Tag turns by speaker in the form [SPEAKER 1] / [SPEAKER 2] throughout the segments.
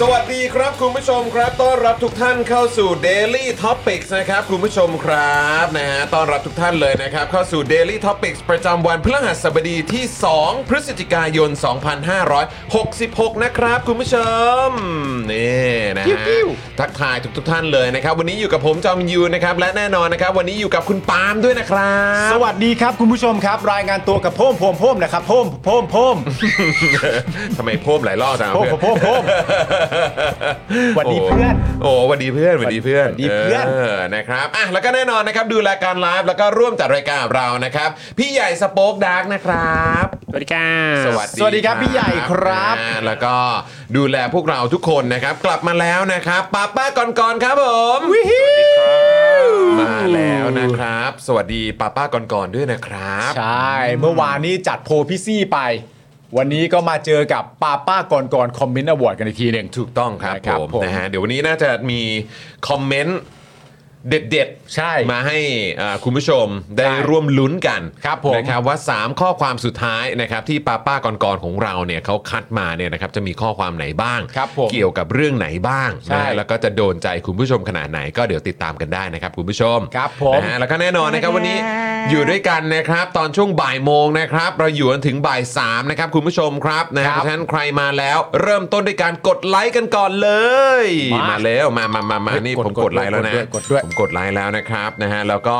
[SPEAKER 1] สวัสดีครับคุณผู้ชมครับ ต้อนรับทุกท่านเข้าสู่ Daily Topics นะครับคุณผู้ชมครับนะฮะต้อนรับทุกท่านเลยนะครับ เข้าสู่ Daily Topics ประจำวันพฤหัสบดีที่ 2 พฤศจิกายน 2566 นะครับคุณผู้ชมนี่นะฮะทักทายทุกทท่านเลยนะครับ วันนี้อยู่กับผมจอมยูนะครับและแน่นอนนะครับ วันนี้อยู่กับคุณปาล์มด้วยนะครับ
[SPEAKER 2] สวัสดีครับคุณผู้ชมครับ รายงานตัวกับโพมโพมโพมนะครับโพมโพมโพม
[SPEAKER 1] ทำไมโพมหลายรอบจังะ
[SPEAKER 2] โพมโพมโพมโพมหวัดดีเพื่อน
[SPEAKER 1] โอ้หวัดดีเพื่อนหวัดดีเพื่อน
[SPEAKER 2] หวัดดีเพื่อน
[SPEAKER 1] อนะครับอ่ะแล้วก็แน่นอนนะครับ ดูรายการไลฟ์แล้วก็ร่วมจัดรายการเรานะครับ พี่ใหญ่สป็อคดาร์กนะครับ
[SPEAKER 3] สวัสดีครับ
[SPEAKER 1] สวัสดี
[SPEAKER 2] สวัสดีครับพี่ใหญ่ครับ
[SPEAKER 1] นะแล้วก็ดูแลพวกเราทุกคนนะครับ กลับมาแล้วนะครับป้าป้าก่อนก่อนๆครับผมวิฮิมาแล้วนะครับ สวัสดีป้าป้าก่อนก่อนๆด้วยนะครับ
[SPEAKER 2] ใช่ เมื่อวานนี้จัดโพลพี่ซี่ไป วันนี้ก็มาเจอกับป้าป้าก่อนก่อนคอมเมนต์อวอร์ดกันอีกทีหนึ่ง
[SPEAKER 1] ถูกต้องครับ
[SPEAKER 2] นะ
[SPEAKER 1] ผ
[SPEAKER 2] ครับ
[SPEAKER 1] ม
[SPEAKER 2] ผม
[SPEAKER 1] นะฮะเดี๋ยววันนี้น่าจะมีคอมเมนต์เด็ดๆ
[SPEAKER 2] ใช่
[SPEAKER 1] มาให้อ่าคุณผู้ชมได้
[SPEAKER 2] ใช่
[SPEAKER 1] ร่วมลุ้นกัน
[SPEAKER 2] ครับผม
[SPEAKER 1] นะครับว่า 3 ข้อความสุดท้ายนะครับที่ป้าป้าก่อนๆของเราเนี่ยเขาคัดมาเนี่ยนะครับจะมีข้อความไหนบ้าง
[SPEAKER 2] ครับผม
[SPEAKER 1] เกี่ยวกับเรื่องไหนบ้าง
[SPEAKER 2] ใช่
[SPEAKER 1] นะฮะแล้วก็จะโดนใจคุณผู้ชมขนาดไหนก็เดี๋ยวติดตามกันได้นะครับคุณผู้ชม
[SPEAKER 2] ครับผม
[SPEAKER 1] นะฮะแล้วก็แน่นอนนะครับวันนี้อยู่ด้วยกันนะครับ ตอนช่วงบ่ายโมงนะครับ เราอยู่กันถึงบ่ายสามนะครับคุณผู้ชมครับนะฮะ
[SPEAKER 2] ครับ
[SPEAKER 1] เพราะฉะนั้นใครมาแล้ว เริ่มต้นด้วยการกดไลค์กันก่อนเลย
[SPEAKER 2] มาม
[SPEAKER 1] มาแล้วมามามามานี่
[SPEAKER 2] กด
[SPEAKER 1] ผมกดไลค์แล้วนะ
[SPEAKER 2] กดด้วยกดด้วย
[SPEAKER 1] ผมกดไลค์แล้วนะครับนะฮะแล้วก็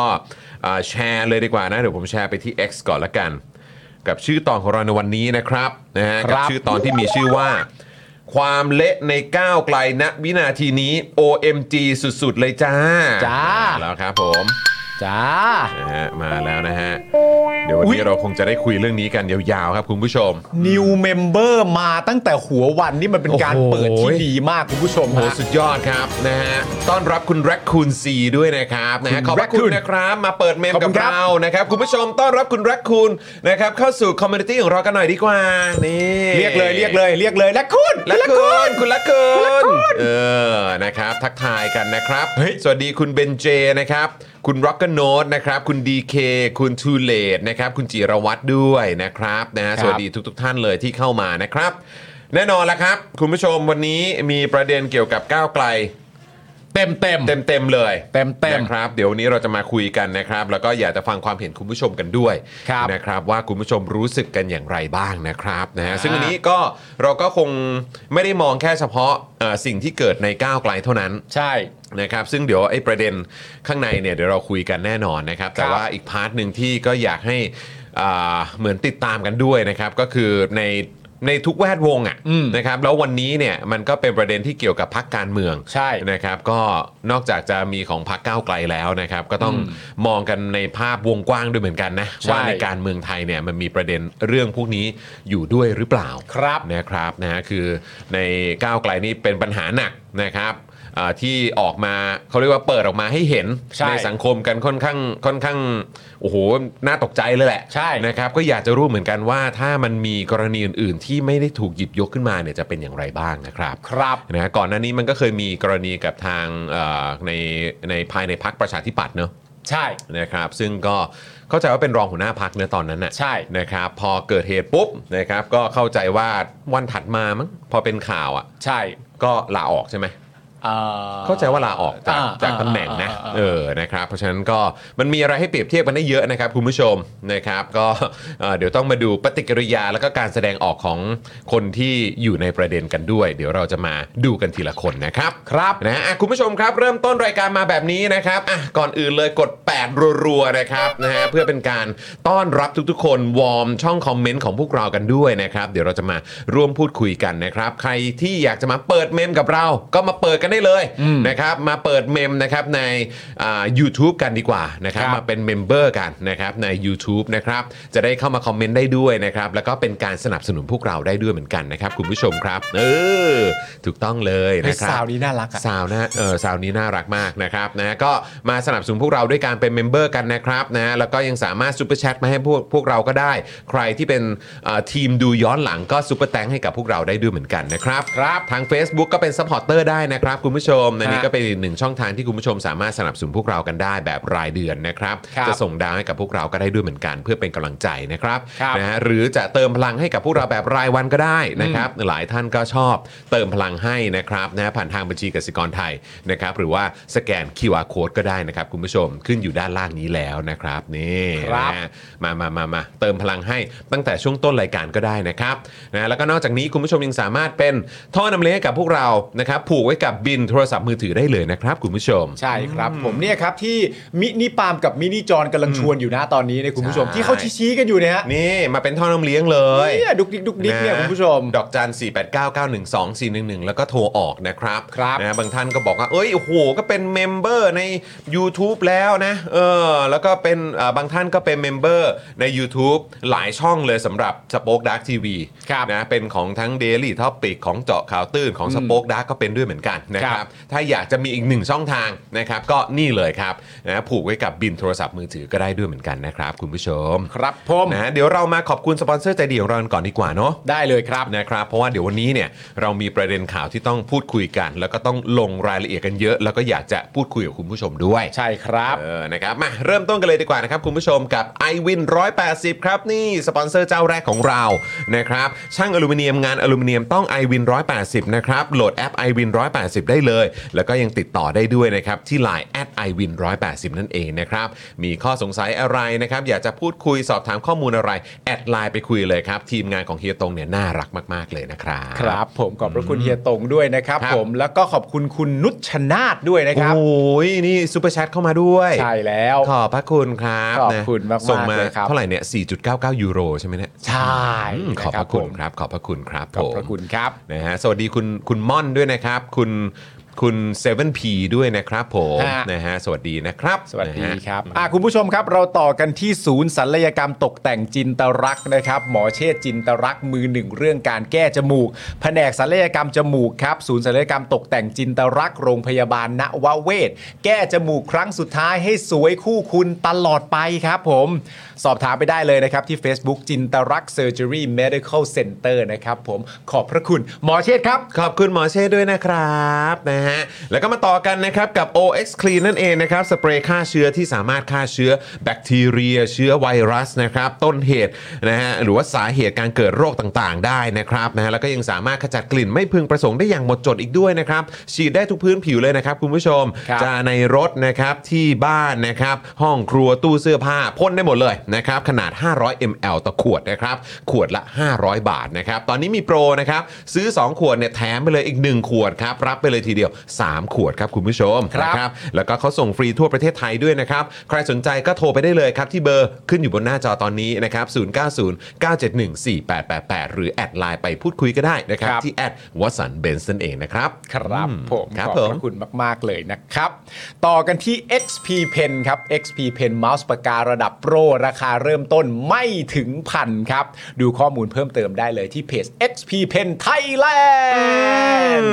[SPEAKER 1] อ่าแชร์เลยดีกว่านะเดี๋ยวผมแชร์ไปที่ X ก่อนละกัน กับชื่อตอนของเราในวันนี้นะครับนะฮะ
[SPEAKER 2] ครั
[SPEAKER 1] กับ บชื่อตอนที่มีชื่อว่า ความเละในก้าวไกลณวินาทีนี้ OMG สุดๆ เลยจ้า
[SPEAKER 2] จ้า
[SPEAKER 1] มาแล้วครับผม
[SPEAKER 2] จ้า
[SPEAKER 1] นะฮะมาแล้วนะฮะ เดี๋ยววันนี้เราคงจะได้คุยเรื่องนี้กันยาวๆครับคุณผู้ชม
[SPEAKER 2] New Member มาตั้งแต่หัววันนี่มันเป็นการ
[SPEAKER 1] โอ้โห
[SPEAKER 2] เปิดที่ดีมากคุณผู้ชม
[SPEAKER 1] โอ้โห
[SPEAKER 2] ฮะ
[SPEAKER 1] สุดยอดครับนะฮะต้อนรับคุณแรคคูนซีด้วยนะครับนะฮะข
[SPEAKER 2] คุ
[SPEAKER 1] อบ
[SPEAKER 2] ณ
[SPEAKER 1] พระคุณ
[SPEAKER 2] Raccoon
[SPEAKER 1] นะครับ มาเปิดเมม
[SPEAKER 2] ขอบ
[SPEAKER 1] กั
[SPEAKER 2] คุ
[SPEAKER 1] บ
[SPEAKER 2] ณครับ
[SPEAKER 1] เรานะครับ คุณผู้ชมต้อนรับคุณแรคคูนนะครับเข้าสู่คอมมูนิตี้ของเรากันหน่อยดีกว่านี่
[SPEAKER 2] เรียกเลยเรียกเลยเรียกเลยและคุณ
[SPEAKER 1] และ
[SPEAKER 2] และ
[SPEAKER 1] คุ
[SPEAKER 2] คุณ
[SPEAKER 1] ณคุณละคุณ เออ นะครับ ทักทายกันนะครับ
[SPEAKER 2] เฮ้ย
[SPEAKER 1] สวัสดีคุณเบนเจนะครับ คุณร็อกเกอร์โนตนะครับ คุณดีเค คุณทูเลตนะครับ คุณจิรวัตรด้วยนะครับ นะฮะ
[SPEAKER 2] ครับ
[SPEAKER 1] สวัสดีทุกๆทท่านเลยที่เข้ามานะครับ แน่นอนแล้วครับ คุณผู้ชมวันนี้มีประเด็นเกี่ยวกับก้าวไกล
[SPEAKER 2] เต็มเต็ม
[SPEAKER 1] เต็มเต็มๆเลย
[SPEAKER 2] เต็มๆ
[SPEAKER 1] นะครับเดี๋ยววันนี้เราจะมาคุยกันนะครับ แล้วก็อยากจะฟังความเห็นคุณผู้ชมกันด้วย
[SPEAKER 2] ครับ
[SPEAKER 1] นะครับ ว่าคุณผู้ชมรู้สึกกันอย่างไรบ้างนะครับนะฮะ
[SPEAKER 2] อ่า
[SPEAKER 1] ซึ่งอันนี้ก็เราก็คงไม่ได้มองแค่เฉพาะเอ่อสิ่งที่เกิดในก้าวไกลเท่านั้น
[SPEAKER 2] ใช่
[SPEAKER 1] นะครับ ซึ่งเดี๋ยวไอ้ประเด็นข้างในเนี่ยเดี๋ยวเราคุยกันแน่นอนนะครับ แต่
[SPEAKER 2] ครับ
[SPEAKER 1] ว่าอีกพาร์ทหนึ่งที่ก็อยากให้อ่าเหมือนติดตามกันด้วยนะครับ ก็คือในในทุกแวดวงอ่ะนะครับแล้ววันนี้เนี่ยมันก็เป็นประเด็นที่เกี่ยวกับพักการเมือง
[SPEAKER 2] ใช่
[SPEAKER 1] นะครับก็นอกจากจะมีของพรรคก้าวไกลแล้วนะครับ ก็ต้องมองกันในภาพวงกว้างด้วยเหมือนกันนะ
[SPEAKER 2] ใช่
[SPEAKER 1] ว่าในการเมืองไทยเนี่ยมันมีประเด็นเรื่องพวกนี้อยู่ด้วยหรือเปล่า
[SPEAKER 2] ครับ
[SPEAKER 1] นะครับนะฮะคือในก้าวไกลนี่เป็นปัญหาหนักนะครับ อ่าที่ออกมาเขาเรียกว่าเปิดออกมาให้เห็น
[SPEAKER 2] ใช่
[SPEAKER 1] สังคมกันค่อนข้างค่อนข้างโอ้โหน่าตกใจเลยแหละ
[SPEAKER 2] ใช่
[SPEAKER 1] นะครับก็อยากจะรู้เหมือนกันว่าถ้ามันมีกรณีอื่น ๆ ที่ไม่ได้ถูกหยิบยกขึ้นมาเนี่ยจะเป็นอย่างไรบ้างนะครับ
[SPEAKER 2] ครับ
[SPEAKER 1] นะฮะก่อนหน้านี้มันก็เคยมีกรณีกับทางเอ่อในในภายในพักประชาธิปัตย์เนอะ
[SPEAKER 2] ใช่
[SPEAKER 1] นะครับซึ่งก็เข้าใจว่าเป็นรองหัวหน้าพักเนอะตอนนั้นน่ะ
[SPEAKER 2] ใช่
[SPEAKER 1] นะครับพอเกิดเหตุปุ๊บนะครับก็เข้าใจว่าวันถัดมามั้งพอเป็นข่าวอ่ะ
[SPEAKER 2] ใช่
[SPEAKER 1] ก็ลาออกใช่ไหม
[SPEAKER 2] อ่
[SPEAKER 1] เข้าใจว่าลาออกจาก
[SPEAKER 2] อ่า
[SPEAKER 1] จากตำแหน่งนะ
[SPEAKER 2] อ่าอ่าอ่า
[SPEAKER 1] เออนะครับเพราะฉะนั้นก็มันมีอะไรให้เปรียบเทียบกันได้เยอะนะครับคุณผู้ชมนะครับก็เอ่อเดี๋ยวต้องมาดูปฏิกิริยาแล้วก็การแสดงออกของคนที่อยู่ในประเด็นกันด้วย เดี๋ยวเราจะมาดูกันทีละคนนะครับ
[SPEAKER 2] ครับ
[SPEAKER 1] นะอ่ะคุณผู้ชมครับ เริ่มต้นรายการมาแบบนี้นะครับอ่ะก่อนอื่นเลยกด 8 รัวๆนะครับนะฮะเพื่อเป็นการต้อนรับทุกๆ คนวอร์มช่องคอมเมนต์ของพวกเรากันด้วยนะครับเดี๋ยวเราจะมาร่วมพูดคุยกันนะครับใครที่อยากจะมาเปิดเมมกับเราก็มาเปิดกันได้เลย
[SPEAKER 2] อืม
[SPEAKER 1] นะครับมาเปิดเมมนะครับในยูทูบกันดีกว่านะครับ
[SPEAKER 2] ครับ
[SPEAKER 1] มาเป็นเมมเบอร์กันนะครับใน YouTube นะครับจะได้เข้ามาคอมเมนต์ได้ด้วยนะครับแล้วก็เป็นการสนับสนุนพวกเราได้ด้วยเหมือนกันนะครับคุณผู้ชมครับเออถูกต้องเลยนะครับ
[SPEAKER 2] เฮ้ยซาวนี้น่ารักอะ
[SPEAKER 1] ซาวนะเออซาวนี้น่ารักมากนะครับนะก็มาสนับสนุนพวกเราด้วยการเป็นเมมเบอร์กันนะครับนะแล้วก็ยังสามารถซูเปอร์แชทมาให้พวกพวกเราก็ได้ ใครที่เป็นเอ่อทีมดูย้อนหลังก็ซูเปอร์แตงให้กับพวกเราได้ด้วยเหมือนกันนะครับครับทาง Facebook ก็เป็นซัพพอร์เตอร์ได้นะครับคุณผู้ชมอันนี้
[SPEAKER 2] ฮะ
[SPEAKER 1] ก็ เป็นอีกหนึ่งช่องทางที่คุณผู้ชมสามารถสนับสนุนพวกเรากันได้แบบรายเดือนนะครับ
[SPEAKER 2] ครับ
[SPEAKER 1] จะส่งดาวให้กับพวกเราก็ได้ด้วยเหมือนกันเพื่อเป็นกำลังใจนะครับ
[SPEAKER 2] ครับ
[SPEAKER 1] นะฮะหรือจะเติมพลังให้กับพวกเราแบบรายวันก็ได้นะครับ หลายท่านก็ชอบเติมพลังให้นะครับนะฮะผ่านทางบัญชีกสิกรไทยนะครับ หรือว่าสแกน QR code ก็ได้นะครับ คุณผู้ชมขึ้นอยู่ด้านล่างนี้แล้วนะครับนี่
[SPEAKER 2] ครับ
[SPEAKER 1] นะฮะ มามามามาเติมพลังให้ตั้งแต่ช่วงต้นรายการก็ได้นะครับนะแล้วก็นอกจากนี้คุณผู้ชมยังสามารถเป็นท่อนำเลี้ยงให้กับพวกเรานะครับผูกไว้กับบินโทรศัพท์มือถือได้เลยนะครับ คุณผู้ชม
[SPEAKER 2] ใช่ครับ ผมเนี่ยครับที่มินิปาล์มกับมินิจอนกำลังชวนอยู่นะตอนนี้เนยคุณผู้ชม
[SPEAKER 1] ใช่
[SPEAKER 2] ที่เขาชี้ๆกันอยู่เนี่ยฮะ
[SPEAKER 1] นี่มาเป็นท่อนำเลี้ยงเลย
[SPEAKER 2] เนี่ยดุกดิกดุกดิกเนี่ย
[SPEAKER 1] ะ
[SPEAKER 2] คุณผู้ชม
[SPEAKER 1] ดอกจัน 4 8 9 9 1 2 4 1 1 แล้วก็โทรออกนะครับ
[SPEAKER 2] ครับ
[SPEAKER 1] นะบางท่านก็บอกว่า เอ้ยโอ้โหก็เป็นเมมเบอร์ใน YouTube แล้วนะเออแล้วก็เป็นอ่าบางท่านก็เป็นเมมเบอร์ใน YouTube หลายช่องเลยสำหรับสป็อคดักทีวี
[SPEAKER 2] ครับ
[SPEAKER 1] นะเป็นของทั้ง Daily Topic ของเจาะข่าวตื้นของสป็อคดักก็เป็นด้วยเหมือนกันนะค
[SPEAKER 2] ครั
[SPEAKER 1] รับบ ถ้าอยากจะมีอีกหนึ่งช่องทางนะครับก็นี่เลยครับนะผูกไว้กับบินโทรศัพท์มือถือก็ได้ด้วยเหมือนกันนะครับคุณผู้ชม
[SPEAKER 2] ครับผม
[SPEAKER 1] นะฮะเดี๋ยวเรามาขอบคุณสปอนเซอร์ใจดีของเรากันก่อนดีกว่าเนาะ
[SPEAKER 2] ได้เลยครับ
[SPEAKER 1] นะครับเพราะว่าเดี๋ยววันนี้เนี่ยเรามีประเด็นข่าวที่ต้องพูดคุยกัน แล้วก็ต้องลงรายละเอียดกันเยอะ แล้วก็อยากจะพูดคุยกับคุณผู้ชมด้วย
[SPEAKER 2] ใช่ครับ
[SPEAKER 1] เออนะครับมาเริ่มต้นกันเลยดีกว่านะครับคุณผู้ชมกับ i w วิน180 ครับ นี่สปอนเซอร์เจ้าแรกของเรานะครับช่างอลูมิเนียมงานอลูมิเนียมต้อง i w วิน180 นะครับโหลดแอป i w วิน180 ได้เลย แล้วก็ยังติดต่อได้ด้วยนะครับที่ Line แอด i w วิน180 นั่นเองนะครับ มีข้อสงสัยอะไรนะครับ อยากจะพูดคุยสอบถามข้อมูลอะไร แอดไลน์ไปคุยเลยครับ ทีมงานของเฮียตงเนี่ยน่ารักมาก ๆ เลยนะครับ
[SPEAKER 2] ครับผมขอบพระคุณเฮียตงด้วยนะครับ
[SPEAKER 1] ครับ
[SPEAKER 2] ผมแล้วก็ขอบคุณคุณนุชนาธด้วยนะครับ
[SPEAKER 1] โอ้ยนี่ซูเปอร์แชทเข้ามาด้วย
[SPEAKER 2] ใช่แล้ว
[SPEAKER 1] ขอบพระคุณครับ
[SPEAKER 2] ขอบคุณ
[SPEAKER 1] นะ
[SPEAKER 2] มากๆ
[SPEAKER 1] ส่งมา
[SPEAKER 2] เลยครับ
[SPEAKER 1] เท่าไหร่เนี่ย 4.99 ยูโรใช่ไหมเนี่ย
[SPEAKER 2] ใช่
[SPEAKER 1] อืมขอบพระคุณครับ ขอบพระคุณครับ
[SPEAKER 2] ขอบพ
[SPEAKER 1] ผ
[SPEAKER 2] ระ
[SPEAKER 1] ม
[SPEAKER 2] คุณครับ
[SPEAKER 1] นะฮะสวัสดีคุณคุณม่อนด้วยนะครับ คุณคุณ 7P ด้วยนะครับผม
[SPEAKER 2] ฮะ
[SPEAKER 1] นะฮะสวัสดีนะครับ
[SPEAKER 2] สวัสดี
[SPEAKER 1] นะฮะ
[SPEAKER 2] ครับอ่ะคุณผู้ชมครับ เราต่อกันที่ศูนย์ศัลยกรรมตกแต่งจินตรักษณ์นะครับ หมอเชษฐ์จินตรักษณ์มือหนึ่งเรื่องการแก้จมูก แผนกศัลยกรรมจมูกครับ ศูนย์ศัลยกรรมตกแต่งจินตรักษณ์โรงพยาบาลนวเวศ แก้จมูกครั้งสุดท้ายให้สวยคู่คุณตลอดไปครับผม สอบถามไปได้เลยนะครับ ที่ Facebook จินตรักเซอร์เจอรี่เมดิคอลเซ็นเตอร์นะครับผมขอบพระคุณหมอเชษฐ์ครับ
[SPEAKER 1] ขอบคุณหมอเช่ด้วยนะครับนะฮะแล้วก็มาต่อกันนะครับกับ OX Clean นั่นเองนะครับสเปรย์ฆ่าเชื้อที่สามารถฆ่าเชื้อแบคทีเรีย เชื้อไวรัสนะครับต้นเหตุนะฮะหรือว่าสาเหตุการเกิดโรคต่างๆ ได้นะครับนะฮะแล้วก็ยังสามารถขจัดกลิ่นไม่พึงประสงค์ได้อย่างหมดจดอีกด้วยนะครับฉีดได้ทุกพื้นผิวเลยนะครับคุณผู้ชม
[SPEAKER 2] ครับ
[SPEAKER 1] จะในรถนะครับที่บ้านนะครับห้องครัวตู้เสื้อผ้าพ่นได้หมดเลยนะครับขนาด 500 ml ต่อขวดนะครับขวดละ 500 บาทนะครับตอนนี้มีโปรนะครับซื้อ 2 ขวดเนี่ยแถมไปเลยอีก 1 ขวดครับรับไปเลยทีเดียว 3 ขวดครับคุณผู้ชม
[SPEAKER 2] ครับ
[SPEAKER 1] นะแล้วก็เขาส่งฟรีทั่วประเทศไทยด้วยนะครับ ใครสนใจก็โทรไปได้เลยครับ ที่เบอร์ขึ้นอยู่บนหน้าจอตอนนี้นะครับ 0909714888 หรือแอดไลน์ไปพูดคุยก็ได้นะครับ
[SPEAKER 2] ครับ
[SPEAKER 1] ที่แอดวสันเบนซ์นั่นเองนะครับ
[SPEAKER 2] ครับผม
[SPEAKER 1] ครับ
[SPEAKER 2] ขอบ
[SPEAKER 1] ผ
[SPEAKER 2] พ
[SPEAKER 1] ม
[SPEAKER 2] ระคุณมาก ๆ เลยนะครับ ต่อกันที่ XP Pen ครับ XP Pen เมาส์ปากการะดับโปร ราคาเริ่มต้นไม่ถึงพันครับ ดูข้อมูลเพิ่มเติมได้เลยที่เพจ XP Pen Thailand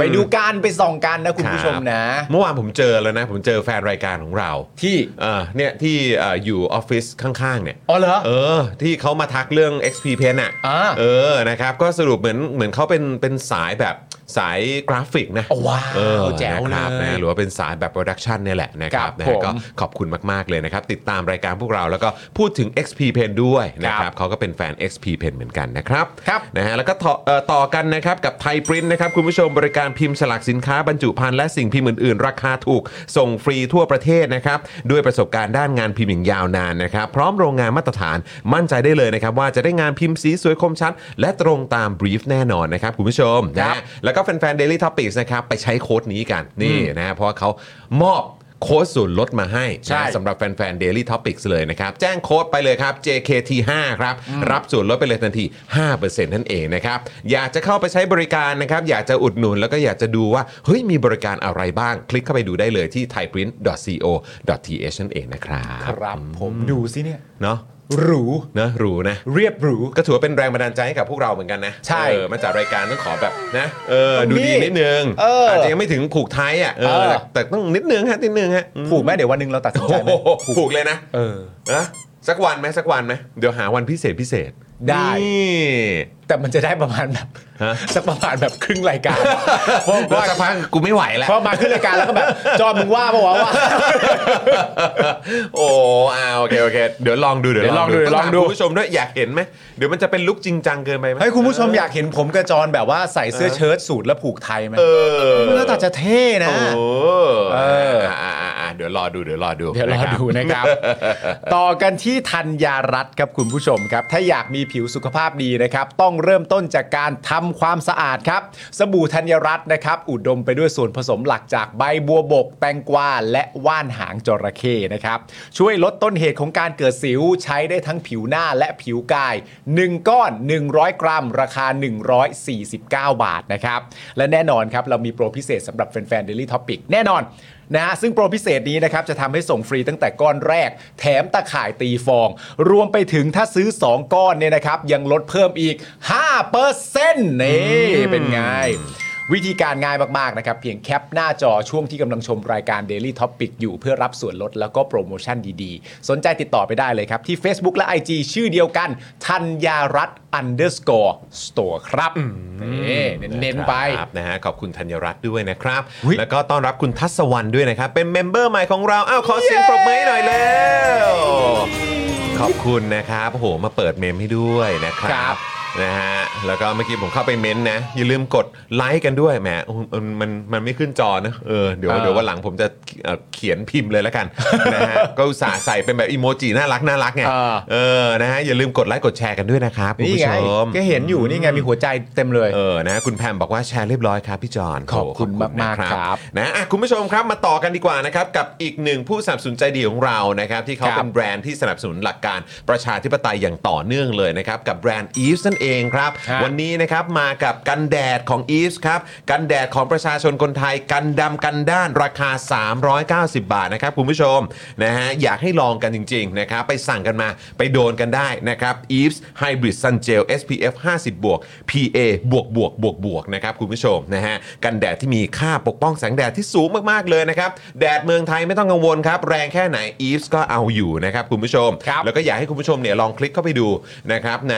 [SPEAKER 2] ไปดูการไป ส่องกันนะคุณผู้ชมนะ
[SPEAKER 1] เมื่อวานผมเจอแล้วนะ ผมเจอแฟนรายการของเรา
[SPEAKER 2] ที่
[SPEAKER 1] เอ่อเนี่ยที่เอ่ออยู่ออฟฟิศข้างๆเนี่ย
[SPEAKER 2] อ๋อเหรอ
[SPEAKER 1] เออ ที่เขามาทักเรื่อง XP Pen อ่ะ
[SPEAKER 2] อ่า
[SPEAKER 1] เออนะครับก็สรุปเหมือนเหมือนเขาเป็นเป็นสายแบบสายกราฟิกนะ
[SPEAKER 2] โอ้ว้าว
[SPEAKER 1] เออ
[SPEAKER 2] แจ๋วเลย
[SPEAKER 1] นะครับนะหรือว่าเป็นสายแบบโปรดักชันเนี่ยแหละนะครั
[SPEAKER 2] ครับ บ
[SPEAKER 1] นะ
[SPEAKER 2] ผ
[SPEAKER 1] ฮะ
[SPEAKER 2] ม
[SPEAKER 1] ก็ขอบคุณมาก ๆ เลยนะครับ ติดตามรายการพวกเราแล้วก็พูดถึง XP Pen ด้วยนะค
[SPEAKER 2] ครั
[SPEAKER 1] รับบ เขาก็เป็นแฟน XP Pen เหมือนกันนะครับ
[SPEAKER 2] ครับ
[SPEAKER 1] นะฮะแล้วก็ต่อเอ่อต่อกันนะครับกับไทยปริ้นนะครับคุณผู้ชมบริการพิมพ์ฉลากสินค้าบรรจุภัณฑ์และสิ่งพิมพ์อื่นๆ ราคาถูกส่งฟรีทั่วประเทศนะครับด้วยประสบการณ์ด้านงานพิมพ์อย่างยาวนานนะครับพร้อมโรงงานมาตรฐานมั่นใจได้เลยนะครับว่าจะได้งานพิมพ์สีสวยคมชัด และตรงตามบรีฟแน่นอนนะครับคุณผู้ชมนะ
[SPEAKER 2] ครั
[SPEAKER 1] ฮะ
[SPEAKER 2] บ
[SPEAKER 1] แล้วก็แฟนๆ Daily Topics นะครับไปใช้โค้ดนี้กันนี่นะฮะเพราะว่าเขามอบโค้ดส่วนลดมาให้
[SPEAKER 2] ใช่
[SPEAKER 1] นะสำ สำหรับแฟนๆ Daily Topics เลยนะครับ แจ้งโค้ดไปเลยครับ JKT5 ครับ รับส่วนลดไปเลยทันที 5%นั่นเองนะครับ อยากจะเข้าไปใช้บริการนะครับ อยากจะอุดหนุนแล้วก็อยากจะดูว่า เฮ้ย มีบริการอะไรบ้าง คลิกเข้าไปดูได้เลยที่ thaiprint.co.th นั่นเองนะครับ
[SPEAKER 2] ครับผมดูสิเนี่ย
[SPEAKER 1] เนอะ
[SPEAKER 2] หรู
[SPEAKER 1] นะหรูนะ
[SPEAKER 2] เรียบหรู
[SPEAKER 1] ก็ถือว่าเป็นแรงบันดาลใจให้กับพวกเราเหมือนกันนะ
[SPEAKER 2] ใช่
[SPEAKER 1] เออมาจากรายการต้องขอแบบนะ เออ
[SPEAKER 2] ตรงนี้
[SPEAKER 1] ดูดีนิดนึง
[SPEAKER 2] เอออ
[SPEAKER 1] จจะยังไม่ถึงผูกไทยอ่ะเอ
[SPEAKER 2] เอ
[SPEAKER 1] อ
[SPEAKER 2] อ
[SPEAKER 1] แต่แต่ต้องนิดนึงฮะนิดนึงฮะอืม
[SPEAKER 2] ผูกไหมเดี๋ยววันหนึงเราตัดสินใจไหม
[SPEAKER 1] โอ้โหผูกเลยนะ
[SPEAKER 2] เออ
[SPEAKER 1] นะสักวันไหมสักวันไหมเดี๋ยวหาวันพิเศษพิเศษ
[SPEAKER 2] ได้
[SPEAKER 1] นี่
[SPEAKER 2] แต่มันจะได้ประมาณแบบ
[SPEAKER 1] ฮะ
[SPEAKER 2] สักประมาณแบบครึ่งราย การเพ
[SPEAKER 1] แล้ว
[SPEAKER 2] ราะว่า
[SPEAKER 1] สักพักกูไม่ไหวแล้ว
[SPEAKER 2] เพราะมาขึ้นรายการแล้วก็แบบจอมึงว่าปะวะว่า
[SPEAKER 1] โอ้อาโอเคโอเคเดี๋ยวลองดูเดี๋ยวลองดู
[SPEAKER 2] เดี๋ยวลอง
[SPEAKER 1] ต้ถาม
[SPEAKER 2] ดูเดี๋ยวลอง
[SPEAKER 1] คุณ
[SPEAKER 2] ดู
[SPEAKER 1] ผู้ชมด้วยอยากเห็นไหมเดี๋ยวมันจะเป็นลุกจริงจังเกินไปไหม
[SPEAKER 2] เฮ้ยคุณผู้ชมอยากเห็นผมกระจรแบบว่าใส่เสื้อเชิ้ตสูทแล้วผูกไทยไหม
[SPEAKER 1] เออ
[SPEAKER 2] มันก็ตัดจะเท่นะ
[SPEAKER 1] โอ้
[SPEAKER 2] เออ
[SPEAKER 1] าอ่าอ่าเดี๋ยวรอดูเดี๋ยวรอดู
[SPEAKER 2] เดี๋ยวรอดูนะครับ ต่อกันที่ธัญญารัตน์ครับคุณผู้ชมครับ ถ้าอยากมีผิวสุขภาพดีนะครับ ต้องเริ่มต้นจากการทำความสะอาดครับ สบู่ธัญญารัตน์นะครับ อุดมไปด้วยส่วนผสมหลักจากใบบัวบก แตงกวาและว่านหางจระเข้นะครับ ช่วยลดต้นเหตุของการเกิดสิว ใช้ได้ทั้งผิวหน้าและผิวกาย 1 ก้อน 100 กรัม ราคา 149 บาทนะครับ และแน่นอนครับ เรามีโปรพิเศษสำหรับแฟนๆ Daily Topic แน่นอน นะฮะซึ่งโปรพิเศษนี้นะครับจะทำให้ส่งฟรีตั้งแต่ก้อนแรก แถมตะข่ายตีฟอง รวมไปถึงถ้าซื้อ 2 ก้อนเนี่ยนะครับ ยังลดเพิ่มอีก 5%นี่เป็นไง วิธีการง่ายมากๆนะครับ เพียงแคปหน้าจอช่วงที่กำลังชมรายการ Daily Topic อยู่เพื่อรับส่วนลดแล้วก็โปรโมชั่นดีๆ สนใจติดต่อไปได้เลยครับ ที่ Facebook และ IG ชื่อเดียวกันธัญญารัตน์ underscore store ครับนี่เน้นๆไป
[SPEAKER 1] ครับนะฮะขอบคุณธัญรัตน์ด้วยนะครับ
[SPEAKER 2] อุ๊ย
[SPEAKER 1] แล้วก็ต้อนรับคุณทัศวรรณด้วยนะครับ เป็นเมมเบอร์ใหม่ของเราอ้าวขอเสียงปรบมือให้หน่อยแล้ว ขอบคุณนะครับโอ้โห มาเปิดเมมให้ด้วยนะค
[SPEAKER 2] ค
[SPEAKER 1] รั
[SPEAKER 2] รั
[SPEAKER 1] บบ นะฮะแล้วก็เมื่อกี้ผมเข้าไปเม้นต์นะ อย่าลืมกดไลค์กันด้วยแหมโอ้โหมันมันมันไม่ขึ้นจอนะเออเดี๋ยว
[SPEAKER 2] เออ
[SPEAKER 1] เดี๋ยววันหลังผมจะเอ่อเขียนพิมพ์เลยแล้วกัน นะฮะก็อุตส่าห์ใส่เป็นแบบอีโมจิน่ารักน่ารักไง
[SPEAKER 2] เออ
[SPEAKER 1] เออนะฮะอย่าลืมกดไลค์กดแชร์กันด้วยนะครับคุณ
[SPEAKER 2] นี่
[SPEAKER 1] ผู้
[SPEAKER 2] ไง
[SPEAKER 1] ชม
[SPEAKER 2] ก็เห็นอยู่นี่ไงมีหัวใจเต็มเลย
[SPEAKER 1] เออ นะ คุณแพมบอกว่าแชร์เรียบร้อยครับพี่จอน
[SPEAKER 2] ขอบคุณ
[SPEAKER 1] โ
[SPEAKER 2] มากๆ
[SPEAKER 1] นะครับ นะอ่ะคุณผู้ชมครับ มาต่อกันดีกว่านะครับ กับอีกหนึ่งผู้สนับสนุนใจดีของเรา นะครับ ที่เขา
[SPEAKER 2] ครับ
[SPEAKER 1] เป็นแบรนด์ที่สนับสนุนหลักการประชาธิปไตยอย่างต่อเนื่องเลยนะครับ กับแบรนด์ e v e s นั่นเองครับ
[SPEAKER 2] ฮะ
[SPEAKER 1] วันนี้นะครับ มากับกันแดดของ e v e s ครับ กันแดดของประชาชนคนไทย กันดำกันด้านราคา 390 บาทนะครับ คุณผู้ชม นะฮะ อยากให้ลองกันจริงๆ นะครับ ไปสั่งกันมา ไปโดนกันได้นะครับ e v e s Hybrid Sun Gel SPF 50บวก PA บวกบวกบวกบวกนะครับคุณผู้ชมนะฮะกันแดดที่มีค่าปกป้องแสงแดดที่สูงมากๆเลยนะครับ แดดเมืองไทยไม่ต้องกังวลครับ แรงแค่ไหน e v e s ก็เอาอยู่นะครับคุณผู้ชม
[SPEAKER 2] ครับ
[SPEAKER 1] แล้วก็อยากให้คุณผู้ชมเนี่ยลองคลิกเข้าไปดูนะครับใน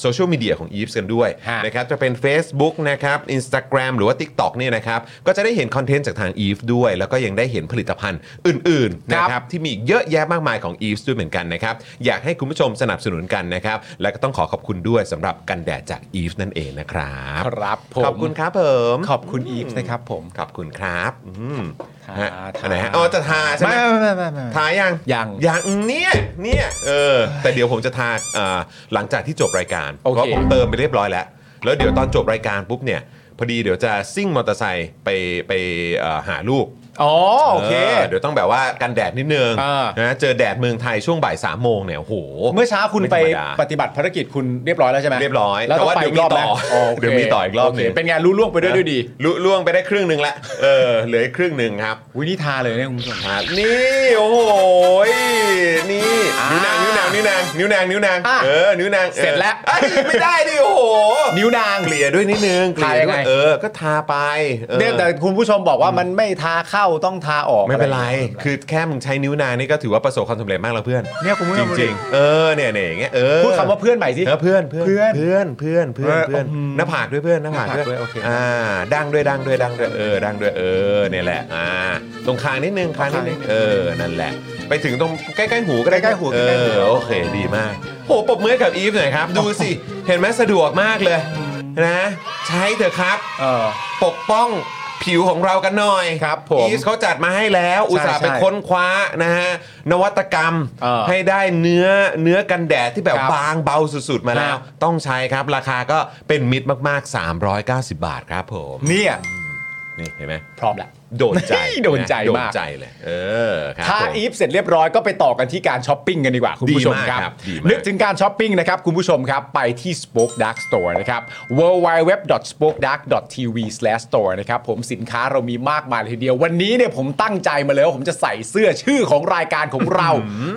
[SPEAKER 1] โซเชียลมีเดียของ e v e s กันด้วย
[SPEAKER 2] ฮะ
[SPEAKER 1] นะครับจะเป็น Facebook นะครับ Instagram หรือว่า TikTok เนี่ยนะครับก็จะได้เห็นคอนเทนต์จากทาง e v e s ด้วย แล้วก็ยังได้เห็นผลิตภัณฑ์อื่นๆนะค
[SPEAKER 2] ครั
[SPEAKER 1] รับ
[SPEAKER 2] บ
[SPEAKER 1] ที่มีอีกเยอะแยะมากมายของ e v e s ด้วยเหมือนกันนะครับ อยากให้คุณผู้ชมสนับสนุนกันนะครับ และก็ต้องขอขอบคุณด้วยสำหรับกันแดดจาก e v e s นั่นเองนะครับ
[SPEAKER 2] ครับผม
[SPEAKER 1] ขอบคุณครับผม
[SPEAKER 2] ขอบคุณอีฟนะครับผม
[SPEAKER 1] ขอบคุณครับอืม
[SPEAKER 2] ทา
[SPEAKER 1] ฮะ
[SPEAKER 2] ทา
[SPEAKER 1] อันไหนฮะอ๋อจะทาใช่ไหม
[SPEAKER 2] ไม่ไม่ไม่ไม่ไม่
[SPEAKER 1] ทายัง
[SPEAKER 2] ยัง
[SPEAKER 1] ยังเนี่ยเนี่ยเออ แต่เดี๋ยวผมจะทาอ่าหลังจากที่จบรายการเพ
[SPEAKER 2] โอเค
[SPEAKER 1] ราะผมเติมไปเรียบร้อยแล้ว แล้วเดี๋ยวตอนจบรายการปุ๊บเนี่ยพอดีเดี๋ยวจะซิ่งมอเตอร์ไซค์ไปไปเอ่อหาลูก
[SPEAKER 2] อ๋อโอเค
[SPEAKER 1] เดี๋ยวต้องแบบว่ากันแดดนิดนึง
[SPEAKER 2] อ่าน
[SPEAKER 1] นะเจอแดดเมืองไทยช่วงบ่ายสามโมงเนี่ยโอ้โห
[SPEAKER 2] เมื่อเช้าคุณไป
[SPEAKER 1] ม่ธรรมดา
[SPEAKER 2] ปฏิบัติภารกิจคุณเรียบร้อยแล้วใช่ไหม
[SPEAKER 1] เรียบร้อย
[SPEAKER 2] แล้วต้องไป
[SPEAKER 1] เดี๋ยว
[SPEAKER 2] อีก
[SPEAKER 1] มี
[SPEAKER 2] รอบ
[SPEAKER 1] ต่
[SPEAKER 2] นะ
[SPEAKER 1] อ
[SPEAKER 2] โอค
[SPEAKER 1] เดี๋ยวมีต่ออีกรอบหนึ่ง
[SPEAKER 2] โเคเป็นไงานรู้ล่วงไปด้วยด้วยดี
[SPEAKER 1] ลุล่วงไปได้ครึ่งหนึ่งละเออเหลืออีกครึ่งหนึ่งครับ
[SPEAKER 2] วินิทาเลยเนี่ยคุณผู้ชม
[SPEAKER 1] ครับนี่โอ้โหนี่
[SPEAKER 2] อ่า
[SPEAKER 1] นิ้วนางนิ้วน างนิ้วนางนิ้วนางนิ้วนาง
[SPEAKER 2] อ่ะ
[SPEAKER 1] เออนิ้วนางออ
[SPEAKER 2] เสร็จแล้ว
[SPEAKER 1] เอ้ยไม่ได้ดิโอ้โห
[SPEAKER 2] นิ้วนาง
[SPEAKER 1] เกลี่ยด้วยนิดนึงเกลี่ย
[SPEAKER 2] ทายัง
[SPEAKER 1] ด้
[SPEAKER 2] ไง
[SPEAKER 1] วยเออก็ทาไปออ
[SPEAKER 2] เนี่ยแต่คุณผู้ชมบอกว่ามันไม่ทาเข้าต้องทาออก
[SPEAKER 1] ไม่เป็นไร
[SPEAKER 2] อะอย่างงี้ย
[SPEAKER 1] คือแค่มึงใช้นิ้วนางนี่ก็ถือว่าประสบความสำเร็จมากแล้วเพื่อน
[SPEAKER 2] เนี่ยคุณผู้ช
[SPEAKER 1] จ
[SPEAKER 2] ม
[SPEAKER 1] ริงๆ เออ เนี่ยเนี่ยอย่างเงี้ย เออ
[SPEAKER 2] พูดคำว่าเพื่อนใหม่สิ
[SPEAKER 1] เออเพื่อน เพื่อน
[SPEAKER 2] เพื่อน
[SPEAKER 1] เพื่อน เพื่อน เพื่อนเพื่
[SPEAKER 2] เออ
[SPEAKER 1] อน
[SPEAKER 2] อืม
[SPEAKER 1] หน้าผากด้วยเพื่อนหน้าผาก
[SPEAKER 2] หน้าผากด้วยโอเค
[SPEAKER 1] อ่า ดังด้วยดังด้วยดังด้วย เออ ดังด้วย เออ เนี่ยแหละ อ่า ตรงคางนิดนึง คางนิดนึง เออ นั่นแหละ ไปถึงตรงใกล้ๆหูก็ได้
[SPEAKER 2] ใกล้ๆหู
[SPEAKER 1] เอ
[SPEAKER 2] ใกล้ๆหู
[SPEAKER 1] อ โอเค ดีมาก โห ปรบมือให้กับอีฟหน่อยครับ ดูสิ เห็นไหมสะดวกมากเลย นะ ใช้เถอะครับ
[SPEAKER 2] เออ
[SPEAKER 1] ปกป้องผิวของเรากันหน่อย
[SPEAKER 2] ครับผม
[SPEAKER 1] อีสเขาจัดมาให้แล้ว
[SPEAKER 2] ใช่
[SPEAKER 1] อุตส่าห์ไป
[SPEAKER 2] ใช่
[SPEAKER 1] ค้นคว้านะฮะนวัตกรรม
[SPEAKER 2] เออ
[SPEAKER 1] ให้ได้เนื้อเนื้อกันแดดที่แบบ
[SPEAKER 2] ครับ
[SPEAKER 1] บางเบาสุดๆมาแล้ว
[SPEAKER 2] ฮะ
[SPEAKER 1] ต้องใช้ครับ ราคาก็เป็นมิตรมากๆ 390 บาทครับผม
[SPEAKER 2] เนี่ย
[SPEAKER 1] นี่เห็นไหม
[SPEAKER 2] พร้อมละ
[SPEAKER 1] โดนใจ
[SPEAKER 2] โดนใจ
[SPEAKER 1] โดน
[SPEAKER 2] มาก
[SPEAKER 1] ใจเลย เออครับ
[SPEAKER 2] ถ้า
[SPEAKER 1] ผม
[SPEAKER 2] อีฟเสร็จเรียบร้อยก็ไปต่อกันที่การช้อปปิ้งกันดีกว่า คุณผู้ชม
[SPEAKER 1] ดีมากค
[SPEAKER 2] ค
[SPEAKER 1] รั
[SPEAKER 2] รั
[SPEAKER 1] บบ ดีมาก
[SPEAKER 2] นึกถึงการช้อปปิ้งนะครับ คุณผู้ชมครับ ไปที่ Spoke Dark Store นะครับ www.spokedark.tv/store นะครับ ผมสินค้าเรามีมากมายเลยทีเดียว วันนี้เนี่ยผมตั้งใจมาเลยว่าผมจะใส่เสื้อชื่อของรายการของเรา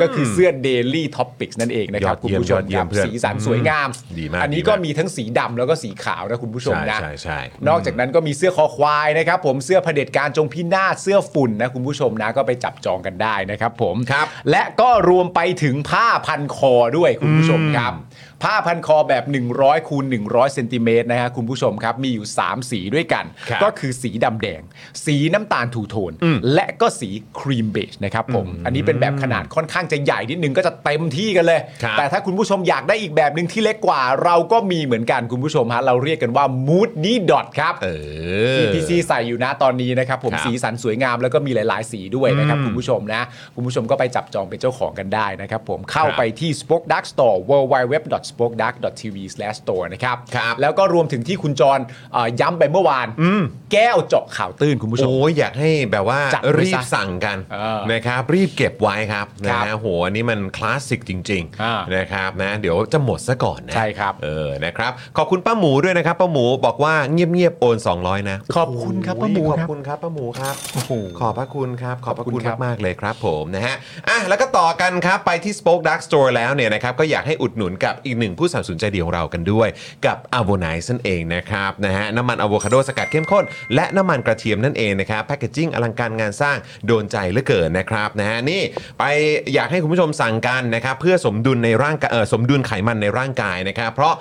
[SPEAKER 2] ก็คือเสื้อ Daily Topics นั่นเองนะครับ
[SPEAKER 1] ยอด
[SPEAKER 2] คุณ
[SPEAKER 1] เยี่ยมยอดเยี่ยมเพื่
[SPEAKER 2] ผู้ชมครับ
[SPEAKER 1] อน
[SPEAKER 2] สีสันสวยงาม
[SPEAKER 1] ดีมาก
[SPEAKER 2] อันนี้ก็
[SPEAKER 1] ดีมาก
[SPEAKER 2] มีทั้งสีดำแล้วก็สีขาวนะคุณผู้ชม
[SPEAKER 1] ใช่
[SPEAKER 2] นะ
[SPEAKER 1] ใช่ใช่
[SPEAKER 2] นอกจากนั้นก็มีเสื้อคอควายนะครับผมเสื้อเผด็จการจงพินาศเสื้อฝุ่นนะคุณผู้ชมนะก็ไปจับจองกันได้นะครับผม
[SPEAKER 1] ครับ
[SPEAKER 2] และก็รวมไปถึงผ้าพันคอด้วยคุณผู้ชมครับ ผ้าพันคอแบบ 100คูณ100เซนติเมตรนะฮะคุณผู้ชมครับมีอยู่ 3 สีด้วยกัน
[SPEAKER 1] ครับ
[SPEAKER 2] ก็คือสีดำแดง สีน้ำตาลถูโทน และก็สีครีมเบจนะครับผมอันนี้เป็นแบบขนาดค่อนข้างจะใหญ่นิดนึงก็จะเต็มที่กันเลย
[SPEAKER 1] ครับ
[SPEAKER 2] แต่ถ้าคุณผู้ชมอยากได้อีกแบบหนึ่งที่เล็กกว่า เราก็มีเหมือนกันคุณผู้ชมฮะเราเรียกกันว่า Moody Dot ครับ
[SPEAKER 1] เออ
[SPEAKER 2] ที่ PC ใส่อยู่นะตอนนี้นะครับ ผม
[SPEAKER 1] ครับ
[SPEAKER 2] สีสันสวยงามแล้วก็มีหลาย ๆ สีด้วยนะครับคุณผู้ชมนะ คุณผู้ชมก็ไปจับจองเป็นเจ้าของกันได้นะครับ ผมเข้า
[SPEAKER 1] ครับ
[SPEAKER 2] ไปที่ Spoke Dark Store www.spokedark.tv/store นะครับ
[SPEAKER 1] ครับ
[SPEAKER 2] แล้วก็รวมถึงที่คุณจรเอ่อย้ำไปเมื่อวาน แก้วเจาะข่าวตื้นคุณผู้ชม
[SPEAKER 1] โอ้ยอยากให้แบบว่า
[SPEAKER 2] จัดไว้ซะ
[SPEAKER 1] รีบสั่งกัน
[SPEAKER 2] เออ
[SPEAKER 1] นะครับ รีบเก็บไว้ครับ
[SPEAKER 2] ค
[SPEAKER 1] นะ
[SPEAKER 2] รับ
[SPEAKER 1] ฮะโหอันนี้มันคลาสสิกจริง
[SPEAKER 2] อ่า
[SPEAKER 1] ๆนะครับนะเดี๋ยวจะหมดซะก่อนนะ
[SPEAKER 2] ใช่ครับ
[SPEAKER 1] เออนะครับ ขอบคุณป้าหมูด้วยนะครับป้าหมูบอกว่าเงียบๆโอน 200 นะ
[SPEAKER 2] ขอบคุณครับป้าหมู
[SPEAKER 1] ขอ
[SPEAKER 2] ค
[SPEAKER 1] บ
[SPEAKER 2] รับ
[SPEAKER 1] คุณครับป้าหมูครับ
[SPEAKER 2] โอ้โห
[SPEAKER 1] ขอบพระคุณครับ ขอบพระ
[SPEAKER 2] ขอบ
[SPEAKER 1] คุ
[SPEAKER 2] คุณณครับ
[SPEAKER 1] มากๆเลยครับผมนะฮะอ่ะแล้วก็ต่อกันครับไปที่ Spoke Dark Store แล้วเนี่ยนะครับก็อยากให้อุดหนุนกับอีกหนึ่งผู้สนับสนุนใจดีของเรากันด้วย กับ a v o n i c e นั่นเองนะครับนะฮะน้ำมันอะโวคาโดสกัดเข้มข้น และน้ำมันกระเทียมนั่นเองนะครับแพคเกจิ้งอลังการงานสร้างโดนใจเหลือเกินนะครับนะฮะนี่ไปอยากให้คุณผู้ชมสั่งกันนะครับเพื่อสมดุลในร่างกายเอ่อสมดุลไขมันในร่างกายนะครับเพราะ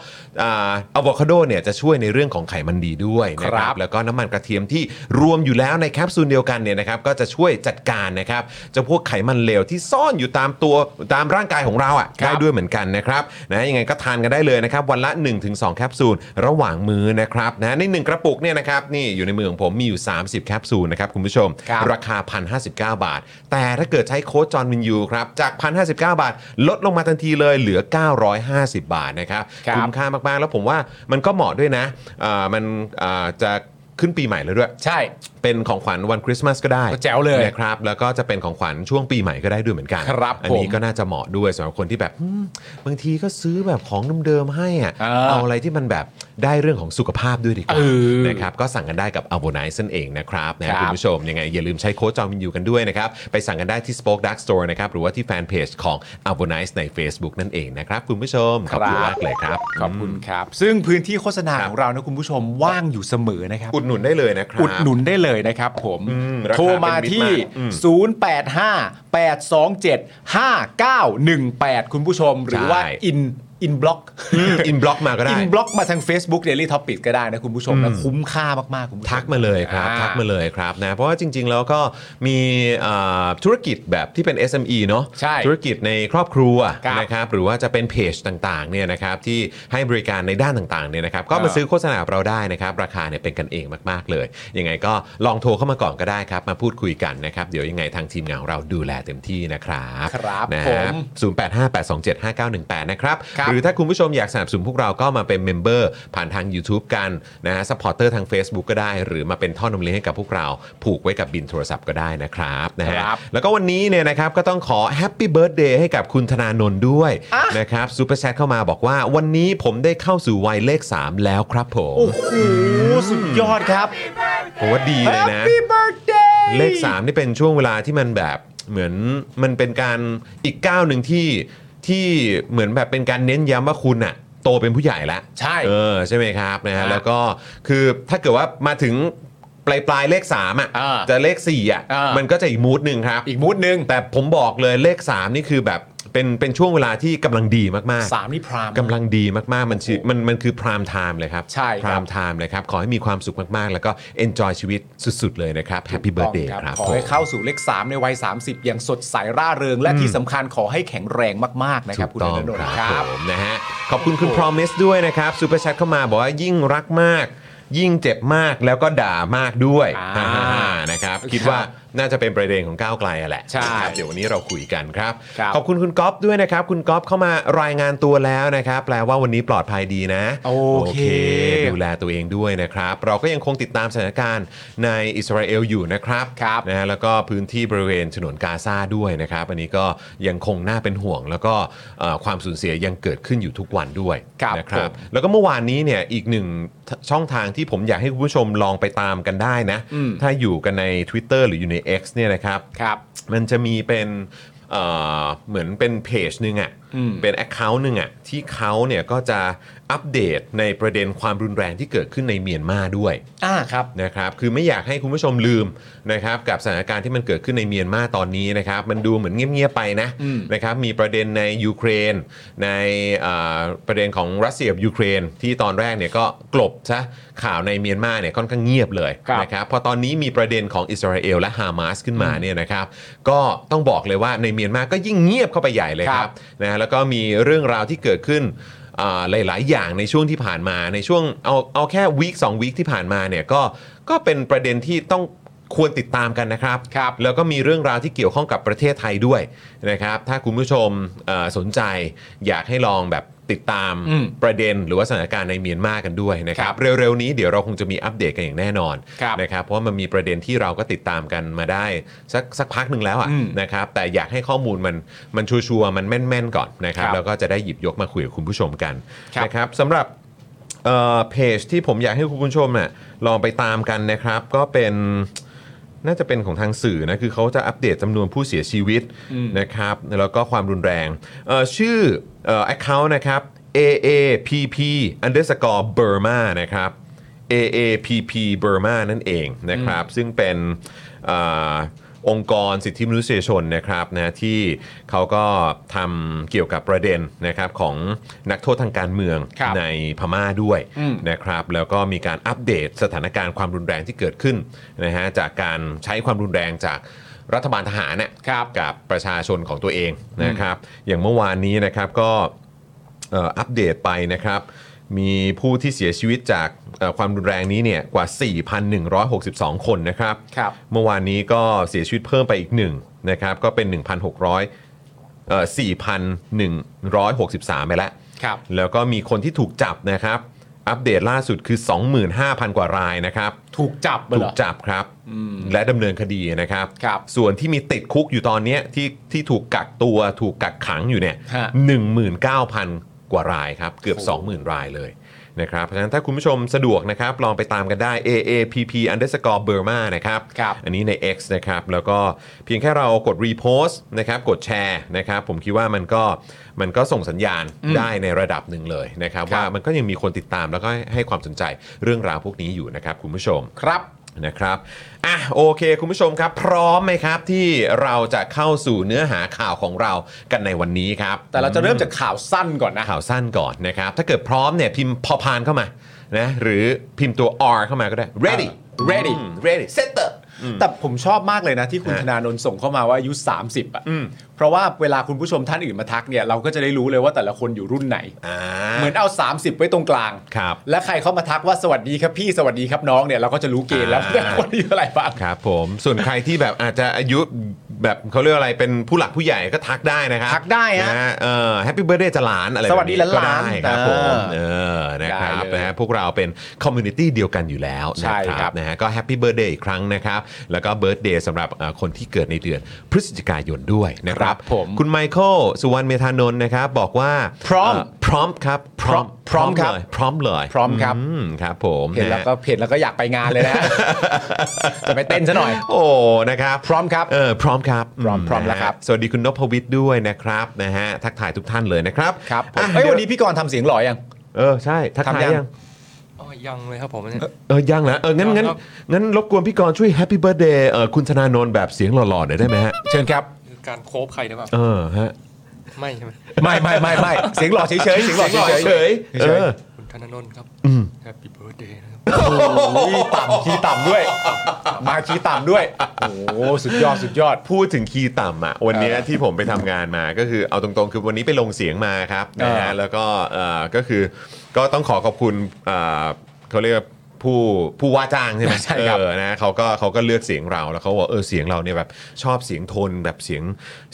[SPEAKER 1] อะโวคาโดเนี่ยจะช่วยในเรื่องของไขมันดีด้วยนะค
[SPEAKER 2] ครั
[SPEAKER 1] รับ
[SPEAKER 2] บ
[SPEAKER 1] แล้วก็น้ำมันกระเทียมที่รวมอยู่แล้วในแคปซูลเดียวกันเนี่ยนะครับก็จะช่วยจัดการนะครับเจะพวกไขมันเหลวที่ซ่อนอยู่ตามตัวตามร่างกายของเราอ่ะ
[SPEAKER 2] ครับ
[SPEAKER 1] ได้ด้วยเหมือนกันนะครับนะยังไงก็ทานกันได้เลยนะครับวันละ 1-2 แคปซูลระหว่างมื้อนะครับนะในหนึ่งกระปุกเนี่ยนะครับนี่อยู่ในมือของผมมีอยู่ 30 แคปซูลนะครับคุณผู้ชม
[SPEAKER 2] ครับ
[SPEAKER 1] ราคา 1,059 บาท แต่ถ้าเกิดใช้โค้ดจอห์นวินยูครับจาก 1,059 บาท ลดลงมาทันทีเลยเหลือ 950 บาทนะครับ
[SPEAKER 2] ครับ
[SPEAKER 1] มค่ามากๆ แล้วผมว่ามันก็เหมาะด้วยนะอ่ามันอ่าจะขึ้นปีใหม่แล้วด้วย
[SPEAKER 2] ใช่
[SPEAKER 1] เป็นของขวัญวันคริสต์มาสก็ได้
[SPEAKER 2] ก็แจ๋วเลย
[SPEAKER 1] นะครับแล้วก็จะเป็นของขวัญช่วงปีใหม่ก็ได้ด้วยเหมือนกัน
[SPEAKER 2] ครับ
[SPEAKER 1] อันี้
[SPEAKER 2] ผม
[SPEAKER 1] ก็น่าจะเหมาะด้วยสำหรับคนที่แบบอืมบางทีก็ซื้อแบบของเดิมๆให้อ่ะ
[SPEAKER 2] เออ
[SPEAKER 1] เอาอะไรที่มันแบบได้เรื่องของสุขภาพด้วยดีกว่า
[SPEAKER 2] เออ
[SPEAKER 1] นะครับก็สั่งกันได้กับ a v o n i c e นั่นเองนะครับนะครับ คุณผู้ชมยังไงอย่าลืมใช้โค้ดจอมินยูกันด้วยนะครับไปสั่งกันได้ที่ Spoke Dark Store นะครับหรือว่าที่แฟนเพจของ a v o n i c e ใน Facebook นั่นเองนะครับคุณผู้ชมขอบคุณมากเลยครับ
[SPEAKER 2] ขอบคุณครับ ซึ่งพื้นที่โฆษณา
[SPEAKER 1] ครับ
[SPEAKER 2] ของเรานะคุณผู้ชมว่างอยู่เสมอนะครับ
[SPEAKER 1] อุดหนุนได้เลยนะครับ
[SPEAKER 2] อุดหนุนได้เลยนะครับผม
[SPEAKER 1] อืมราคา
[SPEAKER 2] โทรมาที่
[SPEAKER 1] เป็นมิตรมากอืม
[SPEAKER 2] 085 827 5918 คุณผู้ชม หรือว่า
[SPEAKER 1] ใช่
[SPEAKER 2] อินอินบล็อก
[SPEAKER 1] อินบล็อกมาก็ได้
[SPEAKER 2] อินบล็อกมาทาง Facebook Daily Topic ก็ได้นะคุณผู้ชมนะคุ้มค่ามาก ๆ คุณผู้ชม
[SPEAKER 1] ทักมาเลยครับ
[SPEAKER 2] อ่า
[SPEAKER 1] ทักมาเลยครับนะเพราะว่าจริง ๆ แล้วก็มีอ่าธุรกิจแบบที่เป็น SME เนอะ
[SPEAKER 2] ใช่
[SPEAKER 1] ธุรกิจในครอบครัว
[SPEAKER 2] ครับ
[SPEAKER 1] นะครับหรือว่าจะเป็นเพจต่างๆเนี่ยนะครับที่ให้บริการในด้านต่างๆเนี่ยนะครับก็
[SPEAKER 2] เออ
[SPEAKER 1] มาซื้อโฆษณากับเราได้นะครับราคาเนี่ยเป็นกันเองมากๆเลยยังไงก็ลองโทรเข้ามาก่อนก็ได้ครับ มาพูดคุยกันนะครับเดี๋ยวยังไงทางทีมงานของเราดูแลเต็มที่นะครับ
[SPEAKER 2] ครับ
[SPEAKER 1] นะ
[SPEAKER 2] ผ
[SPEAKER 1] ฮะ
[SPEAKER 2] ม
[SPEAKER 1] 0858275918 นะครับ
[SPEAKER 2] ครับ
[SPEAKER 1] หรือถ้าคุณผู้ชมอยากสนับสนุนพวกเราก็มาเป็นเมมเบอร์ผ่านทาง YouTube กันนะฮะสปอร์เตอร์ทาง Facebook ก็ได้ หรือมาเป็นท่อนมเลี้ยงให้กับพวกเรา ผูกไว้กับบินโทรศัพท์ก็ได้นะครับนะฮะ
[SPEAKER 2] ครับ
[SPEAKER 1] แล้วก็วันนี้เนี่ยนะครับก็ต้องขอแฮปปี้เบิร์ a เดย์ให้กับคุณธนาโนนด้วย
[SPEAKER 2] อ่ะ
[SPEAKER 1] นะครับซูเปอร์แชทเข้ามาบอกว่าวันนี้ผมได้เข้าสู่วัยเลข 3 แล้วครับผม
[SPEAKER 2] โอ้โห สุดยอดครับ
[SPEAKER 1] ผมว่าดีเลยนะ
[SPEAKER 2] Happy Birthday
[SPEAKER 1] เลข 3 นี่เป็นช่วงเวลาที่มันแบบเหมือนมันเป็นการอีกก้าวหนึ่งที่ ที่เหมือนแบบเป็นการเน้นย้ำว่าคุณอะโตเป็นผู้ใหญ่แล้ว
[SPEAKER 2] ใช่
[SPEAKER 1] เออใช่ไหมครับนะฮะ
[SPEAKER 2] ฮะ
[SPEAKER 1] แล้วก็คือถ้าเกิดว่ามาถึงปลายปลายๆเลข3อ่ะ
[SPEAKER 2] อ่า
[SPEAKER 1] จะเลข4อ่ะ
[SPEAKER 2] อ่ามั
[SPEAKER 1] มันก็จะอีกมูดหนึ่งครับ
[SPEAKER 2] อีกมูดหนึ่ง
[SPEAKER 1] แต่ผมบอกเลยเลข 3 นี่คือแบบเป็นเป็นช่วงเวลาที่กำลังดีมากๆ
[SPEAKER 2] สามนี่พราม
[SPEAKER 1] กำลังดีมาก ๆ มันชื่อมันมันคือพรามไทม์เลยครับ
[SPEAKER 2] ใช่ครับ
[SPEAKER 1] พรามไทม์เลยครับ ขอให้มีความสุขมาก ๆ แล้วก็ enjoy ชีวิตสุด ๆ เลยนะครับ Happy Birthday
[SPEAKER 2] ต้อ
[SPEAKER 1] ค
[SPEAKER 2] ง
[SPEAKER 1] รับ
[SPEAKER 2] ขอให้
[SPEAKER 1] ผม
[SPEAKER 2] เข้าสู่เลข 3 ในวัย 30 อย่างสดใสร่าเริง และที่สำคัญขอให้แข็งแรงมาก ๆ นะครับ คุณ
[SPEAKER 1] ถูก
[SPEAKER 2] ธ
[SPEAKER 1] ต้อง
[SPEAKER 2] นนท์
[SPEAKER 1] ค
[SPEAKER 2] ค
[SPEAKER 1] รั
[SPEAKER 2] รั
[SPEAKER 1] บบ ผมนะฮะขอบคุณคุณ promise ด้วยนะครับซูเปอร์แชทเข้ามาบอกว่ายิ่งรักมาก ยิ่งเจ็บมากแล้วก็ด่ามากด้วย
[SPEAKER 2] อ่า
[SPEAKER 1] อ่านะครับคิดว่าน่าจะเป็นประเด็นของก้าวไกลอะแหละ
[SPEAKER 2] ใช่
[SPEAKER 1] นะครับเดี๋ยววันนี้เราคุยกันครับ
[SPEAKER 2] ครับ
[SPEAKER 1] ขอบคุณคุณก๊อฟด้วยนะครับ คุณก๊อฟเข้ามารายงานตัวแล้วนะครับ แปลว่าวันนี้ปลอดภัยดีนะ
[SPEAKER 2] โอเค
[SPEAKER 1] ดูแลตัวเองด้วยนะครับ เราก็ยังคงติดตามสถานการณ์ในอิสราเอลอยู่นะครับ
[SPEAKER 2] ครับ
[SPEAKER 1] นะ นะฮะแล้วก็พื้นที่บริเวณฉนวนกาซาด้วยนะครับ อันนี้ก็ยังคงน่าเป็นห่วง แล้วก็เอ่อความสูญเสียยังเกิดขึ้นอยู่ทุกวันด้วย
[SPEAKER 2] ครับ
[SPEAKER 1] นะ
[SPEAKER 2] ผม
[SPEAKER 1] แล้วก็เมื่อวานนี้เนี่ยอีกหนึ่งช่องทางที่ผมอยากให้คุณผู้ชมลองไปตามกันได้นะ
[SPEAKER 2] อืม
[SPEAKER 1] ถ้าอยู่กันใน Twitter หรืออยู่ใน X เนี่ยนะครับ
[SPEAKER 2] ครับ
[SPEAKER 1] มันจะมีเป็นเอ่อเหมือนเป็นเพจหนึ่งอะ่ะ
[SPEAKER 2] อืม
[SPEAKER 1] เป็น Account หนึ่งอะ่ะที่เขาเนี่ยก็จะอัปเดตในประเด็นความรุนแรงที่เกิดขึ้นในเมียนมาด้วย
[SPEAKER 2] ่าครับ
[SPEAKER 1] นะครับคือไม่อยากให้คุณผู้ชมลืมนะครับกับสถานการณ์ที่มันเกิดขึ้นในเมียนมาตอนนี้นะครับมันดูเหมือนเงียบๆไปนะ
[SPEAKER 2] อืม
[SPEAKER 1] นะครับมีประเด็นในยูเครน ในอ่าประเด็นของรัสเซียกับยูเครน ที่ตอนแรกเนี่ยก็กลบซะข่าวในเมียนมาเนี่ยค่อนข้างเงียบเลย
[SPEAKER 2] ครับ
[SPEAKER 1] นะครับพอตอนนี้มีประเด็นของอิสราเอลและฮามาสขึ้นมาเนี่ยนะครับก็ต้องบอกเลยว่าในเมียนมาก็ยิ่งเงียบเข้าไปใหญ่เลยค
[SPEAKER 2] ครั
[SPEAKER 1] รับบ นะฮะแล้วก็มีเรื่องราวที่เกิดขึ้น อ่าหลาย ๆ อย่างในช่วงที่ผ่านมาในช่วงเอาเอาแค่วีคสองวีคที่ผ่านมาเนี่ยก็ก็เป็นประเด็นที่ต้องควรติดตามกันนะครับ
[SPEAKER 2] ครับ
[SPEAKER 1] แล้วก็มีเรื่องราวที่เกี่ยวข้องกับประเทศไทยด้วยนะครับ ถ้าคุณผู้ชมเอ่อสนใจอยากให้ลองแบบติดตาม
[SPEAKER 2] อืม
[SPEAKER 1] ประเด็นหรือว่าสถานการณ์ในเมียนมากันด้วยนะค
[SPEAKER 2] ค
[SPEAKER 1] รั
[SPEAKER 2] รับ บ
[SPEAKER 1] เร็ว ๆ นี้เดี๋ยวเราคงจะมีอัปเดตกันอย่างแน่นอน
[SPEAKER 2] ครับ
[SPEAKER 1] นะครับเพราะว่ามันมีประเด็นที่เราก็ติดตามกันมาได้สักสักพักหนึ่งแล้ว
[SPEAKER 2] อืม
[SPEAKER 1] อะ่ะนะครับแต่อยากให้ข้อมูลมันมันชัวร์ๆมันแม่นๆก่อนนะครับ
[SPEAKER 2] ครับ
[SPEAKER 1] แล้วก็จะได้หยิบยกมาคุยกับคุณผู้ชมกัน
[SPEAKER 2] ครับ
[SPEAKER 1] นะครับสำหรับเอ่อเพจที่ผมอยากให้คุณผู้ชมน่ะลองไปตามกันนะครับ ก็เป็นน่าจะเป็นของทางสื่อนะคือเขาจะอัปเดตจำนวนผู้เสียชีวิตนะครับ แล้วก็ความรุนแรงเอ่อชื่อเอ่อ account นะครับ AAPP underscore Burma นะครับ AAPP Burma นั่นเองนะครับ ซึ่งเป็นเออองค์กรสิทธิมนุษยชนนะครับนะที่เขาก็ทำเกี่ยวกับประเด็นนะครับของนักโทษทางการเมือง
[SPEAKER 2] ครับ
[SPEAKER 1] ในพม่าด้วย
[SPEAKER 2] อืม
[SPEAKER 1] นะครับ แล้วก็มีการอัปเดตสถานการณ์ความรุนแรงที่เกิดขึ้นนะฮะจากการใช้ความรุนแรงจากรัฐบาลทหารเนี่ย
[SPEAKER 2] ครับ
[SPEAKER 1] กับประชาชนของตัวเองนะครับ อย่างเมื่อวานนี้นะครับก็เอ่ออัปเดตไปนะครับ มีผู้ที่เสียชีวิตจากเอ่อความรุนแรงนี้เนี่ยกว่า 4,162 คนนะครับ
[SPEAKER 2] ครับ
[SPEAKER 1] เมื่อวานนี้ก็เสียชีวิตเพิ่มไปอีกหนึ่งนะครับ ก็เป็น 1,600เอ่อ4,163 ไปแล้ว
[SPEAKER 2] ครับ
[SPEAKER 1] แล้วก็มีคนที่ถูกจับนะครับ อัปเดตล่าสุดคือ 25,000 กว่ารายนะครับ
[SPEAKER 2] ถูกจับมา
[SPEAKER 1] ถู
[SPEAKER 2] เหร
[SPEAKER 1] ก
[SPEAKER 2] อ
[SPEAKER 1] จับครับและดำเนินคดีนะครับ
[SPEAKER 2] ครับ
[SPEAKER 1] ส่วนที่มีติดคุกอยู่ตอนเนี้ยที่ที่ถูกกักตัวถูกกักขังอยู่เนี่ย
[SPEAKER 2] ฮะ
[SPEAKER 1] หนึ่งหมื่นเก้าพันกว่ารายครับ เกือบ
[SPEAKER 2] โอ้
[SPEAKER 1] 20,000 รายเลยนะครับเพราะฉะนั้นถ้าคุณผู้ชมสะดวกนะครับ ลองไปตามกันได้ AAPP underscore Burma นะครับ
[SPEAKER 2] ครับ
[SPEAKER 1] อันนี้ใน X นะครับ แล้วก็เพียงแค่เรากดรีโพสต์นะครับกดแชร์นะครับ ผมคิดว่ามันก็มันก็ส่งสัญญาณ
[SPEAKER 2] อืม
[SPEAKER 1] ได้ในระดับหนึ่งเลยนะครับ
[SPEAKER 2] ครับ
[SPEAKER 1] ว่ามันก็ยังมีคนติดตามแล้วก็ให้ความสนใจเรื่องราวพวกนี้อยู่นะครับคุณผู้ชม
[SPEAKER 2] ครับ
[SPEAKER 1] นะครับอ่ะโอเค คุณผู้ชมครับ พร้อมไหมครับที่เราจะเข้าสู่เนื้อหาข่าวของเรากันในวันนี้ครับ
[SPEAKER 2] แต่เราจะเริ่มจากข่าวสั้นก่อนนะ
[SPEAKER 1] ข่าวสั้นก่อนนะครับ ถ้าเกิดพร้อมเนี่ยพิมพ์พอพานเข้ามานะหรือพิมพ์ตัว R เข้ามาก็ได้ ready
[SPEAKER 2] อ่า ready
[SPEAKER 1] อืม ready set up
[SPEAKER 2] แต่ผมชอบมากเลยนะ ที่คุณ
[SPEAKER 1] ฮะ
[SPEAKER 2] ธนาโนนส่งเข้ามาว่าอายุ 30อ่ะเพราะว่าเวลาคุณผู้ชมท่านอื่นมาทักเนี่ยเราก็จะได้รู้เลยว่าแต่ละคนอยู่รุ่นไหน
[SPEAKER 1] า
[SPEAKER 2] เหมือนเอา 30 ไว้ตรงกลาง
[SPEAKER 1] ครับ
[SPEAKER 2] และใครเขามาทักว่าสวัสดีครับพี่สวัสดีครับน้องเนี่ยเราก็จะรู้เกณฑ์แล้ว
[SPEAKER 1] อ่า
[SPEAKER 2] ว่าคนอายู่อะไหรบ้าง
[SPEAKER 1] ครับผมส่วนใครที่แบบอาจจะอายุแบบเขาเรียกอะไรเป็นผู้หลักผู้ใหญ่ก็ทักได้นะครับ
[SPEAKER 2] ทักได้ฮะ
[SPEAKER 1] นะฮะเออแฮปปี้เบิร์ดเดย์จะหลานอะไร
[SPEAKER 2] สวัสดี
[SPEAKER 1] แบบ
[SPEAKER 2] หลาน
[SPEAKER 1] ก็ได้ค
[SPEAKER 2] ๆ
[SPEAKER 1] รับผมเออนะครับ
[SPEAKER 2] ได้เลย
[SPEAKER 1] นะฮะพวกเราเป็นคอมมูนิตี้เดียวกันอยู่แล้ว
[SPEAKER 2] ใช่
[SPEAKER 1] นะครับ นะฮะก็แฮปปี้เบิร์ดเดย์อีกครั้งนะครับ แล้วก็เบิร์ดเดย์สำหรับเอ่อคนที่เกิดในเดือนพฤศจิกายนด้วยนะครับ
[SPEAKER 2] ผม
[SPEAKER 1] คุณไมเคิลสุวรรณเมธานนท์นะครับ บอกว่า
[SPEAKER 2] พร้อม
[SPEAKER 1] เพ พร้อมครับพร้อม
[SPEAKER 2] พร้อมครับ
[SPEAKER 1] เลยพร้อมเลย
[SPEAKER 2] พร้อมครับ
[SPEAKER 1] มครับผม
[SPEAKER 2] เห็นแล้ว
[SPEAKER 1] ะ
[SPEAKER 2] ก็เห็นแล้วก็อยากไปงาน เลยนะ จะไปเต้นซะหน่อย
[SPEAKER 1] โอ้นะครับ
[SPEAKER 2] พร้อมครับ
[SPEAKER 1] เออพร้อมครับ
[SPEAKER 2] พร้อมพร้อม
[SPEAKER 1] นะฮะ
[SPEAKER 2] แล้วครับ
[SPEAKER 1] สวัสดีคุณนพวิทย์ด้วยนะครับนะฮะทักทายทุกท่านเลยนะครับ
[SPEAKER 2] ครับผม
[SPEAKER 1] อ่ะ
[SPEAKER 2] เอ้ย
[SPEAKER 1] ดี๋ย
[SPEAKER 2] วันนี้พี่กรณ์ทำเสียงหล่อยัง
[SPEAKER 1] เออใช่ทักทาย
[SPEAKER 2] ทำยัง
[SPEAKER 1] ยัง
[SPEAKER 3] อ๋อยังเลยครับผม
[SPEAKER 1] เออยังนะเอองั้นงั้น
[SPEAKER 3] ยังครับ
[SPEAKER 1] งั้นรบกวนพี่กรณ์ช่วยแฮปปี้เบิร์ดเดย์เออคุณธนาโนนแบบเสียงหล่อๆหน่อยได้ไหมฮะ
[SPEAKER 2] เชิญครับ
[SPEAKER 3] คือการโคบใครหรือเปล่า
[SPEAKER 1] เออฮะ
[SPEAKER 3] ไม่ใช่ไหม
[SPEAKER 2] ไม่ไม่ไม่ไม่เสียงหล่อเฉยเฉยๆเสียงหล่อเฉย
[SPEAKER 1] เฉ
[SPEAKER 2] เฉ
[SPEAKER 1] ย
[SPEAKER 2] ย
[SPEAKER 1] เออ
[SPEAKER 3] คุณธนนนท์ครับแฮปปี้เบิร์ดเดย์นะครับ
[SPEAKER 2] ขี้ต่ำขี้ต่ำด้วย มาขี้ต่ำด้วย โอ้โหสุดยอดสุดยอด
[SPEAKER 1] พูดถึงคีย์ต่ำอ่ะวันเนี้ยที่ผมไปทำงานมาก็คือเอาตรงๆ คือวันนี้ไปลงเสียงมาครับนะฮะ
[SPEAKER 2] เออ
[SPEAKER 1] แล้วก็เออก็คือก็ต้องขอขอบคุณเอ่อเขาเรียกว่าผู้ผู้ว่าจ้างใช่ไหม
[SPEAKER 2] ใช่ครับ
[SPEAKER 1] เออนะเขาก็เขาก็เลือกเสียงเราแล้วเขาบอกเออเสียงเราเนี่ยแบบชอบเสียงโทนแบบเสียง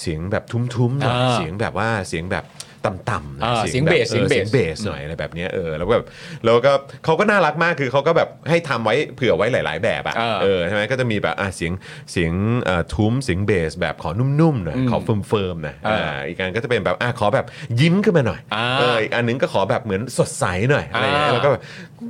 [SPEAKER 1] เสียงแบบทุ้มๆหน่อย
[SPEAKER 2] อ่า
[SPEAKER 1] เสียงแบบว่าเสียงแบบต่ำๆนะ
[SPEAKER 2] อ่า
[SPEAKER 1] แ
[SPEAKER 2] เสียงเบส
[SPEAKER 1] ออ
[SPEAKER 2] เสียงเบส
[SPEAKER 1] เบสหน่อย อะไรแบบเนี้ยเออแล้วก็แบบแล้วก็เขาก็น่ารักมากคือเขาก็แบบให้ทำไว้เผื่อไว้หลาย ๆ แบบอะ
[SPEAKER 2] เออ
[SPEAKER 1] เออใช่ไหมก็จะมีแบบอ่ะเสียงเสียงเอ่อทุ้มเสียงเบสแบบขอนุ่มๆหน่อย
[SPEAKER 2] อืม
[SPEAKER 1] ขอเฟิร์มๆหน่อย
[SPEAKER 2] เอออ่
[SPEAKER 1] าอีกอันก็จะเป็นแบบอ่ะขอแบบยิ้มขึ้นมาหน่อย
[SPEAKER 2] อ่า
[SPEAKER 1] เอออีกอันนึงก็ขอแบบเหมือนสดใสหน่อยอะไรอย่างเงี้ย
[SPEAKER 2] อ่า
[SPEAKER 1] แล้วก็แบบ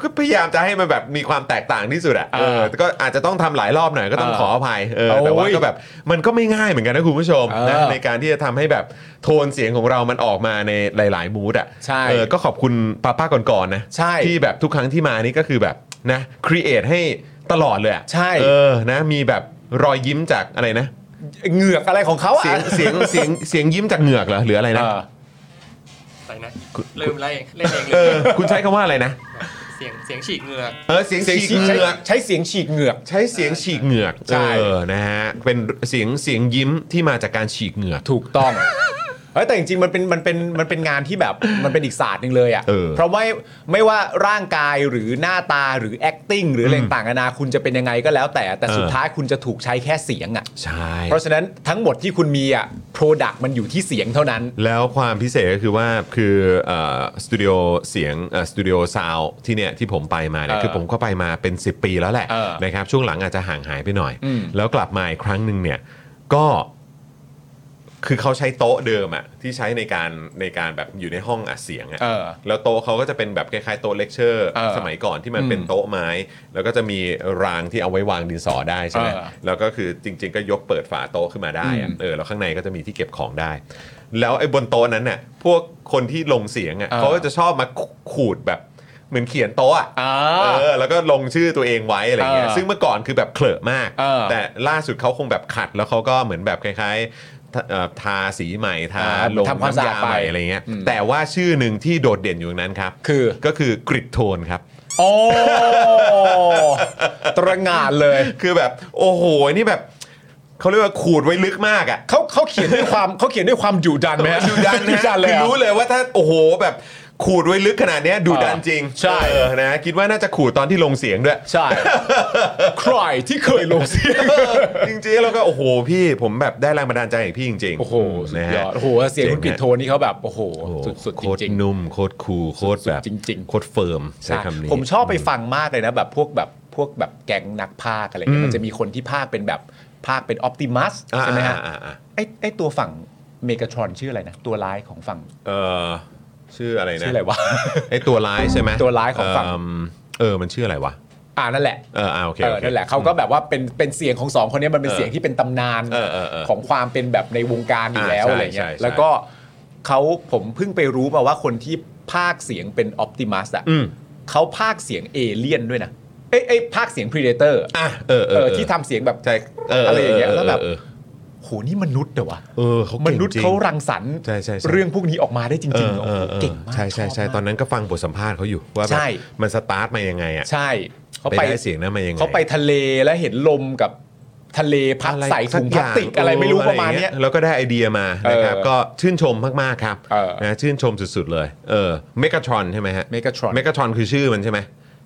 [SPEAKER 1] ก็พยายามจะให้มันแบบมีความแตกต่างที่สุดอะ
[SPEAKER 2] เออ
[SPEAKER 1] เออแต่ก็อาจจะต้องทำหลายรอบหน่อยก็ต้อง
[SPEAKER 2] เออ
[SPEAKER 1] ขออภัยเออแต่ว่า
[SPEAKER 2] โอ้ย
[SPEAKER 1] ก็แบบมันก็ไม่ง่ายเหมือนกันนะคุณผู้ชมนะ
[SPEAKER 2] เออ
[SPEAKER 1] ในการที่จะทำให้แบบโทนเสียงของเรามันออกมาในหลายๆมูดอะ
[SPEAKER 2] ใช่
[SPEAKER 1] เออ ก็ขอบคุณป้าป้าๆก่อนๆนะ
[SPEAKER 2] ใช่
[SPEAKER 1] ที่แบบทุกครั้งที่มานี่ก็คือแบบนะครีเอทให้ตลอดเลยอะ
[SPEAKER 2] ใช่
[SPEAKER 1] เออนะมีแบบรอยยิ้มจากอะไรนะ
[SPEAKER 2] เหงือกอะไรของเขาอะ
[SPEAKER 1] เสียงเสียงเสี ยงเสียงยิ้มจากเหงือกเหรอหรืออะไร
[SPEAKER 2] เอ
[SPEAKER 1] นะ
[SPEAKER 2] อ
[SPEAKER 3] ใส่นะลืมอะไรเองเล่นเองเล
[SPEAKER 1] เอย อคุณใช้คำว่าอะไรนะ
[SPEAKER 3] เสียงเสียงฉีกเหงือก
[SPEAKER 1] เออเสียง
[SPEAKER 2] เสียง
[SPEAKER 1] ฉี
[SPEAKER 2] ฉี
[SPEAKER 1] ก
[SPEAKER 2] ก
[SPEAKER 1] เห
[SPEAKER 2] ใช้
[SPEAKER 1] งือก
[SPEAKER 2] ใช้เสียงฉีกเหงือก
[SPEAKER 1] ใช้เสียงฉีกเหงือก
[SPEAKER 2] ใช่
[SPEAKER 1] เออนะฮะเป็นเสียงเสียงยิ้มที่มาจากการฉีกเหงือก
[SPEAKER 2] ถูกต้อง เฮ้ยแต่จริงๆมันเป็นมันเป็นมันเป็นงานที่แบบมันเป็นอีกศาสตร์หนึ่งเลยอ่ะ
[SPEAKER 1] เออ
[SPEAKER 2] ราะไม่ไม่ว่าร่างกายหรือหน้าตาหรือ acting หรืออะไรต่างๆนานาคุณจะเป็นยังไงก็แล้วแต่แต่
[SPEAKER 1] เออ
[SPEAKER 2] สุดท้ายคุณจะถูกใช้แค่เสียงอ่ะ
[SPEAKER 1] ใช่
[SPEAKER 2] เพราะฉะนั้นทั้งหมดที่คุณมีอ่ะ product มันอยู่ที่เสียงเท่านั้น
[SPEAKER 1] แล้วความพิเศษก็คือว่าคือเอ่อสตูดิโอเสียงเอ่อสตูดิโอซาวที่เนี่ยที่ผมไปมาเนี่ย
[SPEAKER 2] เออ
[SPEAKER 1] คือผมก็ไปมาเป็น 10 ปีแล้วแหละ
[SPEAKER 2] เออ
[SPEAKER 1] นะครับช่วงหลังอาจจะห่างหายไปหน่อย
[SPEAKER 2] อืม
[SPEAKER 1] แล้วกลับมาอีกครั้งหนึ่งเนี่ยก็ คือเขาใช้โต๊ะเดิมอะที่ใช้ในการในการแบบอยู่ในห้องอัดเสียงอะ
[SPEAKER 2] เออ
[SPEAKER 1] แล้วโต๊ะเขาก็จะเป็นแบบคล้ายๆโต๊ะเลคเชอร์
[SPEAKER 2] เออ
[SPEAKER 1] สมัยก่อนที่มันเป็นโต๊ะไม้ แล้วก็จะมีรางที่เอาไว้วางดินสอได้ใช่ไหม
[SPEAKER 2] เออ
[SPEAKER 1] แล้วก็คือจริง ๆ ก็ยกเปิดฝาโต๊ะขึ้นมาได้อะ
[SPEAKER 2] อืม
[SPEAKER 1] เออแล้วข้างในก็จะมีที่เก็บของได้ แล้วไอ้บนโต๊ะนั้นเนี่ยพวกคนที่ลงเสียงอะ
[SPEAKER 2] เออ
[SPEAKER 1] เขาก็จะชอบมาขูดแบบเหมือนเขียนโต๊ะอะ
[SPEAKER 2] อ่า
[SPEAKER 1] เออแล้วก็ลงชื่อตัวเองไว้อะไรเงี้ย
[SPEAKER 2] เออ
[SPEAKER 1] ซึ่งเมื่อก่อนคือแบบเคลอะมาก
[SPEAKER 2] เออ
[SPEAKER 1] แต่ล่าสุดเขาคงแบบขัดแล้วเขาก็เหมือนแบบคล้ายๆทาเอ่อทาสีใหม่ทา
[SPEAKER 2] อ่า
[SPEAKER 1] ลง
[SPEAKER 2] ทำความสะ
[SPEAKER 1] น้ำา
[SPEAKER 2] อายด
[SPEAKER 1] ใหม่
[SPEAKER 2] ไป
[SPEAKER 1] อะไรเงี้ย
[SPEAKER 2] อืม
[SPEAKER 1] แต่ว่าชื่อหนึ่งที่โดดเด่นอยู่ตรงนั้นครับ
[SPEAKER 2] คือ
[SPEAKER 1] ก็คือกริดโทนครับ
[SPEAKER 2] โอ้ตระหงานเลย
[SPEAKER 1] คือแบบโอ้โหนี่แบบเขาเรียกว่าขูดไว้ลึกมากอ่ะ
[SPEAKER 2] เขาเขาเขียนด้วยความเขาเขียนด้วยความดุดันไหมฮะ
[SPEAKER 1] ดูดัน
[SPEAKER 2] ดุ
[SPEAKER 1] นะ
[SPEAKER 2] ดันเล
[SPEAKER 1] คื
[SPEAKER 2] ย
[SPEAKER 1] อ
[SPEAKER 2] อะ
[SPEAKER 1] รู้เลยว่าถ้าโอ้โหแบบขูดไว้ลึกขนาดเนี้ยดูดันจริง
[SPEAKER 2] ใช่
[SPEAKER 1] เออนะคิดว่าน่าจะขูดตอนที่ลงเสียงด้วย
[SPEAKER 2] ใช่ ใครที่เคยลงเสียง
[SPEAKER 1] จริงๆแล้วก็โอ้โหพี่ผมแบบได้แรงบันดาลใจอย่างพี่จริงๆ
[SPEAKER 2] โอ้โหสุด
[SPEAKER 1] นะ
[SPEAKER 2] ย
[SPEAKER 1] ฮะ
[SPEAKER 2] อดโอ้โหเสียงคุณปิดโทนนี่เขาแบบ โอ้โห
[SPEAKER 1] โอ้โห
[SPEAKER 2] สุดๆ
[SPEAKER 1] โค
[SPEAKER 2] จ
[SPEAKER 1] ตร
[SPEAKER 2] ริง
[SPEAKER 1] นุ่มโคตรคูลโคตรแบบ
[SPEAKER 2] สุดจริงๆ
[SPEAKER 1] โคตรเฟิร์ม
[SPEAKER 2] ๆ
[SPEAKER 1] ใช้คำนี้
[SPEAKER 2] ผมชอบไปฟังมากเลยนะแบบพวกแบบพวกแบบแก๊งนักพากย์อะไร
[SPEAKER 1] อื
[SPEAKER 2] เงี้ย
[SPEAKER 1] ม
[SPEAKER 2] มันจะมีคนที่พากย์เป็นแบบพากย์เป็นออปติมัส
[SPEAKER 1] อ่า
[SPEAKER 2] ใช่ไหมฮะ
[SPEAKER 1] อ่าอ่า
[SPEAKER 2] ไอไอตัวฝั่งเมกาทรอนชื่ออะไรนะ ตัวร้ายของฝั่ง
[SPEAKER 1] เออชื่ออะไรนะ
[SPEAKER 2] ชื่ออะไรวะ
[SPEAKER 1] ไอตัวร้ายใช่ไหม
[SPEAKER 2] ตัวร้ายของฝั่ง
[SPEAKER 1] เมเออมันชื่ออะไรวะ
[SPEAKER 2] อ่านั่นแหละ
[SPEAKER 1] เอออ่าโอเค
[SPEAKER 2] เออ
[SPEAKER 1] โอเค
[SPEAKER 2] นั่นแหละเขาก็แบบว่าเป็นเป็นเสียงของสองคนเนี้ยมันเป็น
[SPEAKER 1] เออ
[SPEAKER 2] เสียงที่เป็นตำนาน
[SPEAKER 1] เออเออเออ
[SPEAKER 2] ของความเป็นแบบในวงการอยู่แล้ว
[SPEAKER 1] อ่าใช่
[SPEAKER 2] อะไรเงี้
[SPEAKER 1] ใช่
[SPEAKER 2] ย
[SPEAKER 1] ใช่
[SPEAKER 2] แล้วก็เขาผมเพิ่งไปรู้มาว่าคนที่พากย์เสียงเป็นออปติมัสอะ
[SPEAKER 1] อืม
[SPEAKER 2] เขาพากย์เสียงเอเลี่ยนด้วยนะ เอ้ยเอ้ยพากย์เสียงพรีเดเตอร์
[SPEAKER 1] อ่ะเออเอ
[SPEAKER 2] เอ
[SPEAKER 1] อ
[SPEAKER 2] อที่ทำเสียงแบบ
[SPEAKER 1] ใช่
[SPEAKER 2] อะไรอย่างเงี้ยแล้วแบบ
[SPEAKER 1] เออ
[SPEAKER 2] โหนี่มนุษย์เดี๋ยววะ
[SPEAKER 1] เออเขา
[SPEAKER 2] ม
[SPEAKER 1] เก่งจริง
[SPEAKER 2] นุษย์เขารังสรรค์
[SPEAKER 1] ใช่ใช่ใช่
[SPEAKER 2] เรื่องพวกนี้ออกมาได้จริง
[SPEAKER 1] อ
[SPEAKER 2] ๆ
[SPEAKER 1] อ
[SPEAKER 2] โอ้
[SPEAKER 1] อ
[SPEAKER 2] โห
[SPEAKER 1] อออ
[SPEAKER 2] เก่งมาก
[SPEAKER 1] ใช่ใช่ใช่
[SPEAKER 2] บมาก
[SPEAKER 1] ตอนนั้นก็ฟังบทสัมภาษณ์เขาอยู่ว่าแบบ
[SPEAKER 2] ใช่
[SPEAKER 1] มันสตาร์ทมายังไงอ่ะ
[SPEAKER 2] ใช่เขา
[SPEAKER 1] ไป
[SPEAKER 2] ไป
[SPEAKER 1] ได้เสียงนั้นมายังไง
[SPEAKER 2] เขาไปทะเลแล้วเห็นลมกับทะเลพัด
[SPEAKER 1] อะไร
[SPEAKER 2] ใส่ถุงพลาสติก
[SPEAKER 1] ย่ง
[SPEAKER 2] อะไรไม่รู้ประมาณเนี้ย
[SPEAKER 1] แล้วก็ได้ไอเดียมา
[SPEAKER 2] เออ
[SPEAKER 1] นะครับก็ชื่นชมมากๆครับ
[SPEAKER 2] เออ
[SPEAKER 1] นะชื่นชมสุดๆเลยเออเมกาทรอนใช่ไหมฮะ
[SPEAKER 2] Megatron
[SPEAKER 1] เมกาทรอนคือชื่อมันใช่ไหม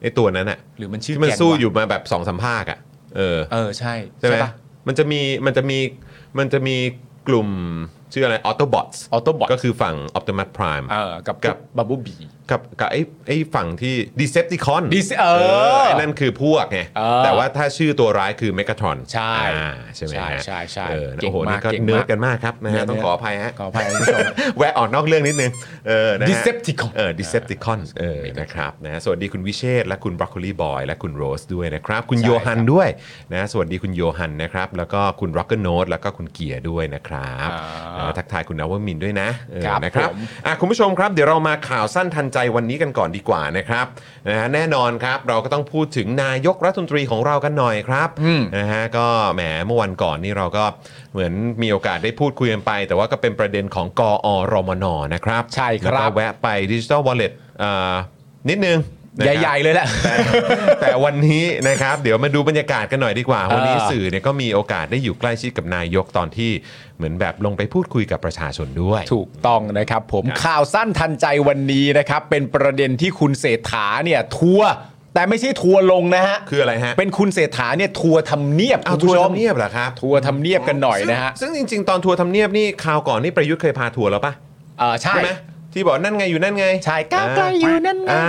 [SPEAKER 1] ไอตัวนั้นอ่ะ
[SPEAKER 2] หรือมันชื่อ
[SPEAKER 1] ที่มัน
[SPEAKER 2] แกง
[SPEAKER 1] สู้
[SPEAKER 2] วะ
[SPEAKER 1] อยู่มาแบบสองสามภาคอ่ะเออ
[SPEAKER 2] เออใช่
[SPEAKER 1] ใช่ไหม
[SPEAKER 2] ปะ
[SPEAKER 1] มันจะมีมันจะมีมันจะมีกลุ่ม ชื่ออะไร Autobots
[SPEAKER 2] Autobots
[SPEAKER 1] ก็คือฝั่ง Optimus Prime
[SPEAKER 2] เออกับ
[SPEAKER 1] กับ
[SPEAKER 2] บับบูบี
[SPEAKER 1] กับกับไอ้ไอ้ฝั่งที่ Decepticon
[SPEAKER 2] Dece- เออ
[SPEAKER 1] ไอ้นั่นคือพวกไง
[SPEAKER 2] เออ
[SPEAKER 1] แต่ว่าถ้าชื่อตัวร้ายคือ Megatron
[SPEAKER 2] ใช่
[SPEAKER 1] อ่าใช่ไหมฮะ
[SPEAKER 2] ใช่ใช่ใช่
[SPEAKER 1] เออ
[SPEAKER 2] เก่
[SPEAKER 1] โอ้
[SPEAKER 2] ง
[SPEAKER 1] โห
[SPEAKER 2] มาก
[SPEAKER 1] นี่ก็
[SPEAKER 2] เก่งมาก
[SPEAKER 1] เนื้อกันมากครับนะ
[SPEAKER 2] เนิ
[SPEAKER 1] ฮะ
[SPEAKER 2] ร์ด
[SPEAKER 1] ต้อง
[SPEAKER 2] เนิร์ด
[SPEAKER 1] ขออภัยฮะ
[SPEAKER 2] ขออภัยคุณผู้ชม
[SPEAKER 1] แวะออกนอกเรื่องนิดนึงเออนะฮะ
[SPEAKER 2] Decepticon
[SPEAKER 1] เออ Decepticon เออนะครับนะสวัสดีคุณวิเชษฐ์และคุณบรอกโคลีบอยและคุณโรสด้วยนะครับ คุณ
[SPEAKER 2] ใช่
[SPEAKER 1] โยฮัน
[SPEAKER 2] ครับ
[SPEAKER 1] ด้วยนะสวัสดีคุณโยฮันนะครับ แล้วก็คุณร็อกเกอร์โนตแล้วก็คุณเกียร์ด้วยนะครับเออทักทายคุณนวมินทร์ด้วยนะเออ
[SPEAKER 2] ครับ
[SPEAKER 1] นะครับ
[SPEAKER 2] ผม
[SPEAKER 1] อ่ะคุณผู้ชมครับเดี๋ยวเรามาข่าวสั้นทันใจวันนี้กันก่อนดีกว่านะครับนะฮะแน่นอนครับเราก็ต้องพูดถึงนายกรัฐมนตรีของเรากันหน่อยครับ
[SPEAKER 2] อืม
[SPEAKER 1] นะฮะก็แหมเมื่อวันก่อนนี่เราก็เหมือนมีโอกาสได้พูดคุยกันไป แต่ว่าก็เป็นประเด็นของกอรมนนะครับ
[SPEAKER 2] ใช่ครับ
[SPEAKER 1] แล้วก็แวะไปดิจิทัลวอลเล็ตนิดนึงนะครับ
[SPEAKER 2] ใหญ่ ๆ เลยแหละ
[SPEAKER 1] แต่ แต่วันนี้นะครับ เดี๋ยวมาดูบรรยากาศกันหน่อยดีกว่า
[SPEAKER 2] เออ
[SPEAKER 1] วันนี้สื่อเนี่ยก็มีโอกาสได้อยู่ใกล้ชิดกับนายกตอนที่เหมือนแบบลงไปพูดคุยกับประชาชนด้วย
[SPEAKER 2] ถูกต้องนะครับผม
[SPEAKER 1] ครับ
[SPEAKER 2] ข่าวสั้นทันใจวันนี้นะครับ เป็นประเด็นที่คุณเศรษฐาเนี่ยทัวร์แต่ไม่ใช่ทัวร์ลงนะฮะ
[SPEAKER 1] คืออะไรฮะ
[SPEAKER 2] เป็นคุณเศรษฐาเนี่ยทัวร์ทำเนียบ
[SPEAKER 1] เอา
[SPEAKER 2] คุณ
[SPEAKER 1] ทัว
[SPEAKER 2] ผู้
[SPEAKER 1] ร์
[SPEAKER 2] ชม
[SPEAKER 1] ทำเนียบเหรอครับ
[SPEAKER 2] ทัวร์ทำเนียบกันหน่อยนะฮะ
[SPEAKER 1] ซึ่งซึ่งจริง ๆ ตอนทัวร์ทำเนียบนี่คราวก่อนนี่ประยุทธ์เคยพาทัวร์แล้วปะ
[SPEAKER 2] เออใช่
[SPEAKER 1] ใช่ไหมที่บอกนั่นไงอยู่นั่นไง
[SPEAKER 2] ใช่ก้าวไกล
[SPEAKER 1] อ่
[SPEAKER 2] อยู่นั่นไง
[SPEAKER 1] อ่า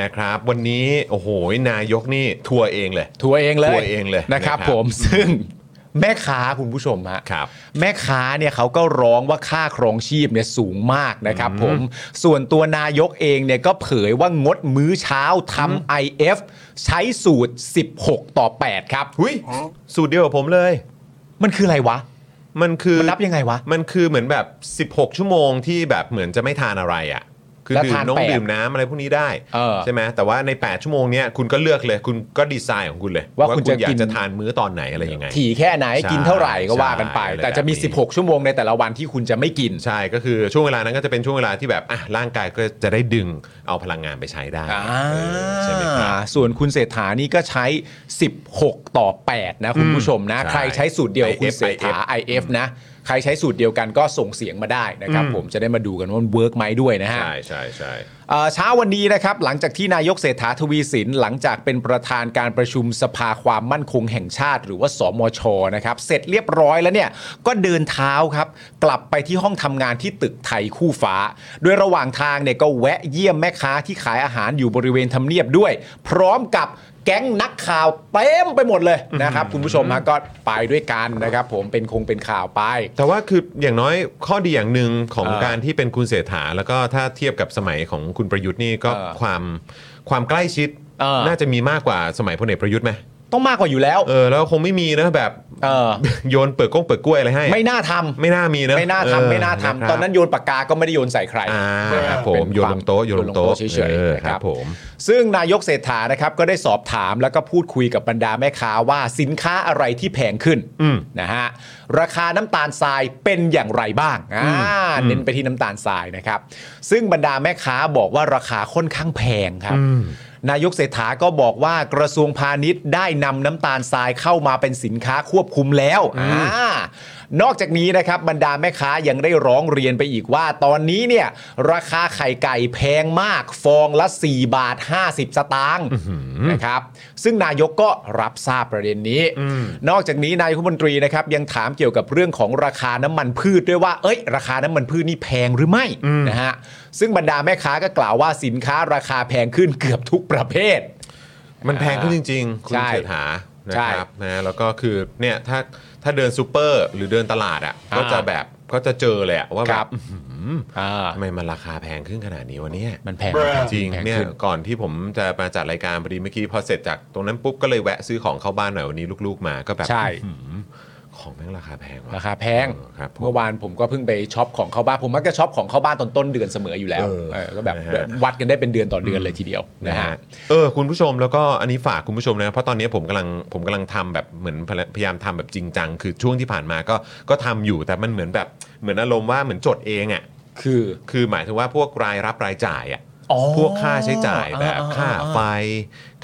[SPEAKER 1] นะครับ วันนี้โอ้โหนายกนี่ทัวร์เองเลย
[SPEAKER 2] ทัวร์เองเลย
[SPEAKER 1] ทัวร์เองเลย
[SPEAKER 2] นะครับ
[SPEAKER 1] นะครับ
[SPEAKER 2] ผมซึ่งแม่ค้าคุณผู้ชมฮะ
[SPEAKER 1] ครับ
[SPEAKER 2] แม่ค้าเนี่ยเขาก็ร้องว่าค่าครองชีพเนี่ยสูงมากนะครับผม ส่วนตัวนายกเองเนี่ยก็เผยว่างดมื้อเช้าทำ IF ใช้สูตร 16 ต่อ 8 ครับ
[SPEAKER 1] หุยสูตรเดียวกับผมเลย
[SPEAKER 2] มันคืออะไรวะ
[SPEAKER 1] มันคือ
[SPEAKER 2] มันนับยังไงวะ
[SPEAKER 1] มันคือเหมือนแบบ 16 ชั่วโมงที่แบบเหมือนจะไม่ทานอะไรอ่ะ คือ
[SPEAKER 2] แล้ว
[SPEAKER 1] ดื่ม
[SPEAKER 2] ทาน
[SPEAKER 1] น้อง
[SPEAKER 2] แปด
[SPEAKER 1] ดื่มน้ำอะไรพวกนี้ได้
[SPEAKER 2] เออ
[SPEAKER 1] ใช่ไหมแต่ว่าใน 8 ชั่วโมงเนี้ยคุณก็เลือกเลย คุณก็ดีไซน์ของคุณเลย
[SPEAKER 2] ว่าคุณจะ
[SPEAKER 1] อยา
[SPEAKER 2] กิ
[SPEAKER 1] ก
[SPEAKER 2] น
[SPEAKER 1] จะทานมื้อตอนไหนอะไรยังไง
[SPEAKER 2] ถี่แค่ไหน
[SPEAKER 1] ใช่
[SPEAKER 2] กินเท่าไหร่ก็ว่ากันไป
[SPEAKER 1] ใช่อะไร
[SPEAKER 2] แต่จะมี
[SPEAKER 1] แบบนี้
[SPEAKER 2] 16 ชั่วโมงในแต่ละวันที่คุณจะไม่กิน
[SPEAKER 1] ใช่ก็คือช่วงเวลานั้นก็จะเป็นช่วงเวลาที่แบบอ่ะร่างกายก็จะได้ดึงเอาพลังงานไปใช้ได้
[SPEAKER 2] อ่า
[SPEAKER 1] เออใช่ไหมครับ
[SPEAKER 2] ส่วนคุณเศรษฐานี่ก็ใช้ 16 ต่อ 8 นะคุณผู้ชมนะ
[SPEAKER 1] ใช่
[SPEAKER 2] ใครใช้สูตรเดียวกับคุณ
[SPEAKER 1] IF
[SPEAKER 2] เศรษฐา IF นะ ใครใช้สูตรเดียวกันก็ส่งเสียงมาได้นะครับ
[SPEAKER 1] อืม
[SPEAKER 2] ผมจะได้มาดูกันว่ามันเวิร์กไหมด้วยนะฮะ
[SPEAKER 1] ใช่ใช่ใช่
[SPEAKER 2] เอ่อเช้าวันนี้นะครับ หลังจากที่นายกเศรษฐาทวีสิน หลังจากเป็นประธานการประชุมสภาความมั่นคงแห่งชาติ หรือว่าสมชนะครับ เสร็จเรียบร้อยแล้วเนี่ย ก็เดินเท้าครับ กลับไปที่ห้องทำงานที่ตึกไทยคู่ฟ้า โดยระหว่างทางเนี่ยก็แวะเยี่ยมแม่ค้าที่ขายอาหารอยู่บริเวณทำเนียบด้วย พร้อมกับแก๊งนักข่าวเต็มไปหมดเลยนะครับ คุณผู้ชมฮะก็ไปด้วยกันนะครับ ผมเป็นคงเป็นข่าวไป
[SPEAKER 1] แต่ว่าคืออย่างน้อยข้อดีอย่างหนึ่งของ
[SPEAKER 2] เออ
[SPEAKER 1] การที่เป็นคุณเศรษฐา แล้วก็ถ้าเทียบกับสมัยของคุณประยุทธ์นี่ก็
[SPEAKER 2] เออ
[SPEAKER 1] ความความใกล้ชิด
[SPEAKER 2] เออ
[SPEAKER 1] น่าจะมีมากกว่าสมัยพลเอกประยุทธ์ไหม
[SPEAKER 2] ต้องมากกว่าอยู่แล้ว
[SPEAKER 1] เออแล้วคงไม่มีนะแบบ
[SPEAKER 2] เออ
[SPEAKER 1] โยนเปลือกกงเปลือกกล้วยอะไรให้
[SPEAKER 2] ไม่น่าทำ
[SPEAKER 1] ไม่น่ามีนะ
[SPEAKER 2] ไม่น่า
[SPEAKER 1] เออ
[SPEAKER 2] ทำไม่น่า
[SPEAKER 1] ะครั
[SPEAKER 2] ทำ
[SPEAKER 1] บ
[SPEAKER 2] ตอนนั้นโยนปากกาก็ไม่ได้โยนใส่ใคร
[SPEAKER 1] อ่าครับผ
[SPEAKER 2] เป็
[SPEAKER 1] มโยน
[SPEAKER 2] ควา
[SPEAKER 1] ลงโต๊ะโยนลงโต๊ะ
[SPEAKER 2] เฉย
[SPEAKER 1] ออ
[SPEAKER 2] ๆนะ
[SPEAKER 1] ค
[SPEAKER 2] ค
[SPEAKER 1] รั
[SPEAKER 2] รั
[SPEAKER 1] บบ ผม
[SPEAKER 2] ซึ่งนายกเศรษฐานะครับก็ได้สอบถามแล้วก็พูดคุยกับบรรดาแม่ค้าว่าสินค้าอะไรที่แพงขึ้น
[SPEAKER 1] อืม
[SPEAKER 2] นะฮะราคาน้ำตาลทรายเป็นอย่างไรบ้างอ่าเน้นไปที่น้ำตาลทรายนะครับ ซึ่งบรรดาแม่ค้าบอกว่าราคาค่อนข้างแพงครับ
[SPEAKER 1] อืม
[SPEAKER 2] นายกเศรษฐาก็บอกว่ากระทรวงพาณิชย์ได้นำน้ำตาลทรายเข้ามาเป็นสินค้าควบคุมแล้วอ่านอกจากนี้นะครับบรรดาแม่ค้ายังได้ร้องเรียนไปอีกว่า ตอนนี้เนี่ยราคาไข่ไก่แพงมาก ฟองละ 4 บาท 50 สตางค์นะครับซึ่งนายกก็รับทราบประเด็นนี้ นอกจากนี้นายกรัฐมนตรีนะครับยังถามเกี่ยวกับเรื่องของราคาน้ำมันพืชด้วยว่าเอ้ย ราคาน้ำมันพืชนี่แพงหรือไม่นะฮะซึ่งบรรดาแม่ค้าก็กล่าวว่าสินค้าราคาแพงขึ้นเกือบทุกประเภท
[SPEAKER 1] มันแพงขึ้นจริง ๆ คุณ
[SPEAKER 2] ใช่
[SPEAKER 1] เศรษฐานะ
[SPEAKER 2] ใช่
[SPEAKER 1] ครับนะแล้วก็คือเนี่ยถ้าถ้าเดินซูเปอร์หรือเดินตลาดอ่ะ
[SPEAKER 2] อ่า
[SPEAKER 1] ก็จะแบบก็จะเจอเลยอะว่า
[SPEAKER 2] ค
[SPEAKER 1] แบ
[SPEAKER 2] รั
[SPEAKER 1] บบ
[SPEAKER 2] อ่า
[SPEAKER 1] ทำไมมันราคาแพงขึ้นขนาดนี้วะเนี่ย
[SPEAKER 2] มันแพง
[SPEAKER 1] จริง
[SPEAKER 2] แพ
[SPEAKER 1] เนี่ย
[SPEAKER 2] ขึ้
[SPEAKER 1] ก่อนที่ผมจะมาจัดรายการพอดีเมื่อกี้พอเสร็จจากตรงนั้นปุ๊บก็เลยแวะซื้อของเข้าบ้านหน่อยวันนี้ลูกๆมาก็แบบ
[SPEAKER 2] ใช่
[SPEAKER 1] อื้อหือของแม่งราคาแพงว่ะ
[SPEAKER 2] ราคาแพง
[SPEAKER 1] ครับผม
[SPEAKER 2] เมื่อวานผมก็เพิ่งไปช็อปของเข้าบ้าน ผมมักจะช็อปของเข้าบ้านตอนต้นเดือนเสมออยู่แล้ว
[SPEAKER 1] เออ
[SPEAKER 2] เออก็แบบ
[SPEAKER 1] นะฮะ
[SPEAKER 2] วัดกันได้เป็นเดือนต่อเดือนเลยทีเดียวนะฮะ
[SPEAKER 1] เออคุณผู้ชมแล้วก็อันนี้ฝากคุณผู้ชมนะเพราะตอนนี้ผมกำลังผมกำลังทำแบบเหมือนพยพยายามทำแบบจริงจังคือช่วงที่ผ่านมาก็ก็ทำอยู่แต่มันเหมือนแบบเหมือนอารมณ์ว่าเหมือนจดเองอ่ะ
[SPEAKER 2] คือ
[SPEAKER 1] คือหมายถึงว่าพวกรายรับรายจ่ายอ่ะ
[SPEAKER 2] อ๋อ
[SPEAKER 1] พวกค่าใช้จ่ายแบบ
[SPEAKER 2] อ่อ่
[SPEAKER 1] ค่า
[SPEAKER 2] อ่
[SPEAKER 1] ไฟ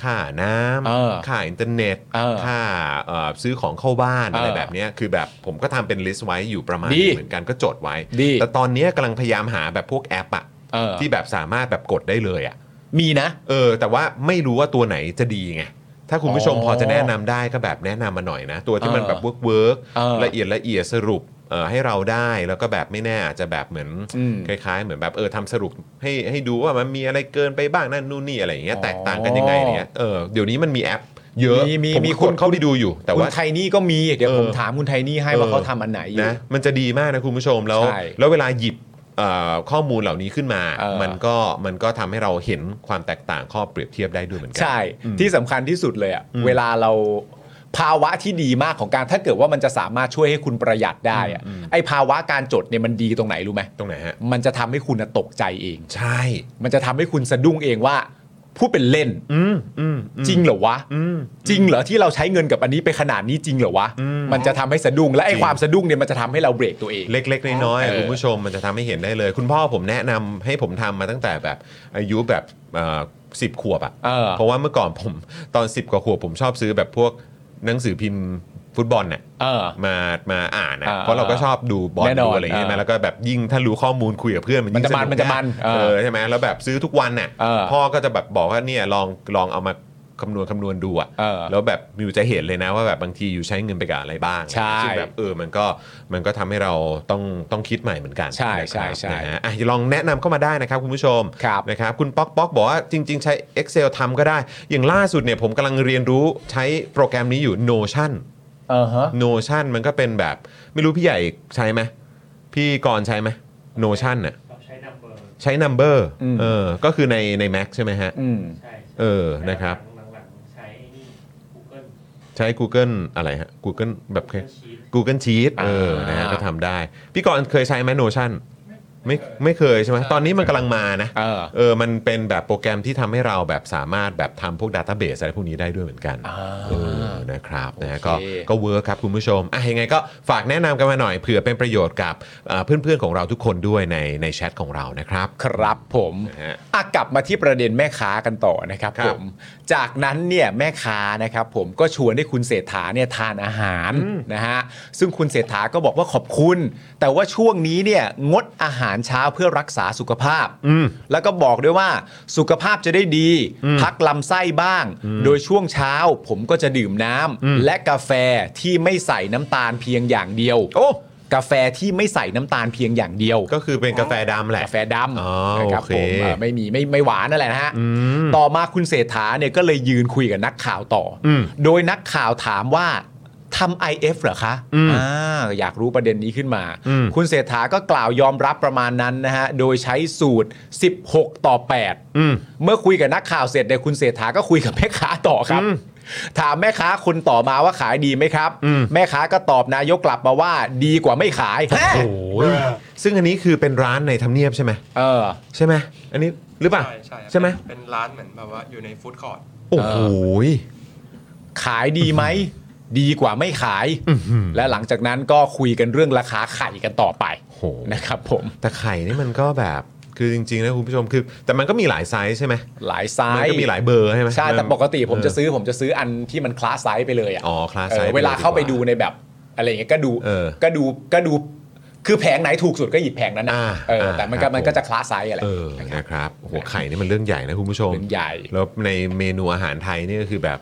[SPEAKER 1] ค่าน้
[SPEAKER 2] เออ
[SPEAKER 1] ำค่าอินเทอร์เน็ต
[SPEAKER 2] เออ
[SPEAKER 1] ค่าเอ่อซื้อของเข้าบ้าน
[SPEAKER 2] เอออ
[SPEAKER 1] อะไรแบบเนี้ยคือแบบผมก็ทำเป็นลิสต์ไว้อยู่ประมาณ
[SPEAKER 2] ดี
[SPEAKER 1] หนึ่งเหมือนกันก็จดไว้
[SPEAKER 2] ดี
[SPEAKER 1] แต่ตอนเนี้ยกำลังพยายามหาแบบพวกแอปอะ
[SPEAKER 2] เออ
[SPEAKER 1] ที่แบบสามารถแบบกดได้เลยอะ
[SPEAKER 2] มีนะ
[SPEAKER 1] เออแต่ว่าไม่รู้ว่าตัวไหนจะดีไง ถ้าคุณผู้ชม
[SPEAKER 2] อ๋อ
[SPEAKER 1] พอจะแนะนำได้ก็แบบแนะนำมาหน่อยนะ ตัวที่มัน
[SPEAKER 2] เออ
[SPEAKER 1] แบบเวิร์กเวิร์ก
[SPEAKER 2] เออ
[SPEAKER 1] ละเอียดละเอียดสรุป เอ่อให้เราได้แล้วก็แบบไม่แน่อาจจะแบบเหมือน
[SPEAKER 2] อืม
[SPEAKER 1] คล้ายๆ เหมือนแบบเออทำสรุปให้ให้ดูว่ามันมีอะไรเกินไปบ้างนั่นนู่นนี่อะไรอย่างเงี้ย
[SPEAKER 2] อ๋อ
[SPEAKER 1] แตกต่างกันยังไงเนี่ยเออเดี๋ยวนี้มันมีแอป เยอะ
[SPEAKER 2] มีมี
[SPEAKER 1] ผ
[SPEAKER 2] มี
[SPEAKER 1] มี
[SPEAKER 2] คุ
[SPEAKER 1] ค
[SPEAKER 2] ณ
[SPEAKER 1] นเข้าไปดูอยู่ แต่
[SPEAKER 2] คุณ
[SPEAKER 1] ว่า
[SPEAKER 2] ไทนี่ก็มีเดี๋ยว
[SPEAKER 1] เออ
[SPEAKER 2] ผมถามคุณไทนี่ให้ว่า
[SPEAKER 1] เออ
[SPEAKER 2] เขาทำอันไหนอยู่
[SPEAKER 1] นะมันจะดีมากนะคุณผู้ชมแล้ว
[SPEAKER 2] ใช่
[SPEAKER 1] แล้วเวลาหยิบเอ่อข้อมูลเหล่านี้ขึ้นมา
[SPEAKER 2] เออ
[SPEAKER 1] มันก็มันก็ทำให้เราเห็นความแตกต่างข้อเปรียบเทียบได้ด้วยเหมือนกั
[SPEAKER 2] ใช่ที่สำคัญที่สุดเลยอะเวลาเราภาวะที่ดีมากของการถ้าเกิดว่ามันจะสามารถช่วยให้คุณประหยัดได้อะไอภาวะการจดเนี่ยมันดีตรงไหนรู้ไหม
[SPEAKER 1] ตรงไหนฮะ
[SPEAKER 2] มันจะทำให้คุณน่ะตกใจเอง
[SPEAKER 1] ใช่
[SPEAKER 2] มันจะทำให้คุณสะดุ้งเองว่าพูดเป็นเล่น
[SPEAKER 1] อืมอืมอืม
[SPEAKER 2] จริงเหรอวะจริงเหรอที่เราใช้เงินกับอันนี้ไปขนาดนี้จริงเหรอวะมันจะทำให้สะดุ้งและไอ้
[SPEAKER 1] จริง
[SPEAKER 2] ความสะดุ้งเนี่ยมันจะทำให้เราเบรกตัวเอง
[SPEAKER 1] เล็กๆ น้อยๆ
[SPEAKER 2] เอ
[SPEAKER 1] อ่ะ
[SPEAKER 2] อ
[SPEAKER 1] คุณผู้ชมมันจะทำให้เห็นได้เลย คุณพ่อผมแนะนำให้ผมทำมาตั้งแต่แบบอายุแบบสิบขวบอ่ะ
[SPEAKER 2] เออ
[SPEAKER 1] เพราะว่าเมื่อก่อนผมตอน 10 กว่าขวบผมชอบซื้อแบบพวกหนังสือพิมพ์ฟุตบอลเนี่ย
[SPEAKER 2] เออ
[SPEAKER 1] มามาอ่านนะ
[SPEAKER 2] เออ
[SPEAKER 1] เพราะเราก็ชอบดูบอล
[SPEAKER 2] แน่นอน
[SPEAKER 1] ดูอะไรอย่างเงี้ย
[SPEAKER 2] เออ
[SPEAKER 1] นะแล้วก็แบบยิ่งถ้ารู้ข้อมูลคุยกับเพื่อนมันยิ่ง
[SPEAKER 2] มันจะมัน
[SPEAKER 1] สก
[SPEAKER 2] มันจะมันเออ
[SPEAKER 1] เออใช่ไหมแล้วแบบซื้อทุกวันน่ะ
[SPEAKER 2] เออ
[SPEAKER 1] พ่อก็จะแบบบอกว่าเนี่ยลองลองเอามาคำนวณคำนวณดูอ่ะ
[SPEAKER 2] เออ
[SPEAKER 1] แล้วแบบมิวจะเห็นเลยนะว่าแบบบางทีอยู่ใช้เงินไปกับอะไรบ้าง
[SPEAKER 2] ใช่
[SPEAKER 1] ซึ่งแบบ เออ มันก็ มันก็ทำให้เราต้อง ต้องคิดใหม่เหมือนกัน
[SPEAKER 2] ใช่
[SPEAKER 1] นะครับ
[SPEAKER 2] ใช่ใช่
[SPEAKER 1] นะฮะอ่ะลองแนะนำเข้ามาได้นะครับคุณผู้ชม
[SPEAKER 2] ครับ
[SPEAKER 1] นะครับ คุณป๊อกป๊อกบอกว่าจริง ๆ ใช้ Excel ทำก็ได้ อย่างล่าสุดเนี่ยผมกำลังเรียนรู้ใช้โปรแกรมนี้อยู่ Notion
[SPEAKER 2] เออฮะ
[SPEAKER 1] Notion มันก็เป็นแบบ ไม่รู้พี่ใหญ่ใช้ไหม พี่กรณ์ใช้ไหม Notion น่ะใช้ number
[SPEAKER 2] อืม
[SPEAKER 1] เออ ก็คือใน ใน Mac ใช่ไหมฮะ
[SPEAKER 2] อืม
[SPEAKER 1] เออ นะครับ ใช้ Google อะไรฮะ Google แบบ Google Sheet เออ
[SPEAKER 2] อ่าน
[SPEAKER 1] นะฮะ ก็ทำได้ พี่กรณ์เคยใช้ไหม Notion ไม่ ไม่เคยใช่ไหม ตอนนี้มันกำลังมานะ
[SPEAKER 2] เออ
[SPEAKER 1] เออ มันเป็นแบบโปรแกรมที่ทำให้เราแบบสามารถแบบทำพวก Database อะไรพวกนี้ได้ด้วยเหมือนกัน
[SPEAKER 2] อ่า
[SPEAKER 1] เออ นะครับ นะฮะ
[SPEAKER 2] โอเค
[SPEAKER 1] ก็ ก็เวิร์คครับ คุณผู้ชม อ่ะ ยังไงก็ฝากแนะนำกันมาหน่อย เผื่อเป็นประโยชน์กับเอ่อเพื่อนๆ ของเราทุกคนด้วยใน ในแชทของเรา นะครับ
[SPEAKER 2] ครับผม
[SPEAKER 1] นะฮะ
[SPEAKER 2] อ่ะกลับมาที่ประเด็นแม่ค้ากันต่อนะครับ
[SPEAKER 1] ครับ
[SPEAKER 2] ผมจากนั้นเนี่ยแม่ค้านะครับผมก็ชวนให้คุณเศรษฐาเนี่ยทานอาหารนะฮะซึ่งคุณเศรษฐาก็บอกว่าขอบคุณ แต่ว่าช่วงนี้เนี่ยงดอาหารเช้าเพื่อรักษาสุขภาพ
[SPEAKER 1] อืม
[SPEAKER 2] แล้วก็บอกด้วยว่าสุขภาพจะได้ดี พักลำไส้บ้าง โดยช่วงเช้าผมก็จะดื่มน้ำและกาแฟที่ไม่ใส่น้ำตาลเพียงอย่างเดียว
[SPEAKER 1] โอ้
[SPEAKER 2] กาแฟที่ไม่ใส่น้ำตาลเพียงอย่างเดียว
[SPEAKER 1] ก็คือเป็นกาแฟดำแหละ
[SPEAKER 2] กาแฟด
[SPEAKER 1] อ๋อ
[SPEAKER 2] ำนะครับ
[SPEAKER 1] โอเค
[SPEAKER 2] ผมอ่ะไม่มีไม่ไม่หวานนั่นแหละนะฮะ ต่อมาคุณเศรษฐาเนี่ยก็เลยยืนคุยกับนักข่าวต่ออโดยนักข่าวถามว่าทำ IF เหรอคะอ่าอยากรู้ประเด็นนี้ขึ้นมา คุณเศรษฐาก็กล่าวยอมรับประมาณนั้นนะฮะ โดยใช้สูตร 16 ต่อ 8 เมื่อคุยกับนักข่าวเสร็จเนี่ยคุณเศรษฐาก็คุยกับแม่ค้าต่อครับ ถามแม่ค้าคนต่อมาว่าขายดีไหมครับ แม่ค้าก็ตอบนายกกลับมาว่าดีกว่าไม่ขายฮะ
[SPEAKER 1] โอ้ยซึ่งอันนี้คือเป็นร้านในทำเนียบใช่ไหม
[SPEAKER 2] เออ
[SPEAKER 1] ใช่ไหม อันนี้หรือเปล่า
[SPEAKER 3] ใช่ใช่ครับ
[SPEAKER 1] ไหม
[SPEAKER 3] เป็นร้านเหมือนแบบว่าอยู่ในฟู้ดคอร์ท
[SPEAKER 1] โอ้โห
[SPEAKER 2] ขายดีไหม ดีกว่าไม่ขาย และหลังจากนั้นก็คุยกันเรื่องราคาไข่กันต่อไป
[SPEAKER 1] โห
[SPEAKER 2] นะครับผม
[SPEAKER 1] แต่ไข่นี่มันก็แบบ คือจริงๆนะคุณผู้ชมคือ แต่มันก็มีหลายไซส์ใช่ไหม
[SPEAKER 2] หลายไซ
[SPEAKER 1] มัน
[SPEAKER 2] ส์
[SPEAKER 1] ก็มีหลายเบอร์ใช่ไหม
[SPEAKER 2] ใช่แต่ปกติผมจะ
[SPEAKER 1] อ
[SPEAKER 2] ซื้อผมจะซื้ออันที่มันคลาสไซส์ไปเลยอะ
[SPEAKER 1] อ๋อ คลาส
[SPEAKER 2] เอ
[SPEAKER 1] ไซ
[SPEAKER 2] อ
[SPEAKER 1] ส์
[SPEAKER 2] เวลาเข้าไปดูในแบบอะไรอย่างเงี้ยก็ดู
[SPEAKER 1] เออ
[SPEAKER 2] ก็ดูก็ดูคือแผงไหนถูกสุดก็หยิบแผงนั้นนะ
[SPEAKER 1] อ่า
[SPEAKER 2] เออ
[SPEAKER 1] อ่า
[SPEAKER 2] แต่มัน
[SPEAKER 1] ค
[SPEAKER 2] ก็
[SPEAKER 1] รับ
[SPEAKER 2] มัน
[SPEAKER 1] ผ
[SPEAKER 2] ก็
[SPEAKER 1] ม
[SPEAKER 2] จะคลาสไซส์อะไร
[SPEAKER 1] เออ นะครับโอ้โหไข่นี่มันเรื่องใหญ่นะคุณผู้ชม
[SPEAKER 2] เป็นใหญ่
[SPEAKER 1] แล้วในเมนูอาหารไทยนี่ก็คือแบบ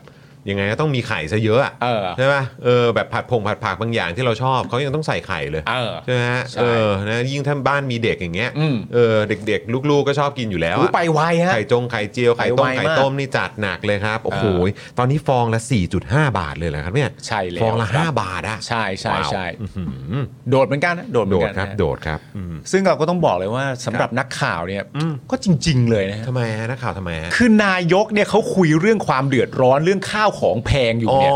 [SPEAKER 1] ยังไงก็ต้องมีไข่ซะเยอะอะ
[SPEAKER 2] เออ
[SPEAKER 1] ใช่ป่ะเออแบบผัดผงผัดผักบางอย่างที่เราชอบเขายังต้องใส่ไข่เลย
[SPEAKER 2] เออ
[SPEAKER 1] ใช่ไหมฮะ
[SPEAKER 2] ใช่
[SPEAKER 1] เออนะยิ่งถ้าบ้านมีเด็กอย่างเงี้ย
[SPEAKER 2] อืม
[SPEAKER 1] เออเด็ก ๆ ลูกๆก็ชอบกินอยู่แล้ว
[SPEAKER 2] อุ๊ย
[SPEAKER 1] อะ
[SPEAKER 2] ไปไวฮะ
[SPEAKER 1] ไข่จงไข่เจียวไข่ต้ม
[SPEAKER 2] ไปไวมาก
[SPEAKER 1] ไข่ต้มนี่จัดหนักเลยครับโอ้โห
[SPEAKER 2] เออ
[SPEAKER 1] ตอนนี้ฟองละ 4.5 บาทเลยเหรอครับเนี่ย
[SPEAKER 2] ใช่แล้ว
[SPEAKER 1] ฟองละ
[SPEAKER 2] ครับ
[SPEAKER 1] 5 บาทอะ
[SPEAKER 2] ใช่ใช่
[SPEAKER 1] ว้าว
[SPEAKER 2] ใช่
[SPEAKER 1] อื้อหือ
[SPEAKER 2] โดดเหมือนกันนะโดดเหมื
[SPEAKER 1] โด
[SPEAKER 2] อ
[SPEAKER 1] ด
[SPEAKER 2] นกัน
[SPEAKER 1] ครับ
[SPEAKER 2] นะ
[SPEAKER 1] โดดครับอืม
[SPEAKER 2] ซึ่งเราก็ต้องบอกเลยว่าสำหรับนักข่าวเนี่ย
[SPEAKER 1] อืม
[SPEAKER 2] ก็จริง ๆ เลยนะฮะ
[SPEAKER 1] ทำไมฮะนักข่าวทำไมฮะ
[SPEAKER 2] คือนายกเนี่ยเขาคุยเรื่องความเดือดร้อนเรื่องข้าวของแพงอยู่
[SPEAKER 1] อ๋อ
[SPEAKER 2] เนี่ย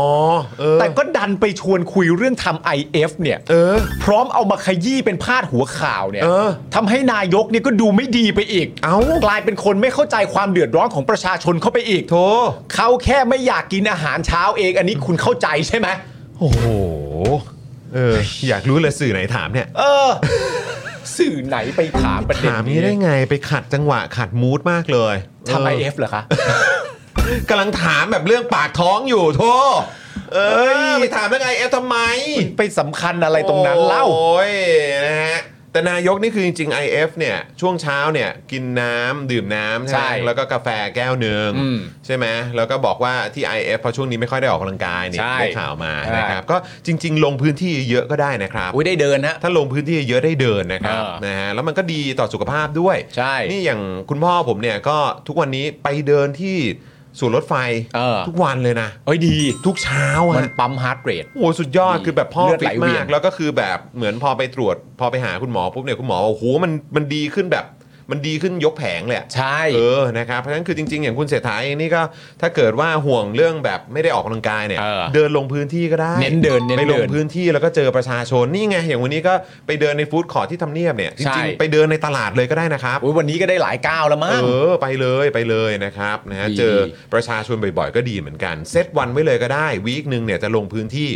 [SPEAKER 1] เออ
[SPEAKER 2] แต่ก็ดันไปชวนคุยเรื่องทำ IF เนี่ย
[SPEAKER 1] เออ
[SPEAKER 2] พร้อมเอามาขยี้เป็นพาดหัวข่าวเนี่ย
[SPEAKER 1] เออ
[SPEAKER 2] ทำให้นายกเนี่ยก็ดูไม่ดีไปอีก
[SPEAKER 1] เอ้า
[SPEAKER 2] กลายเป็นคนไม่เข้าใจความเดือดร้อนของประชาชนเข้าไปอีก
[SPEAKER 1] โถ
[SPEAKER 2] เขาแค่ไม่อยากกินอาหารเช้าเอง อันนี้คุณเข้าใจใช่ไหม
[SPEAKER 1] โอ้โหเอออยากรู้เลยสื่อไหนถามเนี่ย
[SPEAKER 2] เออ สื่อไหนไปถามประเด็น
[SPEAKER 1] ถามนี้
[SPEAKER 2] นี้
[SPEAKER 1] ได้ไงไปขัดจังหวะขัดมูดมากเลย
[SPEAKER 2] ทำ
[SPEAKER 1] เ
[SPEAKER 2] IF เหรอคะ
[SPEAKER 1] กำลังถามแบบเรื่องปากท้องอยู่โถเอ้ยไปถามเรื่องไอเอฟทำไม
[SPEAKER 2] ไปสำคัญอะไรตรงนั้นเล่า
[SPEAKER 1] โอ้ยนะฮะ แต่นายกนี่คือจริงๆ IF เนี่ยช่วงเช้าเนี่ยกินน้ำดื่มน้ำใช่ไหม
[SPEAKER 2] ใช่
[SPEAKER 1] แล้วก็กาแฟแก้วหนึ่ง
[SPEAKER 2] อืม
[SPEAKER 1] ใช่ไหมแล้วก็บอกว่าที่ IF เพราะช่วงนี้ไม่ค่อยได้ออกกำลังกายเนี่ย
[SPEAKER 2] ใช่
[SPEAKER 1] ได้ข่าวมา
[SPEAKER 2] ใช่
[SPEAKER 1] นะครับก็จริง ๆ ลงพื้นที่เยอะก็ได้นะครับ
[SPEAKER 2] อุ้ยได้เดินฮะ
[SPEAKER 1] ถ้าลงพื้นที่เยอะได้เดินนะครับ
[SPEAKER 2] เออ
[SPEAKER 1] นะฮะแล้วมันก็ดีต่อสุขภาพด้วย
[SPEAKER 2] ใช่
[SPEAKER 1] นี่อย่างคุณพ่อผมเนี่ยก็ทุกวันนี้ไปเดินที่สวนรถไฟ
[SPEAKER 2] เออ
[SPEAKER 1] ทุกวันเลยนะ
[SPEAKER 2] เอ้ยดี
[SPEAKER 1] ทุกเช้าอะ
[SPEAKER 2] มันปั๊มฮาร์ดเรท
[SPEAKER 1] โอ้โหสุดยอด
[SPEAKER 2] ดี
[SPEAKER 1] คือแบบพ่อ
[SPEAKER 2] เลือด
[SPEAKER 1] ฟิ
[SPEAKER 2] ไหล
[SPEAKER 1] ต
[SPEAKER 2] เวี
[SPEAKER 1] มาย ก
[SPEAKER 2] น
[SPEAKER 1] แล้วก็คือแบบเหมือนพอไปตรวจ พอไปหาคุณหมอปุ๊บเนี่ยคุณหมอบอกโอ้โหมันมันดีขึ้นแบบ มันดีขึ้นยกแผงเลยอะ
[SPEAKER 2] ใช่
[SPEAKER 1] เออนะครับเพราะฉะนั้นคือจริง ๆ อย่างคุณเศรษฐาเองนี่ก็ถ้าเกิดว่าห่วงเรื่องแบบไม่ได้ออกกำลังกายเนี่ย
[SPEAKER 2] เออ
[SPEAKER 1] เดินลงพื้นที่ก็ได้
[SPEAKER 2] เน้นเดินเน้น
[SPEAKER 1] ไป
[SPEAKER 2] เดิ
[SPEAKER 1] ล
[SPEAKER 2] น
[SPEAKER 1] งพื้นที่แล้วก็เจอประชาชนนี่ไงอย่างวันนี้ก็ไปเดินในฟู้ดคอร์ทที่ทำเนียบเนี่ยจ
[SPEAKER 2] ใช่
[SPEAKER 1] ริงๆไปเดินในตลาดเลยก็ได้นะครับ
[SPEAKER 2] อุ๊ยวันนี้ก็ได้หลายก้าวแล้วมั้ง
[SPEAKER 1] เออไปเลยไปเลยนะครับนะฮะ
[SPEAKER 2] ดี
[SPEAKER 1] เจอประชาชนบ่อยๆ ก็ดีเหมือนกันเซตวันไว้เลยก็ได้ วีคหนึ่งเนี่ยจะลงพื้นที่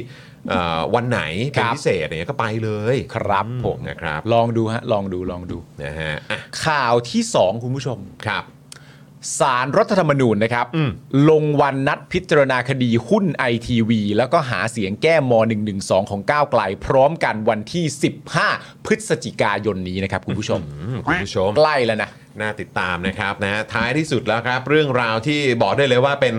[SPEAKER 1] เอ่อวันไหนเป็น
[SPEAKER 2] ครับ
[SPEAKER 1] พิเศษเนี่ยก็ไปเลย
[SPEAKER 2] ครับผม
[SPEAKER 1] นะครับ
[SPEAKER 2] ลองดูฮะ ลองดูลองดู
[SPEAKER 1] นะฮะอ่ะ
[SPEAKER 2] ข่าวที่ 2 คุณผู้ชม
[SPEAKER 1] ครับ
[SPEAKER 2] สารรัฐธรรมนูญนะครับ
[SPEAKER 1] อืม
[SPEAKER 2] ลงวันนัดพิจารณาคดีหุ้นไอทีวีแล้วก็หาเสียงแก้ม .112 ของก้าวไกล พร้อมกันวันที่ 15 พฤศจิกายนนี้นะครับ คุณผู้ชม
[SPEAKER 1] อืมคุณผู้ชม
[SPEAKER 2] ใกล้แล้วนะ
[SPEAKER 1] น่าติดตามนะครับนะฮะท้ายที่สุดแล้วครับ เรื่องราวที่บอกได้เลยว่าเป็น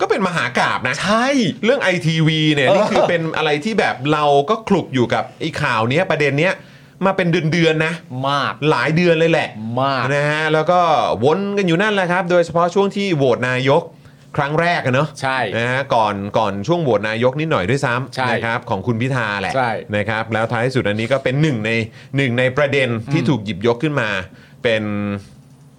[SPEAKER 1] ก็เป็นมหากราบนะ
[SPEAKER 2] ใช่
[SPEAKER 1] เรื่องไอทีวีเนี่ย
[SPEAKER 2] เออ
[SPEAKER 1] นี่คือเป็นอะไรที่แบบเราก็คลุกอยู่กับไอ้ข่าวเนี้ยประเด็นเนี้ยมาเป็นเดือนๆนะ
[SPEAKER 2] มาก
[SPEAKER 1] หลายเดือนเลยแหละ
[SPEAKER 2] มาก
[SPEAKER 1] นะฮะแล้วก็วนกันอยู่นั่นแหละครับ โดยเฉพาะช่วงที่โหวตนายกครั้งแรกอะเนอะ
[SPEAKER 2] ใช่
[SPEAKER 1] นะฮะก่อนก่อนช่วงโหวตนายกนิดหน่อยด้วยซ้
[SPEAKER 2] ใช่
[SPEAKER 1] ำนะครับของคุณพิธาแหละ
[SPEAKER 2] ใช่
[SPEAKER 1] นะครับ แล้วท้ายที่สุดอันนี้ก็เป็นหนึ่งในหนึ่งในประเด็นที่ถูกหยิบยกขึ้นมา เป็น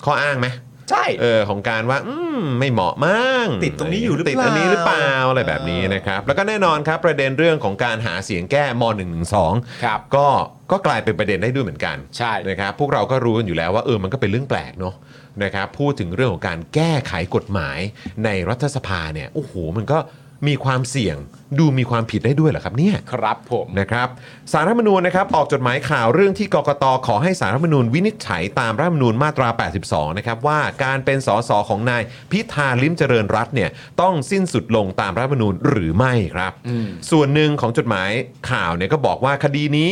[SPEAKER 1] ข้ออ้างไหม
[SPEAKER 2] ใช่
[SPEAKER 1] เออของการว่า อืมไม่เหมาะมั้ง
[SPEAKER 2] ติดตรงนี้อยู่หรือ
[SPEAKER 1] ติด
[SPEAKER 2] เปล่า
[SPEAKER 1] อันนี้หรือเปล่าอะไรแบบนี้
[SPEAKER 2] เออ
[SPEAKER 1] นะครับ แล้วก็แน่นอนครับประเด็นเรื่องของการหาเสียงแก้ม .112
[SPEAKER 2] ครับ
[SPEAKER 1] ก็ก็กลายเป็นประเด็นได้ด้วยเหมือนกัน
[SPEAKER 2] ใช่
[SPEAKER 1] นะครับพวกเราก็รู้กันอยู่แล้วว่าเออมันก็เป็นเรื่องแปลกเนาะนะครับพูดถึงเรื่องของการแก้ไขกฎหมายในรัฐสภาเนี่ยโอ้โหมันก็มีความเสี่ยงดูมีความผิดได้ด้วยเหรอครับเนี่ย
[SPEAKER 2] ครับผม
[SPEAKER 1] นะครับสารรัฐธรรมนูญนะครับออกจดหมายข่าวเรื่องที่กกตขอให้สารรัฐธรรมนูญวินิจฉัยตามรัฐธรรมนูญมาตรา 82 นะครับว่าการเป็นสสของนายพิธาลิ้มเจริญรัตน์เนี่ยต้องสิ้นสุดลงตามรัฐธรรมนูญหรือไม่ครับ ส่วนหนึ่งของจดหมายข่าวเนี่ยก็บอกว่าคดีนี้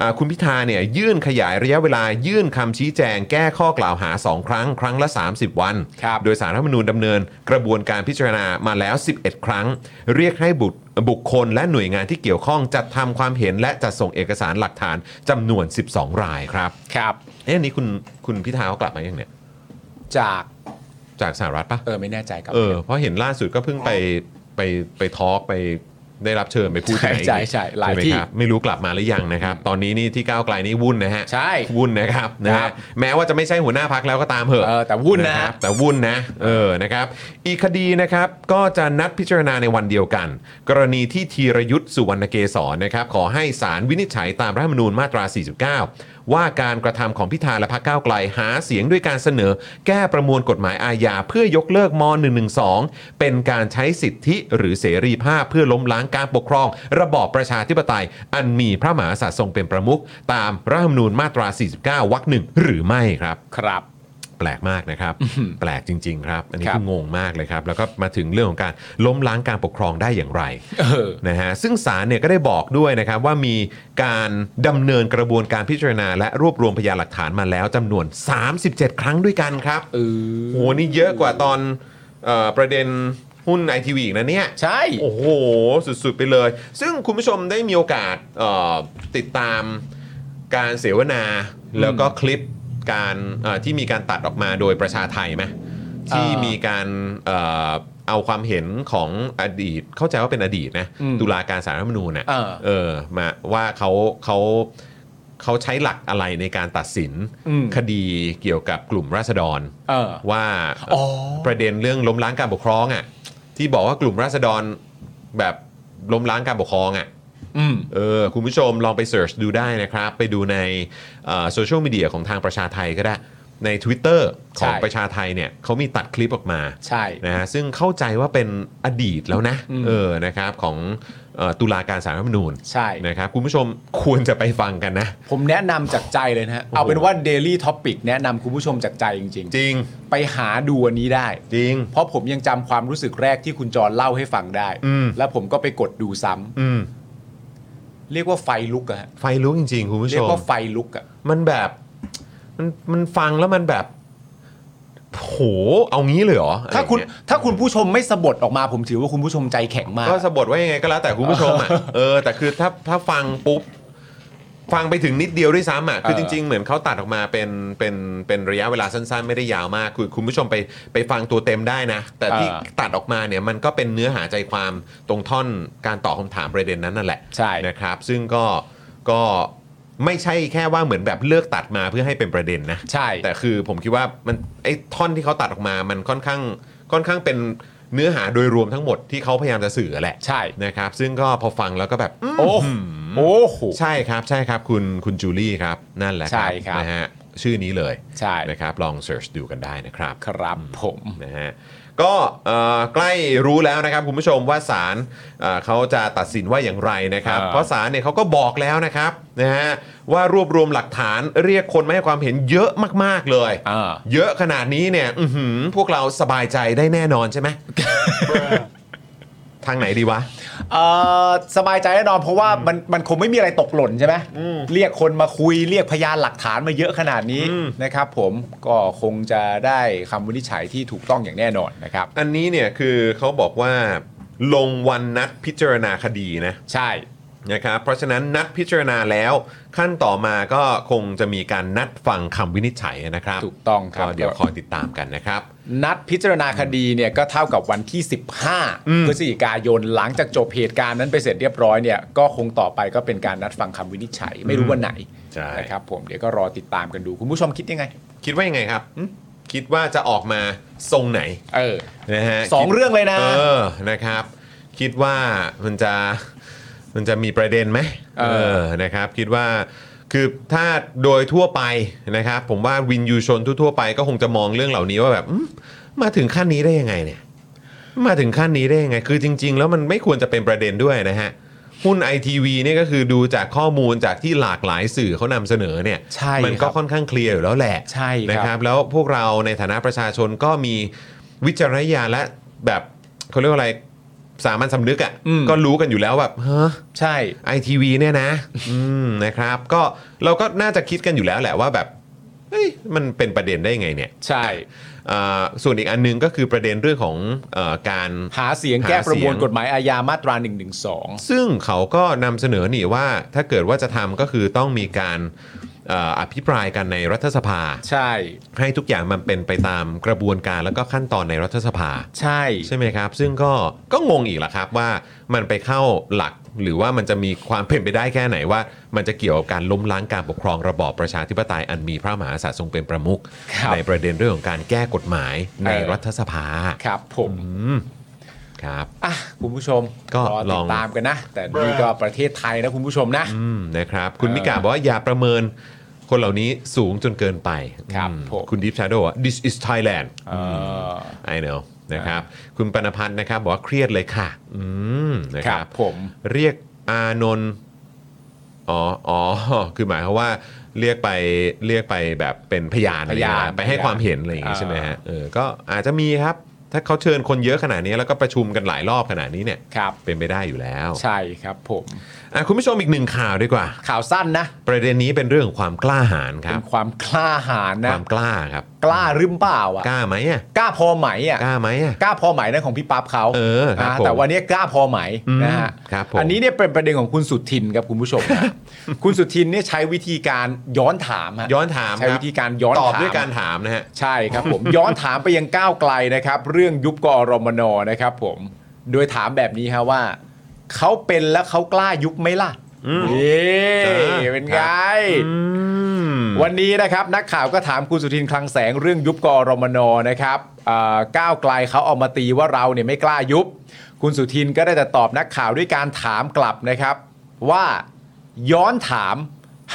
[SPEAKER 1] อ่าคุณพิธาเนี่ยยื่นขยายระยะเวลายื่นคำชี้แจงแก้ข้อกล่าวหา 2 ครั้ง ครั้งละ 30 วัน
[SPEAKER 2] ครับ
[SPEAKER 1] โดยสารรัฐธรรมนูญดำเนินกระบวนการพิจารณามาแล้ว 11 ครั้ง เรียกให้บุตรบุคคลและหน่วยงานที่เกี่ยวข้องจัดทำความเห็นและจัดส่งเอกสารหลักฐานจำนวน 12 รายครับ
[SPEAKER 2] ครับ
[SPEAKER 1] เอ๊ะอันนี้คุณคุณพิธาเขากลับมายังเนี่ย
[SPEAKER 2] จาก
[SPEAKER 1] จากสหรัฐปะ
[SPEAKER 2] เออไม่แน่ใจครับ
[SPEAKER 1] เออเพราะเห็นล่าสุดก็เพิ่งไปไปไปทอล์กไปได้รับเชิญไปพูดที่ไหน
[SPEAKER 2] ใช่ใช่ใช่หลาย
[SPEAKER 1] ไม
[SPEAKER 2] ที่
[SPEAKER 1] ครับไม่รู้กลับมาหรือยังนะครับ ตอนนี้นี่ที่ก้าวไกลนี่วุ่นนะฮะ
[SPEAKER 2] ใช่
[SPEAKER 1] วุ่นนะครับนะ
[SPEAKER 2] ครั
[SPEAKER 1] ฮะ
[SPEAKER 2] บ
[SPEAKER 1] แม้ว่าจะไม่ใช่หัวหน้าพักแล้วก็ตามเหอะ
[SPEAKER 2] เออแต่วุ่นนะ
[SPEAKER 1] ครับ แต่วุ่นนะเออนะครับอีกคดีนะครับก็จะนัดพิจารณาในวันเดียวกัน กรณีที่ธีรยุทธ์สุวรรณเกษรนะครับขอให้ศาลวินิจฉัยตามรัฐธรรมนูญมาตรา 49 ว่าการกระทำของพิธาและพรรคก้าวไกลหาเสียงด้วยการเสนอ แก้ประมวลกฎหมายอาญาเพื่อยกเลิกม .112 เป็นการใช้สิทธิหรือเสรีภาพเพื่อล้มล้างการปกครอง ระบอบประชาธิปไตย อันมีพระมหากษัตริย์ทรงเป็นประมุขตามรัฐธรรมนูญมาตรา 49 วรรคหนึ่งหรือไม่ครับ
[SPEAKER 2] ครับ
[SPEAKER 1] แปลกมากนะครับ แปลกจริง ๆ ครับ อันนี้
[SPEAKER 2] ครับ
[SPEAKER 1] คืองงมากเลยครับ แล้วก็มาถึงเรื่องของการล้มล้างการปกครองได้อย่างไร
[SPEAKER 2] เออ
[SPEAKER 1] นะฮะซึ่งศาลเนี่ยก็ได้บอกด้วยนะครับว่ามีการดำเนินกระบวนการพิจารณา และรวบรวมพยานหลักฐานมาแล้วจำนวน 37 ครั้งด้วยกันครับ
[SPEAKER 2] เออ
[SPEAKER 1] โหนี่เยอะกว่าตอนเออประเด็นหุ้นไอทีวีอีกนะเนี่ย
[SPEAKER 2] ใช่
[SPEAKER 1] โอ้โห สุด ๆ ไปเลย ซึ่งคุณผู้ชมได้มีโอกาสเอ่อติดตามการเสวนา แล้วก็คลิปการเอ่อที่มีการตัดออกมาโดยประชาไทยไหมที่มีการเอ่อเอาความเห็นของอดีต เข้าใจว่าเป็นอดีตนะ
[SPEAKER 2] อืม
[SPEAKER 1] ตุลาการสารรัฐธรรมนูญนะ
[SPEAKER 2] เออ
[SPEAKER 1] เออมาว่าเขาเขาเขาใช้หลักอะไรในการตัดสิน
[SPEAKER 2] อืม
[SPEAKER 1] คดีเกี่ยวกับกลุ่มราษฎร
[SPEAKER 2] เออ
[SPEAKER 1] ว่า
[SPEAKER 2] อ๋อ
[SPEAKER 1] ประเด็นเรื่องล้มล้างการปกครองอ่ะที่บอกว่ากลุ่มราษฎรแบบล้มล้างการปกครองอ่ะ
[SPEAKER 2] อืม
[SPEAKER 1] เออคุณผู้ชมลองไปเสิร์ชดูได้นะครับ ไปดูในโซเชียลมีเดียของทางประชาไทยก็ได้ ใน Twitter ของ
[SPEAKER 2] ใช่
[SPEAKER 1] ประชาไทยเนี่ยเขามีตัดคลิปออกมา
[SPEAKER 2] ใช่
[SPEAKER 1] นะฮะซึ่งเข้าใจว่าเป็นอดีตแล้วนะ
[SPEAKER 2] อืม
[SPEAKER 1] เออนะครับของเอ่อตุลาการสารรัฐธรรมนูญ
[SPEAKER 2] ใช่
[SPEAKER 1] นะครับคุณผู้ชมควรจะไปฟังกันนะ
[SPEAKER 2] ผมแนะนำจากใจเลยนะฮะ
[SPEAKER 1] โอ้โห
[SPEAKER 2] เอาเป็นว่า Daily Topic แนะนำคุณผู้ชมจากใจจริง
[SPEAKER 1] จริง
[SPEAKER 2] ๆ ไปหาดูอันนี้ได้
[SPEAKER 1] จริง
[SPEAKER 2] เพราะผมยังจำความรู้สึกแรกที่คุณจรเล่าให้ฟังได้
[SPEAKER 1] อืม
[SPEAKER 2] แล้วผมก็ไปกดดูซ้ำ
[SPEAKER 1] อืม
[SPEAKER 2] เรียกว่าไฟลุกอะฮะ
[SPEAKER 1] ไฟลุกจริงๆ คุณผู้ช
[SPEAKER 2] เรียก
[SPEAKER 1] ม
[SPEAKER 2] ว่าไฟลุกอะ
[SPEAKER 1] มันแบบมันมันฟังแล้วมันแบบโหเอางี้เลยเหรอ
[SPEAKER 2] ถ้าคุณ
[SPEAKER 1] อะไรอย่งเงี้ย
[SPEAKER 2] ถ้าคุณผู้ชมไม่สะบดออกมาผมถือว่าคุณผู้ชมใจแข็งมาก
[SPEAKER 1] ก็สะบดว่ายังไงก็แล้วแต่คุณผู้ชมอ่ะ เออแต่คือถ้าถ้าฟังปุ๊บ ฟังไปถึงนิดเดียวด้วยซ้ำอ่ะคือ
[SPEAKER 2] เอ
[SPEAKER 1] จ
[SPEAKER 2] อ
[SPEAKER 1] ริง ๆ เหมือนเขาตัดออกมาเป็นเป็นเป็นระยะเวลาสั้น ๆ ไม่ได้ยาวมากคือคุณผู้ชมไปไปฟังตัวเต็มได้นะ แต่ที่ตัดออกมาเนี่ยมันก็เป็นเนื้อหาใจความตรงท่อนการตอบคำถามประเด็นนั้นนั่นแหละ
[SPEAKER 2] ใช่
[SPEAKER 1] นะครับซึ่งก็ก็ไม่ใช่แค่ว่าเหมือนแบบเลือกตัดมาเพื่อให้เป็นประเด็นนะ
[SPEAKER 2] ใช่
[SPEAKER 1] แต่คือผมคิดว่ามันไอ้ท่อนที่เขาตัดออกมามันค่อนข้างค่อนข้างเป็นเนื้อหาโดยรวมทั้งหมดที่เขาพยายามจะสื่อแหละ
[SPEAKER 2] ใช่
[SPEAKER 1] นะครับ ซึ่งก็พอฟังแล้วก็แบบอืม
[SPEAKER 2] โอ้โหโอ้โห
[SPEAKER 1] ใช่ครับใช่ครับคุณคุณจูลี่ครับนั่นแหละ
[SPEAKER 2] ใช่ครับ
[SPEAKER 1] นะฮะชื่อนี้เลย
[SPEAKER 2] ใช่
[SPEAKER 1] นะครับลองเสิร์ชดูกันได้นะครับ
[SPEAKER 2] ครับผม
[SPEAKER 1] นะฮะก็เอ่อใกล้รู้แล้วนะครับคุณผู้ชมว่าศาลเอ่อเขาจะตัดสินว่าอย่างไรนะครับ
[SPEAKER 2] อ่า
[SPEAKER 1] เพราะศาลเนี่ยเขาก็บอกแล้วนะครับนะฮะว่ารวบรวมหลักฐานเรียกคนมาให้ความเห็นเยอะมากๆเลย
[SPEAKER 2] อ่า
[SPEAKER 1] เยอะขนาดนี้เนี่ยอื้อหือพวกเราสบายใจได้แน่นอน ใช่ไหม ทางไหนดีวะ
[SPEAKER 2] เอ่อสบายใจแน่นอนเพราะว่ามันมันคงไม่มีอะไรตกหล่นใช่ไหมเรียกคนมาคุยเรียกพยานหลักฐานมาเยอะขนาดนี้
[SPEAKER 1] อืม
[SPEAKER 2] นะครับผมก็คงจะได้คำวินิจฉัยที่ถูกต้องอย่างแน่นอนนะครับ
[SPEAKER 1] อันนี้เนี่ยคือเขาบอกว่าลงวันนัดพิจารณาคดีนะ
[SPEAKER 2] ใช่
[SPEAKER 1] นะครับเพราะฉะนั้นนัดพิจารณาแล้วขั้นต่อมาก็คงจะมีการนัดฟังคำวินิจฉัยนะครับ
[SPEAKER 2] ถูกต้องครับ
[SPEAKER 1] ก็เดี๋ยวคอยติดตามกันนะครับ
[SPEAKER 2] นัดพิจารณาคดีเนี่ยก็เท่ากับวันที่
[SPEAKER 1] อืม
[SPEAKER 2] 15พฤศจิกายนหลังจากจบเหตุการณ์นั้นไปเสร็จเรียบร้อยเนี่ยก็คงต่อไปก็เป็นการนัดฟังคำวินิจฉัย ไม่รู้วันไหน
[SPEAKER 1] ใช่
[SPEAKER 2] นะครับผมเดี๋ยวก็รอติดตามกันดูคุณผู้ชมคิดยังไง
[SPEAKER 1] คิดว่ายังไงครับอืมคิดว่าจะออกมาทรงไหน
[SPEAKER 2] เออ
[SPEAKER 1] นะฮะ
[SPEAKER 2] สอง
[SPEAKER 1] คิด
[SPEAKER 2] เรื่องเลยนะ
[SPEAKER 1] เออนะครับ คิดว่ามันจะมันจะมีประเด็นไหม
[SPEAKER 2] เออ
[SPEAKER 1] นะครับคิดว่าคือถ้าโดยทั่วไปนะครับ ผมว่าวินยูชนทั่วๆไปก็คงจะมองเรื่องเหล่านี้ว่าแบบอืมมาถึงขั้นนี้ได้ยังไงเนี่ย มาถึงขั้นนี้ได้ยังไง คือจริง ๆ แล้วมันไม่ควรจะเป็นประเด็นด้วยนะฮะ หุ้นไอทีวีเนี่ยก็คือดูจากข้อมูลจากที่หลากหลายสื่อเขานำเสนอเนี่ย
[SPEAKER 2] ใช่
[SPEAKER 1] มัก็
[SPEAKER 2] ครับ
[SPEAKER 1] ค่อนข้างเคลียร์อยู่แล้วแหละ
[SPEAKER 2] ใช่ครับ
[SPEAKER 1] นะครับ แล้วพวกเราในฐานะประชาชนก็มีวิจารณญาณและแบบเขาเรียกว่าอะไรสามัญสำนึกอะ่ะ
[SPEAKER 2] อืม
[SPEAKER 1] ก็รู้กันอยู่แล้วแบบฮะ
[SPEAKER 2] ใช่
[SPEAKER 1] ไอทีวีเนี่ยนะ อืมนะครับก็เราก็น่าจะคิดกันอยู่แล้วแหละว่าแบบเฮ้ยมันเป็นประเด็นได้ยังไงเนี่ย
[SPEAKER 2] ใช่
[SPEAKER 1] อ่าส่วนอีกอันหนึงก็คือประเด็นเรื่องของเออการ
[SPEAKER 2] หาเสียงแก้
[SPEAKER 1] หาเสียง
[SPEAKER 2] ประมวลกฎหมายอาญามาตรา1นึ
[SPEAKER 1] ซึ่งเขาก็นำเสนอนี่ว่าถ้าเกิดว่าจะทำก็คือต้องมีการเอ่ออภิปรายกันในรัฐสภา
[SPEAKER 2] ใช่
[SPEAKER 1] ให้ทุกอย่างมันเป็นไปตามกระบวนการแล้วก็ขั้นตอนในรัฐสภา
[SPEAKER 2] ใช่
[SPEAKER 1] ใช่ไหมครับ ซึ่งก็ก็งงอีกละครับว่ามันไปเข้าหลักหรือว่ามันจะมีความเป็นไปได้แค่ไหนว่า มันจะเกี่ยวกับการล้มล้างการปกครองระบอบประชาธิปไตยอันมีพระมหากษัตริย์ทรงเป็นประมุข
[SPEAKER 2] ครับ
[SPEAKER 1] ในประเด็นเรื่องของการแก้กฎหมายใน
[SPEAKER 2] เออ
[SPEAKER 1] รัฐสภา
[SPEAKER 2] ครับผม
[SPEAKER 1] อืมครับ
[SPEAKER 2] อ่ะคุณผู้ชม
[SPEAKER 1] ก็
[SPEAKER 2] ร
[SPEAKER 1] ล
[SPEAKER 2] อติ
[SPEAKER 1] อ
[SPEAKER 2] ด
[SPEAKER 1] ง
[SPEAKER 2] ตามกันนะ แต่นี่ก็ประเทศไทยนะคุณผู้ชมนะ
[SPEAKER 1] อืมนะครับ คุณ
[SPEAKER 2] เออ
[SPEAKER 1] มิกาบอกว่าอย่าประเมินคนเหล่านี้สูงจนเกินไป
[SPEAKER 2] ครับ
[SPEAKER 1] อืม
[SPEAKER 2] ผม
[SPEAKER 1] คุณดิฟชาโดว่า this is Thailand
[SPEAKER 2] เออ
[SPEAKER 1] อืม I know นะครับ คุณปณพันธ์นะครับ บอกว่าเครียดเลยค่ะ อืมนะครั
[SPEAKER 2] ครับ บผม
[SPEAKER 1] เรียกอานนท์อ๋ออ๋อ คือหมายความว่าเรียกไปเรียกไปแบบเป็นพยานอะไรองเงี้
[SPEAKER 2] พยาน
[SPEAKER 1] ไปให้
[SPEAKER 2] พยาน
[SPEAKER 1] ความเห็นอะไรอย่างงี้
[SPEAKER 2] อ่า
[SPEAKER 1] ใช่ไหมฮะเออก็อาจจะมีครับ ถ้าเขาเชิญคนเยอะขนาดนี้แล้วก็ประชุมกันหลายรอบขนาดนี้เนี่ย
[SPEAKER 2] ครับ
[SPEAKER 1] เป็นไปได้อยู่แล้ว
[SPEAKER 2] ใช่ครับผม
[SPEAKER 1] อ่ะคุณผู้ชมอีกหนึ่งข่าวดีกว่า
[SPEAKER 2] ข่าวสั้นนะ
[SPEAKER 1] ประเด็นนี้เป็นเรื่องของความกล้าหาญค
[SPEAKER 2] เป็
[SPEAKER 1] รับ
[SPEAKER 2] นความกล้าหาญ
[SPEAKER 1] ค
[SPEAKER 2] นะ
[SPEAKER 1] วามกล้าครับ
[SPEAKER 2] กล้าหรือเปล่าอ่ะ
[SPEAKER 1] กล้าไหมอ่ะ
[SPEAKER 2] กล้าพอไหมอ่ะ
[SPEAKER 1] กล้าไหมอ่ะ
[SPEAKER 2] กล้าพอไหมนั่นของพี่ปั๊บเขา
[SPEAKER 1] เออครับ
[SPEAKER 2] นะ
[SPEAKER 1] ผม
[SPEAKER 2] แต่วันนี้กล้าพอไหม
[SPEAKER 1] อืม
[SPEAKER 2] นะฮะ
[SPEAKER 1] ครับผม
[SPEAKER 2] อันนี้เนี่ยเป็นประเด็นของคุณสุทินครับคุณผู้ชม นะ คุณสุทินเนี่ยใช้วิธีการย้อนถามฮะ
[SPEAKER 1] ย้อนถามค
[SPEAKER 2] ใช้
[SPEAKER 1] รับ
[SPEAKER 2] วิธีการย้อน
[SPEAKER 1] ตอบ
[SPEAKER 2] ถาม
[SPEAKER 1] ด้วยการถามนะฮะ
[SPEAKER 2] ใช่ครับผม ย้อนถามไปยังก้าวไกลนะครับ เรื่องยุบกอรมนนะครับผมโดยถามแบบนี้ฮะว่า เขาเป็นแล้วเขากล้ายุบไหมล่ะเย้เป็นไง
[SPEAKER 1] อ่า อืม
[SPEAKER 2] วันนี้นะครับนักข่าวก็ถามคุณสุทินคลังแสงเรื่องยุบกอรมนนะครับอ่าก้าวไกลเขาออกมาตีว่าเราเนี่ยไม่กล้ายุบ คุณสุทินก็ได้แต่ตอบนักข่าวด้วยการถามกลับนะครับ ว่าย้อนถาม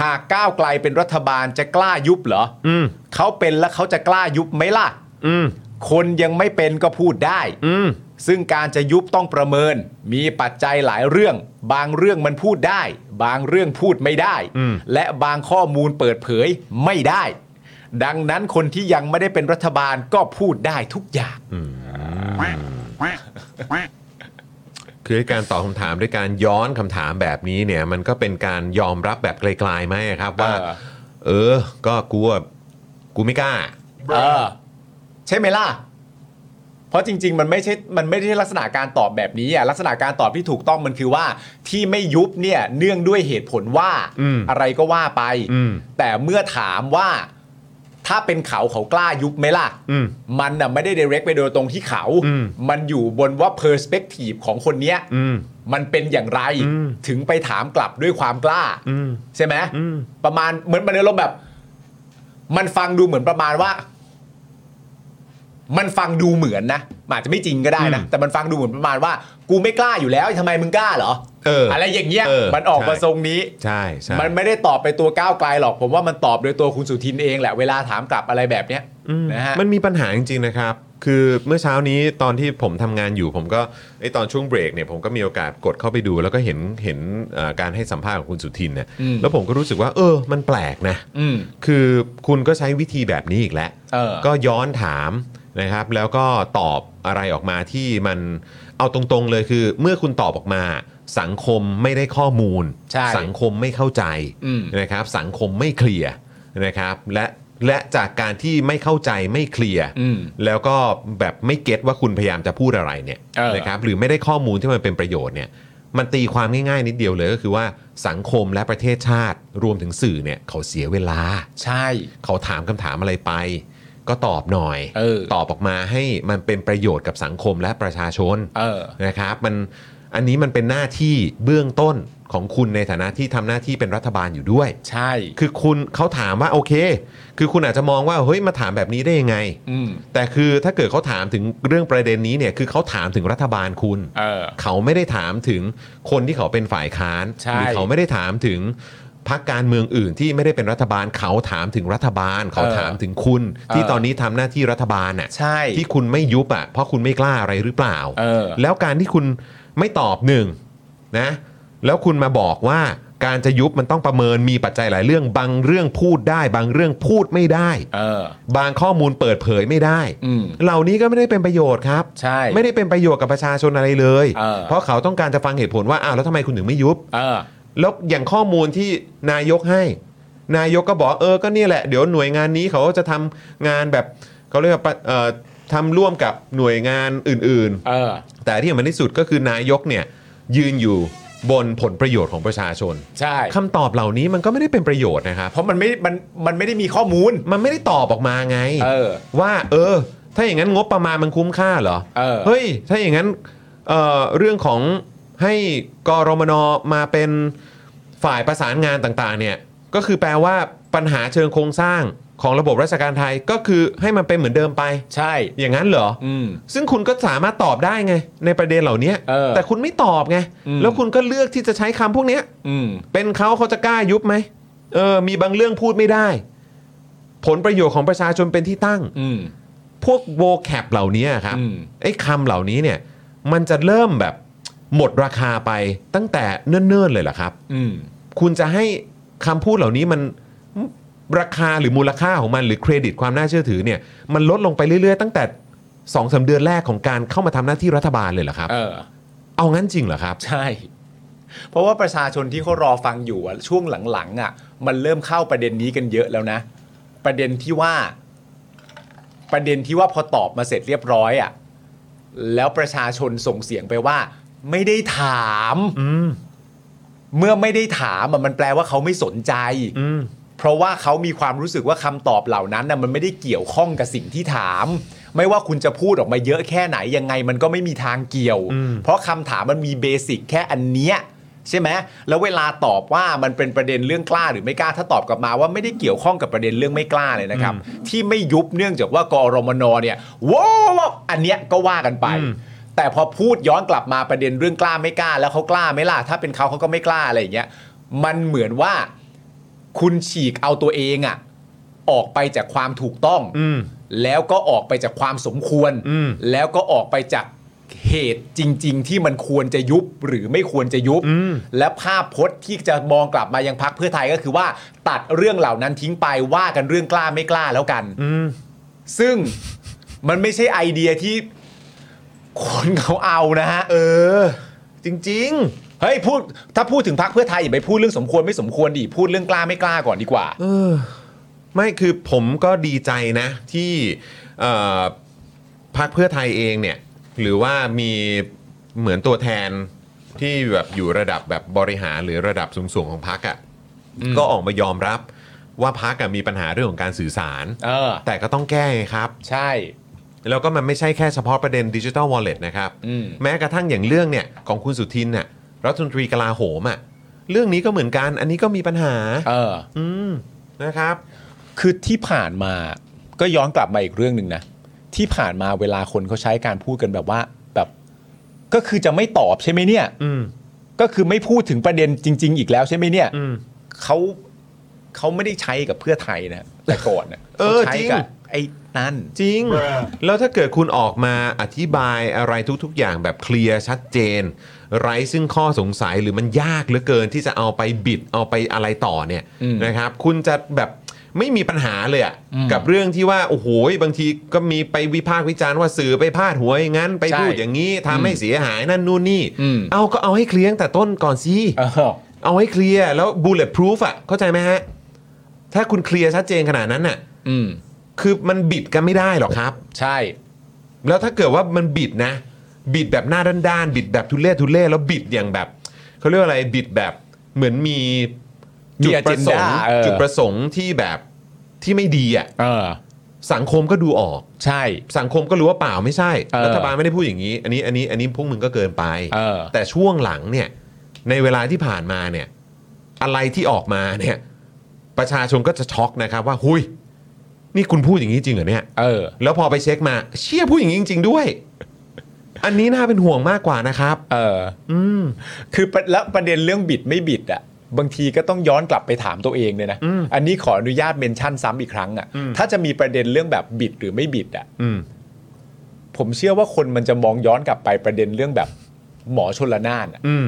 [SPEAKER 2] หากก้าวไกลเป็นรัฐบาลจะกล้ายุบเหรอ
[SPEAKER 1] อืม
[SPEAKER 2] เขาเป็นแล้วเขาจะกล้ายุบไหมล่ะ
[SPEAKER 1] อืม
[SPEAKER 2] คนยังไม่เป็นก็พูดได้
[SPEAKER 1] อืม
[SPEAKER 2] ซึ่งการจะยุบต้องประเมิน มีปัจจัยหลายเรื่อง บางเรื่องมันพูดได้ บางเรื่องพูดไม่ได้
[SPEAKER 1] อืม
[SPEAKER 2] และบางข้อมูลเปิดเผยไม่ได้ ดังนั้นคนที่ยังไม่ได้เป็นรัฐบาลก็พูดได้ทุกอย่าง
[SPEAKER 1] คือให้การตอบคำถามด้วยการย้อนคำถามแบบนี้เนี่ย มันก็เป็นการยอมรับแบบไกลๆไหมครับว่า
[SPEAKER 2] เออ
[SPEAKER 1] เออ ก็กูอะกูไม่กล้า
[SPEAKER 2] เออใช่ไหมล่ะ เพราะจริง ๆ มันไม่ใช่ มันไม่ใช่ลักษณะการตอบแบบนี้อ่ะลักษณะการตอบที่ถูกต้องมันคือว่า ที่ไม่ยุบเนี่ย เนื่องด้วยเหตุผลว่า
[SPEAKER 1] อืม
[SPEAKER 2] อะไรก็ว่าไป
[SPEAKER 1] อืม
[SPEAKER 2] แต่เมื่อถามว่า ถ้าเป็นเขาเขากล้ายุบไหมล่ะ
[SPEAKER 1] อืม
[SPEAKER 2] มันน่ะไม่ได้ direct ไปโดยตรงที่เขา
[SPEAKER 1] อืม
[SPEAKER 2] มันอยู่บนว่า perspective ของคนเนี้ย
[SPEAKER 1] อืม
[SPEAKER 2] มันเป็นอย่างไร
[SPEAKER 1] อืม
[SPEAKER 2] ถึงไปถามกลับด้วยความกล้า
[SPEAKER 1] อืม
[SPEAKER 2] ใช่ไหม
[SPEAKER 1] อืม
[SPEAKER 2] ประมาณเหมือนมันอารมณ์แบบ มันฟังดูเหมือนประมาณว่า มันฟังดูเหมือนนะมันอาจจะไม่จริงก็ได้นะแต่มันฟังดูเหมือนประมาณว่า กูไม่กล้าอยู่แล้วทำไมมึงกล้าเหรอ
[SPEAKER 1] เอออ
[SPEAKER 2] อะไรอย่างเงี้ย
[SPEAKER 1] เออ
[SPEAKER 2] มันออกมา
[SPEAKER 1] ใช่
[SPEAKER 2] ทรงนี้
[SPEAKER 1] ใช่ใช่
[SPEAKER 2] มันไม่ได้ตอบไปตัวก้าวไกลหรอก ผมว่ามันตอบโดยตัวคุณสุทินเองแหละเวลาถามกลับอะไรแบบเนี้ย
[SPEAKER 1] อืม
[SPEAKER 2] นะฮะ
[SPEAKER 1] มันมีปัญหาจริงๆนะครับ คือเมื่อเช้านี้ตอนที่ผมทำงานอยู่ ผมก็ไอตอนช่วงเบรกเนี่ยผมก็มีโอกาสกดเข้าไปดู แล้วก็เห็นเห็นเอ่อการให้สัมภาษณ์ของคุณสุทินเนี่ย
[SPEAKER 2] อืม
[SPEAKER 1] แล้วผมก็รู้สึกว่า เออ มันแปลกนะ
[SPEAKER 2] อืม
[SPEAKER 1] คือคุณก็ใช้วิธีแบบนี้อีกแล้ว
[SPEAKER 2] เออ
[SPEAKER 1] ก็ย้อนถามนะครับ แล้วก็ตอบอะไรออกมาที่มันเอาตรงๆเลยคือ เมื่อคุณตอบออกมา สังคมไม่ได้ข้อมูล
[SPEAKER 2] ใช่
[SPEAKER 1] สังคมไม่เข้าใจ
[SPEAKER 2] อืม
[SPEAKER 1] นะครับ สังคมไม่เคลียร์นะครับ และและจากการที่ไม่เข้าใจไม่เคลียร์
[SPEAKER 2] อืม
[SPEAKER 1] แล้วก็แบบไม่เก็ตว่าคุณพยายามจะพูดอะไรเนี่ย
[SPEAKER 2] เออ
[SPEAKER 1] นะครับหรือไม่ได้ข้อมูลที่มันเป็นประโยชน์เนี่ยมันตีความง่ายๆนิดเดียวเลยก็คือว่าสังคมและประเทศชาติรวมถึงสื่อเนี่ยเขาเสียเวลา
[SPEAKER 2] ใช่
[SPEAKER 1] เขาถามคำถามอะไรไป ก็ตอบหน่อย
[SPEAKER 2] เออ
[SPEAKER 1] ตอบออกมาให้มันเป็นประโยชน์กับสังคมและประชาชน
[SPEAKER 2] เออ
[SPEAKER 1] นะครับมันอันนี้มันเป็นหน้าที่เบื้องต้นของคุณในฐานะที่ทำหน้าที่เป็นรัฐบาลอยู่ด้วย
[SPEAKER 2] ใช่
[SPEAKER 1] คือคุณเขาถามว่าโอเค คือคุณอาจจะมองว่าเฮ้ยมาถามแบบนี้ได้ยังไง
[SPEAKER 2] อืม
[SPEAKER 1] แต่คือถ้าเกิดเขาถามถึงเรื่องประเด็นนี้เนี่ยคือเขาถามถึงรัฐบาลคุณ
[SPEAKER 2] เออ
[SPEAKER 1] เขาไม่ได้ถามถึงคนที่เขาเป็นฝ่ายค้าน
[SPEAKER 2] ใช่
[SPEAKER 1] หรืเขาไม่ได้ถามถึงพรรคการเมืองอื่นที่ไม่ได้เป็นรัฐบาล เขาถามถึงรัฐบาล เขาถามถึงคุณ ที่ตอนนี้ทำหน้าที่รัฐบาลน่ะ
[SPEAKER 2] ใช่
[SPEAKER 1] ที่คุณไม่ยุบอ่ะเพราะคุณไม่กล้าอะไรหรือเปล่า
[SPEAKER 2] เออ
[SPEAKER 1] แล้วการที่คุณไม่ตอบหนึ่งนะ แล้วคุณมาบอกว่าการจะยุบมันต้องประเมินมีปัจจัยหลายเรื่อง บางเรื่องพูดได้ บางเรื่องพูดไม่ได้
[SPEAKER 2] เออ
[SPEAKER 1] บางข้อมูลเปิดเผยไม่ได้
[SPEAKER 2] อืม
[SPEAKER 1] เหล่านี้ก็ไม่ได้เป็นประโยชน์ครับ
[SPEAKER 2] ใช่
[SPEAKER 1] ไม่ได้เป็นประโยชน์กับประชาชนอะไรเลย
[SPEAKER 2] เออ
[SPEAKER 1] เพราะเขาต้องการจะฟังเหตุผลว่าอ้าวแล้วทำไมคุณถึงไม่ยุบ
[SPEAKER 2] เออ
[SPEAKER 1] แล้วอย่างข้อมูลที่นายกให้ นายกก็บอกเออก็เนี่ยแหละเดี๋ยวหน่วยงานนี้เขาจะทำงานแบบเขาเรียกว่าปะเอ่อทำร่วมกับหน่วยงานอื่น
[SPEAKER 2] เออ
[SPEAKER 1] ๆ แต่ที่สำคัญที่สุดก็คือนายกเนี่ยยืนอยู่บนผลประโยชน์ของประชาชน
[SPEAKER 2] ใช่
[SPEAKER 1] คำตอบเหล่านี้มันก็ไม่ได้เป็นประโยชน์นะครับ
[SPEAKER 2] เพราะมันไม่ มัน มันไม่ได้มีข้อมูล
[SPEAKER 1] มันไม่ได้ตอบออกมาไง
[SPEAKER 2] เออ
[SPEAKER 1] ว่าเออ ถ้าอย่างนั้นงบประมาณมันคุ้มค่าเหรอ
[SPEAKER 2] เออ
[SPEAKER 1] ยถ้าอย่างนั้นเอ่อเรื่องของให้กรมนมาเป็นฝ่ายประสานงานต่างๆ เนี่ย ก็คือแปลว่าปัญหาเชิงโครงสร้างของระบบราชการไทยก็คือให้มันเป็นเหมือนเดิมไป
[SPEAKER 2] ใช่
[SPEAKER 1] อย่างนั้นเหรอ
[SPEAKER 2] อืม
[SPEAKER 1] ซึ่งคุณก็สามารถตอบได้ไง ในประเด็นเหล่านี้
[SPEAKER 2] เออ
[SPEAKER 1] แต่คุณไม่ตอบไง
[SPEAKER 2] อืม
[SPEAKER 1] แล้วคุณก็เลือกที่จะใช้คำพวกเนี้ย
[SPEAKER 2] อืม
[SPEAKER 1] เป็นเขาเขาจะกล้ายุบไหมเออ มีบางเรื่องพูดไม่ได้ ผลประโยชน์ของประชาชนเป็นที่ตั้ง
[SPEAKER 2] อืม
[SPEAKER 1] พวกโวแคปเหล่านี้ครับ
[SPEAKER 2] อืม
[SPEAKER 1] ไอ้คำเหล่านี้เนี่ย มันจะเริ่มแบบหมดราคาไปตั้งแต่เนิ่นๆเลยเหรอครับ
[SPEAKER 2] อืม
[SPEAKER 1] คุณจะให้คำพูดเหล่านี้มันราคาหรือมูลค่าของมันหรือเครดิตความน่าเชื่อถือเนี่ย มันลดลงไปเรื่อยๆ ตั้งแต่สองสาเดือนแรกของการเข้ามาทำหน้าที่รัฐบาลเลยเหรอครับ
[SPEAKER 2] เออ
[SPEAKER 1] เอางั้นจริงเหรอครับ
[SPEAKER 2] ใช่ เพราะว่าประชาชนที่เขารอฟังอยู่อะช่วงหลังๆอะมันเริ่มเข้าประเด็นนี้กันเยอะแล้วนะ ประเด็นที่ว่า ประเด็นที่ว่าพอตอบมาเสร็จเรียบร้อยอะแล้วประชาชนส่งเสียงไปว่า ไม่ได้ถาม
[SPEAKER 1] อืม
[SPEAKER 2] เมื่อไม่ได้ถามอะมันแปลว่าเขาไม่สนใจ
[SPEAKER 1] อืม
[SPEAKER 2] เพราะว่าเขามีความรู้สึกว่าคำตอบเหล่านั้นนะมันไม่ได้เกี่ยวข้องกับสิ่งที่ถาม ไม่ว่าคุณจะพูดออกมาเยอะแค่ไหนยังไงมันก็ไม่มีทางเกี่ยว
[SPEAKER 1] อืม
[SPEAKER 2] เพราะคำถามมันมีเบสิกแค่อันเนี้ยใช่ไหมแล้วเวลาตอบว่ามันเป็นประเด็นเรื่องกล้าหรือไม่กล้าถ้าตอบกลับมาว่าไม่ได้เกี่ยวข้องกับประเด็นเรื่องไม่กล้าเลยนะครับ ที่ไม่ยุบเนื่องจากว่ากอรมนเนี่ยว้าวอันเนี้ยก็ว่ากันไป แต่พอพูดย้อนกลับมาประเด็นเรื่องกล้าไม่กล้า แล้วเขากล้าไหมล่ะถ้าเป็นเขาเขาก็ไม่กล้าอะไรอย่างเงี้ยมันเหมือนว่า คุณฉีกเอาตัวเองอะออกไปจากความถูกต้อง
[SPEAKER 1] อืม
[SPEAKER 2] แล้วก็ออกไปจากความสมควร
[SPEAKER 1] อืม
[SPEAKER 2] แล้วก็ออกไปจากเหตุจริง ๆ ที่มันควรจะยุบหรือไม่ควรจะยุบ และภาพพจน์ที่จะมองกลับมายังพักเพื่อไทยก็คือว่า ตัดเรื่องเหล่านั้นทิ้งไปว่ากันเรื่องกล้าไม่กล้าแล้วกัน
[SPEAKER 1] อืม
[SPEAKER 2] ซึ่งมันไม่ใช่ไอเดียที่คนเขาเอานะฮะ
[SPEAKER 1] เออ จริง
[SPEAKER 2] เฮ้ยพูดถ้าพูดถึงพักเพื่อไทยอย่าไปพูดเรื่องสมควรไม่สมควรดิพูดเรื่องกล้าไม่กล้าก่อนดีกว่า
[SPEAKER 1] ๆ ไม่คือผมก็ดีใจนะที่เอ่อพรรคเพื่อไทยเองเนี่ย หรือว่ามีเหมือนตัวแทนที่แบบอยู่ระดับแบบบริหารหรือระดับสูงๆของพรรคอ่ะก็ออกมายอมรับว่าพรรคอะมีปัญหาเรื่องของการสื่อสาร
[SPEAKER 2] เออ
[SPEAKER 1] แต่ก็ต้องแก้ไงครับ
[SPEAKER 2] ใช่
[SPEAKER 1] แล้วก็มันไม่ใช่แค่เฉพาะประเด็นดิจิทัลวอลเล็ตนะครับ
[SPEAKER 2] อืม
[SPEAKER 1] แม้กระทั่งอย่างเรื่องเนี่ยของคุณสุทินน่ะรัฐมนตรีกลาโหมอ่ะเรื่องนี้ก็เหมือนกัน อันนี้ก็มีปัญหา
[SPEAKER 2] เออ
[SPEAKER 1] อืมนะครับ
[SPEAKER 2] คือที่ผ่านมาก็ย้อนกลับมาอีกเรื่องหนึ่งนะ ที่ผ่านมาเวลาคนเขาใช้การพูดกันแบบว่าแบบ ก็คือจะไม่ตอบใช่ไหมเนี่ย
[SPEAKER 1] อืม
[SPEAKER 2] ก็คือไม่พูดถึงประเด็นจริง ๆ อีกแล้วใช่ไหมเนี่ย
[SPEAKER 1] อืม
[SPEAKER 2] เขาเขาไม่ได้ใช้กับเพื่อไทยนะแต่ก่อนนะ
[SPEAKER 1] เออ
[SPEAKER 2] ขา
[SPEAKER 1] จ
[SPEAKER 2] ใช้
[SPEAKER 1] ริง
[SPEAKER 2] กับไอ้นั่น
[SPEAKER 1] จริง แล้วถ้าเกิดคุณออกมาอธิบายอะไรทุก ๆ อย่างแบบเคลียร์ชัดเจน ไร้ซึ่งข้อสงสัยหรือมันยากเหลือเกินที่จะเอาไปบิดเอาไปอะไรต่อเนี่ย
[SPEAKER 2] อืม
[SPEAKER 1] นะครับ คุณจะแบบไม่มีปัญหาเลยอะ
[SPEAKER 2] อืม
[SPEAKER 1] กับเรื่องที่ว่าโอ้โหบางทีก็มีไปวิพากษ์วิจารณ์ว่าสื่อไปพาดหัวอย่างนั้น ไป
[SPEAKER 2] ใช่
[SPEAKER 1] พูดอย่างนี้ทำให้
[SPEAKER 2] อืม
[SPEAKER 1] เสียหายนั่นนู่นนี่
[SPEAKER 2] อืม
[SPEAKER 1] เอาก็เอาให้เคลียร์ตั้งแต่ต้นก่อนสิ
[SPEAKER 2] เออ
[SPEAKER 1] เอาให้เคลียร์แล้ว bullet proof อะเข้าใจไหมฮะถ้าคุณเคลียร์ชัดเจนขนาดนั้นน่ะ
[SPEAKER 2] อืม
[SPEAKER 1] คือมันบิดกันไม่ได้หรอกครับ
[SPEAKER 2] ใช่
[SPEAKER 1] แล้วถ้าเกิดว่ามันบิดนะ บิดแบบหน้าด้านๆบิดแบบทุเล่ทุเล่แล้วบิดอย่างแบบเขาเรียกว่าอะไรบิดแบบเหมือนมี
[SPEAKER 2] มี
[SPEAKER 1] จุดประสงค์
[SPEAKER 2] agenda เออ
[SPEAKER 1] จุดประสงค์ที่แบบที่ไม่ดีอ่ะ
[SPEAKER 2] เออ
[SPEAKER 1] สังคมก็ดูออก
[SPEAKER 2] ใช่
[SPEAKER 1] สังคมก็รู้ว่าเปล่าไม่ใช่
[SPEAKER 2] เออ
[SPEAKER 1] รัฐบาลไม่ได้พูดอย่างนี้ อันนี้อันนี้อันนี้พวกมึงก็เกินไป
[SPEAKER 2] เออ
[SPEAKER 1] แต่ช่วงหลังเนี่ย ในเวลาที่ผ่านมาเนี่ย อะไรที่ออกมาเนี่ย ประชาชนก็จะช็อกนะครับ ว่าหุยนี่คุณพูดอย่างนี้จริงเหรอเนี่ย
[SPEAKER 2] เออ
[SPEAKER 1] แล้วพอไปเช็คมา เชี่ยผู้หญิงจริง ๆ ด้วย อันนี้น่าเป็นห่วงมากกว่านะครับ
[SPEAKER 2] เออ
[SPEAKER 1] อืม
[SPEAKER 2] คือประแล้วประเด็นเรื่องบิดไม่บิดอะบางทีก็ต้องย้อนกลับไปถามตัวเองเลยนะ
[SPEAKER 1] อืม
[SPEAKER 2] อันนี้ขออนุญาตเมนชั่นซ้ำอีกครั้งอะ
[SPEAKER 1] อืม
[SPEAKER 2] ถ้าจะมีประเด็นเรื่องแบบบิดหรือไม่บิดอะ
[SPEAKER 1] อืม
[SPEAKER 2] ผมเชื่อว่าคนมันจะมองย้อนกลับไปประเด็นเรื่องแบบหมอชนละนานอะ
[SPEAKER 1] อืม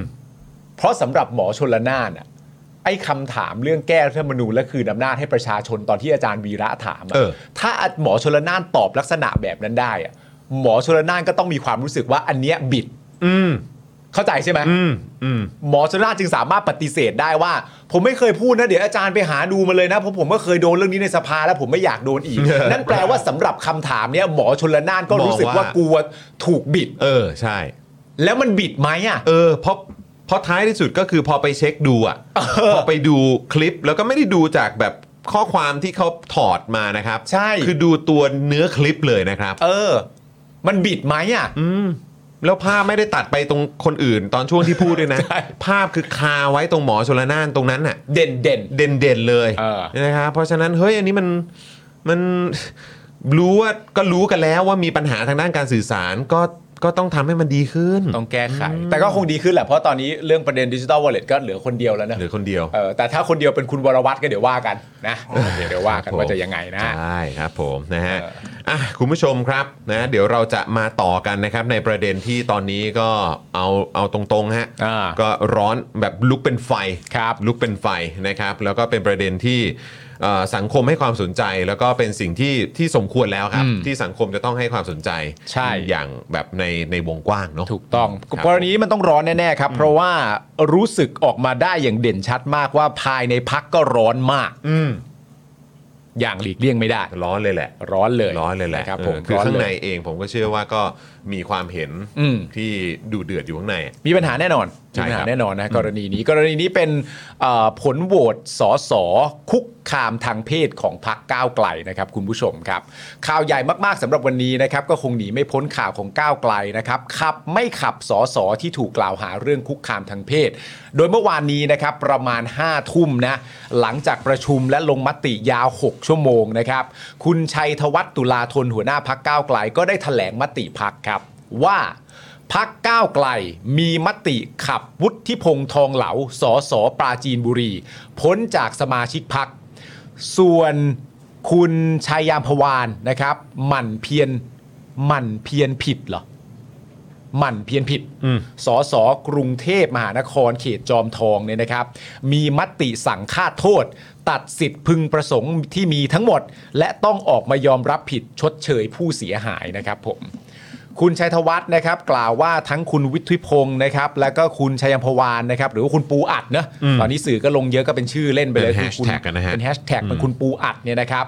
[SPEAKER 2] เพราะสำหรับหมอชนละนานอะไอ้คำถามเรื่องแก้รัฐธรรมนูญและคืนอำนาจให้ประชาชนตอนที่อาจารย์วีระถามอะ
[SPEAKER 1] เออ
[SPEAKER 2] ถ้าหมอชนละนานตอบลักษณะแบบนั้นได้อะหมอชนละนานก็ต้องมีความรู้สึกว่าอันเนี้ยบิด
[SPEAKER 1] อืม
[SPEAKER 2] เข้าใจใช่ไหม
[SPEAKER 1] อืม อืม
[SPEAKER 2] หมอชนน่านจึงสามารถปฏิเสธได้ว่า ผมไม่เคยพูดนะ เดี๋ยวอาจารย์ไปหาดูมาเลยนะเพราะผมก็เคยโดนเรื่องนี้ในสภาแล้วผมไม่อยากโดน อีก นั่นแปลว่าสำหรับคำถามเนี้ยหมอชนละนานก็รู้สึก
[SPEAKER 1] มอง
[SPEAKER 2] ว่า
[SPEAKER 1] ว่า
[SPEAKER 2] กลัวถูกบิด
[SPEAKER 1] เออ ใช่
[SPEAKER 2] แล้วมันบิดไหมอ่ะ
[SPEAKER 1] เออ เพราะ เพราะท้ายที่สุดก็คือพอไปเช็คดูอะพอไปดูคลิปแล้วก็ไม่ได้ดูจากแบบข้อความที่เขาถอดมานะครับ
[SPEAKER 2] ใช่
[SPEAKER 1] คือดูตัวเนื้อคลิปเลยนะครับ
[SPEAKER 2] เออ มันบิดไหมอ่ะ
[SPEAKER 1] อืม แล้วภาพไม่ได้ตัดไปตรงคนอื่น ตอนช่วงที่พูดด้วยนะ
[SPEAKER 2] ใช่
[SPEAKER 1] ภาพคือคาไว้ตรงหมอชลนานตรงนั้นน่ะ
[SPEAKER 2] เด่นเด่น
[SPEAKER 1] เด่นๆเลย
[SPEAKER 2] เออ
[SPEAKER 1] นะครับเพราะฉะนั้นเฮ้ยอันนี้มันมัน รู้ว่าก็รู้กันแล้วว่ามีปัญหาทางด้านการสื่อสารก็ก็ต้องทำให้มันดีขึ้น
[SPEAKER 2] ต้องแก้ไข แต่ก็คงดีขึ้นแหละเพราะตอนนี้เรื่องประเด็นดิจิ t a ลวอลเล็ตก็เหลือคนเดียวแล้วนะ
[SPEAKER 1] เหรือคนเดียว
[SPEAKER 2] เออแต่ถ้าคนเดียวเป็นคุณวรวัตรก็เดี๋ยวว่ากันนะเดี๋ยวว่ากันว่าจะยังไงนะ
[SPEAKER 1] ใช่ครับผมนะฮะ
[SPEAKER 2] เออ
[SPEAKER 1] อ่ะคุณผู้ชมครับนะเดี๋ยวเราจะมาต่อกันนะครับ ในประเด็นที่ตอนนี้ก็เอาเอาตรงๆฮะ
[SPEAKER 2] อ่า
[SPEAKER 1] ก็ร้อนแบบลุกเป็นไฟ
[SPEAKER 2] ครับ
[SPEAKER 1] ลุกเป็นไฟนะครับ แล้วก็เป็นประเด็นที่เอ่อสังคมให้ความสนใจ แล้วก็เป็นสิ่งที่ที่สมควรแล้วครับ
[SPEAKER 2] อืม
[SPEAKER 1] ที่สังคมจะต้องให้ความสนใจ
[SPEAKER 2] ใช่
[SPEAKER 1] อย่างแบบในในวงกว้างเนาะ
[SPEAKER 2] ถูกต้อง
[SPEAKER 1] ครับ
[SPEAKER 2] กรณีมันต้องร้อนแน่ ๆ ครับ เพราะว่ารู้สึกออกมาได้อย่างเด่นชัดมากว่าภายในพักก็ร้อนมาก
[SPEAKER 1] อืม
[SPEAKER 2] อย่างหลีกเลี่ยงไม่ได้
[SPEAKER 1] ร้อนเลยแหละ
[SPEAKER 2] ร้อนเลย
[SPEAKER 1] ร้อนเลยแหละ
[SPEAKER 2] นะครับ
[SPEAKER 1] เออ
[SPEAKER 2] ผม
[SPEAKER 1] คือข้างใน
[SPEAKER 2] ร้เลย
[SPEAKER 1] เองผมก็เชื่อว่าก็มีความเห็น
[SPEAKER 2] อืม
[SPEAKER 1] ที่ดูเดือดอยู่ข้างใน
[SPEAKER 2] มีปัญหาแน่นอน
[SPEAKER 1] ใช่
[SPEAKER 2] มีปัญ
[SPEAKER 1] ครั
[SPEAKER 2] หา
[SPEAKER 1] บ
[SPEAKER 2] แน่นอนนะกรณีนี้กรณีนี้เป็นเอ่อผลโหวตสสคุกคามทางเพศของพักก้าวไกลนะครับคุณผู้ชมครับ ข่าวใหญ่มากๆสำหรับวันนี้นะครับก็คงหนีไม่พ้นข่าวของก้าวไกลนะครับขับไม่ขับสสที่ถูกกล่าวหาเรื่องคุกคามทางเพศ โดยเมื่อวานนี้นะครับประมาณ 5 ทุ่มนะหลังจากประชุมและลงมติยาว 6 ชั่วโมงนะครับคุณชัยธวัฒน์ตุลาธนหัวหน้าพักก้าวไกล ก็ได้แถลงมติพักครับว่า พักก้าวไกลมีมติขับวุฒิพงษ์ทองเหลาสอสอปราจีนบุรี พ้นจากสมาชิกพัก ส่วนคุณชายยามพวานนะครับ หมั่นเพียนหมั่นเพียนผิดเหรอ หมั่นเพียนผิด
[SPEAKER 1] อืม
[SPEAKER 2] สอสกรุงเทพมหานครเขตจอมทองเนี่ยนะครับ มีมติสั่งฆ่าโทษ ตัดสิทธิ์พึงประสงค์ที่มีทั้งหมด และต้องออกมายอมรับผิดชดเชยผู้เสียหายนะครับผม คุณชัยธวัฒน์นะครับ กล่าวว่าทั้งคุณวิทยพงศ์นะครับ แล้วก็คุณชัยยมพวานนะครับ หรือว่าคุณปูอัดเนอะตอนนี้สื่อก็ลงเยอะก็เป็นชื่อเล่นไปเลย
[SPEAKER 1] เป็น
[SPEAKER 2] คือคุณ
[SPEAKER 1] hashtag กันนะฮะ
[SPEAKER 2] เป็นแฮชแท็กเป็นคุณปูอัดเนี่ยนะครับ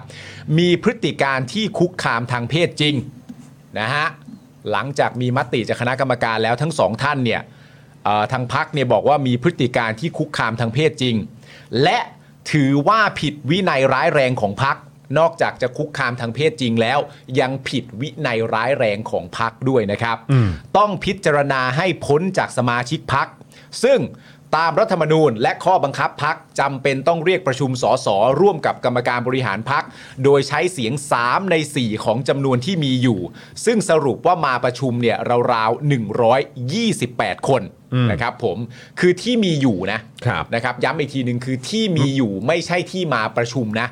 [SPEAKER 2] มีพฤติการที่คุกคามทางเพศจริง นะฮะหลังจากมีมติจากคณะกรรมการแล้วทั้งสองท่านเนี่ยเอ่อทางพักเนี่ยบอกว่ามีพฤติการที่คุกคามทางเพศจริง และถือว่าผิดวินัยร้ายแรงของพัก นอกจากจะคุกคามทางเพศจริงแล้ว ยังผิดวินัยร้ายแรงของพักด้วยนะครับ ต้องพิจารณาให้พ้นจากสมาชิกพัก ซึ่งตามรัฐธรรมนูญและข้อบังคับพักจำเป็นต้องเรียกประชุมสสร่วมกับกรรมการบริหารพัก โดยใช้เสียง 3 ใน 4 ของจำนวนที่มีอยู่ ซึ่งสรุปว่ามาประชุมเนี่ยราวๆ 128 คนนะครับผมคือที่มีอยู่นะครับ นะครับย้ำอีกทีหนึ่งคือที่มีอยู่ไม่ใช่ที่มาประชุมนะ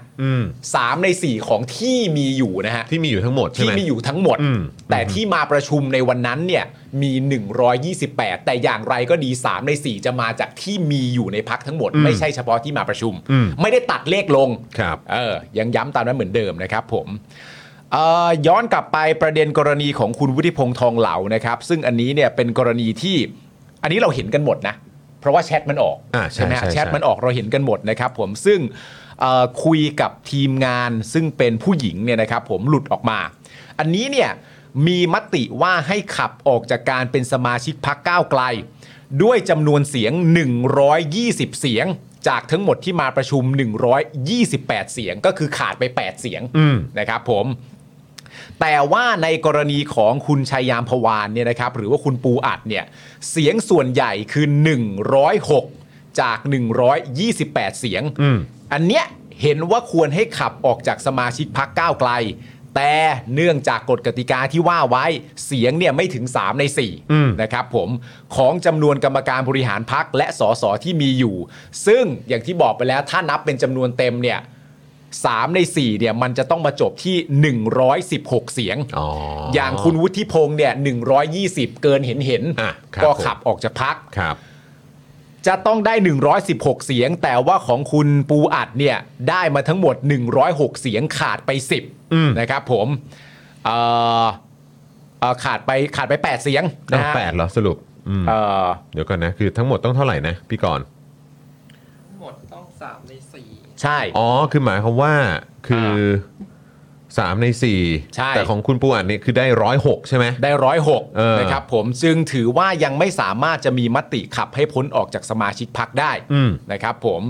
[SPEAKER 2] สามในสี่ของที่มีอยู่นะฮะ
[SPEAKER 1] ที่มีอยู่ทั้งหมดใช่
[SPEAKER 2] ที่
[SPEAKER 1] ไหม
[SPEAKER 2] มีอยู่ทั้งหมด
[SPEAKER 1] อืม
[SPEAKER 2] แต่ที่มาประชุมในวันนั้นเนี่ยมี 128 แต่อย่างไรก็ดี 3 ใน 4 จะมาจากที่มีอยู่ในพักทั้งหมด ไม่ใช่เฉพาะที่มาประชุม ไม่ได้ตัดเลขลง
[SPEAKER 1] ครับ
[SPEAKER 2] เออยังย้ำตามนั้นเหมือนเดิมนะครับผมเอ่อย้อนกลับไปประเด็นกรณีของคุณวุฒิพงษ์ทองเหลานะครับ ซึ่งอันนี้เนี่ยเป็นกรณีที่อันนี้เราเห็นกันหมดนะ เพราะว่าแชทมันออก
[SPEAKER 1] อ่าใช่
[SPEAKER 2] ไหมฮะ
[SPEAKER 1] ใช่ใช่
[SPEAKER 2] แชทมันออกเราเห็นกันหมดนะครับผมซึ่งเอ่อคุยกับทีมงานซึ่งเป็นผู้หญิงเนี่ยนะครับผมหลุดออกมา อันนี้เนี่ยมีมติว่าให้ขับออกจากการเป็นสมาชิกพักก้าวไกล ด้วยจำนวนเสียง 120 เสียง จากทั้งหมดที่มาประชุม 128 เสียงก็คือขาดไป 8 เสียงนะครับผม แต่ว่าในกรณีของคุณชัยยามพวานเนี่ยนะครับ หรือว่าคุณปูอัดเนี่ยเสียงส่วนใหญ่คือ 106 จาก 128 เสียง อันเนี้ยเห็นว่าควรให้ขับออกจากสมาชิกพักก้าวไกล แต่เนื่องจากกฎกติกาที่ว่าไว้เสียงเนี่ยไม่ถึง 3 ใน 4 นะครับผม ของจำนวนกรรมการบริหารพักและสสที่มีอยู่ ซึ่งอย่างที่บอกไปแล้วถ้านับเป็นจำนวนเต็มเนี่ย 3 ใน 4 เนี่ย มันจะต้องมาจบที่ 116 เสียง
[SPEAKER 1] อ๋อ
[SPEAKER 2] อ
[SPEAKER 1] อ
[SPEAKER 2] ย่างคุณวุฒิพงษ์เนี่ย 120 เกินเห็นเห็นๆ
[SPEAKER 1] อ่ะครับ
[SPEAKER 2] ก็ขับออกจากพัก
[SPEAKER 1] ครับ
[SPEAKER 2] จะต้องได้ 116 เสียง แต่ว่าของคุณปูอัดเนี่ย ได้มาทั้งหมด 106 เสียงขาดไป 10 นะครับผมเอ่อเอ่อขาดไปขาดไป 8 เสียงนะ
[SPEAKER 1] เอา
[SPEAKER 2] ฮะ
[SPEAKER 1] แปดเหรอสรุปอืม
[SPEAKER 2] เอ่อ
[SPEAKER 1] เดี๋ยวก่อนนะ คือทั้งหมดต้องเท่าไหร่นะ พี่ก่อน
[SPEAKER 3] ทั้งหมดต้องสามในสี่
[SPEAKER 2] ใช่
[SPEAKER 1] อ๋อ คือหมายความว่าคือสามในสี่
[SPEAKER 2] ใช่
[SPEAKER 1] แต่ของคุณปูอัดเนี่ยคือได้ร้อยหกใช่ไหม
[SPEAKER 2] ได้ร้อยหก
[SPEAKER 1] เออ
[SPEAKER 2] นะครับผมจึงถือว่ายังไม่สามารถจะมีมติขับให้พ้นออกจากสมาชิกพักได้
[SPEAKER 1] อืม
[SPEAKER 2] นะครับผม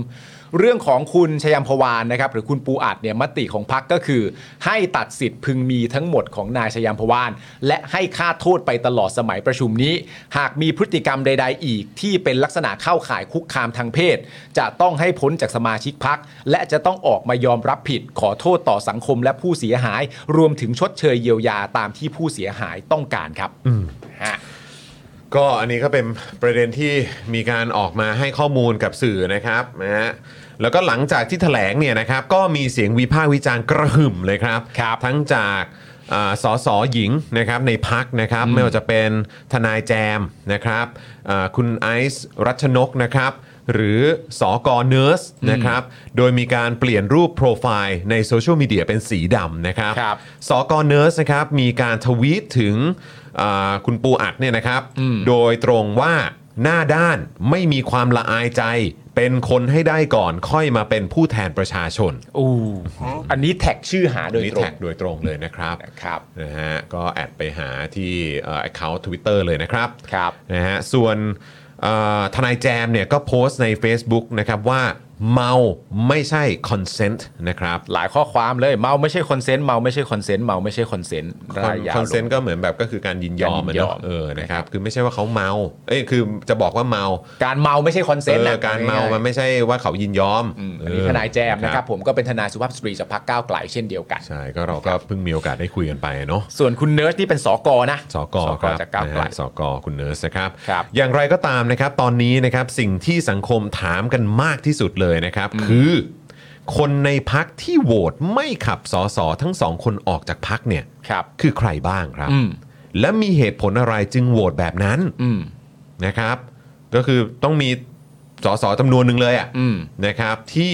[SPEAKER 2] เรื่องของคุณชยามพวานนะครับ หรือคุณปูอัดเนี่ยมติของพักก็คือ ให้ตัดสิทธิ์พึงมีทั้งหมดของนายชยามพวาน และให้ค่าโทษไปตลอดสมัยประชุมนี้ หากมีพฤติกรรมใด ๆ อีกที่เป็นลักษณะเข้าข่ายคุกคามทางเพศ จะต้องให้พ้นจากสมาชิกพัก และจะต้องออกมายอมรับผิด ขอโทษต่อสังคมและผู้เสียหาย รวมถึงชดเชยเยียวยาตามที่ผู้เสียหายต้องการครับฮะ
[SPEAKER 1] ก็อันนี้ก็เป็นประเด็นที่มีการออกมาให้ข้อมูลกับสื่อนะครับนะฮะแล้วก็หลังจากที่แถลงเนี่ยนะครับก็มีเสียงวิพากษ์วิจารณ์กระหึ่มเลยครับ
[SPEAKER 2] ครับ
[SPEAKER 1] ทั้งจากอ่าสสหญิงนะครับในพักนะครับไม่ว่าจะเป็นทนายแจมนะครับอ่าคุณไอซ์รัชนกนะครับหรือสอกอเนิร์สนะครับโดยมีการเปลี่ยนรูปโปรไฟล์ในโซเชียลมีเดียเป็นสีดำนะครับ
[SPEAKER 2] ครับ
[SPEAKER 1] สกเนิร์สนะครับมีการทวีตถึงอ่าคุณปูอัดเนี่ยนะครับ โดยตรงว่าหน้าด้านไม่มีความละอายใจ เป็นคนให้ได้ก่อนค่อยมาเป็นผู้แทนประชาชน
[SPEAKER 2] อู้อันนี้แท็กชื่อหาโดย
[SPEAKER 1] นี่
[SPEAKER 2] ตรง
[SPEAKER 1] แท็กโดยตรงเลยนะครับ
[SPEAKER 2] นะครับ
[SPEAKER 1] นะฮะก็แอดไปหาที่เอ่อ account Twitter เลยนะครับ
[SPEAKER 2] ครับ
[SPEAKER 1] นะฮะส่วนเอ่อทนายแจมเนี่ยก็โพสต์ใน Facebook นะครับว่าเมาไม่ใช่ consent นะครับ
[SPEAKER 2] หลายข้อความเลยเมาไม่ใช่คอนเซนต์เมาไม่ใช่คอนเซนต์เมาไม่ใช่คอนเซนต์รายยาว
[SPEAKER 1] ค
[SPEAKER 2] ล
[SPEAKER 1] อง นเซนต์ก็เหมือนแบบก็คือการยินยอม
[SPEAKER 2] การ
[SPEAKER 1] อะ
[SPEAKER 2] ยินย
[SPEAKER 1] เนาะ
[SPEAKER 2] อม
[SPEAKER 1] เออนะครับคือไม่ใช่ว่าเขาเมาเอ้ยคือจะบอกว่าเมา
[SPEAKER 2] การเมาไม่ใช่คอนเซนต์
[SPEAKER 1] เออ
[SPEAKER 2] นะ
[SPEAKER 1] การเมามันไม่ใช่ว่าเขายินยอม
[SPEAKER 2] อืม
[SPEAKER 1] เ
[SPEAKER 2] อันนี้ทนายแจมนะครับผมก็เป็นทนายสุภาพสตรีจากพรรคก้าวไกลเช่นเดียวกัน
[SPEAKER 1] ใช่ก็เราก็เพิ่งมีโอกาสได้คุยกันไปเนาะ
[SPEAKER 2] ส่วนคุณเนิร์ดนี่เป็นสกนะ
[SPEAKER 1] สกครับ
[SPEAKER 2] จากก้าว
[SPEAKER 1] นะ
[SPEAKER 2] ไกล
[SPEAKER 1] ฮะสกคุณเนิร์สนะครับ
[SPEAKER 2] ครับ
[SPEAKER 1] อย่างไรก็ตามนะครับ ตอนนี้นะครับสิ่งที่สังคมถามกันมากที่สุดเลยนะครับ คือคนในพักที่โหวตไม่ขับสสทั้งสองคนออกจากพักเนี่ย
[SPEAKER 2] ครับ
[SPEAKER 1] คือใครบ้างครับ
[SPEAKER 2] อืม
[SPEAKER 1] และมีเหตุผลอะไรจึงโหวตแบบนั้น
[SPEAKER 2] อืม
[SPEAKER 1] นะครับก็คือต้องมีสสจำนวนหนึ่งเลยอะ
[SPEAKER 2] อืม
[SPEAKER 1] นะครับที่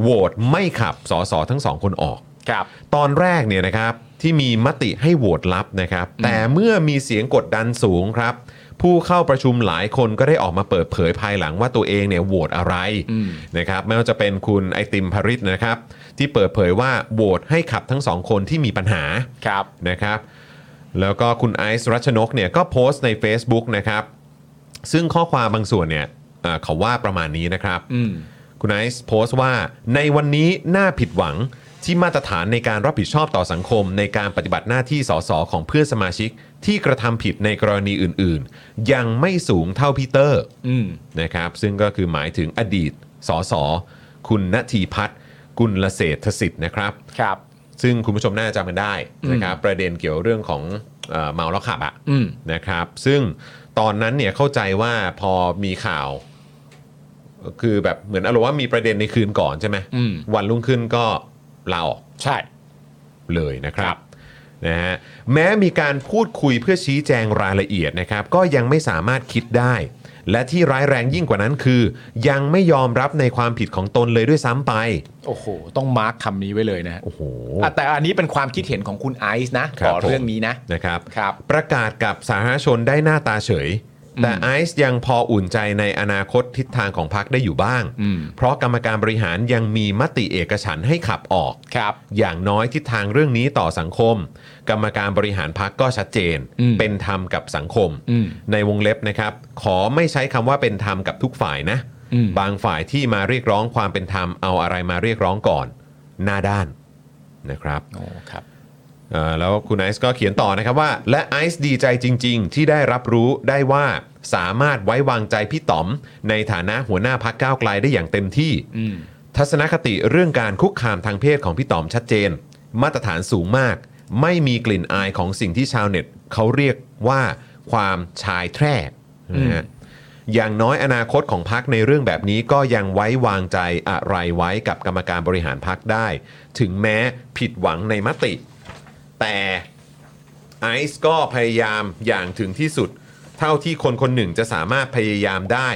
[SPEAKER 1] โหวตไม่ขับสสทั้งสองคนออก
[SPEAKER 2] ครับ
[SPEAKER 1] ตอนแรกเนี่ยนะครับ ที่มีมติให้โหวตลับนะครับ แต่เมื่อมีเสียงกดดันสูงครับ ผู้เข้าประชุมหลายคนก็ได้ออกมาเปิดเผยภายหลังว่าตัวเองเนี่ยโหวตอะไรนะครับไม่ว่าจะเป็นคุณไอติมพริตนะครับ ที่เปิดเผยว่าโหวตให้ขับทั้งสองคนที่มีปัญหา
[SPEAKER 2] ครับ
[SPEAKER 1] นะครับ แล้วก็คุณไอซ์รัชนกเนี่ยก็โพสต์ใน Facebook นะครับ ซึ่งข้อความบางส่วนเนี่ยเอ่อเขาว่าประมาณนี้นะครับ
[SPEAKER 2] อืม
[SPEAKER 1] คุณไอซ์โพสต์ว่าในวันนี้น่าผิดหวังที่มาตรฐานในการรับผิดชอบต่อสังคม ในการปฏิบัติหน้าที่สสของเพื่อนสมาชิกที่กระทำผิดในกรณีอื่น ๆ ยังไม่สูงเท่าพีเตอร์
[SPEAKER 2] อืม
[SPEAKER 1] นะครับซึ่งก็คือหมายถึงอดีตสสคุณณทีพัฒน์กุลเศรษฐสิทธิ์นะครับ
[SPEAKER 2] ครับ
[SPEAKER 1] ซึ่งคุณผู้ชมน่าจะจำกันได้นะครับประเด็นเกี่ยวเรื่องของเอ่อเมาแล้วขับอะ
[SPEAKER 2] อืม
[SPEAKER 1] นะครับ ซึ่งตอนนั้นเนี่ยเข้าใจว่าพอมีข่าว คือแบบเหมือนอารมณ์ว่ามีประเด็นในคืนก่อนใช่ไหม
[SPEAKER 2] อืม
[SPEAKER 1] วันรุ่งขึ้นก็ลาออก
[SPEAKER 2] ใช่
[SPEAKER 1] เลยนะครั
[SPEAKER 2] ครับ บ
[SPEAKER 1] นะฮะแม้มีการพูดคุยเพื่อชี้แจงรายละเอียดนะครับ ก็ยังไม่สามารถคิดได้ และที่ร้ายแรงยิ่งกว่านั้นคือ ยังไม่ยอมรับในความผิดของตนเลยด้วยซ้ำไป
[SPEAKER 2] โอ้โห ต้องมาร์คคำนี้ไว้เลยนะฮะ
[SPEAKER 1] โอ้โห
[SPEAKER 2] อ่ะแต่อันนี้เป็นความคิดเห็นของคุณไอซ์นะ
[SPEAKER 1] ครับ
[SPEAKER 2] ต่อ
[SPEAKER 1] ผม
[SPEAKER 2] เรื่องนี้นะ
[SPEAKER 1] นะครับ
[SPEAKER 2] ครับ
[SPEAKER 1] ประกาศกับสาธารณชนได้หน้าตาเฉย แต่
[SPEAKER 2] อืม
[SPEAKER 1] ไอซ์ยังพออุ่นใจในอนาคตทิศทางของพรรคได้อยู่บ้าง
[SPEAKER 2] อืม
[SPEAKER 1] เพราะกรรมการบริหารยังมีมติเอกฉันท์ให้ขับออก
[SPEAKER 2] ครับ
[SPEAKER 1] อย่างน้อยทิศทางเรื่องนี้ต่อสังคม กรรมการบริหารพรรคก็ชัดเจน
[SPEAKER 2] อืม
[SPEAKER 1] เป็นธรรมกับสังคม
[SPEAKER 2] อืม
[SPEAKER 1] ในวงเล็บนะครับ ขอไม่ใช้คำว่าเป็นธรรมกับทุกฝ่ายนะ
[SPEAKER 2] อืม
[SPEAKER 1] บางฝ่ายที่มาเรียกร้องความเป็นธรรมเอาอะไรมาเรียกร้องก่อน หน้าด้านนะครับ
[SPEAKER 2] โอ้ครับ
[SPEAKER 1] เอ่อแล้วคุณไอซ์ก็เขียนต่อนะครับว่า และไอซ์ดีใจจริง ๆ ที่ได้รับรู้ได้ว่าสามารถไว้วางใจพี่ต๋อม ในฐานะหัวหน้าพักก้าวไกลได้อย่างเต็มที่
[SPEAKER 2] อืม
[SPEAKER 1] ทัศนคติเรื่องการคุกคามทางเพศของพี่ต๋อมชัดเจน มาตรฐานสูงมาก ไม่มีกลิ่นอายของสิ่งที่ชาวเน็ตเขาเรียกว่าความชายแทร่นะฮะอย่างน้อยอนาคตของพักในเรื่องแบบนี้ก็ยังไว้วางใจอะไรไว้กับกรรมการบริหารพักได้ ถึงแม้ผิดหวังในมติ แต่ไอซ์ก็พยายามอย่างถึงที่สุด เท่าที่คนคนหนึ่งจะสามารถพยายามได้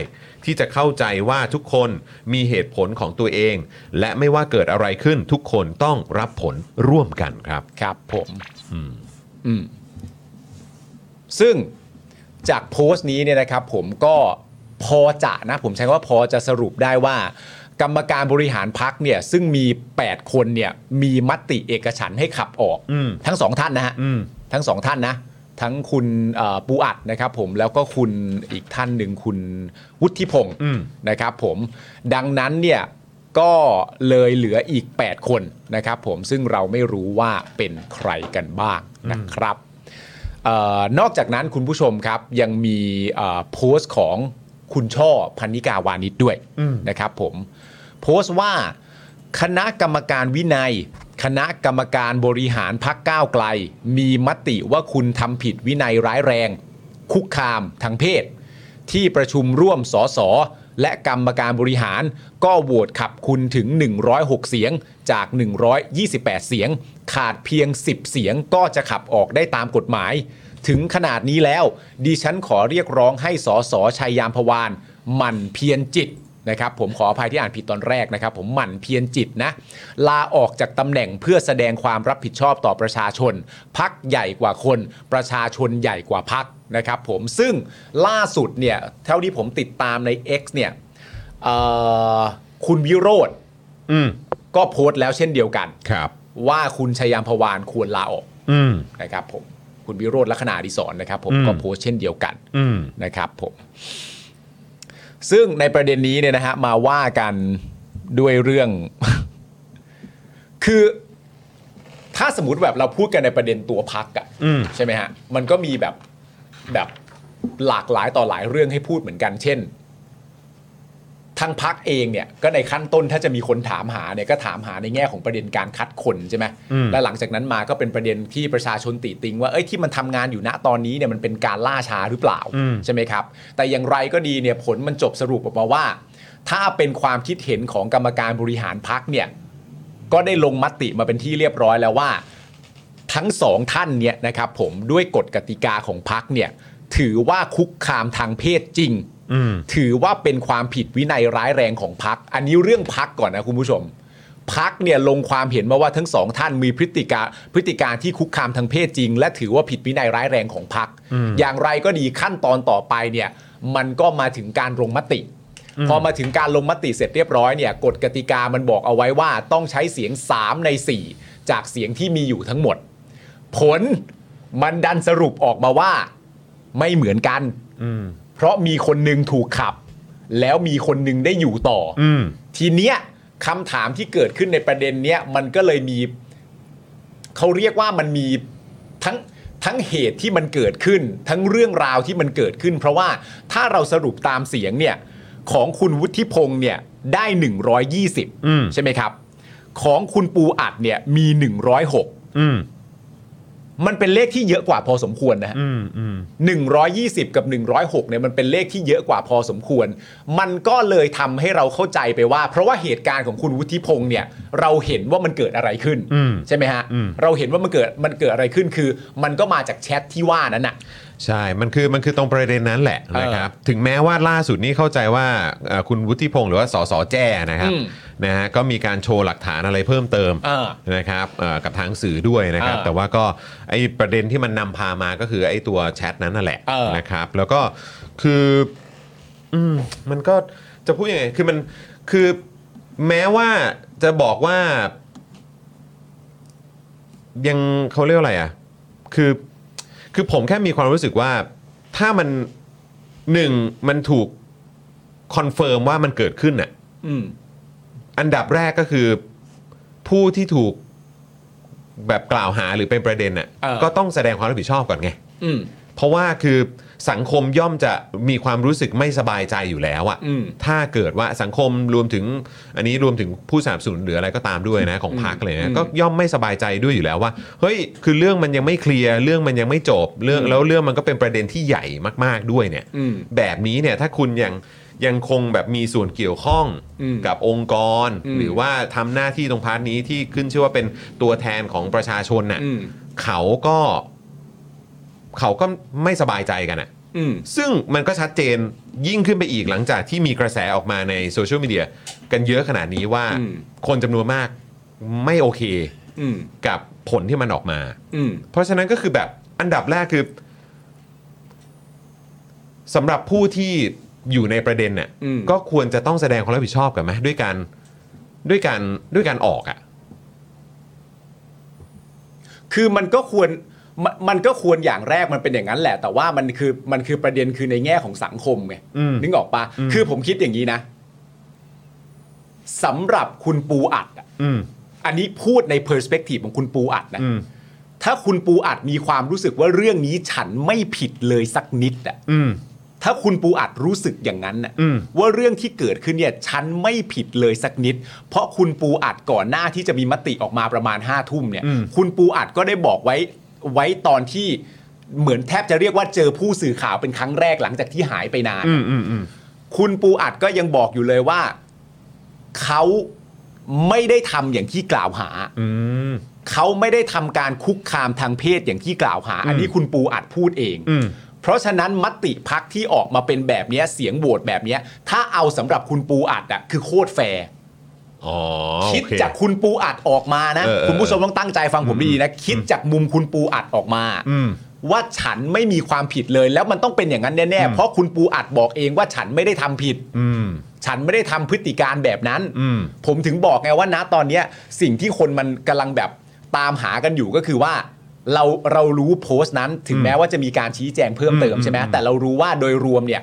[SPEAKER 1] ที่จะเข้าใจว่าทุกคนมีเหตุผลของตัวเอง และไม่ว่าเกิดอะไรขึ้นทุกคนต้องรับผลร่วมกันครับ
[SPEAKER 2] ครับผม อืม ซึ่งจากโพสต์นี้เนี่ยนะครับ ผมก็พอจะนะ ผมใช้คำว่าพอจะสรุปได้ว่า กรรมการบริหารพักเนี่ย ซึ่งมี 8 คนเนี่ย มีมติเอกฉันท์ให้ขับออก
[SPEAKER 1] อืม
[SPEAKER 2] ทั้งสองท่านนะฮะ
[SPEAKER 1] อืม
[SPEAKER 2] ทั้งสองท่านนะ ทั้งคุณเอ่อปูอัดนะครับผมแล้วก็คุณอีกท่านหนึ่งคุณวุฒิพงศ์
[SPEAKER 1] อืม
[SPEAKER 2] นะครับผมดังนั้นเนี่ยก็เลยเหลืออีก 8 คนนะครับผมซึ่งเราไม่รู้ว่าเป็นใครกันบ้างนะครับเออนอกจากนั้นคุณผู้ชมครับยังมีเอ่อโพสต์ของคุณช่อพันนิกาวานิชด้วยนะครับผมโพสต์ว่า คณะกรรมการวินัย คณะกรรมการบริหารพักก้าวไกล มีมติว่าคุณทำผิดวินัยร้ายแรง คุกคามทางเพศ ที่ประชุมร่วมสสและกรรมการบริหาร ก็โหวตขับคุณถึง 106 เสียงจาก 128 เสียง ขาดเพียง 10 เสียงก็จะขับออกได้ตามกฎหมาย ถึงขนาดนี้แล้ว ดิฉันขอเรียกร้องให้สสชัยยามพวานหมันเพียรจิต นะครับผมขออภัยที่อ่านผิดตอนแรกนะครับ ผมหมั่นเพียรจิตนะ ลาออกจากตำแหน่งเพื่อแสดงความรับผิดชอบต่อประชาชน พักใหญ่กว่าคน ประชาชนใหญ่กว่าพักนะครับผมซึ่งล่าสุดเนี่ยเท่าที่ผมติดตามใน X เนี่ยเอ่อคุณวิโรธ
[SPEAKER 1] อืม
[SPEAKER 2] ก็โพสต์แล้วเช่นเดียวกัน
[SPEAKER 1] ครับ
[SPEAKER 2] ว่าคุณชยามพวานควรลาออก
[SPEAKER 1] อืม
[SPEAKER 2] นะครับผมคุณวิโรธลักษณะดิศรนะครับผม
[SPEAKER 1] อืม
[SPEAKER 2] ก็โพสต์เช่นเดียวกัน
[SPEAKER 1] อืม
[SPEAKER 2] นะครับผมซึ่งในประเด็นนี้เนี่ยนะฮะมาว่ากันด้วยเรื่อง คือถ้าสมมติแบบเราพูดกันในประเด็นตัวพักอะ
[SPEAKER 1] อืม
[SPEAKER 2] ใช่ไหมฮะมันก็มีแบบแบบหลากหลายต่อหลายเรื่องให้พูดเหมือนกัน เช่น ทางพักเองเนี่ยก็ในขั้นต้นถ้าจะมีคนถามหาเนี่ยก็ถามหาในแง่ของประเด็นการคัดคนใช่ไหม
[SPEAKER 1] อืม
[SPEAKER 2] และหลังจากนั้นมาก็เป็นประเด็นที่ประชาชนติติงว่าเอ้ยที่มันทำงานอยู่ณตอนนี้เนี่ยมันเป็นการล่าช้าหรือเปล่า
[SPEAKER 1] อืม
[SPEAKER 2] ใช่ไหมครับ แต่อย่างไรก็ดีเนี่ยผลมันจบสรุปออกมาว่า ถ้าเป็นความคิดเห็นของกรรมการบริหารพักเนี่ย ก็ได้ลงมติมาเป็นที่เรียบร้อยแล้วว่า ทั้งสองท่านเนี่ยนะครับผมด้วยกฎกติกาของพักเนี่ย ถือว่าคุกคามทางเพศจริง
[SPEAKER 1] อืม
[SPEAKER 2] ถือว่าเป็นความผิดวินัยร้ายแรงของพัก อันนี้เรื่องพักก่อนนะคุณผู้ชม พักเนี่ยลงความเห็นมาว่าทั้งสองท่านมีพฤติการพฤติการที่คุกคามทางเพศจริง และถือว่าผิดวินัยร้ายแรงของพัก อย่างไรก็ดีขั้นตอนต่อไปเนี่ยมันก็มาถึงการลงมติ พอมาถึงการลงมติเสร็จเรียบร้อยเนี่ยกฎกติกามันบอกเอาไว้ว่าต้องใช้เสียง 3 ใน 4 จากเสียงที่มีอยู่ทั้งหมด ผลมันดันสรุปออกมาว่าไม่เหมือนกัน เพราะมีคนหนึ่งถูกขับ แล้วมีคนหนึ่งได้อยู่ต่ออทีเนี้ยคำถามที่เกิดขึ้นในประเด็นเนี้ยมันก็เลยมีเขาเรียกว่ามันมีทั้งทั้งเหตุที่มันเกิดขึ้น ทั้งเรื่องราวที่มันเกิดขึ้น เพราะว่าถ้าเราสรุปตามเสียงเนี่ยของคุณวุฒิพงษ์เนี่ยได้ 120 ใช่ไหมครับ ของคุณปูอัดเนี่ยมี 106
[SPEAKER 1] อืม
[SPEAKER 2] มันเป็นเลขที่เยอะกว่าพอสมควรนะฮะ
[SPEAKER 1] อืมอืม
[SPEAKER 2] 120 กับ 106เนี่ยมันเป็นเลขที่เยอะกว่าพอสมควร มันก็เลยทำให้เราเข้าใจไปว่า เพราะว่าเหตุการณ์ของคุณวุฒิพงษ์เนี่ยเราเห็นว่ามันเกิดอะไรขึ้น
[SPEAKER 1] อืม
[SPEAKER 2] ใช่ไหมฮะ
[SPEAKER 1] อืม
[SPEAKER 2] เราเห็นว่ามันเกิดมันเกิดอะไรขึ้นคือ มันก็มาจากแชทที่ว่านั้นน่ะ
[SPEAKER 1] ใช่ มันคือ มันคือตรงประเด็นนั้นแหละ
[SPEAKER 2] เออ
[SPEAKER 1] นะครับ ถึงแม้ว่าล่าสุดนี้เข้าใจว่าเอ่อคุณวุฒิพงศ์หรือว่าสสแจ้นะครับ
[SPEAKER 2] อืม
[SPEAKER 1] นะฮะ ก็มีการโชว์หลักฐานอะไรเพิ่มเติม
[SPEAKER 2] เออ
[SPEAKER 1] นะครับเอ่อกับทางสื่อด้วยนะครับ
[SPEAKER 2] เออ
[SPEAKER 1] แต่ว่าก็ไอประเด็นที่มันนำพามาก็คือไอตัวแชทนั้นนั่นแหละ
[SPEAKER 2] เออ
[SPEAKER 1] นะครับ แล้วก็คือ อืมมันก็จะพูดยังไง คือมัน คือแม้ว่าจะบอกว่า ยังเขาเรียกว่าอะไรอ่ะ คือ คือผมแค่มีความรู้สึกว่าถ้ามันหนึ่งมันถูกคอนเฟิร์มว่ามันเกิดขึ้นน่ะ
[SPEAKER 2] อืม
[SPEAKER 1] อันดับแรกก็คือผู้ที่ถูกแบบกล่าวหาหรือเป็นประเด็นน่ะ
[SPEAKER 2] เออ
[SPEAKER 1] ก็ต้องแสดงความรับผิดชอบก่อนไง
[SPEAKER 2] อืม
[SPEAKER 1] เพราะว่าคือสังคมย่อมจะมีความรู้สึกไม่สบายใจอยู่แล้วอะ
[SPEAKER 2] อืม
[SPEAKER 1] ถ้าเกิดว่าสังคมรวมถึงอันนี้รวมถึงผู้สนับสนุนหรืออะไรก็ตามด้วยนะของพรรคอะไร
[SPEAKER 2] อื
[SPEAKER 1] เนะ
[SPEAKER 2] ม
[SPEAKER 1] ก็ย่อมไม่สบายใจด้วยอยู่แล้วว่าเฮ้ยคือเรื่องมันยังไม่เคลียร์เรื่องมันยังไม่จบเรื่อง
[SPEAKER 2] อืม
[SPEAKER 1] แล้วเรื่องมันก็เป็นประเด็นที่ใหญ่มาก ๆด้วยเนี่ย
[SPEAKER 2] อืม
[SPEAKER 1] แบบนี้เนี่ยถ้าคุณยังยังคงแบบมีส่วนเกี่ยวข้อง
[SPEAKER 2] อืม
[SPEAKER 1] กับองค์กร
[SPEAKER 2] อืม
[SPEAKER 1] หรือว่าทำหน้าที่ตรงพาร์ทนี้ที่ขึ้นชื่อว่าเป็นตัวแทนของประชาชนน่ะ
[SPEAKER 2] อืม
[SPEAKER 1] เขาก็ เขาก็ไม่สบายใจกันน่ะ
[SPEAKER 2] อืม
[SPEAKER 1] ซึ่งมันก็ชัดเจนยิ่งขึ้นไปอีกหลังจากที่มีกระแสออกมาในโซเชียลมีเดียกันเยอะขนาดนี้ว่า
[SPEAKER 2] อืม
[SPEAKER 1] คนจำนวนมากไม่โอเค
[SPEAKER 2] อืม
[SPEAKER 1] กับผลที่มันออกมา
[SPEAKER 2] อืม
[SPEAKER 1] เพราะฉะนั้นก็คือแบบอันดับแรกคือสำหรับผู้ที่อยู่ในประเด็นเนี่ย
[SPEAKER 2] อืม
[SPEAKER 1] ก็ควรจะต้องแสดงความรับผิดชอบกันไหมด้วยการด้วยการด้วยการออกอะ่ะ
[SPEAKER 2] คือมันก็ควรมนมันก็ควรอย่างแรกมันเป็นอย่างนั้นแหละ แต่ว่ามันคือมันคือประเด็นคือในแง่ของสังคมไง
[SPEAKER 1] อืม
[SPEAKER 2] นึกออกปะ
[SPEAKER 1] อืม
[SPEAKER 2] คือผมคิดอย่างนี้นะสำหรับคุณปูอัดอะ
[SPEAKER 1] อืม
[SPEAKER 2] อันนี้พูดในเพอร์สเปกทีฟของคุณปูอัดนะ
[SPEAKER 1] อืม
[SPEAKER 2] ถ้าคุณปูอัดมีความรู้สึกว่าเรื่องนี้ฉันไม่ผิดเลยสักนิดอะ
[SPEAKER 1] อืม
[SPEAKER 2] ถ้าคุณปูอัดรู้สึกอย่างนั้นน่ะ
[SPEAKER 1] อืม
[SPEAKER 2] ว่าเรื่องที่เกิดขึ้นเนี่ยฉันไม่ผิดเลยสักนิด เพราะคุณปูอัดก่อนหน้าที่จะมีมติออกมาประมาณ5้าทุ่มเนี่ยคุณปูอัดก็ได้บอกไว้ไว้ตอนที่เหมือนแทบจะเรียกว่าเจอผู้สื่อข่าวเป็นครั้งแรกหลังจากที่หายไปนาน
[SPEAKER 1] อืมอืมอืม
[SPEAKER 2] คุณปูอัดก็ยังบอกอยู่เลยว่าเขาไม่ได้ทำอย่างที่กล่าวหา
[SPEAKER 1] อืม
[SPEAKER 2] เขาไม่ได้ทำการคุกคามทางเพศอย่างที่กล่าวหา อันนี้คุณปูอัดพูดเอง
[SPEAKER 1] อืม
[SPEAKER 2] เพราะฉะนั้นมติพักที่ออกมาเป็นแบบเนี้ยเสียงโหวตแบบเนี้ยถ้าเอาสำหรับคุณปูอัดอะคือโคตรแฟร์
[SPEAKER 1] อ๋อ
[SPEAKER 2] คิด
[SPEAKER 1] โอเ
[SPEAKER 2] จากคุณปูอัดออกมานะ
[SPEAKER 1] เออเออ
[SPEAKER 2] คุณผู้ชมต้องตั้งใจฟังผมดีๆนะ คิดจากมุมคุณปูอัดออกมา
[SPEAKER 1] อืม
[SPEAKER 2] ว่าฉันไม่มีความผิดเลย แล้วมันต้องเป็นอย่างนั้นแน่ๆเพราะคุณปูอัดบอกเองว่าฉันไม่ได้ทำผิด
[SPEAKER 1] อืม
[SPEAKER 2] ฉันไม่ได้ทำพฤติการแบบนั้น
[SPEAKER 1] อืม
[SPEAKER 2] ผมถึงบอกไงว่าณตอนเนี้ยสิ่งที่คนมันกำลังแบบตามหากันอยู่ก็คือว่า เราเรารู้โพสต์นั้นถึงแม้ว่าจะมีการชี้แจงเพิ่มเติมใช่ไหมแต่เรารู้ว่าโดยรวมเนี่ย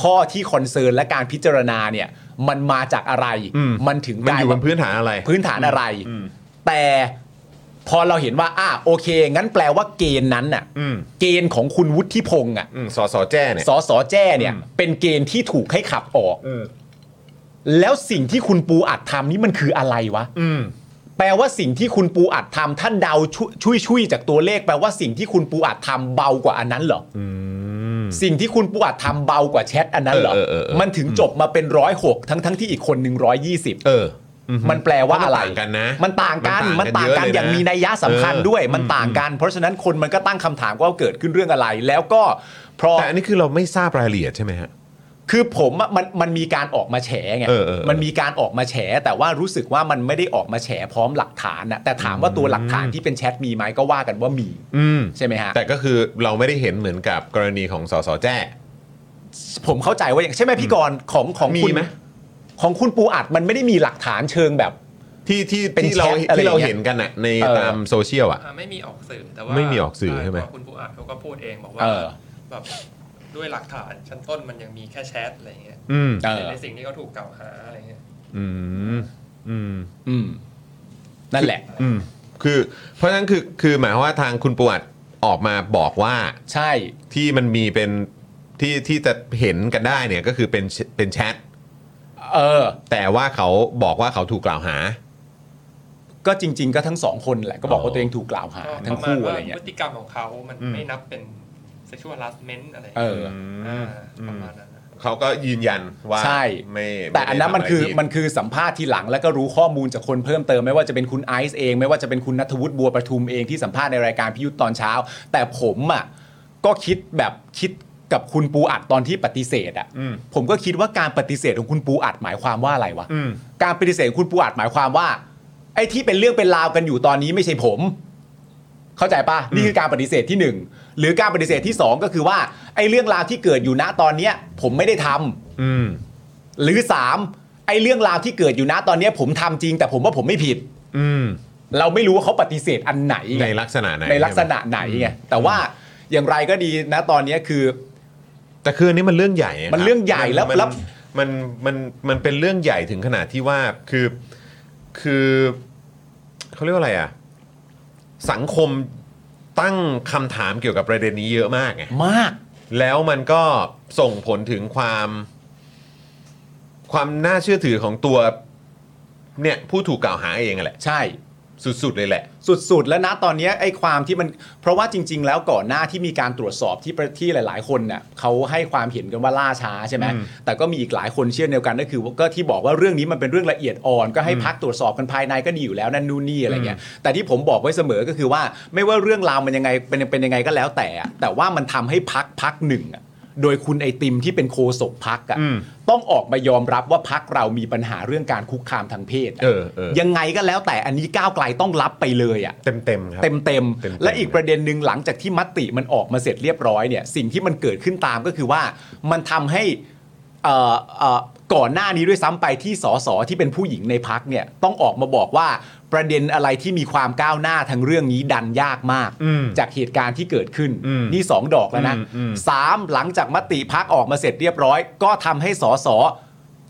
[SPEAKER 2] ข้อที่คอนเซิร์นและการพิจารณาเนี่ยมันมาจากอะไร
[SPEAKER 1] อืม
[SPEAKER 2] มันถึง
[SPEAKER 1] มัน
[SPEAKER 2] กลา
[SPEAKER 1] อย ยู่บ
[SPEAKER 2] ว่าน
[SPEAKER 1] พื้นฐานอะไร
[SPEAKER 2] พื้นฐานอะไร แต่พอเราเห็นว่าอ่ะโอเค งั้นแปลว่าเกณฑ์นั้นน่ะ
[SPEAKER 1] อืม
[SPEAKER 2] เกณฑ์ของคุณวุฒิพงษ์อ่ะ
[SPEAKER 1] อืมสอสอแจ้เนี่ย
[SPEAKER 2] สสแจ้เนี่ย เป็นเกณฑ์ที่ถูกให้ขับออก แล้วสิ่งที่คุณปูอัดทำนี่มันคืออะไรวะ
[SPEAKER 1] อืม
[SPEAKER 2] แปลว่าสิ่งที่คุณปูอัดทำท่านเดาช่วยช่วยช่วยจากตัวเลข แปลว่าสิ่งที่คุณปูอัดทำเบากว่าอันนั้นเหรออสิ่งที่คุณปูอัดทำเบากว่าแชทอันนั้นเหรอ
[SPEAKER 1] เออเออเออ
[SPEAKER 2] มันถึงจบมาเป็นร้อยหกทั้งทั้งที่อีกคนหนึ่งร้อยยี่สิบ
[SPEAKER 1] เออ
[SPEAKER 2] มันแปลว่าอะไร
[SPEAKER 1] เพราะมันต่างกันนะ
[SPEAKER 2] มันต่างกัน
[SPEAKER 1] มั
[SPEAKER 2] มัน น
[SPEAKER 1] ต่า
[SPEAKER 2] ต่าง
[SPEAKER 1] กัเย
[SPEAKER 2] งกัน น
[SPEAKER 1] อะเลยนะ
[SPEAKER 2] อย่างมีนัยยะสำคัญ
[SPEAKER 1] เออ
[SPEAKER 2] ด้วย มันต่างกัน เพราะฉะนั้นคนมันก็ตั้งคำถามว่าเกิดขึ้นเรื่องอะไร แล้วก็พอ
[SPEAKER 1] แต่อันนี้คือเราไม่ทราบรายละเอียดใช่ไหมฮะ
[SPEAKER 2] คือผมอะมันมันมีการออกมาแฉไง
[SPEAKER 1] เออเออเออ
[SPEAKER 2] มันมีการออกมาแฉ แต่ว่ารู้สึกว่ามันไม่ได้ออกมาแฉพร้อมหลักฐานนะแต่ถามว่าตัวหลักฐานที่เป็นแชทมีไหมก็ว่ากันว่ามี
[SPEAKER 1] อืม
[SPEAKER 2] ใช่ไหมฮะ
[SPEAKER 1] แต่ก็คือเราไม่ได้เห็นเหมือนกับกรณีของสสแจ้
[SPEAKER 2] ผมเข้าใจว่าอย่างใช่ไหมพี่กรณ์ของของ
[SPEAKER 1] มี
[SPEAKER 2] คุณ
[SPEAKER 1] ไหม
[SPEAKER 2] ของคุณปูอัดมันไม่ได้มีหลักฐานเชิงแบบ
[SPEAKER 1] ที่ที่
[SPEAKER 2] เป็น
[SPEAKER 1] ที่เรา
[SPEAKER 2] แชทอะไร
[SPEAKER 1] ที่เรา
[SPEAKER 2] อย่างเงี้ย
[SPEAKER 1] เห็นกันอะใน
[SPEAKER 2] เออ
[SPEAKER 1] ตามโซเชียลอะ
[SPEAKER 3] อ่าไม่มีออกสื่อแต่ว่า
[SPEAKER 1] ไม่มีออกสื่อใช่ไหม
[SPEAKER 3] คุณปูอัดเขาก็พูดเองบอกว่า
[SPEAKER 2] เออ
[SPEAKER 3] แบบด้วยหลักฐานชั้นต้นมันยังมีแค่แชทอะไรอย่างเงี้ย
[SPEAKER 1] อืม
[SPEAKER 2] เออ
[SPEAKER 3] ในสิ่งที่เขาถูกกล่าวหาอะไรเงี้ย
[SPEAKER 1] อืมอืม
[SPEAKER 2] อืมนั่นแหละ
[SPEAKER 1] อืมคือเพราะฉะนั้นคือคือหมายความว่าทางคุณประวัติออกมาบอกว่า
[SPEAKER 2] ใช่
[SPEAKER 1] ที่มันมีเป็นที่ที่จะเห็นกันได้เนี่ยก็คือเป็นเป็นแชท
[SPEAKER 2] เออ
[SPEAKER 1] แต่ว่าเขาบอกว่าเขาถูกกล่าวหา
[SPEAKER 2] ก็จริง ๆ ก็ทั้งสองคนแหละก็บอก
[SPEAKER 1] อ๋
[SPEAKER 2] ว่า
[SPEAKER 1] อ
[SPEAKER 2] ตัวเองถูกกล่าวหา
[SPEAKER 3] ก็
[SPEAKER 2] ทั้ง
[SPEAKER 3] ปมาณ
[SPEAKER 2] คู่
[SPEAKER 3] ว่า
[SPEAKER 2] อะไรเงี้
[SPEAKER 3] พ
[SPEAKER 2] ย
[SPEAKER 3] ฤติกรรมของเขามัน
[SPEAKER 1] อืม
[SPEAKER 3] ไม่นับเป็น sexual harassment อะไร
[SPEAKER 2] เออ
[SPEAKER 3] อ่าประมาณนั้นนะ
[SPEAKER 1] เขาก็ยืนยันว่า
[SPEAKER 2] ใช่
[SPEAKER 1] ไม่
[SPEAKER 2] แต่อันนั้นมันคือ
[SPEAKER 1] ไได้ทำะไรผิด
[SPEAKER 2] มันคือสัมภาษณ์ทีหลังแล้วก็รู้ข้อมูลจากคนเพิ่มเติมไม่ว่าจะเป็นคุณไอซ์เองไม่ว่าจะเป็นคุณนัทวุฒิบัวประทุมเองที่สัมภาษณ์ในรายการพิยุทธ์ตอนเช้า แต่ผมอ่ะก็คิดแบบคิดกับคุณปูอัดตอนที่ปฏิเสธอ่ะผมก็คิดว่าการปฏิเสธของคุณปูอัดหมายความว่าอะไรวะ
[SPEAKER 1] อืม
[SPEAKER 2] การปฏิเสธของคุณปูอัดหมายความว่า ไอ้ที่เป็นเรื่องเป็นราวกันอยู่ตอนนี้ไม่ใช่ผม เข้าใจปะนี่คือการปฏิเสธที่หนึ่งหรือการปฏิเสธที่สองก็คือว่าไอ้เรื่องราวที่เกิดอยู่ณตอนเนี้ย ผมไม่ได้ทำ
[SPEAKER 1] อืม
[SPEAKER 2] หรือ 3 ไอ้เรื่องราวที่เกิดอยู่นะตอนเนี้ยผมทำจริง แต่ผมว่าผมไม่ผิด
[SPEAKER 1] อืม
[SPEAKER 2] เราไม่รู้ว่าเขาปฏิเสธอันไหนไง
[SPEAKER 1] ในลักษณะไหน
[SPEAKER 2] ในลักษณะไหนไงแต่ว่าอย่างไรก็ดีนะตอนเนี้ยคือ
[SPEAKER 1] แต่คืออันนี้มันเรื่องใหญ่ะคบ
[SPEAKER 2] มันเรื่องใหญ่แล้ว
[SPEAKER 1] มัน
[SPEAKER 2] แล้ว
[SPEAKER 1] มันมันมันเป็นเรื่องใหญ่ถึงขนาดที่ว่าคือคือเขาเรียกว่าอะไรอ่ะสังคมตั้งคำถามเกี่ยวกับประเด็นนี้เยอะมากไง
[SPEAKER 2] มาก
[SPEAKER 1] แล้วมันก็ส่งผลถึงความ ความน่าเชื่อถือของตัวเนี่ยผู้ถูกกล่าวหาเองอะแหละ
[SPEAKER 2] ใช่
[SPEAKER 1] สุด ๆ เลยแหละ
[SPEAKER 2] สุดๆ แล้วนะตอนเนี้ยไอ้ความที่มัน เพราะว่าจริง ๆ แล้วก่อนหน้าที่มีการตรวจสอบที่ประที่หลาย ๆ คนน่ะเขาให้ความเห็นกันว่าล่าช้าใช่ไหมแต่ก็มีอีกหลายคนเชื่อเดียวกันก็คือว่าก็ที่บอกว่าเรื่องนี้มันเป็นเรื่องละเอียดอ่อน ก็ให้พักตรวจสอบกันภายในก็ดีอยู่แล้วนั่นนู่นนี่อะไรเงี้ยแต่ที่ผมบอกไว้เสมอก็คือว่าไม่ว่าเรื่องราวมันยังไงเป็นเป็นยังไงก็แล้วแต่อะแต่ว่ามันทำให้พักพักหนึ่งอะโดยคุณไอติมที่เป็นโคศกพักอะ
[SPEAKER 1] อืม
[SPEAKER 2] ต้องออกมายอมรับว่าพักเรามีปัญหาเรื่องการคุกคามทางเพศะ
[SPEAKER 1] เออเออ
[SPEAKER 2] ยังไงก็แล้วแต่อันนี้ก้าวไกลต้องรับไปเลยอ่ะ
[SPEAKER 1] เต็ม ๆ ครับ
[SPEAKER 2] เต็มเต็มๆ
[SPEAKER 1] เต็มๆ
[SPEAKER 2] และอีกประเด็นหนึ่งหลังจากที่มติมันออกมาเสร็จเรียบร้อยเนี่ยสิ่งที่มันเกิดขึ้นตามก็คือว่ามันทำให้เอ่อเอ่อก่อนหน้านี้ด้วยซ้ำไปที่สสที่เป็นผู้หญิงในพักเนี่ยต้องออกมาบอกว่าประเด็นอะไรที่มีความก้าวหน้าทางเรื่องนี้ดันยากมาก
[SPEAKER 1] อืม
[SPEAKER 2] จากเหตุการณ์ที่เกิดขึ้น
[SPEAKER 1] อืม
[SPEAKER 2] นี่ 2 ดอกแล้วนะ
[SPEAKER 1] อืมอืม
[SPEAKER 2] สามหลังจากมติพักออกมาเสร็จเรียบร้อย ก็ทำให้สส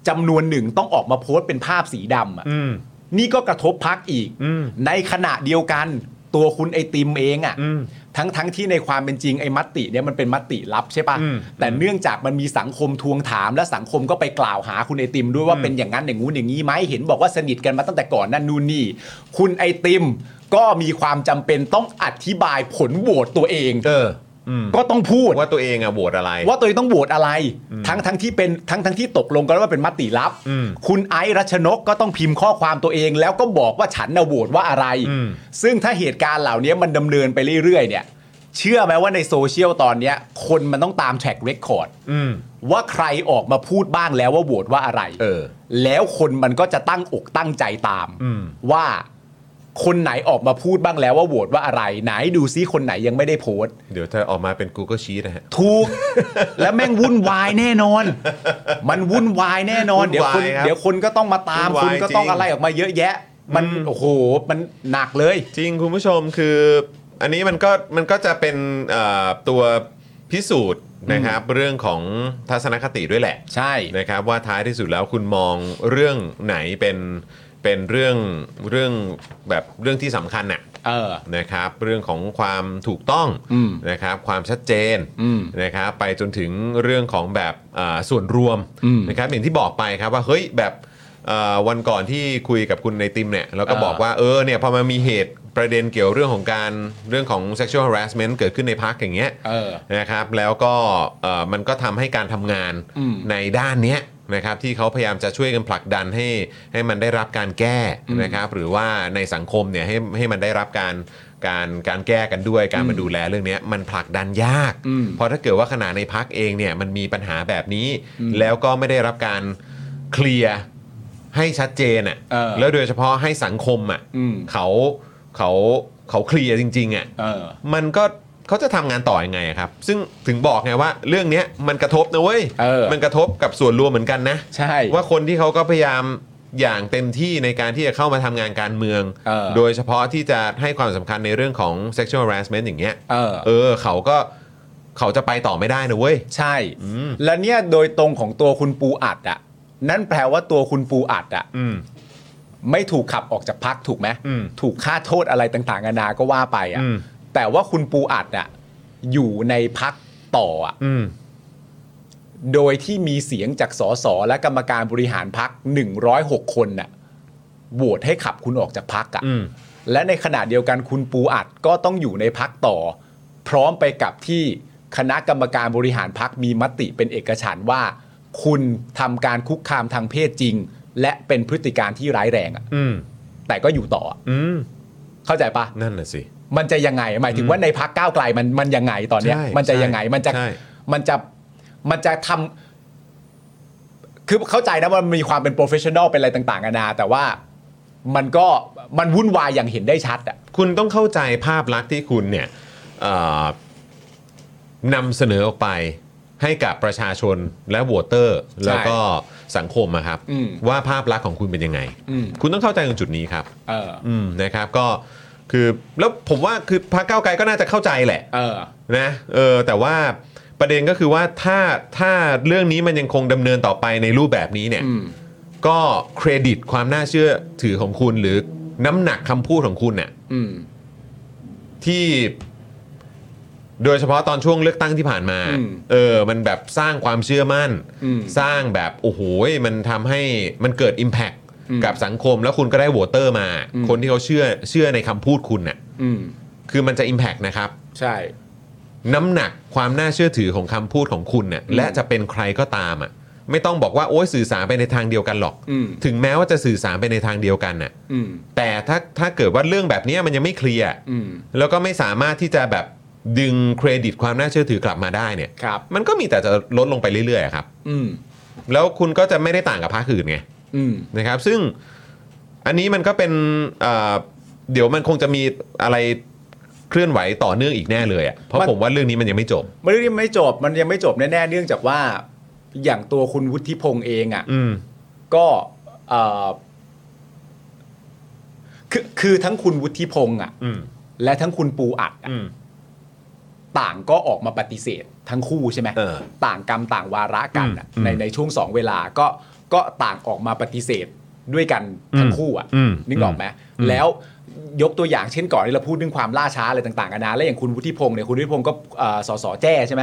[SPEAKER 2] จำนวนหนึ่งต้องออกมาโพสต์เป็นภาพสีดำอะ
[SPEAKER 1] อืม
[SPEAKER 2] นี่ก็กระทบพักอีก
[SPEAKER 1] อืม
[SPEAKER 2] ในขณะเดียวกัน ตัวคุณไอติมเองอะ
[SPEAKER 1] อืม
[SPEAKER 2] ทั้งทั้งที่ในความเป็นจริงไอ้มติเนี่ยมันเป็นมติลับใช่
[SPEAKER 1] อืม
[SPEAKER 2] ปะ่ะ แต่เนื่องจากมันมีสังคมทวงถาม และสังคมก็ไปกล่าวหาคุณไอติมด้วยว่าเป็นอย่างนั้นอย่างงู้นอย่างนี้ไหมเห็นบอกว่าสนิทกันมาตั้งแต่ก่อนนั่นนู่นนี่ คุณไอติมก็มีความจำเป็นต้องอธิบายผลโหวตตัวเอง
[SPEAKER 1] เออ อืม
[SPEAKER 2] ก็ต้องพูด
[SPEAKER 1] ว่าตัวเองอะโหวตอะไร
[SPEAKER 2] ว่าตัวเองต้องโหวตอะไร ทั้งทั้งที่เป็นทั้งทั้งที่ตกลงกันว่าเป็นมติลับ
[SPEAKER 1] อืม
[SPEAKER 2] คุณไอซ์รัชนกก็ต้องพิมพ์ข้อความตัวเอง แล้วก็บอกว่าฉันน่ะโหวตว่าอะไร
[SPEAKER 1] อืม
[SPEAKER 2] ซึ่งถ้าเหตุการณ์เหล่านี้มันดำเนินไปเรื่อยๆ เนี่ย เชื่อไหมว่าในโซเชียลตอนเนี้ย คนมันต้องตามแทร็กเรคคอร์ด
[SPEAKER 1] อืม
[SPEAKER 2] ว่าใครออกมาพูดบ้างแล้วว่าโหวตว่าอะไร
[SPEAKER 1] เออ
[SPEAKER 2] แล้วคนมันก็จะตั้งอกตั้งใจตาม
[SPEAKER 1] อืม
[SPEAKER 2] ว่าคนไหนออกมาพูดบ้างแล้วว่าโหวตว่าอะไร ไหนดูซิคนไหนยังไม่ได้โพสต์
[SPEAKER 1] เดี๋ยวจะออกมาเป็น Google Sheet นะฮะ
[SPEAKER 2] ถูก และแม่งวุ่นวายแน่นอน มันวุ่นวายแน่นอน เดี๋ยวคน
[SPEAKER 1] วุ่นวายครับ
[SPEAKER 2] เดี๋ยวคนก็ต้องมาตาม
[SPEAKER 1] วุ่นวาย
[SPEAKER 2] คุณก็ต้อง
[SPEAKER 1] จริง
[SPEAKER 2] อะไรออกมาเยอะแยะ มันโอ้โหมันหนักเลย
[SPEAKER 1] จริงคุณผู้ชมคืออันนี้มันก็มันก็จะเป็นเอ่อตัวพิสูจน์นะครับ เรื่องของทัศนคติด้วยแหละ
[SPEAKER 2] ใช่
[SPEAKER 1] นะครับว่าท้ายที่สุดแล้วคุณมองเรื่องไหนเป็นเป็นเรื่องเรื่องแบบเรื่องที่สำคัญน่ะ
[SPEAKER 2] เออ
[SPEAKER 1] นะครับ เรื่องของความถูกต้อง
[SPEAKER 2] อืม
[SPEAKER 1] นะครับ ความชัดเจน
[SPEAKER 2] อืม
[SPEAKER 1] นะครับไปจนถึงเรื่องของแบบอ่าส่วนรวม
[SPEAKER 2] อืม
[SPEAKER 1] นะครับอย่างที่บอกไปครับว่าเฮ้ยแบบเอ่อวันก่อนที่คุยกับคุณในติมเนี่ยเราก็
[SPEAKER 2] เออ
[SPEAKER 1] บอกว่าเออเนี่ยพอมันมีเหตุประเด็นเกี่ยวเรื่องของการเรื่องของ sexual harassment เกิดขึ้นในพักอย่างเงี้ย
[SPEAKER 2] เออ
[SPEAKER 1] นะครับแล้วก็เอ่อมันก็ทำให้การทำงาน
[SPEAKER 2] อืม
[SPEAKER 1] ในด้านเนี้ยนะครับที่เขาพยายามจะช่วยกันผลักดันให้ให้มันได้รับการแก้นะครับหรือว่าในสังคมเนี่ยให้ให้มันได้รับการ การการแก้กันด้วยการมาดูแลเรื่องเนี้ยมันผลักดันยาก
[SPEAKER 2] อืม
[SPEAKER 1] เพราะถ้าเกิดว่าขณะในพักเองเนี่ยมันมีปัญหาแบบนี้ แล้วก็ไม่ได้รับการเคลียร์ให้ชัดเจนอ่ะ
[SPEAKER 2] เออ
[SPEAKER 1] แล้วโดยเฉพาะให้สังคมอ่ะ
[SPEAKER 2] อืม
[SPEAKER 1] เขาเขาเขาเคลียร์จริงๆอ่ะ
[SPEAKER 2] เออ
[SPEAKER 1] มันก็เขาจะทำงานต่อยังไงอะครับ ซึ่งถึงบอกไงว่าเรื่องเนี้ยมันกระทบนะเว้ย
[SPEAKER 2] เออ
[SPEAKER 1] มันกระทบกับส่วนรวมเหมือนกันนะ
[SPEAKER 2] ใช่
[SPEAKER 1] ว่าคนที่เขาก็พยายามอย่างเต็มที่ในการที่จะเข้ามาทำงานการเมือง
[SPEAKER 2] เออ
[SPEAKER 1] โดยเฉพาะที่จะให้ความสำคัญในเรื่องของ sexual harassment อย่างเงี้ย
[SPEAKER 2] เออ
[SPEAKER 1] เออเขาก็เขาจะไปต่อไม่ได้นะเว้ย
[SPEAKER 2] ใช่ และเนี่ยโดยตรงของตัวคุณปูอัดอะนั่นแปลว่าตัวคุณปูอัดอะ
[SPEAKER 1] อืม
[SPEAKER 2] ไม่ถูกขับออกจากพักถูกไหม
[SPEAKER 1] อืม
[SPEAKER 2] ถูกฆ่าโทษอะไรต่างๆนานาก็ว่าไปอะ
[SPEAKER 1] อืม
[SPEAKER 2] แต่ว่าคุณปูอัดอะอยู่ในพักต่ออะ
[SPEAKER 1] อืม
[SPEAKER 2] โดยที่มีเสียงจากสสและกรรมการบริหารพัก106 คนน่ะโหวตให้ขับคุณออกจากพักอะ
[SPEAKER 1] อืม
[SPEAKER 2] และในขณะเดียวกันคุณปูอัดก็ต้องอยู่ในพักต่อ พร้อมไปกับที่คณะกรรมการบริหารพักมีมติเป็นเอกฉันท์ว่า คุณทำการคุกคามทางเพศจริง และเป็นพฤติการที่ร้ายแรงอะ
[SPEAKER 1] อืม
[SPEAKER 2] แต่ก็อยู่ต่ออะ
[SPEAKER 1] อืม
[SPEAKER 2] เข้าใจปะ
[SPEAKER 1] นั่นน่ะสิ
[SPEAKER 2] มันจะยังไง หมายถึงว่าในพักก้าวไกลมันมันยังไงตอนเนี้ย
[SPEAKER 1] ใช่
[SPEAKER 2] มันจะยังไงมันจะ
[SPEAKER 1] ใช่
[SPEAKER 2] มันจะมันจะทำคือเข้าใจนะว่ามันมีความเป็นโปรเฟชชั่นอลเป็นอะไรต่างๆนานาแต่ว่ามันก็มันวุ่นวายอย่างเห็นได้ชัดอะ
[SPEAKER 1] คุณต้องเข้าใจภาพลักษณ์ที่คุณเนี่ยเอ่อนำเสนอออกไปให้กับประชาชนและโหวตเตอร์ แล้วก็สังคมอะครับ
[SPEAKER 2] อืม
[SPEAKER 1] ว่าภาพลักษณ์ของคุณเป็นยังไง
[SPEAKER 2] อืม
[SPEAKER 1] คุณต้องเข้าใจตรงจุดนี้ครับ
[SPEAKER 2] เออ
[SPEAKER 1] อืมนะครับก็คือแล้วผมว่าคือพรรคก้าวไกลก็น่าจะเข้าใจแหละ
[SPEAKER 2] เออ
[SPEAKER 1] นะเออแต่ว่าประเด็นก็คือว่าถ้าถ้าเรื่องนี้มันยังคงดำเนินต่อไปในรูปแบบนี้เนี่ย
[SPEAKER 2] อืม
[SPEAKER 1] ก็เครดิตความน่าเชื่อถือของคุณหรือน้ำหนักคำพูดของคุณเนี่ย
[SPEAKER 2] อืม
[SPEAKER 1] ที่โดยเฉพาะตอนช่วงเลือกตั้งที่ผ่านมา
[SPEAKER 2] อืม
[SPEAKER 1] เออ มันแบบสร้างความเชื่อมั่น
[SPEAKER 2] อืม
[SPEAKER 1] สร้างแบบโอ้โหยมันทำให้มันเกิด Impact
[SPEAKER 2] อืม
[SPEAKER 1] กับสังคมแล้วคุณก็ได้โหวตเตอร์มา
[SPEAKER 2] อืม
[SPEAKER 1] คนที่เขาเชื่อเชื่อในคำพูดคุณน่ะ
[SPEAKER 2] อืม
[SPEAKER 1] คือมันจะ Impact นะครับ
[SPEAKER 2] ใช่
[SPEAKER 1] น้ำหนักความน่าเชื่อถือของคำพูดของคุณเนี่ย
[SPEAKER 2] อืม
[SPEAKER 1] และจะเป็นใครก็ตามอ่ะไม่ต้องบอกว่าโอ้ยสื่อสารไปในทางเดียวกันหรอก
[SPEAKER 2] อืม
[SPEAKER 1] ถึงแม้ว่าจะสื่อสารไปในทางเดียวกันน่ะ
[SPEAKER 2] อืม
[SPEAKER 1] แต่ถ้าถ้าเกิดว่าเรื่องแบบเนี้ยมันยังไม่เคลียร์
[SPEAKER 2] อืม
[SPEAKER 1] แล้วก็ไม่สามารถที่จะแบบดึงเครดิตความน่าเชื่อถือกลับมาได้เนี่ย
[SPEAKER 2] ครับ
[SPEAKER 1] มันก็มีแต่จะลดลงไปเรื่อยๆอะครับ
[SPEAKER 2] อืม
[SPEAKER 1] แล้วคุณก็จะไม่ได้ต่างกับภาคอื่นไง
[SPEAKER 2] อืม
[SPEAKER 1] นะครับ ซึ่งอันนี้มันก็เป็นเอ่อเดี๋ยวมันคงจะมีอะไรเคลื่อนไหวต่อเนื่องอีกแน่เลยอะ่ะเพราะ
[SPEAKER 2] มัน
[SPEAKER 1] ผมว่าเรื่องนี้มันยังไม่จบ
[SPEAKER 2] มันเรื่องไม่จบ มันยังไม่จบแน่ๆ เนื่องจากว่าอย่างตัวคุณวุฒิพงษ์เองอ่ะ
[SPEAKER 1] อืม
[SPEAKER 2] ก็เอ่อคือคือทั้งคุณวุฒิพงษ์อ่ะ
[SPEAKER 1] อืม
[SPEAKER 2] และทั้งคุณปูอัดอะ
[SPEAKER 1] อืม
[SPEAKER 2] ต่างก็ออกมาปฏิเสธ ทั้งคู่ใช่ไหม
[SPEAKER 1] เออ
[SPEAKER 2] ต่างกรรมต่างวาระกันอะ
[SPEAKER 1] อืม
[SPEAKER 2] ในในช่วงสองเวลาก็ก็ต่างออกมาปฏิเสธด้วยกันทั้งคู่อ่ะ
[SPEAKER 1] อืม
[SPEAKER 2] นึกออกไหมแล้วยกตัวอย่างเช่นก่อนที่เราพูดเรื่องความล่าช้าอะไรต่างๆกันานะและอย่างคุณวุฒิพงษ์เนี่ยคุณวุฒิพงษ์ก็เอ่อสสแจ้ใช่ไหม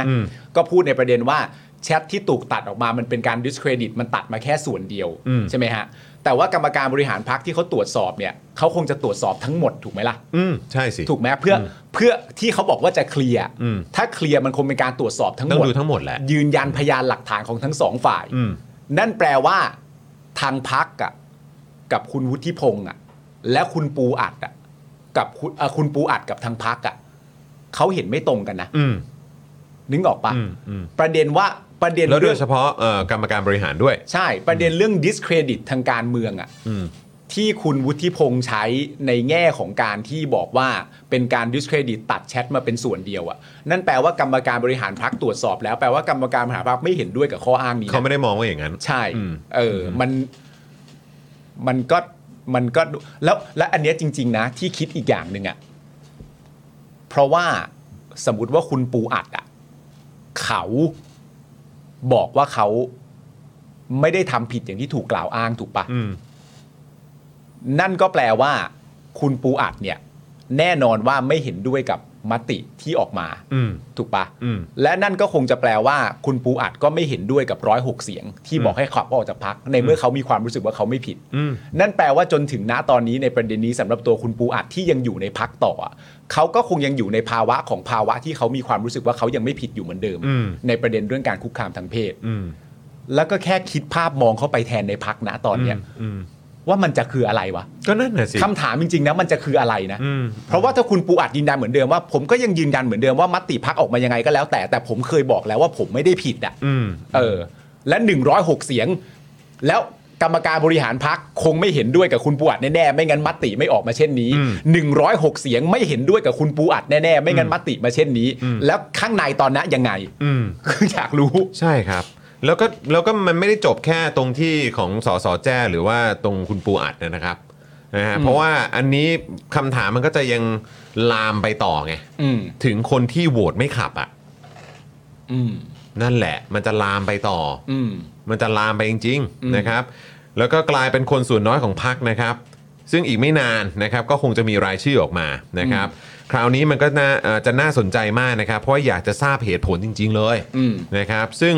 [SPEAKER 2] ก็พูดในประเด็นว่าแชทที่ถูกตัดออกมามันเป็นการดิสเครดิตมันตัดมาแค่ส่วนเดียวใช่ไหมฮะแต่ว่ากรรมการบริหารพักที่เขาตรวจสอบเนี่ยเขาคงจะตรวจสอบทั้งหมดถูกไหมล่ะ
[SPEAKER 1] อืม ใช่สิ
[SPEAKER 2] ถูกไหมเพื่อเพื่อที่เขาบอกว่าจะเคลียร์
[SPEAKER 1] อืม
[SPEAKER 2] ถ้าเคลียร์มันคงเป็นการตรวจสอบทั้งห
[SPEAKER 1] ต้อง
[SPEAKER 2] มด
[SPEAKER 1] ดูทั้งหมดแหละ
[SPEAKER 2] ยืนยันพยานหลักฐานของทั้งสองฝ่าย
[SPEAKER 1] อืม
[SPEAKER 2] นั่นแปลว่าทางพักอะกับคุณวุฒิพงษ์อะและคุณปูอัดอะกับคุณเอ่อคุณปูอัดกับทางพักอะเขาเห็นไม่ตรงกันนะ
[SPEAKER 1] อืม
[SPEAKER 2] นึกออกปะ
[SPEAKER 1] อืมอืม
[SPEAKER 2] ประเด็นว่าประเด็น
[SPEAKER 1] แล้วโด
[SPEAKER 2] เรื่อย ง
[SPEAKER 1] เฉพาะเอ่อกรรมการบริหารด้วย
[SPEAKER 2] ใช่ ประเด็นเรื่อง discredit ทางการเมืองอะ
[SPEAKER 1] อืม
[SPEAKER 2] ที่คุณวุฒิพงษ์ใช้ในแง่ของการที่บอกว่าเป็นการ discredit ตัดแชทมาเป็นส่วนเดียวอะ่ะ นั่นแปลว่ากรรมการบริหารพักตรวจสอบแล้วแปลว่ากรรมการบริหารพักไม่เห็นด้วยกับข้ออ้างนี้นะ
[SPEAKER 1] เขาไม่ได้มองว่าอย่างนั้น
[SPEAKER 2] ใช่
[SPEAKER 1] อืม
[SPEAKER 2] เออ มัน มันก็มันก็ดูแล้วและอันเนี้ยจริง ๆ นะ ที่คิดอีกอย่างหนึ่งอะ่ะ เพราะว่าสมมติว่าคุณปูอัดอะ่ะ เขาบอกว่าเขาไม่ได้ทำผิดอย่างที่ถูกกล่าวอ้างถูกปะ
[SPEAKER 1] อืม
[SPEAKER 2] นั่นก็แปลว่า คุณปูอัดเนี่ย แน่นอนว่าไม่เห็นด้วยกับมติที่ออกมา
[SPEAKER 1] อืม
[SPEAKER 2] ถูกปะ
[SPEAKER 1] อืม
[SPEAKER 2] และนั่นก็คงจะแปลว่า คุณปูอัดก็ไม่เห็นด้วยกับร้อยหกเสียง ที่บอกให้ขับออกจากพักในเมื่อเขามีความรู้สึกว่าเขาไม่ผิด
[SPEAKER 1] อืม
[SPEAKER 2] นั่นแปลว่าจนถึงณตอนนี้ในประเด็นนี้สำหรับตัวคุณปูอัดที่ยังอยู่ในพักต่ออะเขาก็คงยังอยู่ในภาวะของภาวะที่เขามีความรู้สึกว่าเขายังไม่ผิดอยู่เหมือนเดิม
[SPEAKER 1] อืม
[SPEAKER 2] ในประเด็นเรื่องการคุกคามทางเพศ
[SPEAKER 1] อืม
[SPEAKER 2] แล้วก็แค่คิดภาพมองเข้าไปแทนในพักณตอนเนี้ย
[SPEAKER 1] อืม
[SPEAKER 2] ว่ามันจะคืออะไรวะ
[SPEAKER 1] ก็นั่นน่ะสิ
[SPEAKER 2] คำถามจริงๆนะมันจะคืออะไรนะ
[SPEAKER 1] อืม
[SPEAKER 2] เพราะว่าถ้าคุณปูอัดยืนยันเหมือนเดิมว่าผมก็ยังยืนยันเหมือนเดิมว่ามติพักออกมายังไงก็แล้ว แต่แต่ผมเคยบอกแล้วว่าผมไม่ได้ผิดอ่ะ
[SPEAKER 1] อืม
[SPEAKER 2] เออ และ 106 เสียง แล้วกรรมการบริหารพักคงไม่เห็นด้วยกับคุณปูอัดแน่ๆไม่งั้นมติไม่ออกมาเช่นนี้
[SPEAKER 1] อืม
[SPEAKER 2] 106 เสียงไม่เห็นด้วยกับคุณปูอัดแน่ๆไม่งั้นมติมาเช่นนี้ แล้วข้างในตอนนั้นยัง ไง
[SPEAKER 1] อืม
[SPEAKER 2] คืออยากรู้
[SPEAKER 1] ใช่ครับ แล้วก็แล้วก็มันไม่ได้จบแค่ตรงที่ของสสแจ้หรือว่าตรงคุณปูอัดนะครับนะฮะเพราะว่าอันนี้คำถามมันก็จะยังลามไปต่อไง
[SPEAKER 2] อืม
[SPEAKER 1] ถึงคนที่โหวตไม่ขับอ่ะ
[SPEAKER 2] อืม
[SPEAKER 1] นั่นแหละ มันจะลามไปต่ออ
[SPEAKER 2] อืม
[SPEAKER 1] มันจะลามไปจริงๆนะครับ แล้วก็กลายเป็นคนส่วนน้อยของพักนะครับ ซึ่งอีกไม่นานนะครับ ก็คงจะมีรายชื่อออกมานะครับ คราวนี้มันก็น่าเอ่อจะน่าสนใจมากนะครับ เพราะว่าอยากจะทราบเหตุผลจริง ๆ เลย
[SPEAKER 2] อืม
[SPEAKER 1] นะครับ ซึ่ง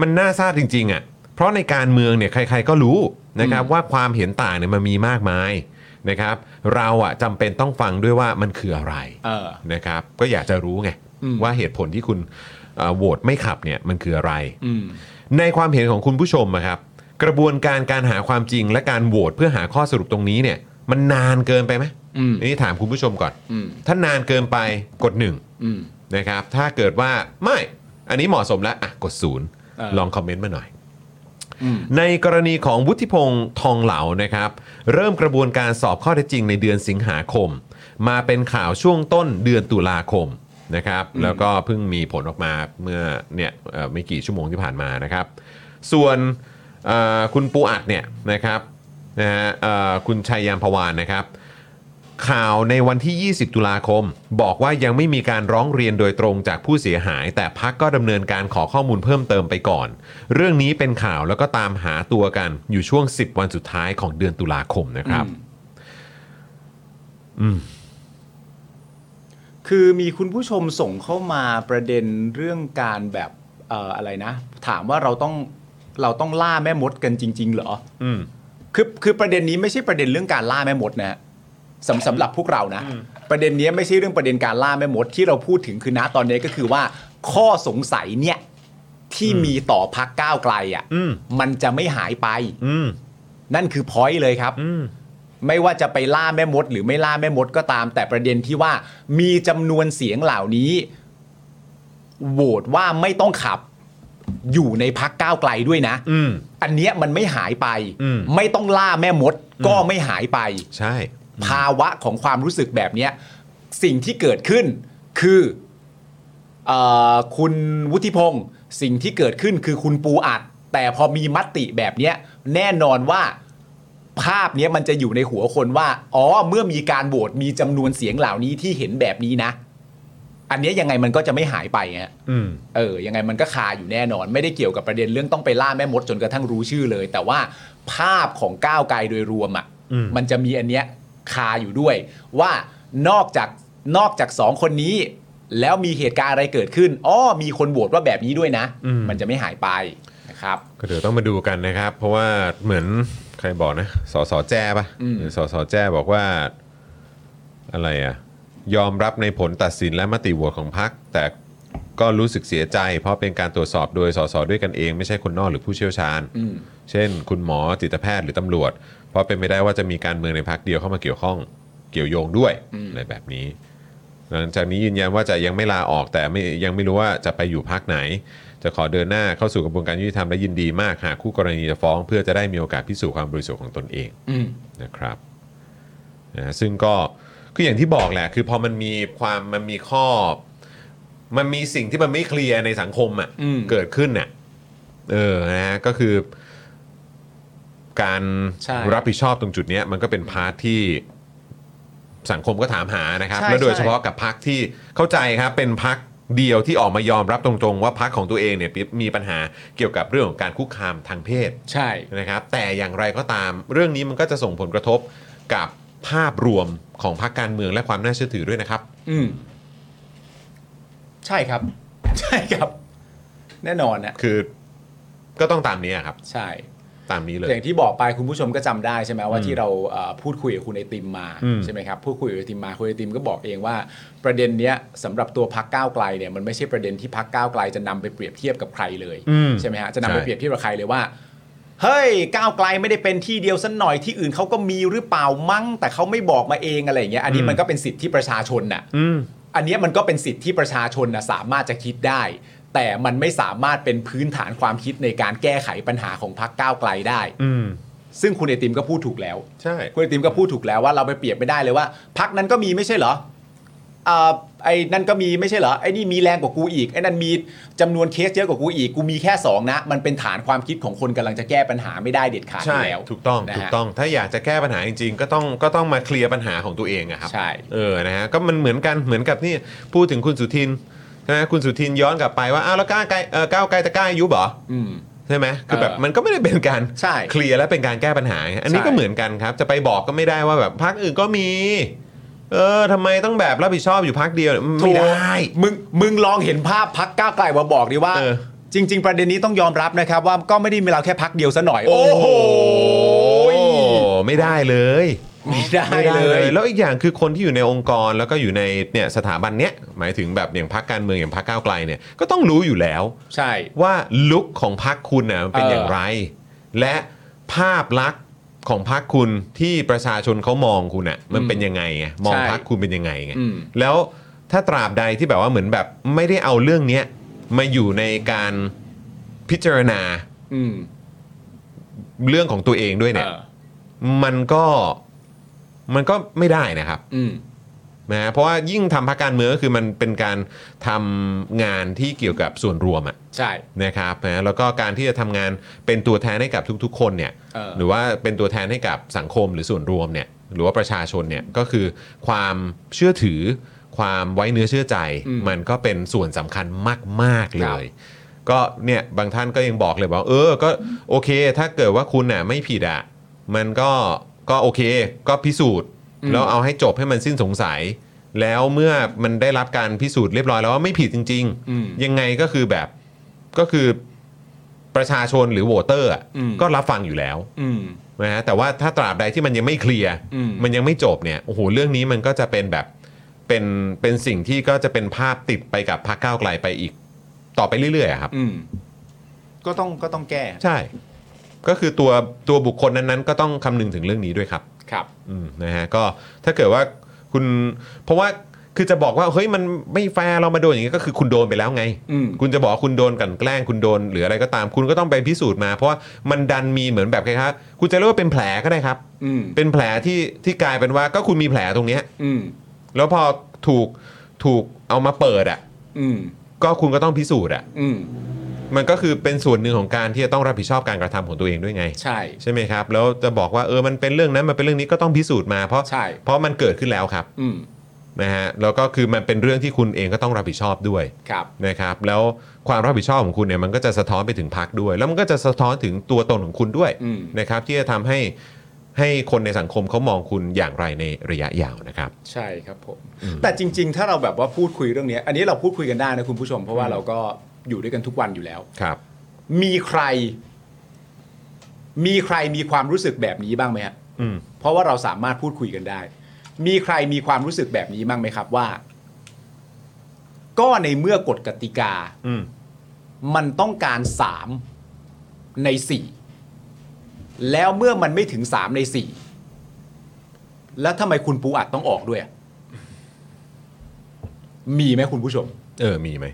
[SPEAKER 1] มันน่าทราบจริงๆอ่ะเพราะในการเมืองเนี่ยใคร ๆก็รู้นะครับว่าความเห็นต่างเนี่ยมันมีมากมายนะครับ เราอ่ะจำเป็นต้องฟังด้วยว่ามันคืออะไร
[SPEAKER 2] เออ
[SPEAKER 1] นะครับก็อยากจะรู้ไง
[SPEAKER 2] อืม
[SPEAKER 1] ว่าเหตุผลที่คุณเอ่อโหวตไม่ขับเนี่ยมันคืออะไร
[SPEAKER 2] อืม
[SPEAKER 1] ในความเห็นของคุณผู้ชมนะครับ กระบวนการการหาความจริงและการโหวตเพื่อหาข้อสรุปตรงนี้เนี่ย มันนานเกินไปไหม
[SPEAKER 2] อืม
[SPEAKER 1] อันนี่ถามคุณผู้ชมก่อน
[SPEAKER 2] อืม
[SPEAKER 1] ถ้านานเกินไปกดหนึ่ง
[SPEAKER 2] อืม
[SPEAKER 1] นะครับ ถ้าเกิดว่าไม่อันนี้เหมาะสมแล้วอ่ะกดศูนย์
[SPEAKER 2] เออ
[SPEAKER 1] ลองคอมเมนต์มาหน่อย
[SPEAKER 2] อืม
[SPEAKER 1] ในกรณีของวุฒิพงษ์ทองเหลานะครับ เริ่มกระบวนการสอบข้อเท็จจริงในเดือนสิงหาคม มาเป็นข่าวช่วงต้นเดือนตุลาคมนะครับ แล้วก็เพิ่งมีผลออกมาเมื่อเนี่ยเอ่อไม่กี่ชั่วโมงที่ผ่านมานะครับ ส่วนเอ่อคุณปูอัดเนี่ยนะครับนะฮะเอ่อคุณชัยยามพวานนะครับ ข่าวในวันที่ 20 ตุลาคม บอกว่ายังไม่มีการร้องเรียนโดยตรงจากผู้เสียหาย แต่พักก็ดำเนินการขอข้อมูลเพิ่มเติมไปก่อน เรื่องนี้เป็นข่าวแล้วก็ตามหาตัวกันอยู่ช่วง 10 วันสุดท้ายของเดือนตุลาคมนะครับ
[SPEAKER 2] คือมีคุณผู้ชมส่งเข้ามาประเด็นเรื่องการแบบเอ่ออะไรนะ ถามว่าเราต้องเราต้องล่าแม่มดกันจริง ๆ เหรอ
[SPEAKER 1] อืม
[SPEAKER 2] คือคือประเด็นนี้ไม่ใช่ประเด็นเรื่องการล่าแม่มดนะฮะสำสำหรับพวกเรานะ ประเด็นนี้ไม่ใช่เรื่องประเด็นการล่าแม่มดที่เราพูดถึงคือนะตอนนี้ก็คือว่า ข้อสงสัยเนี่ยที่มีต่อพักก้าวไกลอ่ะ
[SPEAKER 1] อืม
[SPEAKER 2] มันจะไม่หายไป
[SPEAKER 1] อืม
[SPEAKER 2] นั่นคือพอยต์เลยครับ
[SPEAKER 1] อืม
[SPEAKER 2] ไม่ว่าจะไปล่าแม่มด หรือไม่ล่าแม่มดก็ตาม แต่ประเด็นที่ว่ามีจำนวนเสียงเหล่านี้โหวตว่าไม่ต้องขับอยู่ในพักก้าวไกลด้วยนะ
[SPEAKER 1] อืม
[SPEAKER 2] อันเนี้ยมันไม่หายไป
[SPEAKER 1] อืม
[SPEAKER 2] ไม่ต้องล่าแม่มดก็ไม่หายไป
[SPEAKER 1] ใช่
[SPEAKER 2] ภาวะของความรู้สึกแบบเนี้ยสิ่งที่เกิดขึ้นคือเออคุณวุฒิพงศ์สิ่งที่เกิดขึ้นคือคุณปูอัด แต่พอมีมติแบบเนี้ยแน่นอนว่าภาพเนี้ยมันจะอยู่ในหัวคนว่า อ๋อเมื่อมีการโหวตมีจำนวนเสียงเหล่านี้ที่เห็นแบบนี้นะ อันเนี้ยยังไงมันก็จะไม่หายไปฮะ
[SPEAKER 1] อืม
[SPEAKER 2] เออ ยังไงมันก็คาอยู่แน่นอน ไม่ได้เกี่ยวกับประเด็นเรื่องต้องไปล่าแม่มดจนกระทั่งรู้ชื่อเลย แต่ว่าภาพของก้าวไกลโดยรวมอะ่ะ
[SPEAKER 1] อืม
[SPEAKER 2] มันจะมีอันเนี้ยคาอยู่ด้วย ว่านอกจากนอกจากสองคนนี้ แล้วมีเหตุการณ์อะไรเกิดขึ้นอ๋อมีคนโหวตว่าแบบนี้ด้วยนะ มันจะไม่หายไปนะครับ
[SPEAKER 1] ก็เดี๋ยวต้องมาดูกันนะครับ เพราะว่าเหมือนใครบอกนะสสแจ้ปะ
[SPEAKER 2] อืม
[SPEAKER 1] หรือสสแจ้บอกว่าอะไรอะยอมรับในผลตัดสินและมติโหวตของพรรคแต่ก็รู้สึกเสียใจ เพราะเป็นการตรวจสอบโดยสสด้วยกันเองไม่ใช่คนนอกหรือผู้เชี่ยวชาญ
[SPEAKER 2] อืม
[SPEAKER 1] เช่น คุณหมอจิตแพทย์หรือตำรวจ เพราะเป็นไม่ได้ว่าจะมีการเมืองในพรรคเดียวเข้ามาเกี่ยวข้องเกี่ยวโยงด้วย
[SPEAKER 2] อืม
[SPEAKER 1] อะไรแบบนี้ หลังจากนี้ยืนยันว่าจะยังไม่ลาออกแต่ไม่ยังไม่รู้ว่าจะไปอยู่พักไหน จะขอเดินหน้าเข้าสู่กระบวนการยุติธรรมและยินดีมากหากคู่กรณีจะฟ้อง เพื่อจะได้มีโอกาสพิสูจน์ความบริสุทธิ์ของตนเอง
[SPEAKER 2] อืม
[SPEAKER 1] นะครับนะซึ่งก็คืออย่างที่บอกแหละ คือพอมันมีความมันมีข้อ มันมีสิ่งที่มันไม่เคลียร์ในสังคมอะ
[SPEAKER 2] อืม
[SPEAKER 1] เกิดขึ้นน่ะเออนะฮะก็คือ การ
[SPEAKER 2] ใช่
[SPEAKER 1] รับผิดชอบตรงจุดเนี้ยมันก็เป็นพาร์ทที่สังคมก็ถามหานะครับ
[SPEAKER 2] ใช่
[SPEAKER 1] และโดย
[SPEAKER 2] ใช่
[SPEAKER 1] เฉพาะกับพักที่เข้าใจครับเป็นพักเดียวที่ออกมายอมรับตรงๆ ว่าพักของตัวเองเนี่ยมีปัญหาเกี่ยวกับเรื่องของการคุกคามทางเพศ
[SPEAKER 2] ใช่
[SPEAKER 1] นะครับ แต่อย่างไรก็ตาม เรื่องนี้มันก็จะส่งผลกระทบกับภาพรวมของพรรคการเมืองและความน่าเชื่อถือด้วยนะครับ
[SPEAKER 2] อืม ใช่ครับ ใช่ครับ แน่นอนนะ
[SPEAKER 1] คือก็ต้องตามนี้ครับ
[SPEAKER 2] ใช่
[SPEAKER 1] ตามนี้เลย
[SPEAKER 2] อย่างที่บอกไปคุณผู้ชมก็จำได้ใช่ไหมว่าที่เราเอ่อพูดคุยกับคุณไอติมมา
[SPEAKER 1] อืม
[SPEAKER 2] ใช่ไหมครับพูดคุยกับไอติมมาคุณไอติมก็บอกเองว่า ประเด็นเนี้ยสำหรับตัวพักก้าวไกลเนี่ยมันไม่ใช่ประเด็นที่พักก้าวไกลจะนำไปเปรียบเทียบกับใครเลย
[SPEAKER 1] อืม
[SPEAKER 2] ใช่ไหมฮะจะนำ
[SPEAKER 1] ใช่
[SPEAKER 2] ไปเปรียบเทียบกับใครเลยว่า เฮ้ยก้าวไกลไม่ได้เป็นที่เดียวสันหน่อยที่อื่นเขาก็มีหรือเปล่ามั้ง แต่เขาไม่บอกมาเองอะไรอย่างเงี้ยอันนี้มันก็เป็นสิทธิประชาชนน่ะอันเนี้ยมันก็เป็นสิทธิประชาชนน่ะสามารถจะคิดได้ แต่มันไม่สามารถเป็นพื้นฐานความคิดในการแก้ไขปัญหาของพรรคก้าวไกลได้
[SPEAKER 1] อืม
[SPEAKER 2] ซึ่งคุณไอติมก็พูดถูกแล้ว
[SPEAKER 1] ใช่
[SPEAKER 2] คุณไอติมก็พูดถูกแล้วว่าเราไปเปรียบไม่ได้เลยว่าพักนั้นก็มีไม่ใช่เหรอเอ่อไอ้นั่นก็มีไม่ใช่เหรอไอ้นี่มีแรงกว่ากูอีกไอ้นั่นมีจำนวนเคสเยอะกว่ากูอีกกูมีแค่สองนะ มันเป็นฐานความคิดของคนกำลังจะแก้ปัญหาไม่ได้เด็ดขาดอยู่
[SPEAKER 1] ใช่
[SPEAKER 2] แล้ว
[SPEAKER 1] ถูกต้อง
[SPEAKER 2] นะฮะ
[SPEAKER 1] ถูกต้อง ถ้าอยากจะแก้ปัญหาจริงๆ ก็ต้อง ก็ต้องมาเคลียร์ปัญหาของตัวเองอะครับ
[SPEAKER 2] ใช่
[SPEAKER 1] เออ นะฮะ ก็มันเหมือนกัน เหมือนกับนี่ พูดถึงคุณสุทินนะฮะคุณสุทินย้อนกลับไปว่า อ้าว แล้วก้าวไกลเอ่อก้าวไกลจะกล้าอายุบเหรอ
[SPEAKER 2] อืม
[SPEAKER 1] ใช่ไหมคือแบบ
[SPEAKER 2] เออ
[SPEAKER 1] มันก็ไม่ได้เป็นการ
[SPEAKER 2] ใช่
[SPEAKER 1] เคลียร์และเป็นการแก้ปัญหาไงอันนี้
[SPEAKER 2] ใช่
[SPEAKER 1] ก็เหมือนกันครับ จะไปบอกก็ไม่ได้ว่าแบบพักอื่นก็มี เออทำไมต้องแบบรับผิดชอบอยู่พักเดียวเนี่ยไม่ได้
[SPEAKER 2] มึงมึงลองเห็นภาพพักก้าวไกลมาบอกดีว่า
[SPEAKER 1] เออ
[SPEAKER 2] จริง ๆ ประเด็นนี้ต้องยอมรับนะครับว่าก็ไม่ได้มีเราแค่พักเดียวซะหน่อย โอ้โห
[SPEAKER 1] ไม่ได้เลย
[SPEAKER 2] ไม่ได้
[SPEAKER 1] ไม่ได้
[SPEAKER 2] เล
[SPEAKER 1] เลย ย แล้วอีกอย่างคือคนที่อยู่ในองค์กรแล้วก็อยู่ในเนี่ยสถาบันเนี้ยหมายถึงแบบอย่างพรรคการเมืองอย่างพรรคก้าวไกลเนี่ยก็ต้องรู้อยู่แล้ว
[SPEAKER 2] ใช่
[SPEAKER 1] ว่าลุคของพรรคคุณน่ะมันเป็น
[SPEAKER 2] เออ
[SPEAKER 1] อ
[SPEAKER 2] อ
[SPEAKER 1] ย่างไร และภาพลักษณ์ของพรรคคุณที่ประชาชนเขามองคุณน่ะมันเป็นยังไงไงมองพรรคคุณเป็นยังไงไง
[SPEAKER 2] อืม
[SPEAKER 1] แล้วถ้าตราบใดที่แบบว่าเหมือนแบบไม่ได้เอาเรื่องเนี้ยมาอยู่ในการพิจารณา
[SPEAKER 2] อืม
[SPEAKER 1] เรื่องของตัวเองด้วยเนี่ย
[SPEAKER 2] เออ
[SPEAKER 1] มันก็มันก็ไม่ได้นะครับ
[SPEAKER 2] อืม
[SPEAKER 1] นะฮะเพราะว่ายิ่งทำพักการเมืองก็คือมันเป็นการทำงานที่เกี่ยวกับส่วนรวมอะ
[SPEAKER 2] ใช่
[SPEAKER 1] นะครับนะแล้วก็การที่จะทำงานเป็นตัวแทนให้กับทุกๆ คนเนี่ย
[SPEAKER 2] เออ
[SPEAKER 1] หรือว่าเป็นตัวแทนให้กับสังคมหรือส่วนรวมเนี่ยหรือว่าประชาชนเนี่ยก็คือความเชื่อถือ ความไว้เนื้อเชื่อใจ มันก็เป็นส่วนสำคัญมาก ๆ เลย ก็เนี่ยบางท่านก็ยังบอกเลยว่า เออก็โอเค ถ้าเกิดว่าคุณน่ะไม่ผิดอ่ะมันก็ก็โอเคก็พิสูจน์ แล้วเอาให้จบให้มันสิ้นสงสัย แล้วเมื่อมันได้รับการพิสูจน์เรียบร้อยแล้วว่าไม่ผิดจริง
[SPEAKER 2] อืม
[SPEAKER 1] ๆ ยังไงก็คือแบบก็คือประชาชนหรือโหวตเตอร์อะ
[SPEAKER 2] อืม
[SPEAKER 1] ก็รับฟังอยู่แล้ว
[SPEAKER 2] อืม
[SPEAKER 1] นะฮะแต่ว่าถ้าตราบใดที่มันยังไม่เคลียร์
[SPEAKER 2] อืม
[SPEAKER 1] มันยังไม่จบเนี่ยโอ้โหเรื่องนี้มันก็จะเป็นแบบเป็นเป็นสิ่งที่ก็จะเป็นภาพติดไปกับพรรคก้าวไกลไปอีกต่อไปเรื่อยๆอะครับ
[SPEAKER 2] อืม ก็ต้องก็ต้องแก้
[SPEAKER 1] ใช่ ก็คือตัวตัวบุคคลนั้นๆ ก็ต้องคำนึงถึงเรื่องนี้ด้วยครับ
[SPEAKER 2] ครับ
[SPEAKER 1] อืมนะฮะก็ถ้าเกิดว่าคุณเพราะว่าคือจะบอกว่าเฮ้ยมันไม่แฟร์เรามาโดนอย่างนี้ก็คือคุณโดนไปแล้วไง
[SPEAKER 2] อืม
[SPEAKER 1] คุณจะบอกว่าคุณโดนกลันแกล้งคุณโดนหรืออะไรก็ตาม คุณก็ต้องไปพิสูจน์มา เพราะว่ามันดันมีเหมือนแบบคล้ายๆคุณจะเรียกว่าเป็นแผลก็ได้ครับ
[SPEAKER 2] อืม
[SPEAKER 1] เป็นแผลที่ที่กลายเป็นว่าก็คุณมีแผลตรงเนี้ย
[SPEAKER 2] อืม
[SPEAKER 1] แล้วพอถูกถูกเอามาเปิดอ่ะ
[SPEAKER 2] อืม
[SPEAKER 1] ก็คุณก็ต้องพิสูจน์อ่ะ
[SPEAKER 2] อืม
[SPEAKER 1] มันก็คือเป็นส่วนหนึ่งของการที่จะต้องรับผิดชอบการกระทำของตัวเองด้วยไง
[SPEAKER 2] ใช่
[SPEAKER 1] ใช่ไหมครับ แล้วจะบอกว่าเออมันเป็นเรื่องนั้นมันเป็นเรื่องนี้ก็ต้องพิสูจน์มาเพราะ
[SPEAKER 2] ใช่
[SPEAKER 1] เพราะมันเกิดขึ้นแล้วครับ
[SPEAKER 2] อืม
[SPEAKER 1] นะฮะแล้วก็คือมันเป็นเรื่องที่คุณเองก็ต้องรับผิดชอบด้วย
[SPEAKER 2] ครับ
[SPEAKER 1] นะครับ แล้วความรับผิดชอบของคุณเนี่ยมันก็จะสะท้อนไปถึงพักด้วย แล้วมันก็จะสะท้อนถึงตัวตนของคุณด้วย
[SPEAKER 2] อืม
[SPEAKER 1] นะครับที่จะทำให้ให้คนในสังคมเขามองคุณอย่างไรในระยะยาวนะครับ
[SPEAKER 2] ใช่ครับผม แต่จริง ๆ ถ้าเราแบบว่าพูดคุยเรื่องเนี้ยอันนี้เราพูดคุยกันได้นะคุณผู้ชม เพราะว่าเราก็อยู่ด้วยกันทุกวันอยู่แล้ว
[SPEAKER 1] ครับ
[SPEAKER 2] มีใคร มีใครมีความรู้สึกแบบนี้บ้างไหมฮะ
[SPEAKER 1] อืม
[SPEAKER 2] เพราะว่าเราสามารถพูดคุยกันได้ มีใครมีความรู้สึกแบบนี้บ้างไหมครับว่า ก็ในเมื่อกฎกติกา
[SPEAKER 1] อืม
[SPEAKER 2] มันต้องการสามในสี่แล้วเมื่อมันไม่ถึงสามในสี่แล้วทำไมคุณปูอัดต้องออกด้วยอะมีไหมคุณผู้ชม
[SPEAKER 1] เออมีไหม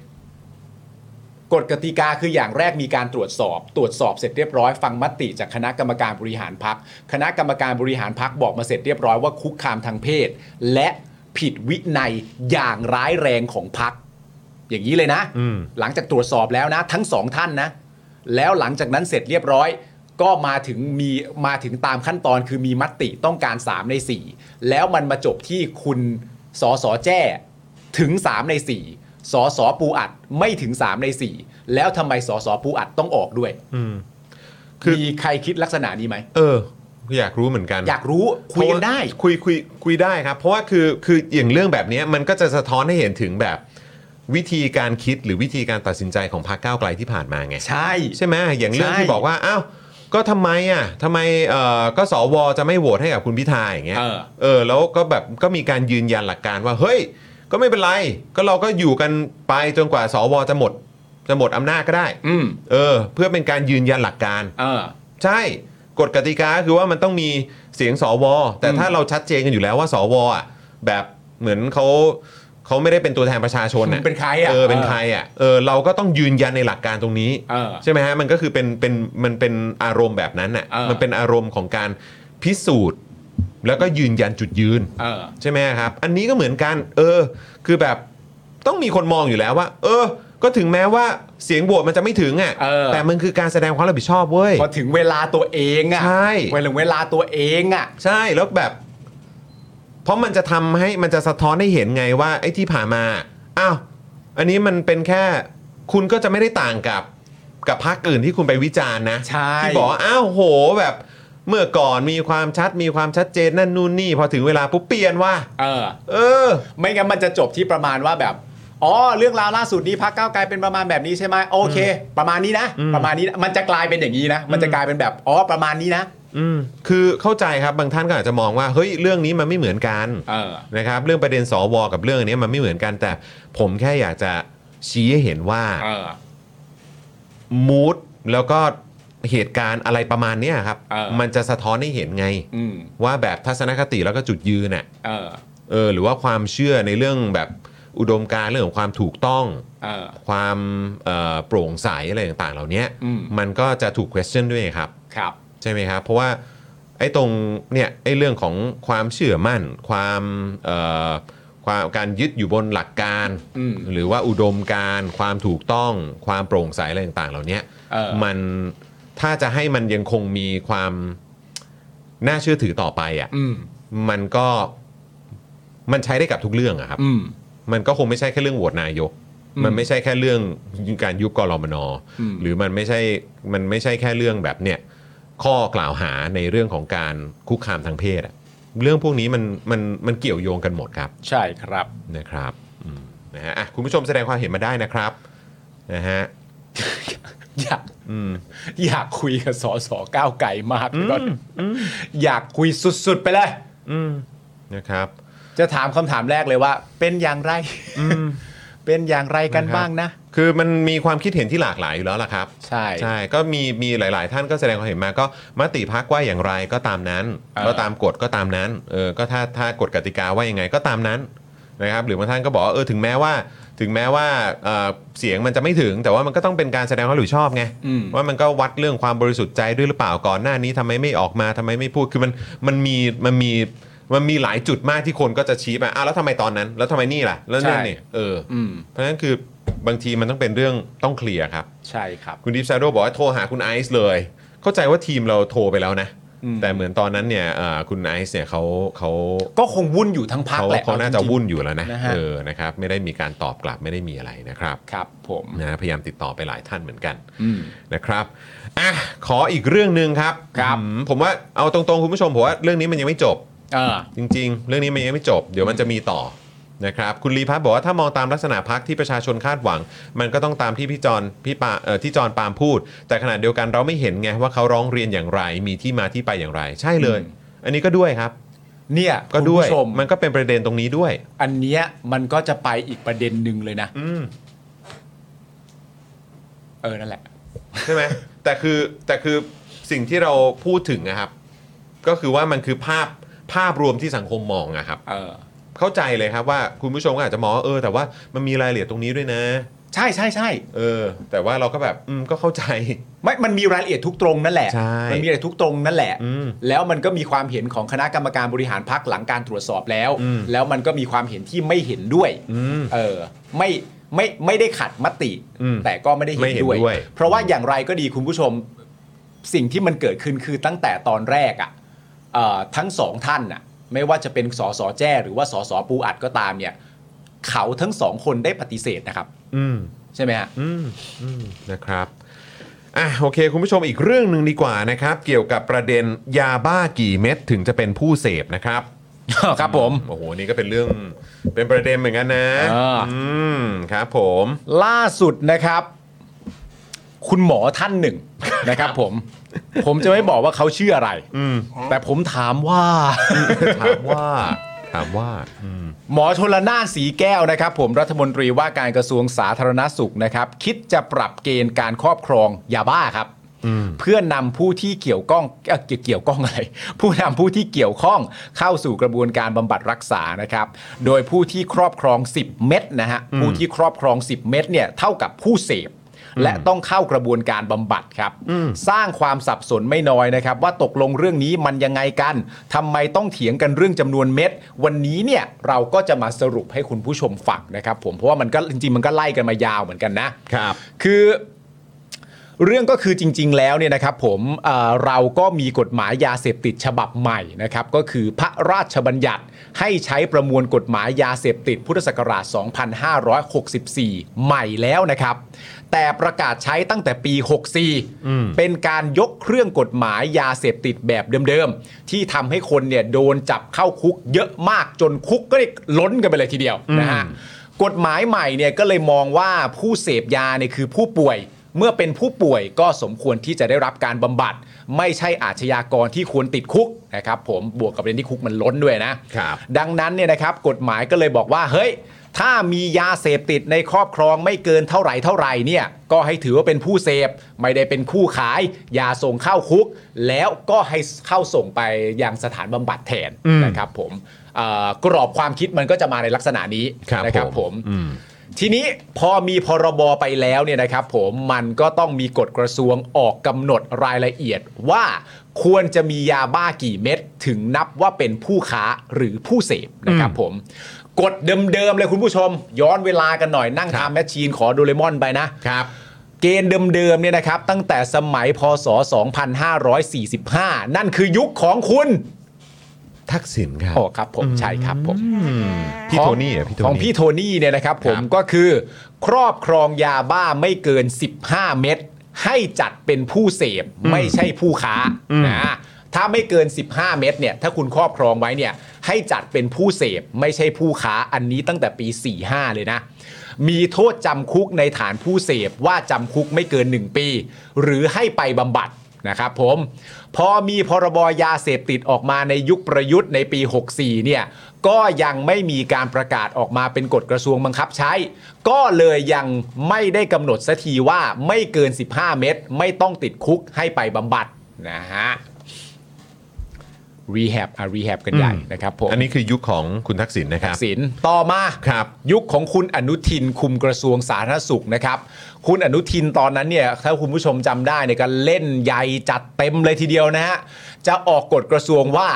[SPEAKER 2] กฎกติกาคืออย่างแรกมีการตรวจสอบ ตรวจสอบเสร็จเรียบร้อยฟังมติจากคณะกรรมการบริหารพัก คณะกรรมการบริหารพักบอกมาเสร็จเรียบร้อยว่าคุกคามทางเพศ และผิดวินัยอย่างร้ายแรงของพัก อย่างนี้เลยนะ หลังจากตรวจสอบแล้วนะ ทั้งสองท่านนะ แล้วหลังจากนั้นเสร็จเรียบร้อย ก็มาถึงมีมาถึงตามขั้นตอนคือมีมติต้องการ 3 ใน 4 แล้วมันมาจบที่คุณสอสอแจ้ ถึง 3 ใน 4สอสอปูอัดไม่ถึง 3 ใน 4 แล้วทำไมสอสอปูอัดต้องออกด้วย
[SPEAKER 1] คือ
[SPEAKER 2] มีใครคิดลักษณะนี้ไหม
[SPEAKER 1] เอออยากรู้เหมือนกัน
[SPEAKER 2] อยากรู้คุยกันได้
[SPEAKER 1] เพราะว่าคุยคุยคุยได้ครับ เพราะว่าคือคืออย่างเรื่องแบบเนี้ยมันก็จะสะท้อนให้เห็นถึงแบบวิธีการคิดหรือวิธีการตัดสินใจของพรรคก้าวไกลที่ผ่านมาไง
[SPEAKER 2] ใช่
[SPEAKER 1] ใช่ไหมอย่างเรื่อง
[SPEAKER 2] ใช่
[SPEAKER 1] ที่บอกว่าอ้าวก็ทำไมอ่ะทำไมเอ่อก็สวจะไม่โหวตให้กับคุณพิธาอย่างเงี้ย
[SPEAKER 2] เออ
[SPEAKER 1] เออแล้วก็แบบก็มีการยืนยันหลักการว่าเฮ้ย ก็ไม่เป็นไร ก็เราก็อยู่กันไปจนกว่าสวจะหมด จะหมดอำนาจก็ได้
[SPEAKER 2] อืม
[SPEAKER 1] เออ เพื่อเป็นการยืนยันหลักการ
[SPEAKER 2] เออ
[SPEAKER 1] ใช่กฎกติกาคือว่ามันต้องมีเสียงสว แต่ถ้าเราชัดเจนกันอยู่แล้วว่า สวอ่ะแบบเหมือนเขาเขาไม่ได้เป็นตัวแทนประชาชนอ่ะ
[SPEAKER 2] เป็นใครอ่ะ
[SPEAKER 1] เออเป็นใครอ่ะเออเราก็ต้องยืนยันในหลักการตรงนี้
[SPEAKER 2] เออ
[SPEAKER 1] ใช่ไหมฮะมันก็คือเป็นเป็นมันเป็นอารมณ์แบบนั้นน่ะ
[SPEAKER 2] เออ
[SPEAKER 1] มันเป็นอารมณ์ของการพิสูจน์ แล้วก็ยืนยันจุดยืน
[SPEAKER 2] เออ
[SPEAKER 1] ใช่ไหมครับ อันนี้ก็เหมือนกัน เออ คือแบบต้องมีคนมองอยู่แล้วว่า เออ ก็ถึงแม้ว่าเสียงโหวตมันจะไม่ถึงอ่ะ
[SPEAKER 2] เออ
[SPEAKER 1] แต่มันคือการแสดงความรับผิดชอบเว้ย
[SPEAKER 2] พอถึงเวลาตัวเองอ่ะ
[SPEAKER 1] ใช่
[SPEAKER 2] เวลาเวลาตัวเองอ่ะ
[SPEAKER 1] ใช่แล้วแบบ เพราะมันจะทำให้มันจะสะท้อนให้เห็นไงว่าไอ้ที่ผ่านมาอ้าวอันนี้มันเป็นแค่คุณก็จะไม่ได้ต่างกับกับพรรคอื่นที่คุณไปวิจารณ์นะ
[SPEAKER 2] ใช่
[SPEAKER 1] ที่บอกว่าอ้าวโหแบบเมื่อก่อนมีความชัดมีความชัดเจนนั่นนู่นนี่ พอถึงเวลาปุ๊บเปลี่ยนว่า
[SPEAKER 2] เออ
[SPEAKER 1] เออ
[SPEAKER 2] ไม่งั้นมันจะจบที่ประมาณว่าแบบอ๋อเรื่องราวล่าสุดนี้พักก้าวไกลเป็นประมาณแบบนี้ใช่ไหมโอเค ประมาณนี้นะ ประมาณนี้นะมันจะกลายเป็นอย่างนี้นะ มันจะกลายเป็นแบบอ๋อประมาณนี้นะ
[SPEAKER 1] อืมคือเข้าใจครับบางท่านก็อาจจะมองว่าเฮ้ยเรื่องนี้มันไม่เหมือนกัน
[SPEAKER 2] เออ
[SPEAKER 1] นะครับเรื่องประเด็นสวกับเรื่องอันเนี้ยมันไม่เหมือนกัน แต่ผมแค่อยากจะชี้ให้เห็นว่า
[SPEAKER 2] เออ
[SPEAKER 1] มูดแล้วก็เหตุการณ์อะไรประมาณเนี้ยครับ
[SPEAKER 2] เออ
[SPEAKER 1] มันจะสะท้อนให้เห็นไง
[SPEAKER 2] อืม
[SPEAKER 1] ว่าแบบทัศนคติแล้วก็จุดยืนน่ะ
[SPEAKER 2] เออ
[SPEAKER 1] เออหรือว่าความเชื่อในเรื่องแบบอุดมการณ์เรื่องของความถูกต้อง
[SPEAKER 2] เออ
[SPEAKER 1] ความเอ่อโปร่งใสอะไรต่างๆ เหล่าเนี้ย
[SPEAKER 2] อืม
[SPEAKER 1] มันก็จะถูก question ด้วยไงครับ
[SPEAKER 2] ครับ
[SPEAKER 1] ใช่ไหมครับ เพราะว่าไอ้ตรงเนี่ยไอ้เรื่องของความเชื่อมั่น ความเอ่อความการยึดอยู่บนหลักการ
[SPEAKER 2] อืม
[SPEAKER 1] หรือว่าอุดมการณ์ความถูกต้อง ความโปร่งใสอะไรต่างๆ เหล่าเนี้ย
[SPEAKER 2] เออ
[SPEAKER 1] มันถ้าจะให้มันยังคงมีความน่าเชื่อถือต่อไปอะ่ะ
[SPEAKER 2] อืม
[SPEAKER 1] มันก็มันใช้ได้กับทุกเรื่องอะครับ
[SPEAKER 2] อืม
[SPEAKER 1] มันก็คงไม่ใช่แค่เรื่องโหวตนายก
[SPEAKER 2] อืม
[SPEAKER 1] มันไม่ใช่แค่เรื่องการยุบกรมน
[SPEAKER 2] อืม
[SPEAKER 1] หรือมันไม่ใช่ มันไม่ใช่แค่เรื่องแบบเนี่ยข้อกล่าวหาในเรื่องของการคุกคามทางเพศอะเรื่องพวกนี้มันมันมันเกี่ยวโยงกันหมดครับ
[SPEAKER 2] ใช่ครับ
[SPEAKER 1] นะครับอืมนะฮะอ่ะคุณผู้ชมแสดงความเห็นมาได้นะครับนะฮะ
[SPEAKER 2] อยากอยากคุยกับสสก้าวไก่มากเลยตอนนี้อยากคุยสุดๆไปเลย
[SPEAKER 1] นะครับ
[SPEAKER 2] จะถามคำถามแรกเลยว่า เป็นอย่างไร เป็นอย่างไรกันบ้างนะ
[SPEAKER 1] คือมันมีความคิดเห็นที่หลากหลายอยู่แล้วล่ะครับ
[SPEAKER 2] ใช่
[SPEAKER 1] ใช่ ก็มีมีหลาย ๆ ท่านก็แสดงความเห็นมาก็มติพักว่าอย่างไรก็ตามนั้น
[SPEAKER 2] เออ
[SPEAKER 1] ก็ตามกฎก็ตามนั้นเออก็ถ้าถ้ากฎกติกาว่ายังไงก็ตามนั้นนะครับหรือบางท่านก็บอกว่าเออถึงแม้ว่าถึงแม้ว่าเอ่อเสียงมันจะไม่ถึง แต่ว่ามันก็ต้องเป็นการแสดงความรับผิดชอบไงว่ามันก็วัดเรื่องความบริสุทธิ์ใจด้วยหรือเปล่าก่อนหน้านี้ทำไมไม่ออกมาทำไมไม่พูดคือมันมันมีมันมีมันมีหลายจุดมากที่คนก็จะชี้ไปอ้าวแล้วทำไมตอนนั้น แล้วทำไมนี่ล่ะแล้วนั่นนี่เอออเพราะฉะนั้นคือบางทีมันต้องเป็นเรื่องต้องเคลียร์ครับ
[SPEAKER 2] ใช่ครับ
[SPEAKER 1] คุณดิฟชาโดบอกว่าโทรหาคุณไอซ์เลย เข้าใจว่าทีมเราโทรไปแล้วนะ
[SPEAKER 2] อืม
[SPEAKER 1] แต่เหมือนตอนนั้นเนี่ยเอ่อคุณไอซ์เนี่ยเขาเขา
[SPEAKER 2] ก็คงวุ่นอยู่ทั้งพัก
[SPEAKER 1] เขา
[SPEAKER 2] แหละ
[SPEAKER 1] เขาน่าจะ
[SPEAKER 2] อริงๆ
[SPEAKER 1] วุ่นอยู่แล้วนะ
[SPEAKER 2] นะฮะ
[SPEAKER 1] เออนะครับไม่ได้มีการตอบกลับไม่ได้มีอะไรนะครับ
[SPEAKER 2] ครับผม
[SPEAKER 1] นะพยายามติดต่อไปหลายท่านเหมือนกัน
[SPEAKER 2] อืม
[SPEAKER 1] นะครับอ่ะขออีกเรื่องหนึ่งครับ
[SPEAKER 2] ครับ
[SPEAKER 1] อืมผมว่าเอาตรงๆคุณผู้ชมผมว่าเรื่องนี้มันยังไม่จบ
[SPEAKER 2] เออ
[SPEAKER 1] จริง ๆ เรื่องนี้มันยังไม่จบ เดี๋ยวมันจะมีต่อนะครับ คุณลีพัฒน์บอกว่าถ้ามองตามลักษณะพักที่ประชาชนคาดหวัง มันก็ต้องตามที่พี่จอนพี่ปาเอ่อที่จอนปาล์มพูด แต่ขณะเดียวกันเราไม่เห็นไงว่าเขาร้องเรียนอย่างไร มีที่มาที่ไปอย่างไร ใช่เลย
[SPEAKER 2] อืม
[SPEAKER 1] อันนี้ก็ด้วยครับ
[SPEAKER 2] เนี่ย
[SPEAKER 1] ก็ด้วย
[SPEAKER 2] คุณผู้ชม
[SPEAKER 1] มันก็เป็นประเด็นตรงนี้ด้วย
[SPEAKER 2] อันเนี้ยมันก็จะไปอีกประเด็นหนึ่งเลยนะ
[SPEAKER 1] อืม
[SPEAKER 2] เออ นั่นแหละ
[SPEAKER 1] ใช่ไหม แต่คือแต่คือสิ่งที่เราพูดถึงนะครับ ก็คือว่ามันคือภาพภาพรวมที่สังคมมองอะครับ
[SPEAKER 2] เออ
[SPEAKER 1] เข้าใจเลยครับว่าคุณผู้ชมก็อาจจะมองว่าเออแต่ว่ามันมีรายละเอียดตรงนี้ด้วยนะ
[SPEAKER 2] ใช่ใช่ใช่
[SPEAKER 1] เออแต่ว่าเราก็แบบอืมก็เข้าใจ
[SPEAKER 2] ไม่มันมีรายละเอียดทุกตรงนั่นแหละ
[SPEAKER 1] ใช่
[SPEAKER 2] มัมีรายละเอียดทุกตรงนั่นแหละ
[SPEAKER 1] อืม
[SPEAKER 2] แล้วมันก็มีความเห็นของคณะกรรมการบริหารพักหลังการตรวจสอบแล้ว
[SPEAKER 1] อืม
[SPEAKER 2] แล้วมันก็มีความเห็นที่ไม่เห็นด้วย
[SPEAKER 1] อืม
[SPEAKER 2] เออไม่ไม่ไม่ได้ขัดมติ
[SPEAKER 1] อืม
[SPEAKER 2] แต่ก็ไม่ได้เห็
[SPEAKER 1] ไม่
[SPEAKER 2] น
[SPEAKER 1] เห็น
[SPEAKER 2] ด้วย
[SPEAKER 1] ด้วย
[SPEAKER 2] เพราะว่าอย่างไรก็ดีคุณผู้ชมสิ่งที่มันเกิดขึ้นคือตั้งแต่ตอนแรกอะเอ่ะทั้งสองท่านน่ะไม่ว่าจะเป็นสสแจ้หรือว่าสสปูอัดก็ตามเนี่ย เขาทั้งสองคนได้ปฏิเสธนะครับ
[SPEAKER 1] อืม
[SPEAKER 2] ใช่ไหมฮะ
[SPEAKER 1] อืมอืมนะครับอ่ะโอเค คุณผู้ชมอีกเรื่องหนึ่งดีกว่านะครับ เกี่ยวกับประเด็นยาบ้ากี่เม็ดถึงจะเป็นผู้เสพนะครับ
[SPEAKER 2] ครับผม
[SPEAKER 1] โอ้โหนี่ก็เป็นเรื่องเป็นประเด็นเหมือนกันนะ
[SPEAKER 2] เอออื
[SPEAKER 1] มครับผม
[SPEAKER 2] ล่าสุดนะครับ คุณหมอท่านหนึ่งนะครับ ผม ผมจะไม่บอกว่าเขาชื่ออะไรแต่ผมถามว่า
[SPEAKER 1] ถามว่า ถามว่า
[SPEAKER 2] หมอชนละนานสีแก้วนะครับ ผมรัฐมนตรีว่าการกระทรวงสาธารณสุขนะครับ คิดจะปรับเกณฑ์การครอบครองยาบ้าครับ เพื่อนนำผู้ที่เกี่ยวก้องเอ่อเกี่ยวเกี่ยวก้องอะไร ผู้นำผู้ที่เกี่ยวข้องเข้าสู่กระบวนการบำบัดรักษานะครับ โดยผู้ที่ครอบครอง 10 เม็ดนะฮะผู้ที่ครอบครอง 10 เม็ดเนี่ยเท่ากับผู้เสพ และต้องเข้ากระบวนการบำบัดครับ สร้างความสับสนไม่น้อยนะครับ ว่าตกลงเรื่องนี้มันยังไงกันทำไมต้องเถียงกันเรื่องจำนวนเม็ดวันนี้เนี่ยเราก็จะมาสรุปให้คุณผู้ชมฟังนะครับผมเพราะว่ามันก็จริงๆมันก็ไล่กันมายาวเหมือนกันนะ
[SPEAKER 4] ครับ
[SPEAKER 2] คือเรื่องก็คือจริง ๆ แล้วเนี่ยนะครับผมเอ่อเราก็มีกฎหมายยาเสพติดฉบับใหม่นะครับก็คือพระราชบัญญัติให้ใช้ประมวลกฎหมายยาเสพติดพุทธศักราช 2564 ใหม่แล้วนะครับ แต่ประกาศใช้ตั้งแต่ปี 64 เป็นการยกเครื่องกฎหมายยาเสพติดแบบเดิมๆ ที่ทำให้คนเนี่ยโดนจับเข้าคุกเยอะมากจนคุกก็ได้ล้นกันไปเลยทีเดียวนะฮะ กฎหมายใหม่เนี่ยก็เลยมองว่าผู้เสพยาเนี่ยคือผู้ป่วย เมื่อเป็นผู้ป่วยก็สมควรที่จะได้รับการบำบัด ไม่ใช่อาชญากรที่ควรติดคุกนะครับผมบวกกับเรนที่คุกมันล้นด้วยนะ
[SPEAKER 4] ครับ
[SPEAKER 2] ดังนั้นเนี่ยนะครับกฎหมายก็เลยบอกว่าเฮ้ย ถ้ามียาเสพติดในครอบครองไม่เกินเท่าไหร่เท่าไหร่เนี่ยก็ให้ถือว่าเป็นผู้เสพ ไม่ได้เป็นคู่ขายยาส่งเข้าคุก แล้วก็ให้เข้าส่งไปยังสถานบำบัดแทนนะครับผมเอ่อกรอบความคิดมันก็จะมาในลักษณะนี้
[SPEAKER 4] ครับ
[SPEAKER 2] นะครับ
[SPEAKER 4] ผ
[SPEAKER 2] ผม ม ทีนี้พอมีพรบไปแล้วเนี่ยนะครับผมมันก็ต้องมีกฎกระทรวงออกกำหนดรายละเอียดว่าควรจะมียาบ้ากี่เม็ดถึงนับว่าเป็นผู้ค้าหรือผู้เสพนะครับผมกฎเดิมๆเลยคุณผู้ชม ย้อนเวลากันหน่อยนั่งทำแมชชีนขอโดเรมอนไปนะ
[SPEAKER 4] ครับ
[SPEAKER 2] เกณฑ์เดิมๆเนี่ยนะครับ ตั้งแต่สมัยพศ 2545 นั่นคือยุคของคุณ
[SPEAKER 4] ทักษิณครับ
[SPEAKER 2] อ๋อครับผมใช่ครับผม
[SPEAKER 4] พี่โทนี่เหรพี่โท
[SPEAKER 2] ของ
[SPEAKER 4] นี่
[SPEAKER 2] พี่โทนี่เนี่ยนะครับผ
[SPEAKER 4] ค
[SPEAKER 2] ม
[SPEAKER 4] รับ
[SPEAKER 2] ก็คือ ครอบครองยาบ้าไม่เกิน 15 เม็ดให้จัดเป็นผู้เสพไม่ใช่ผู้ค้านะถ้าไม่เกิน 15 เม็ดเนี่ยถ้าคุณครอบครองไว้เนี่ยให้จัดเป็นผู้เสพไม่ใช่ผู้ค้าอันนี้ตั้งแต่ปี 45 เลยนะ มีโทษจำคุกในฐานผู้เสพว่าจำคุกไม่เกิน 1 ปี หรือให้ไปบำบัด นะครับผมพอมีพรบยาเสพติดออกมาในยุคประยุทธ์ในปี 64 เนี่ยก็ยังไม่มีการประกาศออกมาเป็นกฎกระทรวงบังคับใช้ ก็เลยยังไม่ได้กำหนดสักทีว่าไม่เกิน 15 เม็ดไม่ต้องติดคุกให้ไปบำบัดนะฮะรีแฮบอ่ะรีแฮบกันใหญ่นะครับผม
[SPEAKER 4] อันนี้คือยุคของคุณทักษิณนะครับ
[SPEAKER 2] สินต่อมา
[SPEAKER 4] ครับ
[SPEAKER 2] ยุคของคุณอนุทินคุมกระทรวงสาธารณสุขนะครับ คุณอนุทินตอนนั้นเนี่ยถ้าคุณผู้ชมจำได้เนี่ยก็เล่นใหญ่จัดเต็มเลยทีเดียวนะฮะจะออกกฎกระทรวงว่า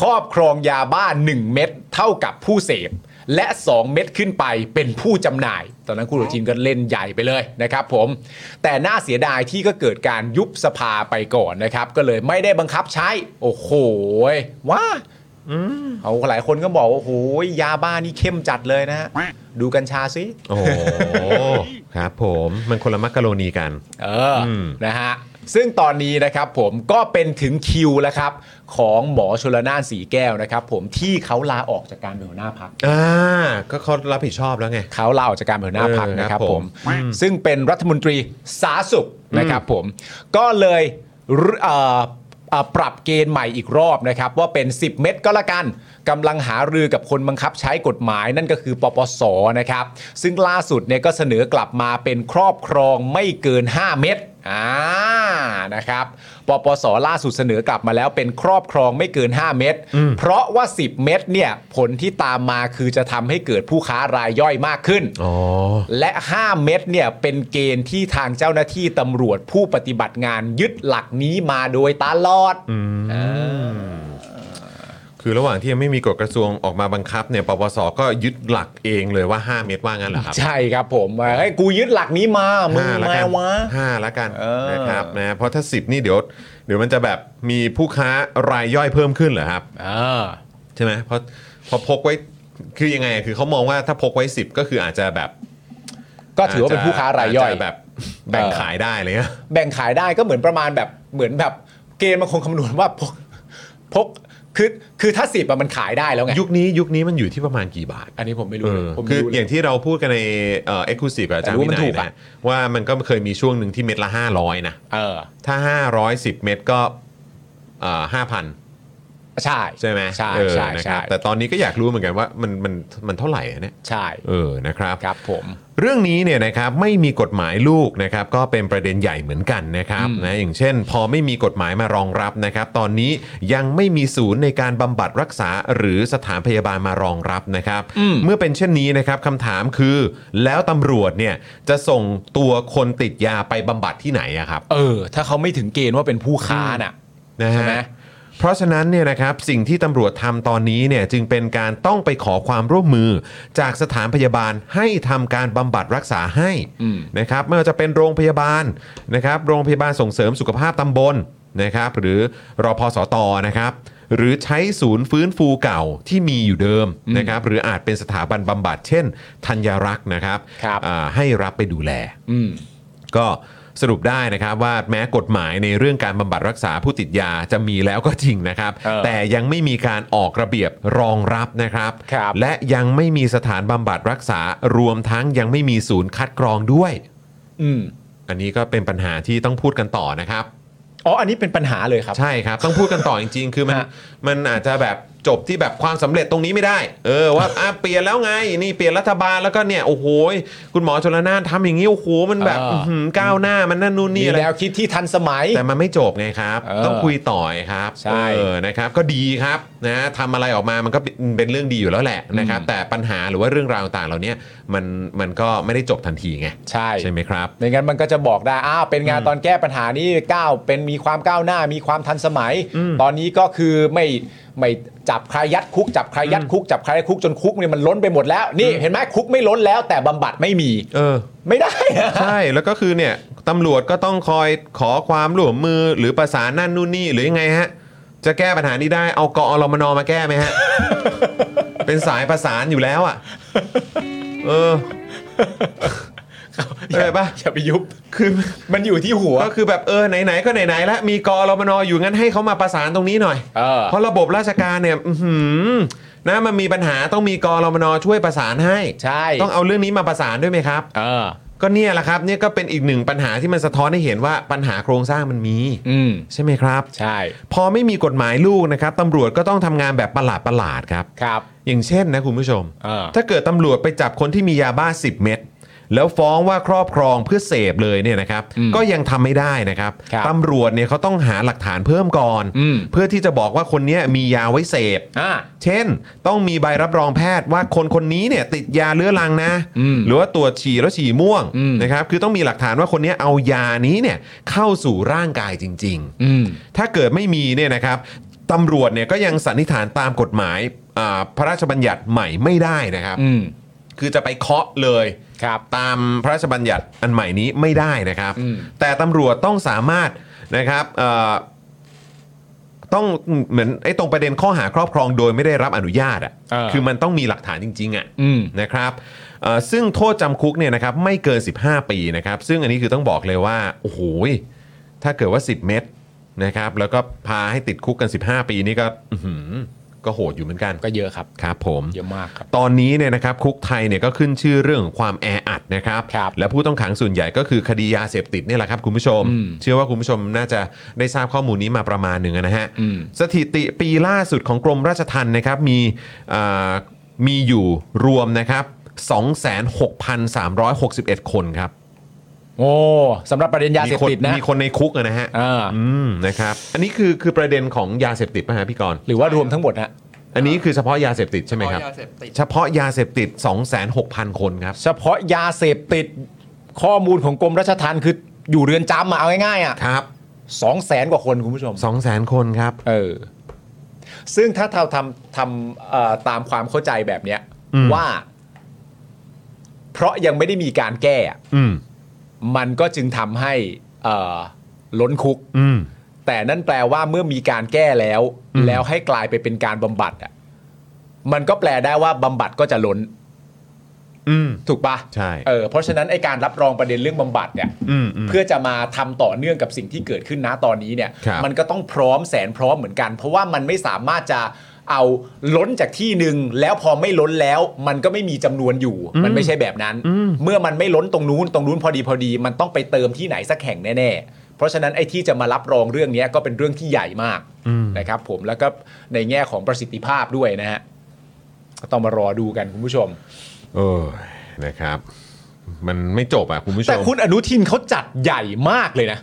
[SPEAKER 2] ครอบครองยาบ้า 1 เม็ดเท่ากับผู้เสพ และ 2 เม็ดขึ้นไปเป็นผู้จำหน่าย ตอนนั้นคุณอนุทินก็เล่นใหญ่ไปเลยนะครับผมแต่น่าเสียดายที่ก็เกิดการยุบสภาไปก่อนนะครับ ก็เลยไม่ได้บังคับใช้ โอ้โหว้า เขาหลายคนก็บอกว่าโอ้โหยาบ้านี่เข้มจัดเลยนะฮะดูกัญชาสิ
[SPEAKER 4] โอ้โหครับผมมันคนละมักกะโรนีกัน
[SPEAKER 2] เอออนะฮะ ซึ่งตอนนี้นะครับผมก็เป็นถึงคิวแล้วครับ ของหมอชลนานสีแก้วนะครับผมที่เขาลาออกจากการเป็นหัวหน้าพัก
[SPEAKER 4] อ่า ก็เขารับผิดชอบแล้วไง
[SPEAKER 2] เขาลาออกจากการเป็นหัวหน้าพัก
[SPEAKER 4] เออ
[SPEAKER 2] นะครับ
[SPEAKER 4] ครับ
[SPEAKER 2] ผ
[SPEAKER 4] ผม ม
[SPEAKER 2] ซึ่งเป็นรัฐมนตรีสาธารณสุขนะครับผม ก็เลยรึเอ่อเอ่อปรับเกณฑ์ใหม่อีกรอบนะครับ ว่าเป็น 10 เม็ดก็แล้วกันกำลังหารือกับคนบังคับใช้กฎหมายนั่นก็คือ ปปสนะครับ ซึ่งล่าสุดเนี่ยก็เสนอกลับมาเป็นครอบครองไม่เกิน 5 เม็ดอ่านะครับ ปปสล่าสุดเสนอกลับมาแล้วเป็นครอบครองไม่เกิน 5 เม็ดเพราะว่า 10 เม็ดเนี่ยผลที่ตามมาคือจะทำให้เกิดผู้ค้ารายย่อยมากขึ้น
[SPEAKER 4] อ๋อ
[SPEAKER 2] และ 5 เม็ดเนี่ยเป็นเกณฑ์ที่ทางเจ้าหน้าที่ตำรวจผู้ปฏิบัติงานยึดหลักนี้มาโดยตลอด
[SPEAKER 4] คือระหว่างที่ยังไม่มีกฎกระทรวงออกมาบังคับเนี่ยปปสก็ยึดหลักเองเลยว่า 5 เม็ดว่างั้นเหรอครับ
[SPEAKER 2] ใช่ครับผมว่าเฮ้ยกูยึดหลักนี้มา มึง
[SPEAKER 4] ห้าละ
[SPEAKER 2] มา
[SPEAKER 4] กั
[SPEAKER 2] วะ
[SPEAKER 4] ห้าละกัน
[SPEAKER 2] เออ
[SPEAKER 4] นะครับนะเพราะถ้า 10 นี่เดี๋ยวเดี๋ยวมันจะแบบมีผู้ค้ารายย่อยเพิ่มขึ้นเหรอครับ
[SPEAKER 2] เออ
[SPEAKER 4] ใช่ไหมเพราะพอพกไว้คือยังไง คือเขามองว่าถ้าพกไว้ 10 ก็คืออาจจะแบบ
[SPEAKER 2] ก็ถือว่าเป็นผู้ค้ารายย่อย
[SPEAKER 4] จจะแบบแบ่ง
[SPEAKER 2] เออ
[SPEAKER 4] ขายได้อะไรเลย
[SPEAKER 2] แบ่งขายได้ก็เหมือนประมาณแบบเหมือนแบบเกณฑ์มันคงคำนวณว่าพ กพกคือคือถ้าสิบมันขายได้แล้วไง
[SPEAKER 4] ยุคนี้ยุคนี้มันอยู่ที่ประมาณกี่บาท
[SPEAKER 2] อันนี้ผมไม่รู้
[SPEAKER 4] เอ
[SPEAKER 2] เล
[SPEAKER 4] อย
[SPEAKER 2] ผม
[SPEAKER 4] คือ
[SPEAKER 2] ไม่รู้
[SPEAKER 4] อ
[SPEAKER 2] เล
[SPEAKER 4] ย่าย งที่เราพูดกันในเอ็กซ์คลูซีฟอาจารย์
[SPEAKER 2] แต่รู้
[SPEAKER 4] วิ
[SPEAKER 2] มัน
[SPEAKER 4] นั
[SPEAKER 2] ถู
[SPEAKER 4] ย
[SPEAKER 2] กอะ
[SPEAKER 4] นะว่ามันก็เคยมีช่วงหนึ่งที่เม็ดละ 500 นะ
[SPEAKER 2] เออ
[SPEAKER 4] ถ้า 510 เม็ดก็ห้าพัน
[SPEAKER 2] ใช่
[SPEAKER 1] ใช่ไหม
[SPEAKER 2] ใช่
[SPEAKER 1] เออ
[SPEAKER 2] ใช่
[SPEAKER 1] นะค
[SPEAKER 2] ใช่
[SPEAKER 1] รับแต่ตอนนี้ก็อยากรู้เหมือนกันว่ามันมันมันเท่าไหร่อะเนี่ย
[SPEAKER 2] ใช่
[SPEAKER 1] เออนะครับ
[SPEAKER 2] ครับผม
[SPEAKER 1] เรื่องนี้เนี่ยนะครับไม่มีกฎหมายลูกนะครับก็เป็นประเด็นใหญ่เหมือนกันนะครับ
[SPEAKER 2] อืม
[SPEAKER 1] นะอย่างเช่น พอไม่มีกฎหมายมารองรับนะครับตอนนี้ยังไม่มีศูนย์ในการบำบัดรักษาหรือสถานพยาบาลมารองรับนะครับ เมื่อเป็นเช่นนี้นะครับคำถามคือ แล้วตำรวจเนี่ยจะส่งตัวคนติดยาไปบำบัดที่ไหนอะครับ
[SPEAKER 2] เออ ถ้าเขาไม่ถึงเกณฑ์ว่าเป็นผู้ค้าน่ะ
[SPEAKER 1] นะ
[SPEAKER 2] ใช่
[SPEAKER 1] ฮะ
[SPEAKER 2] ไหม
[SPEAKER 1] เพราะฉะนั้นเนี่ยนะครับสิ่งที่ตำรวจทำตอนนี้เนี่ยจึงเป็นการต้องไปขอความร่วมมือจากสถานพยาบาลให้ทำการบำบัดรักษาให้
[SPEAKER 2] อืม
[SPEAKER 1] นะครับไม่ว่าจะเป็นโรงพยาบาลนะครับโรงพยาบาลส่งเสริมสุขภาพตำบลนะครับหรือรอพสตนะครับหรือใช้ศูนย์ฟื้นฟูเก่าที่มีอยู่เดิมนะครับหรืออาจเป็นสถาบันบำบัดเช่น ธัญรักษ์นะครับ
[SPEAKER 2] ครับ
[SPEAKER 1] อ่าให้รับไปดูแล
[SPEAKER 2] อืม
[SPEAKER 1] ก็สรุปได้นะครับว่าแม้กฎหมายในเรื่องการบำบัดรักษาผู้ติดยาจะมีแล้วก็จริงนะครับ
[SPEAKER 2] เออ
[SPEAKER 1] แต่ยังไม่มีการออกระเบียบรองรับนะครับ
[SPEAKER 2] ครับ
[SPEAKER 1] และยังไม่มีสถานบำบัดรักษารวมทั้งยังไม่มีศูนย์คัดกรองด้วย
[SPEAKER 2] อืม
[SPEAKER 1] อันนี้ก็เป็นปัญหาที่ต้องพูดกันต่อนะครับ
[SPEAKER 2] อ๋ออันนี้เป็นปัญหาเลยครับ
[SPEAKER 1] ใช่ครับต้องพูดกันต่อจริงๆ คือมัน
[SPEAKER 2] ฮะ
[SPEAKER 1] มันอาจจะแบบจบที่แบบความสำเร็จตรงนี้ไม่ได้ เออว่าอ่ะเปลี่ยนแล้วไงนี่เปลี่ยนรัฐบาลแล้วก็เนี่ยโอ้โหคุณหมอชลนานทำอย่างนี้โอ้โหมันแบบ
[SPEAKER 2] เอออื้
[SPEAKER 1] อหือก้าวหน้ามันนั่นนู่น
[SPEAKER 2] มี
[SPEAKER 1] นี่อะไร
[SPEAKER 2] แนวคิดที่ทันสมัย
[SPEAKER 1] แต่มันไม่จบไงครับ
[SPEAKER 2] เออ
[SPEAKER 1] ต้องคุยต่อยครับ
[SPEAKER 2] ใช่
[SPEAKER 1] เออนะครับก็ดีครับนะทำอะไรออกมามันก็เป็นเป็นเรื่องดีอยู่แล้วแหละนะครับ
[SPEAKER 2] อืม
[SPEAKER 1] แต่ปัญหาหรือว่าเรื่องราวต่างๆเหล่านี้มันมันก็ไม่ได้จบทันทีไง
[SPEAKER 2] ใช่
[SPEAKER 1] ใช่ไหมครับ
[SPEAKER 2] ไม่งั้นมันก็จะบอกได้ อ้าว เป็นงานตอนแก้ปัญหานี่ก้าว เป็นมีความก้าวหน้า มีความทันสมัย ตอนนี้ก็คือไม่ไม่จับใครยัดคุก จับใครยัดคุก จับใครยัดคุกจนคุกเนี่ยมันล้นไปหมดแล้ว นี่เห็นไหมคุกไม่ล้นแล้ว แต่บำบัดไม่มี
[SPEAKER 1] เออ
[SPEAKER 2] ไม่ได้อะ
[SPEAKER 1] ใช่แล้วก็คือเนี่ยตำรวจก็ต้องคอยขอความร่วมมือหรือประสานนั่นนู่นนี่หรือยังไงฮะ จะแก้ปัญหานี้ได้เอากอรมนมาแก้ไหม ฮะ เป็นสายประสานอยู่แล้วอ่ะเออเข้าใจปะ
[SPEAKER 2] อย่าไปยุบ คือมันอยู่ที่หัว
[SPEAKER 1] ก็คือแบบเออไหนๆก็ไหนๆแล้วมีกอรมนอยู่งั้นให้เขามาประสานตรงนี้หน่อย
[SPEAKER 2] เออ
[SPEAKER 1] ราะระบบราชการเนี่ยอื้อหือนะมันมีปัญหาต้องมีกอรมนช่วยประสานให้
[SPEAKER 2] ใช่
[SPEAKER 1] ต้องเอาเรื่องนี้มาประสานด้วยไหมครับ
[SPEAKER 2] เออ
[SPEAKER 1] ก็เนี่ยแหละครับเนี่ยก็เป็นอีกหนึ่งปัญหาที่มันสะท้อนให้เห็นว่าปัญหาโครงสร้างมันมี
[SPEAKER 2] อืม
[SPEAKER 1] ใช่ไหมครับ
[SPEAKER 2] ใช่
[SPEAKER 1] พอไม่มีกฎหมายลูกนะครับตำรวจก็ต้องทำงานแบบประหลาดประหลาดๆครับ
[SPEAKER 2] ครับ
[SPEAKER 1] อย่างเช่นนะคุณผู้ชม
[SPEAKER 2] เออ
[SPEAKER 1] ถ้าเกิดตำรวจไปจับคนที่มียาบ้า 10 เม็ดแล้วฟ้องว่าครอบครองเพื่อเสพเลยเนี่ยนะครับ
[SPEAKER 2] อืม
[SPEAKER 1] ก็ยังทำไม่ได้นะครับ
[SPEAKER 2] ครับ
[SPEAKER 1] ตำรวจเนี่ยเขาต้องหาหลักฐานเพิ่มก่อน
[SPEAKER 2] อืม
[SPEAKER 1] เพื่อที่จะบอกว่าคนเนี้ยมียาไว้เสพ
[SPEAKER 2] อ่า
[SPEAKER 1] เช่น ต้องมีใบรับรองแพทย์ว่าคนคนนี้เนี่ยติดยาเรื้อรังนะ
[SPEAKER 2] อืม
[SPEAKER 1] หรือว่าตรวจฉี่แล้วฉี่ม่วง
[SPEAKER 2] อืม
[SPEAKER 1] นะครับคือต้องมีหลักฐานว่าคนเนี้ยเอายานี้เนี่ยเข้าสู่ร่างกายจริง ๆ
[SPEAKER 2] อืม
[SPEAKER 1] ถ้าเกิดไม่มีเนี่ยนะครับตำรวจเนี่ยก็ยังสันนิษฐานตามกฎหมายอ่าพระราชบัญญัติใหม่ไม่ได้นะครับ
[SPEAKER 2] อืม
[SPEAKER 1] คือจะไปเคาะเลย
[SPEAKER 2] ครับ
[SPEAKER 1] ตามพระราชบัญญัติอันใหม่นี้ไม่ได้นะครับ
[SPEAKER 2] อืม
[SPEAKER 1] แต่ตำรวจต้องสามารถนะครับเอ่อต้องเหมือนไอ้ตรงประเด็นข้อหาครอบครองโดยไม่ได้รับอนุญาตอ่ะ
[SPEAKER 2] เออ
[SPEAKER 1] คือมันต้องมีหลักฐานจริงๆอ่ะ
[SPEAKER 2] อืม
[SPEAKER 1] นะครับเอ่อซึ่งโทษจำคุกเนี่ยนะครับไม่เกิน 15 ปีนะครับ ซึ่งอันนี้คือต้องบอกเลยว่า โอ้โหยถ้าเกิดว่า 10 เม็ดนะครับ แล้วก็พาให้ติดคุกกัน 15 ปีนี่ก็อื้อหือก็โหดอยู่เหมือนกัน
[SPEAKER 2] ก็เยอะครับ
[SPEAKER 1] ครับผม
[SPEAKER 2] เยอะมากครับ
[SPEAKER 1] ตอนนี้เนี่ยนะครับคุกไทยเนี่ยก็ขึ้นชื่อเรื่องของความแออัดนะครับ
[SPEAKER 2] ครับ
[SPEAKER 1] และผู้ต้องขังส่วนใหญ่ก็คือคดียาเสพติดเนี่ยแหละครับคุณผู้ชม
[SPEAKER 2] อืม
[SPEAKER 1] เชื่อว่าคุณผู้ชมน่าจะได้ทราบข้อมูลนี้มาประมาณหนึ่งนะฮะ
[SPEAKER 2] อืม
[SPEAKER 1] สถิติปีล่าสุดของกรมราชทัณฑ์นะครับมีอ่ามีอยู่รวมนะครับ 26,361 คนครับ
[SPEAKER 2] โอ้สำหรับประเด็นยาเสพ
[SPEAKER 1] มีคน
[SPEAKER 2] ติดนะ
[SPEAKER 1] มีคนในคุกอะนะฮะ
[SPEAKER 2] อ่า
[SPEAKER 1] อืมนะครับอันนี้คือคือประเด็นของยาเสพติดป่ะฮะพี่กรณ์
[SPEAKER 2] หรือว่ารวมทั้งหมดฮะ
[SPEAKER 1] อันนี้คือเฉพาะยาเสพติดใช่ไหมครับ
[SPEAKER 3] เพาะยาเสพติด
[SPEAKER 1] เฉพาะยาเสพติด 26,000 คนครับ
[SPEAKER 2] เฉพาะยาเสพติดข้อมูลของกรมราชทัณฑ์คืออยู่เรือนจำมาเอาง่ายๆอ่ะ
[SPEAKER 1] ครับ
[SPEAKER 2] สองแสนกว่าคนคุณผู้ชม
[SPEAKER 1] 2 0 0แสนคนครับ
[SPEAKER 2] เออ ซึ่งถ้าเราทำทำเอ่อตามความเข้าใจแบบเนี้ย
[SPEAKER 1] อืม
[SPEAKER 2] ว่า เพราะยังไม่ได้มีการแก้อะ
[SPEAKER 1] อืม
[SPEAKER 2] มันก็จึงทำให้เอ่อล้นคุก
[SPEAKER 1] อืม
[SPEAKER 2] แต่นั่นแปลว่าเมื่อมีการแก้แล้ว
[SPEAKER 1] อืม
[SPEAKER 2] แล้วให้กลายไปเป็นการบำบัดอ่ะมันก็แปลได้ว่าบำบัดก็จะล้น
[SPEAKER 1] อืม
[SPEAKER 2] ถูกปะ
[SPEAKER 1] ใช่
[SPEAKER 2] เออเพราะฉะนั้นไอการรับรองประเด็นเรื่องบำบัดเนี่ย
[SPEAKER 1] อืมอืม
[SPEAKER 2] เพื่อจะมาทำต่อเนื่องกับสิ่งที่เกิดขึ้นนะตอนนี้เนี่ย
[SPEAKER 1] ครับ
[SPEAKER 2] มันก็ต้องพร้อมแสนพร้อมเหมือนกัน เพราะว่ามันไม่สามารถจะเอาล้นจากที่หนึ่งแล้วพอไม่ล้นแล้ว มันก็ไม่มีจำนวนอยู่ มันไม่ใช่แบบนั้น
[SPEAKER 1] อืม
[SPEAKER 2] เมื่อมันไม่ล้นตรงนู้นตรงนู้นพอดีพอดี มันต้องไปเติมที่ไหนสักแห่งแน่ ๆ เพราะฉะนั้นไอ้ที่จะมารับรองเรื่องเนี้ยก็เป็นเรื่องที่ใหญ่มากนะครับผมแล้วก็ในแง่ของประสิทธิภาพด้วยนะฮะก็ต้องมารอดูกันคุณผู้ชม
[SPEAKER 1] โอ้ยนะครับ มันไม่จบอ่ะคุณผู้ชม
[SPEAKER 2] แต่คุณอนุทินเขาจัดใหญ่มากเลยนะ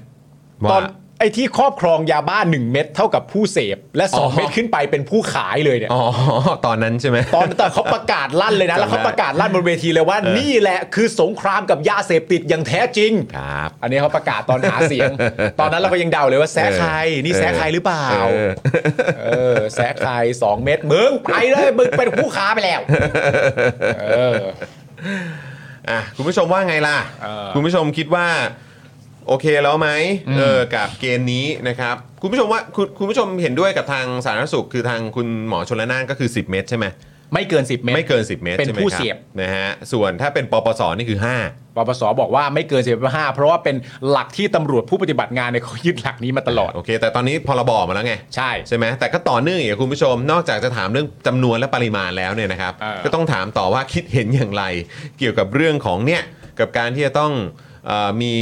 [SPEAKER 1] ว่า
[SPEAKER 2] ตอนไอ้ที่ครอบครองยาบ้า 1 เม็ดเท่ากับผู้เสพ และ
[SPEAKER 1] อ๋อ
[SPEAKER 2] 2 เม็ดขึ้นไปเป็นผู้ขายเลยเนี่ย
[SPEAKER 1] อ๋อ ตอนนั้นใช่ไหม
[SPEAKER 2] ตอนแต่เขาประกาศลั่นเลยนะ
[SPEAKER 1] จำได้
[SPEAKER 2] แล้วเขาประกาศลั่นบนเวทีเลยว่า
[SPEAKER 1] เออ
[SPEAKER 2] นี่แหละคือสงครามกับยาเสพติดอย่างแท้จริง
[SPEAKER 1] ครับ
[SPEAKER 2] อันนี้เขาประกาศตอนหาเสียง ตอนนั้นเราก็ยังเดาเลยว่าแซะใครนี่แซะใครหรือเปล่า
[SPEAKER 1] เออ
[SPEAKER 2] เออแซะใครสองเม็ดมึงไปเลยมึงเป็นผู้ค้าไปแล้ว เออ
[SPEAKER 1] อ่ะคุณผู้ชมว่าไงล่ะ
[SPEAKER 2] เออ
[SPEAKER 1] คุณผู้ชมคิดว่า โอเคแล้วไหมเออกับเกณฑ์นี้นะครับ คุณผู้ชมว่าคุณคุณผู้ชมเห็นด้วยกับทางสาธารณสุข คือทางคุณหมอชนละนานก็คือ 10 เมตรใช่ไหม
[SPEAKER 2] ไม่เกิน 10 เม็ด
[SPEAKER 1] ไม่เกิน 10 เมตร
[SPEAKER 2] เป็น
[SPEAKER 1] ใช่ไหม
[SPEAKER 2] ผู้
[SPEAKER 1] ครับ
[SPEAKER 2] เสียบ
[SPEAKER 1] นะฮะส่วนถ้าเป็นปปสนี่คือ
[SPEAKER 2] ปปสบอกว่าไม่เกิน15เพราะว่าเป็นหลักที่ตำรวจผู้ปฏิบัติงานเนี่ยเขายึดหลักนี้มาตลอด
[SPEAKER 1] 5 โอเค แต่ตอนนี้พรบมาแล้วไง
[SPEAKER 2] ใช่
[SPEAKER 1] ใช่ไหมแต่ก็ต่อเนื่องอีกคุณผู้ชม นอกจากจะถามเรื่องจำนวนและปริมาณแล้วเนี่ยนะครับ
[SPEAKER 2] เออ
[SPEAKER 1] ก็ต้องถามต่อว่าคิดเห็นอย่างไร เกี่ยวกับเรื่องของเนี่ยกับการที่จะต้องเออมี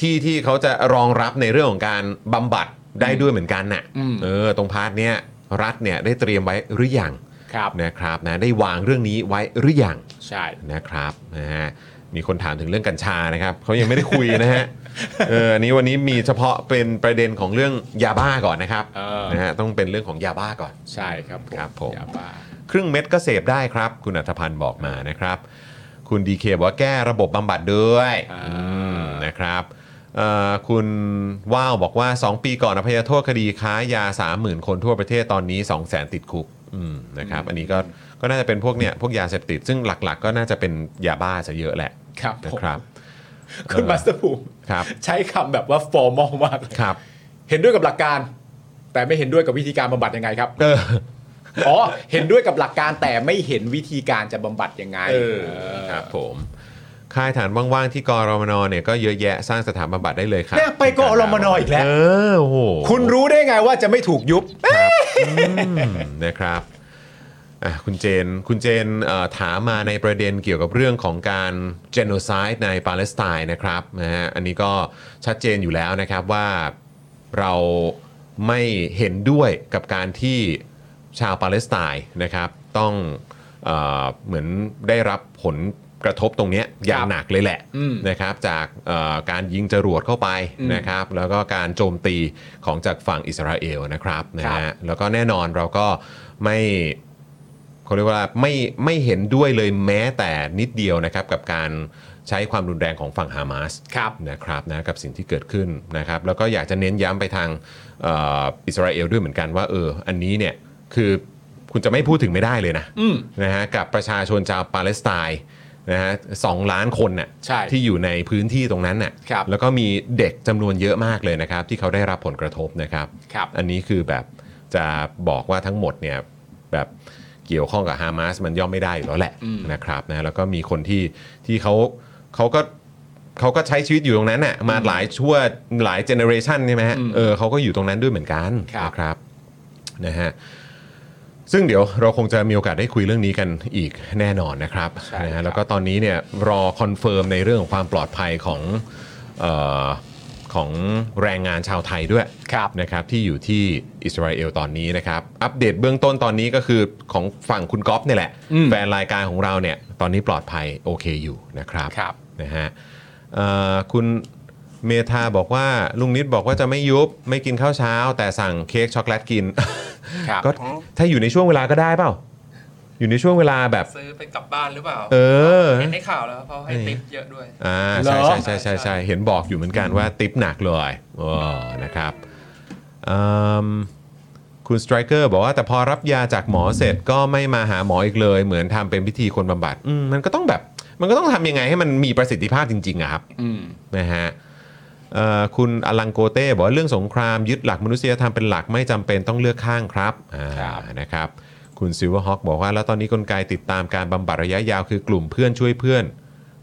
[SPEAKER 1] ที่ที่เขาจะรองรับในเรื่องของการบำบัดได้ด้วยเหมือนกันน่ะเออตรงพาร์ทเนี้ยรัฐเนี่ยได้เตรียมไว้หรือยัง
[SPEAKER 2] ครับ
[SPEAKER 1] นะครับนะได้วางเรื่องนี้ไว้หรือยัง
[SPEAKER 2] ใช่
[SPEAKER 1] นะครับนะฮะมีคนถามถึงเรื่องกัญชานะครับเขายังไม่ได้คุยนะฮะเอออันนี้วันนี้มีเฉพาะเป็นประเด็นของเรื่องยาบ้าก่อนนะครับ
[SPEAKER 2] เออ
[SPEAKER 1] นะฮะต้องเป็นเรื่องของยาบ้าก่อน
[SPEAKER 2] ใช่ครับผม
[SPEAKER 1] ครับผม
[SPEAKER 2] อย่าบ้า
[SPEAKER 1] ครึ่งเม็ดก็เสพได้ครับ คุณอัธพันธ์บอกมานะครับ คุณดีเคบอกว่าแก้ระบบบำบัดด้วยอืมนะครับเอ่อคุณว้าวบอกว่า 2 ปีก่อนอภัยโทษคดีค้ายา 30,000 คนทั่วประเทศตอนนี้ 2 0 0 0 0 0 ติดคุกอืมนะครับอันนี้ก็ก็น่าจะเป็นพวกเนี่ยพวกยาเสพติด ซึ่งหลักๆ ก็น่าจะเป็นยาบ้าซะเยอะแหละ
[SPEAKER 2] ครับผ
[SPEAKER 1] นะ
[SPEAKER 2] ม
[SPEAKER 1] ครับ
[SPEAKER 2] คุณมาสเตอร์ภูมิ
[SPEAKER 1] ครับ
[SPEAKER 2] ใช้คำแบบว่าฟอร์มอลมากเลย
[SPEAKER 1] ครับ
[SPEAKER 2] เห็นด้วยกับหลักการ แต่ไม่เห็นด้วยกับวิธีการบำบัดยังไงครับ
[SPEAKER 1] เออ
[SPEAKER 2] อ๋อ เห็นด้วยกับหลักการแต่ไม่เห็นวิธีการจะบำบัดยังไงเออ
[SPEAKER 1] ครับผมค่ายฐานว่างๆที่กรมนเนี่ยก็เยอะแยะสร้างสถานบำบัดได้เลยครับ
[SPEAKER 2] เนี่ยไปกอรมนอีกแล้ว
[SPEAKER 1] เออโอ้โห
[SPEAKER 2] คุณรู้ได้ไงว่าจะไม่ถูกยุบ
[SPEAKER 1] นะครับอ่ะคุณเจนคุณเจนเอ่อถามมาในประเด็นเกี่ยวกับเรื่องของการ genocide ในปาเลสไตน์นะครับนะฮะอันนี้ก็ชัดเจนอยู่แล้วนะครับว่าเราไม่เห็นด้วยกับการที่ชาวปาเลสไตน์นะครับ ต้องเออเหมือนได้รับผลกระทบตรงเนี้ยอย่างหนักเลยแหละ
[SPEAKER 2] อืม
[SPEAKER 1] นะครับจากเอ่อการยิงจรวดเข้าไปนะครับ แล้วก็การโจมตีของจากฝั่งอิสราเอลนะครับนะฮะแล้วก็แน่นอนเราก็ไม่ เขาเรียกว่าไม่ไม่เห็นด้วยเลยแม้แต่นิดเดียวนะครับ กับการใช้ความรุนแรงของฝั่งฮามาส
[SPEAKER 2] ครับ
[SPEAKER 1] นะครับนะกับสิ่งที่เกิดขึ้นนะครับ แล้วก็อยากจะเน้นย้ำไปทางเอ่ออิสราเอลด้วยเหมือนกันว่าเอออันนี้เนี่ยคือคุณจะไม่พูดถึงไม่ได้เลยนะ
[SPEAKER 2] อืม
[SPEAKER 1] นะฮะกับประชาชนชาวปาเลสไตน์นะฮะสองล้านคนน่ะ
[SPEAKER 2] ใช่
[SPEAKER 1] ที่อยู่ในพื้นที่ตรงนั้นน่ะ
[SPEAKER 2] ครับ
[SPEAKER 1] แล้วก็มีเด็กจำนวนเยอะมากเลยนะครับ ที่เขาได้รับผลกระทบนะครับ
[SPEAKER 2] ครับ
[SPEAKER 1] อันนี้คือแบบจะบอกว่าทั้งหมดเนี่ยแบบเกี่ยวข้องกับฮามาสมันย่อมไม่ได้อยู่แล้วแหละนะครับนะแล้วก็มีคนที่ที่เขาเขาก็เขาก็ใช้ชีวิตอยู่ตรงนั้นน่ะมาหลายชั่วหลายเจเนอเรชันใช่ไหมฮะเออเขาก็อยู่ตรงนั้นด้วยเหมือนกัน
[SPEAKER 2] ครับ
[SPEAKER 1] นะครับนะฮะซึ่งเดี๋ยวเราคงจะมีโอกาสได้คุยเรื่องนี้กันอีกแน่นอนนะครับนะฮะแล้วก็ตอนนี้เนี่ยรอคอนเฟิร์มในเรื่องของความปลอดภัยของเออของแรงงานชาวไทยด้วย
[SPEAKER 2] ครับ
[SPEAKER 1] นะครับที่อยู่ที่อิสราเอลตอนนี้นะครับอัปเดตเบื้องต้นตอนนี้ก็คือของฝั่งคุณก๊อฟเนี่ยแหละ
[SPEAKER 2] อืม
[SPEAKER 1] แฟนรายการของเราเนี่ยตอนนี้ปลอดภัยโอเคอยู่นะครับ
[SPEAKER 2] ครับ
[SPEAKER 1] นะฮะเอ่อคุณเมธาบอกว่าลุงนิดบอกว่าจะไม่ยุบไม่กินข้าวเช้า แต่สั่งเค้กช็อกโกแลตกิน
[SPEAKER 2] ครับ
[SPEAKER 1] ก็ถ้าอยู่ในช่วงเวลาก็ได้เปล่า อยู่ในช่วงเวลาแบบ
[SPEAKER 3] ซื้อไปกลับบ้านหรือเปล่า
[SPEAKER 1] เออ
[SPEAKER 3] เห็นในข่าวแล้วเขาให้ติปเยอะด้วย
[SPEAKER 1] อ่าใช่ใช่ใช่ใช่ใช่เห็นบอกอยู่เหมือนกันว่าติปหนักเลยโอ้นะครับอืมคุณสไตรเกอร์บอกว่าแต่พอรับยาจากหมอเสร็จก็ไม่มาหาหมออีกเลย เหมือนทำเป็นพิธีคนบำบัดอืมมันก็ต้องแบบมันก็ต้องทำยังไงให้มันมีประสิทธิภาพจริงๆอะครับ
[SPEAKER 2] อืม
[SPEAKER 1] นะฮะเอ่อคุณอลังโกเต้บอกว่าเรื่องสงครามยึดหลักมนุษยธรรมเป็นหลักไม่จำเป็นต้องเลือกข้างครับอ่า
[SPEAKER 2] ครับ
[SPEAKER 1] นะครับ คุณซิวเวอร์ฮอบอกว่าแล้วตอนนี้กลไกติดตามการบำบัดระยะยาวคือกลุ่มเพื่อนช่วยเพื่อน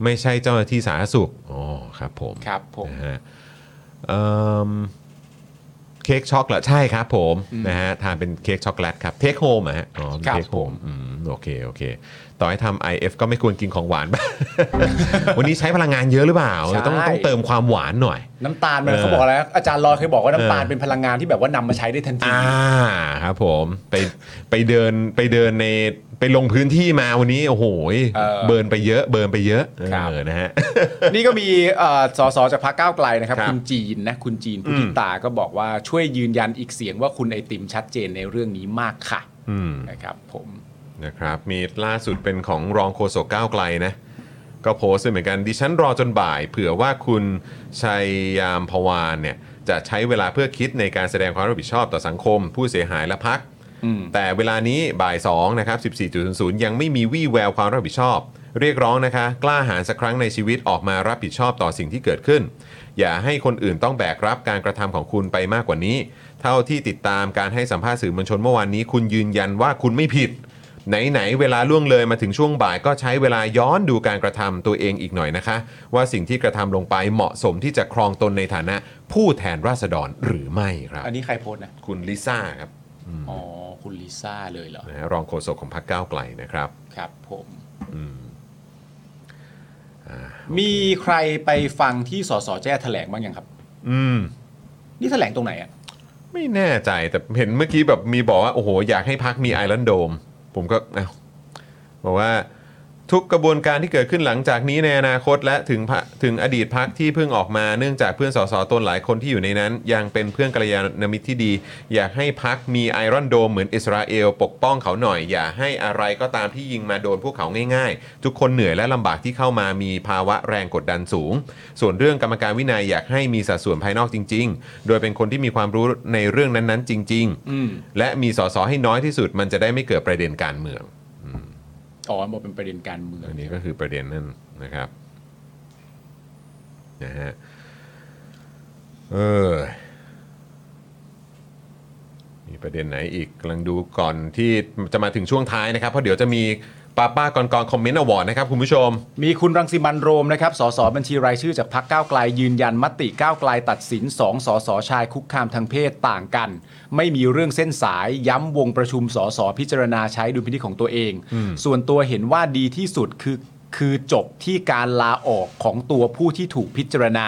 [SPEAKER 1] ไม่ใช่เจ้าหน้าที่สาธารณสุขอ๋อครับผม
[SPEAKER 2] ครับผม
[SPEAKER 1] นะฮะเอิ่ม เค้กช็อกเหรอใช่ครับผมนะฮะทานเป็นเค้กช็อกโกแลตครับเทคโฮมอะฮะอ๋อ
[SPEAKER 2] ครับ
[SPEAKER 1] เทคโฮมอืมโอเคโอเค ต่อให้ทำ IF ก็ไม่ควรกินของหวาน วันนี้ใช้พลังงานเยอะหรือเปล่า
[SPEAKER 2] ใช่
[SPEAKER 1] ต้องต้องเติมความหวานหน่อย
[SPEAKER 2] น้ำตาลมัน
[SPEAKER 1] เออ
[SPEAKER 2] เขาบอกแล้วอาจารย์ลอยเคยบอกว่าน้ำตาล
[SPEAKER 1] เออ
[SPEAKER 2] เป็นพลังงานที่แบบว่านำมาใช้ได้ทันที
[SPEAKER 1] อ่าครับผมไปไปเดินไปเดินในไปลงพื้นที่มาวันนี้โอ้โหย
[SPEAKER 2] เออ
[SPEAKER 1] เบิร์นไปเยอะเบิร์นไปเยอะ
[SPEAKER 2] ครับ
[SPEAKER 1] เออนะฮะ
[SPEAKER 2] นี่ก็มีเอ่อสสจากพรรคก้าวไกลนะครับ
[SPEAKER 1] ครับ
[SPEAKER 2] คุณจีนนะคุณจีนพุทธิตาก็บอกว่าช่วยยืนยันอีกเสียงว่าคุณไอติมชัดเจนในเรื่องนี้มากค่ะ
[SPEAKER 1] อืม
[SPEAKER 2] นะครับผม
[SPEAKER 1] นะครับมีล่าสุดเป็นของรองโฆษกก้าวไกลนะ ก็โพสต์ด้วยเหมือนกันดิฉันรอจนบ่าย เผื่อว่าคุณชัยยามพวานเนี่ยจะใช้เวลาเพื่อคิดในการแสดงความรับผิดชอบต่อสังคม ผู้เสียหายและพัก
[SPEAKER 2] อืม
[SPEAKER 1] แต่เวลานี้บ่าย 2 นะครับ 14.00 ยังไม่มีวี่แววความรับผิดชอบ เรียกร้องนะคะ กล้าหาญสักครั้งในชีวิตออกมารับผิดชอบต่อสิ่งที่เกิดขึ้น อย่าให้คนอื่นต้องแบกรับการกระทำของคุณไปมากกว่านี้ เท่าที่ติดตามการให้สัมภาษณ์สื่อมวลชนเมื่อวานนี้ คุณยืนยันว่าคุณไม่ผิด ไหนๆเวลาล่วงเลยมาถึงช่วงบ่ายก็ใช้เวลาย้อนดูการกระทำตัวเองอีกหน่อยนะคะ ว่าสิ่งที่กระทำลงไปเหมาะสมที่จะครองตนในฐานะ ผู้แทนราษฎรหรือไม่ครับ
[SPEAKER 2] อันนี้ใครโพสต์นะ
[SPEAKER 1] คุณลิซ่าครับ
[SPEAKER 2] อ๋อคุณลิซ่าเลยเหรอ
[SPEAKER 1] นะฮะรองโฆษกของพรรคก้าวไกลนะครับ
[SPEAKER 2] ครับผม
[SPEAKER 1] อืม
[SPEAKER 2] มีใครไปฟังที่สสแจ้แถลงบ้างยังครับ
[SPEAKER 1] อืม
[SPEAKER 2] นี่แถลงตรงไหนอ่ะ
[SPEAKER 1] ไม่แน่ใจแต่เห็นเมื่อกี้แบบมีบอกว่า โอ้โห อยากให้พักมีไอรอนโดม ผมก็เอ้าบอกว่าทุกกระบวนการที่เกิดขึ้นหลังจากนี้ในอนาคต และถึงพรรคถึงอดีตพักที่เพิ่งออกมาเนื่องจากเพื่อนสสตนหลายคนที่อยู่ในนั้น ยังเป็นเพื่อนกัลยาณมิตรที่ดี อยากให้พักมีไอรอนโดมเหมือนอิสราเอล ปกป้องเขาหน่อย อย่าให้อะไรก็ตามที่ยิงมาโดนพวกเขาง่าย ๆ ทุกคนเหนื่อยและลำบากที่เข้ามามีภาวะแรงกดดันสูง ส่วนเรื่องกรรมการวินัยอยากให้มีสัดส่วนภายนอกจริง ๆ โดยเป็นคนที่มีความรู้ในเรื่องนั้นๆ จริง
[SPEAKER 2] อืม
[SPEAKER 1] ๆ และมีสสให้น้อยที่สุด มันจะได้ไม่เกิดประเด็นการเมือง
[SPEAKER 2] อ๋อบอกเป็นประเด็นการเมือง
[SPEAKER 1] อันนี้ก็คือประเด็นนั่นนะครับนะฮะเออมีประเด็นไหนอีกกำลังดูก่อนที่จะมาถึงช่วงท้ายนะครับ เพราะเดี๋ยวจะมีป้าป้าก่อนกอนคอมเมนต์อวอร์ดนะครับ คุณผู้ชม
[SPEAKER 2] มีคุณรังสิมันต์โรมนะครับสสบัญชีรายชื่อจากพักก้าวไกล ยืนยันมติก้าวไกลตัดสินสองสสชายคุกคามทางเพศต่างกัน ไม่มีเรื่องเส้นสายย้ำวงประชุมสสพิจารณาใช้ดุลพินิจของตัวเอง ส่วนตัวเห็นว่าดีที่สุดคือคือจบที่การลาออกของตัวผู้ที่ถูกพิจารณา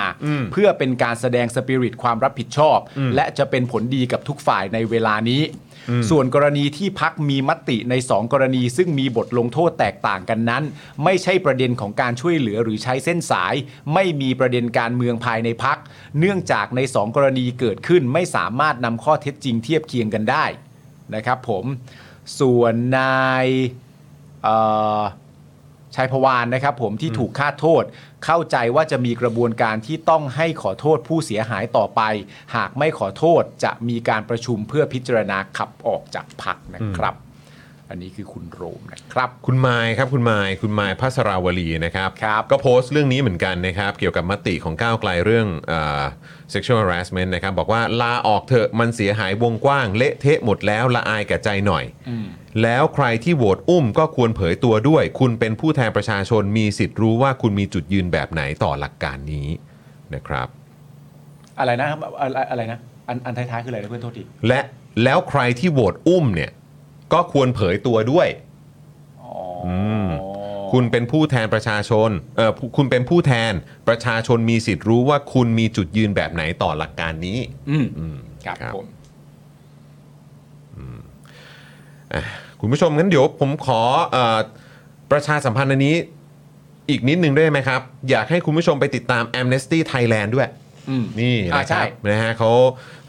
[SPEAKER 2] เพื่อเป็นการแสดงสปิริตความรับผิดชอบ และจะเป็นผลดีกับทุกฝ่ายในเวลานี้ ส่วนกรณีที่พักมีมติใน 2 กรณีซึ่งมีบทลงโทษแตกต่างกันนั้น ไม่ใช่ประเด็นของการช่วยเหลือหรือใช้เส้นสาย ไม่มีประเด็นการเมืองภายในพัก เนื่องจากใน 2 กรณีเกิดขึ้นไม่สามารถนำข้อเท็จจริงเทียบเคียงกันได้นะครับผม ส่วนนายเอ่อ ชัยพวานนะครับผมที่ถูกคาดโทษ เข้าใจว่าจะมีกระบวนการที่ต้องให้ขอโทษผู้เสียหายต่อไป หากไม่ขอโทษจะมีการประชุมเพื่อพิจารณาขับออกจากพักนะครับ อันนี้คือคุณโรมนะครับ
[SPEAKER 1] คุณไมค์ครับคุณไมค์คุณไมค์พัสราวลีนะครับ
[SPEAKER 2] ครับ
[SPEAKER 1] ก็โพสต์เรื่องนี้เหมือนกันนะครับเกี่ยวกับมติของก้าวไกลเรื่องเอ่อ sexual harassment นะครับบอกว่าลาออกเถอะมันเสียหายวงกว้าง เละเทะหมดแล้วละอายแก่ใจหน่อย แล้วใครที่โหวตอุ้มก็ควรเผยตัวด้วย คุณเป็นผู้แทนประชาชนมีสิทธิ์รู้ว่าคุณมีจุดยืนแบบไหนต่อหลักการนี้นะครับ
[SPEAKER 2] อะไรนะครับอะไรอะไรนะอันอันท้ายๆคืออะไรนะเพื่อนโทษที
[SPEAKER 1] และแล้วใครที่โหวตอุ้มเนี่ยก็ควรเผยตัวด้วย
[SPEAKER 2] อ๋อ
[SPEAKER 1] ม คุณเป็นผู้แทนประชาชน เออผู้คุณเป็นผู้แทนประชาชนมีสิทธิ์รู้ว่าคุณมีจุดยืนแบบไหนต่อหลักการนี้
[SPEAKER 2] อืม
[SPEAKER 1] อืม
[SPEAKER 2] ครับ
[SPEAKER 1] ครับ
[SPEAKER 2] ผม
[SPEAKER 1] คุณผู้ชมงั้นเดี๋ยวผมขอเออประชาสัมพันธ์อันนี้อีกนิดนึงได้ไหมครับ อยากให้คุณผู้ชมไปติดตาม Amnesty Thailand ด้วย
[SPEAKER 2] อืม
[SPEAKER 1] นี่
[SPEAKER 2] อ่า
[SPEAKER 1] นะค
[SPEAKER 2] ใช่
[SPEAKER 1] รับนะฮะเขา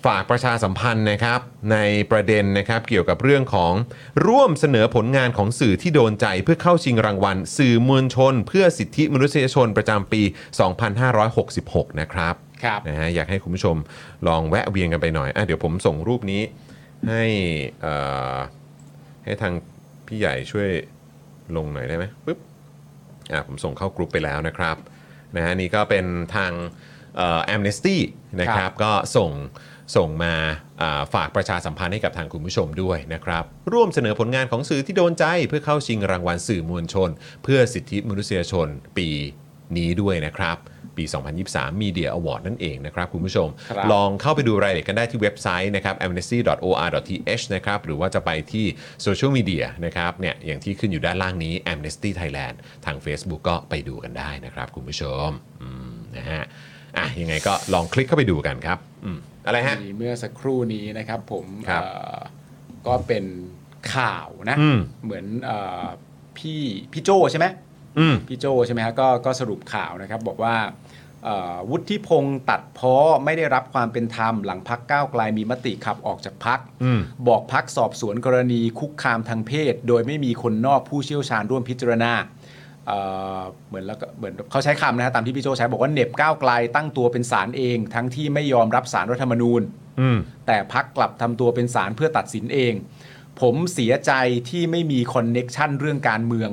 [SPEAKER 1] ฝากประชาสัมพันธ์นะครับในประเด็นนะครับเกี่ยวกับเรื่องของร่วมเสนอผลงานของสื่อที่โดนใจเพื่อเข้าชิงรางวัล สื่อมวลชน เพื่อสิทธิมนุษยชนประจำปี 2566 นะครับ
[SPEAKER 2] ครับ
[SPEAKER 1] นะฮะอยากให้คุณผู้ชมลองแวะเวียนกันไปหน่อยอ่ะเดี๋ยวผมส่งรูปนี้ให้เอ่อให้ทางพี่ใหญ่ช่วยลงหน่อยได้ไหมปึ๊บ อ่ะผมส่งเข้ากรุ๊ปไปแล้วนะครับนะฮะนี่ก็เป็นทางแอมเนสตี้นะครับ ก็ส่งส่งมาอ่าฝากประชาสัมพันธ์ให้กับทางคุณผู้ชมด้วยนะครับ ร่วมเสนอผลงานของสื่อที่โดนใจเพื่อเข้าชิงรางวัลสื่อมวลชน เพื่อสิทธิมนุษยชนปีนี้ด้วยนะครับ ปี 2023 Media Award นั่นเองนะครับคุณผู้ชม
[SPEAKER 5] ครับ
[SPEAKER 1] ลองเข้าไปดูรายละเอียดกันได้ที่เว็บไซต์นะครับ amnesty.or.th นะครับหรือว่าจะไปที่โซเชียลมีเดียนะครับเนี่ยอย่างที่ขึ้นอยู่ด้านล่างนี้ Amnesty Thailand ทาง Facebook ก็ไปดูกันได้นะครับคุณผู้ชมอืมนะฮะอ่ะยังไงก็ลองคลิกเข้าไปดูกันครับอืมอะไรฮะ
[SPEAKER 2] มีเมื่อสักครู่นี้นะครับผม
[SPEAKER 1] ครับ
[SPEAKER 2] เอ่อก็เป็นข่าวนะ
[SPEAKER 1] อืม
[SPEAKER 2] เหมือนเออพี่พี่โจใช่ไหม
[SPEAKER 1] อืม
[SPEAKER 2] พี่โจใช่ไหมฮะก็ก็สรุปข่าวนะครับ บอกว่าเอ่อวุฒิพงษ์ตัดพ้อไม่ได้รับความเป็นธรรมหลังพักก้าวไกลมีมติขับออกจากพัก
[SPEAKER 1] อืม
[SPEAKER 2] บอกพักสอบสวนกรณีคุกคามทางเพศ โดยไม่มีคนนอกผู้เชี่ยวชาญร่วมพิจารณาเอ่อเหมือนแล้วก็เหมือนเขาใช้คำนะฮะตามที่พี่โจใช้บอกว่าเหน็บก้าวไกลตั้งตัวเป็นศาลเอง ทั้งที่ไม่ยอมรับสารรัฐธรรมนูญ
[SPEAKER 1] อืม
[SPEAKER 2] แต่พักกลับทำตัวเป็นศาลเพื่อตัดสินเอง ผมเสียใจที่ไม่มีคอนเน็กชันเรื่องการเมือง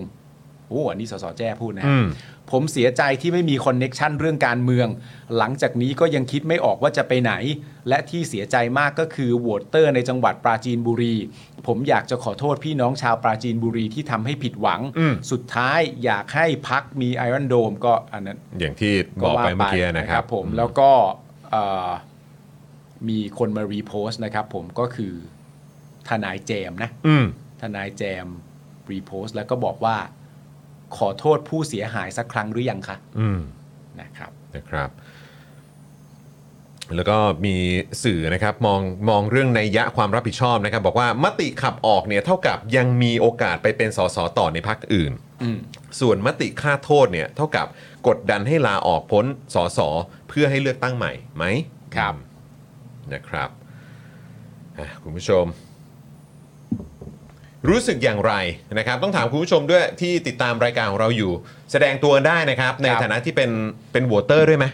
[SPEAKER 2] โอ้อันนี้สสแจ้พูดนะ
[SPEAKER 1] อื
[SPEAKER 2] ฮะ
[SPEAKER 1] ม
[SPEAKER 2] ผมเสียใจที่ไม่มีคอนเน็กชันเรื่องการเมือง หลังจากนี้ก็ยังคิดไม่ออกว่าจะไปไหน และที่เสียใจมากก็คือโหวตเตอร์ในจังหวัดปราจีนบุรี ผมอยากจะขอโทษพี่น้องชาวปราจีนบุรีที่ทำให้ผิดหวัง สุดท้ายอยากให้พักมีไอรอนโดมก็อันนั้น
[SPEAKER 1] อย่างที่บอกไปเมื่อกี้นะครับ
[SPEAKER 2] ผมแล้วก็เอ่อมีคนมารีโพสต์นะครับผมก็คือทนายแจมนะ
[SPEAKER 1] อืม
[SPEAKER 2] ทนายแจมรีโพสต์แล้วก็บอกว่าขอโทษผู้เสียหายสักครั้งหรือยังคะ
[SPEAKER 1] อืม
[SPEAKER 2] นะครับ
[SPEAKER 1] นะครับ แล้วก็มีสื่อนะครับมองมองเรื่องในยยะความรับผิดชอบนะครับ บอกว่ามติขับออกเนี่ยเท่ากับยังมีโอกาสไปเป็นสสต่อในพักอื่น
[SPEAKER 2] อืม
[SPEAKER 1] ส่วนมติค่าโทษเนี่ยเท่ากับกดดันให้ลาออกพ้นสสเพื่อให้เลือกตั้งใหม่ไหม
[SPEAKER 2] ครับ
[SPEAKER 1] นะครับอ่ะคุณผู้ชม รู้สึกอย่างไรนะครับ ต้องถามคุณผู้ชมด้วยที่ติดตามรายการของเราอยู่ แสดงตัวกันได้นะครับ ใน
[SPEAKER 2] ครับ
[SPEAKER 1] ฐานะที่เป็นเป็นวอเตอร์ด้วยไหม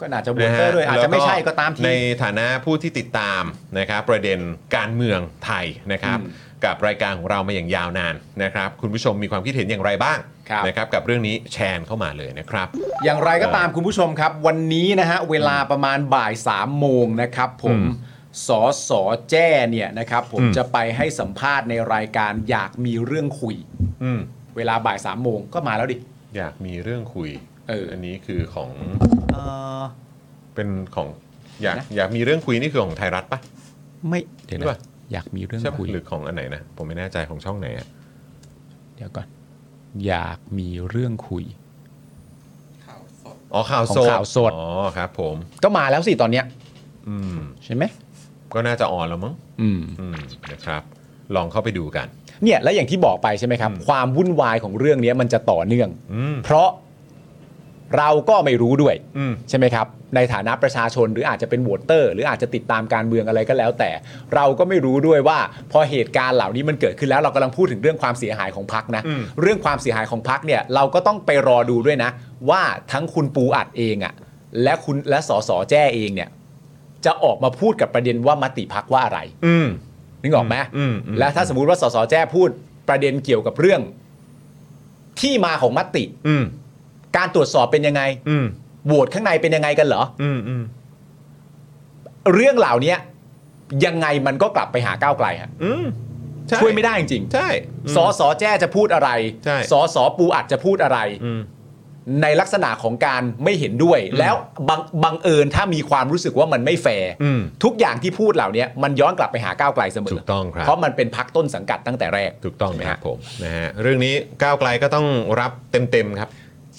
[SPEAKER 2] ก็น่าจะโหวตเตอร์ด้วยอาจ
[SPEAKER 1] นฮ
[SPEAKER 2] จะไม่ใช่ก็ตามที
[SPEAKER 1] ในฐานะผู้ที่ติดตามนะครับประเด็นการเมืองไทยนะครับ
[SPEAKER 2] อืม
[SPEAKER 1] กับรายการของเรามาอย่างยาวนานนะครับ คุณผู้ชมมีความคิดเห็นอย่างไรบ้าง
[SPEAKER 2] ครับ
[SPEAKER 1] นะครับ กับเรื่องนี้แชร์เข้ามาเลยนะครับ
[SPEAKER 2] อย่างไรก็ตามคุณผู้ชมครับ วันนี้นะฮะเวลาประมาณบ่าย3ามโมงนะครับผมสอสอแจ้เนี่ยนะครับผม
[SPEAKER 1] อืม
[SPEAKER 2] จะไปให้สัมภาษณ์ในรายการอยากมีเรื่องคุย
[SPEAKER 1] อืม
[SPEAKER 2] เวลาบ่ายสามโมงก็มาแล้วดิ
[SPEAKER 1] อยากมีเรื่องคุย
[SPEAKER 2] เอออั
[SPEAKER 1] นนี้คือของเป็นของอยากอยากมีเรื่องคุยนี่คือของไทยรัฐปะ
[SPEAKER 2] ไม่
[SPEAKER 1] เดี๋ยวนะ
[SPEAKER 2] อยากมีเรื่อง
[SPEAKER 1] ใช่ปะ
[SPEAKER 2] คุย
[SPEAKER 1] หรือของอันไหนนะผมไม่แน่ใจของช่องไหนอะ
[SPEAKER 2] เดี๋ยวก่อน อยากมีเรื่องคุย
[SPEAKER 3] ข่าวสด
[SPEAKER 1] อ๋อข่าวส
[SPEAKER 2] ขอ
[SPEAKER 1] ด
[SPEAKER 2] งข่าวสด
[SPEAKER 1] อ๋อครับ ผม
[SPEAKER 2] ก็มาแล้วสิตอนเนี้ย
[SPEAKER 1] อืม
[SPEAKER 2] ใช่ไหม
[SPEAKER 1] ก็น่าจะออนแล้วมั้ง
[SPEAKER 2] อืม
[SPEAKER 1] อืมนะครับ ลองเข้าไปดูกัน
[SPEAKER 2] เนี่ยแล้วอย่างที่บอกไปใช่ไหมครับ ความวุ่นวายของเรื่องเนี้ยมันจะต่อเนื่อง
[SPEAKER 1] อืม
[SPEAKER 2] เพราะเราก็ไม่รู้ด้วย
[SPEAKER 1] อืม
[SPEAKER 2] ใช่ไหมครับ ในฐานะประชาชนหรืออาจจะเป็นโหวตเตอร์ หรืออาจจะติดตามการเมืองอะไรก็แล้วแต่ เราก็ไม่รู้ด้วยว่า พอเหตุการณ์เหล่านี้มันเกิดขึ้นแล้วเรากำลังพูดถึงเรื่องความเสียหายของพักนะ
[SPEAKER 1] อืม
[SPEAKER 2] เรื่องความเสียหายของพักเนี่ยเราก็ต้องไปรอดูด้วยนะ ว่าทั้งคุณปูอัดเองอะ่ะและคุณและสสแจ้เองเนี่ยจะออกมาพูดกับประเด็นว่ามติพักว่าอะไร
[SPEAKER 1] อืม
[SPEAKER 2] นึกออกไหม
[SPEAKER 1] อืมอืม
[SPEAKER 2] และถ้าสมมุติว่าสสแจ้พูดประเด็นเกี่ยวกับเรื่อง ที่มาของมติ
[SPEAKER 1] อืม
[SPEAKER 2] การตรวจสอบเป็นยังไง
[SPEAKER 1] อืม
[SPEAKER 2] โหวตข้างในเป็นยังไงกันเหรอ
[SPEAKER 1] อืม อืม
[SPEAKER 2] เรื่องเหล่านี้ยังไงมันก็กลับไปหาก้าวไกลฮะ
[SPEAKER 1] อืมใ
[SPEAKER 2] ช่วยไม่ได้จริง
[SPEAKER 1] ใช่
[SPEAKER 2] ๆสอสอแจ้จะพูดอะไร
[SPEAKER 1] ใช่
[SPEAKER 2] สอสอปูอัดจะพูดอะไร
[SPEAKER 1] อืม
[SPEAKER 2] ในลักษณะของการไม่เห็นด้วย แล้วบังบังเอิญถ้ามีความรู้สึกว่ามันไม่แฟร์
[SPEAKER 1] อืม
[SPEAKER 2] ทุกอย่างที่พูดเหล่านี้มันย้อนกลับไปหาก้าวไกลเสมอ
[SPEAKER 1] ถูกต้องครับ
[SPEAKER 2] เพราะมันเป็นพักต้นสังกัดตั้งแต่แรก
[SPEAKER 1] ถูกต้อง
[SPEAKER 2] ใช่ไหม
[SPEAKER 1] ค
[SPEAKER 2] ฮะ
[SPEAKER 1] รับผมนะฮะเรื่องนี้ก้าวไกลก็ต้องรับเต็มๆครับ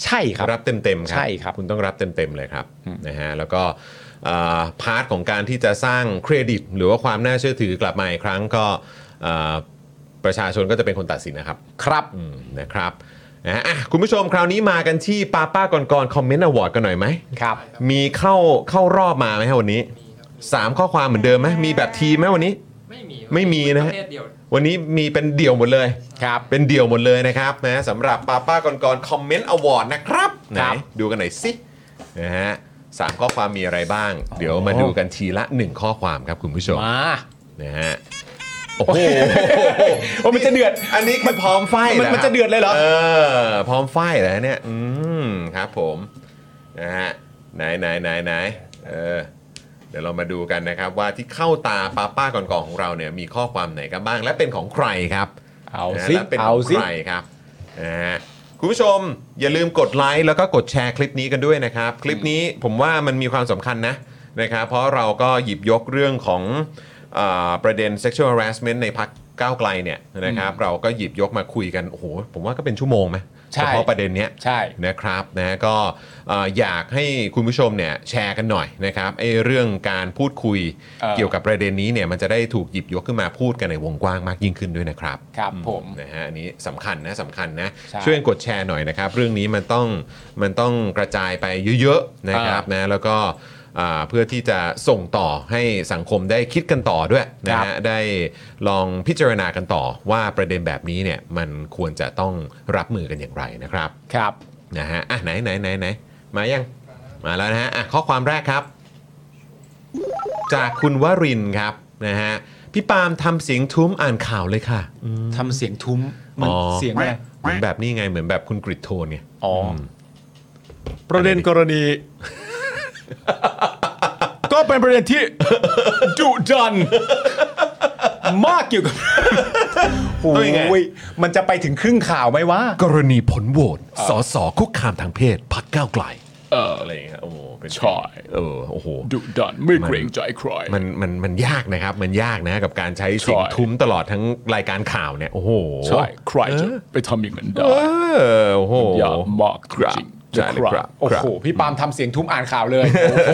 [SPEAKER 2] ใช่ครับ
[SPEAKER 1] รับเต็มๆครับ
[SPEAKER 2] ใช่ครับ
[SPEAKER 1] คุณต้องรับเต็มๆเลยครับนะฮะแล้วก็อ่าพาร์ทของการที่จะสร้างเครดิต หรือว่าความน่าเชื่อถือกลับมาอีกครั้งก็อ่าประชาชนก็จะเป็นคนตัดสินนะครับ
[SPEAKER 2] ครับ
[SPEAKER 1] อืมนะครับนะฮะอ่ะคุณผู้ชมคราวนี้มากันที่ป้าป้าก่อนก่อนคอมเมนต์อวอร์ดกันหน่อยไหม
[SPEAKER 2] ครับ
[SPEAKER 1] มีเข้าเข้ารอบมาไหมฮะวันนี้
[SPEAKER 3] มีครับ
[SPEAKER 1] 3 ข้อความเหมือนเดิมไหมมีแบบทีมไหมวันนี้
[SPEAKER 3] ไม่มี
[SPEAKER 1] ไม่มีนะฮะ
[SPEAKER 3] ประเภทเดียว
[SPEAKER 1] วันนี้มีเป็นเดี่ยวหมดเลยครับเป็นเดี่ยวหมดเลยนะครับนะสำหรับป้าป้าก่อนก่อนคอมเมนต์อวอร์ดนะครับไหน
[SPEAKER 2] ครับ
[SPEAKER 1] ดูกันหน่อยสินะฮะสามข้อความมีอะไรบ้าง เดี๋ยวมาดูกันทีละ 1 ข้อความครับคุณผู้ชม
[SPEAKER 2] มา
[SPEAKER 1] นะฮะโอ้โห
[SPEAKER 2] โอ้มันจะเดือด
[SPEAKER 1] อันนี้คือพร้อมไฟ
[SPEAKER 2] มัน
[SPEAKER 1] หรค
[SPEAKER 2] มัน
[SPEAKER 1] บ
[SPEAKER 2] จะเดือดเลยเหรอ
[SPEAKER 1] เออพร้อมไฟเหรอเนี่ยอืมครับผมนะฮะไหนไหนไหนไหนเออเดี๋ยวเรามาดูกันนะครับ ว่าที่เข้าตาป้าป้าก่อนก่อนของเราเนี่ยมีข้อความไหนกันบ้าง และเป็นของใครครับ
[SPEAKER 2] เอา
[SPEAKER 1] นะ
[SPEAKER 2] สิ
[SPEAKER 1] แล้วเป็นข
[SPEAKER 2] เอา
[SPEAKER 1] อง
[SPEAKER 2] สิ
[SPEAKER 1] ใครครับนะฮะ คุณผู้ชมอย่าลืมกดไลค์แล้วก็กดแชร์คลิปนี้กันด้วยนะครับ คลิปนี้ผมว่ามันมีความสำคัญนะนะครับ เพราะเราก็หยิบยกเรื่องของอาประเด็น sexual harassment ในพักก้าวไกลเนี่ยนะครับ เราก็หยิบยกมาคุยกันโอ้โหผมว่าก็เป็นชั่วโมงไหม
[SPEAKER 6] ใช่
[SPEAKER 1] เฉพาะประเด็นเนี้ย
[SPEAKER 6] ใช่
[SPEAKER 1] นะครับนะก็เอ่ออยากให้คุณผู้ชมเนี่ยแชร์กันหน่อยนะครับไอ้เรื่องการพูดคุย
[SPEAKER 6] เออ
[SPEAKER 1] เกี่ยวกับประเด็นนี้เนี่ยมันจะได้ถูกหยิบยกขึ้นมาพูดกันในวงกว้างมากยิ่งขึ้นด้วยนะครับ
[SPEAKER 6] ครับผม
[SPEAKER 1] นะฮะอันนี้สำคัญนะสำคัญนะ
[SPEAKER 6] ใช่
[SPEAKER 1] ช่วยกดแชร์หน่อยนะครับ เรื่องนี้มันต้องมันต้องกระจายไปเยอะๆนะครับนะแล้วก็อ่าเพื่อที่จะส่งต่อให้สังคมได้คิดกันต่อด้วยนะ
[SPEAKER 6] ครั
[SPEAKER 1] ฮะ
[SPEAKER 6] บ
[SPEAKER 1] ได้ลองพิจารณากันต่อว่าประเด็นแบบนี้เนี่ยมันควรจะต้องรับมือกันอย่างไรนะครับ
[SPEAKER 6] ครับ
[SPEAKER 1] นะฮะ อ่ะ ไหนไหนไหนไหนมายัง มาแล้วนะฮะ อ่ะ ข้อความแรกครับ จากคุณวรินทร์ครับ นะฮะ พี่ปาล์มทำเสียงทุ้มอ่านข่าวเลยค่ะ
[SPEAKER 2] ทำเสียงทุ้มมัน
[SPEAKER 1] อ๋อ
[SPEAKER 2] เสียงอะไร
[SPEAKER 1] เหมือนแบบนี้ไง เหมือนแบบคุณกริดโทนไง
[SPEAKER 2] อ๋ออประเด็นกร ณี ก็เป็นประเด็นที่ดุดัน มากเกี่ยว กับโอ้
[SPEAKER 1] เอายังไง
[SPEAKER 2] ยมันจะไปถึงครึ่งข่าวไหมวะ
[SPEAKER 1] กรณีผลโหวตสสคุกคามทางเพศพักก้าวไกล เออ อะไรอย่างเงี้ย โอ้โหเป็น
[SPEAKER 7] ใช่
[SPEAKER 1] เออ โอ้โห
[SPEAKER 7] ดุดันไม่เกรงใจใคร
[SPEAKER 1] มันมันมันยากนะครับ มันยากนะกับการใช้เสียง
[SPEAKER 7] ใช่
[SPEAKER 1] ทุ้มตลอดทั้งรายการข่าวเนี่ย โอ้โห
[SPEAKER 7] ใช่ ใครจะไปทำอย่างนั้น
[SPEAKER 1] เอ
[SPEAKER 7] ได้
[SPEAKER 1] อโอ้โห
[SPEAKER 7] อย่ามากจริงๆ
[SPEAKER 1] ใช่เลย
[SPEAKER 7] นะ
[SPEAKER 1] ค
[SPEAKER 7] ค
[SPEAKER 1] รั
[SPEAKER 7] รับ บ
[SPEAKER 2] โอ้โห พี่ปาล์มทำเสียงทุ้มอ่านข่าวเลย โอ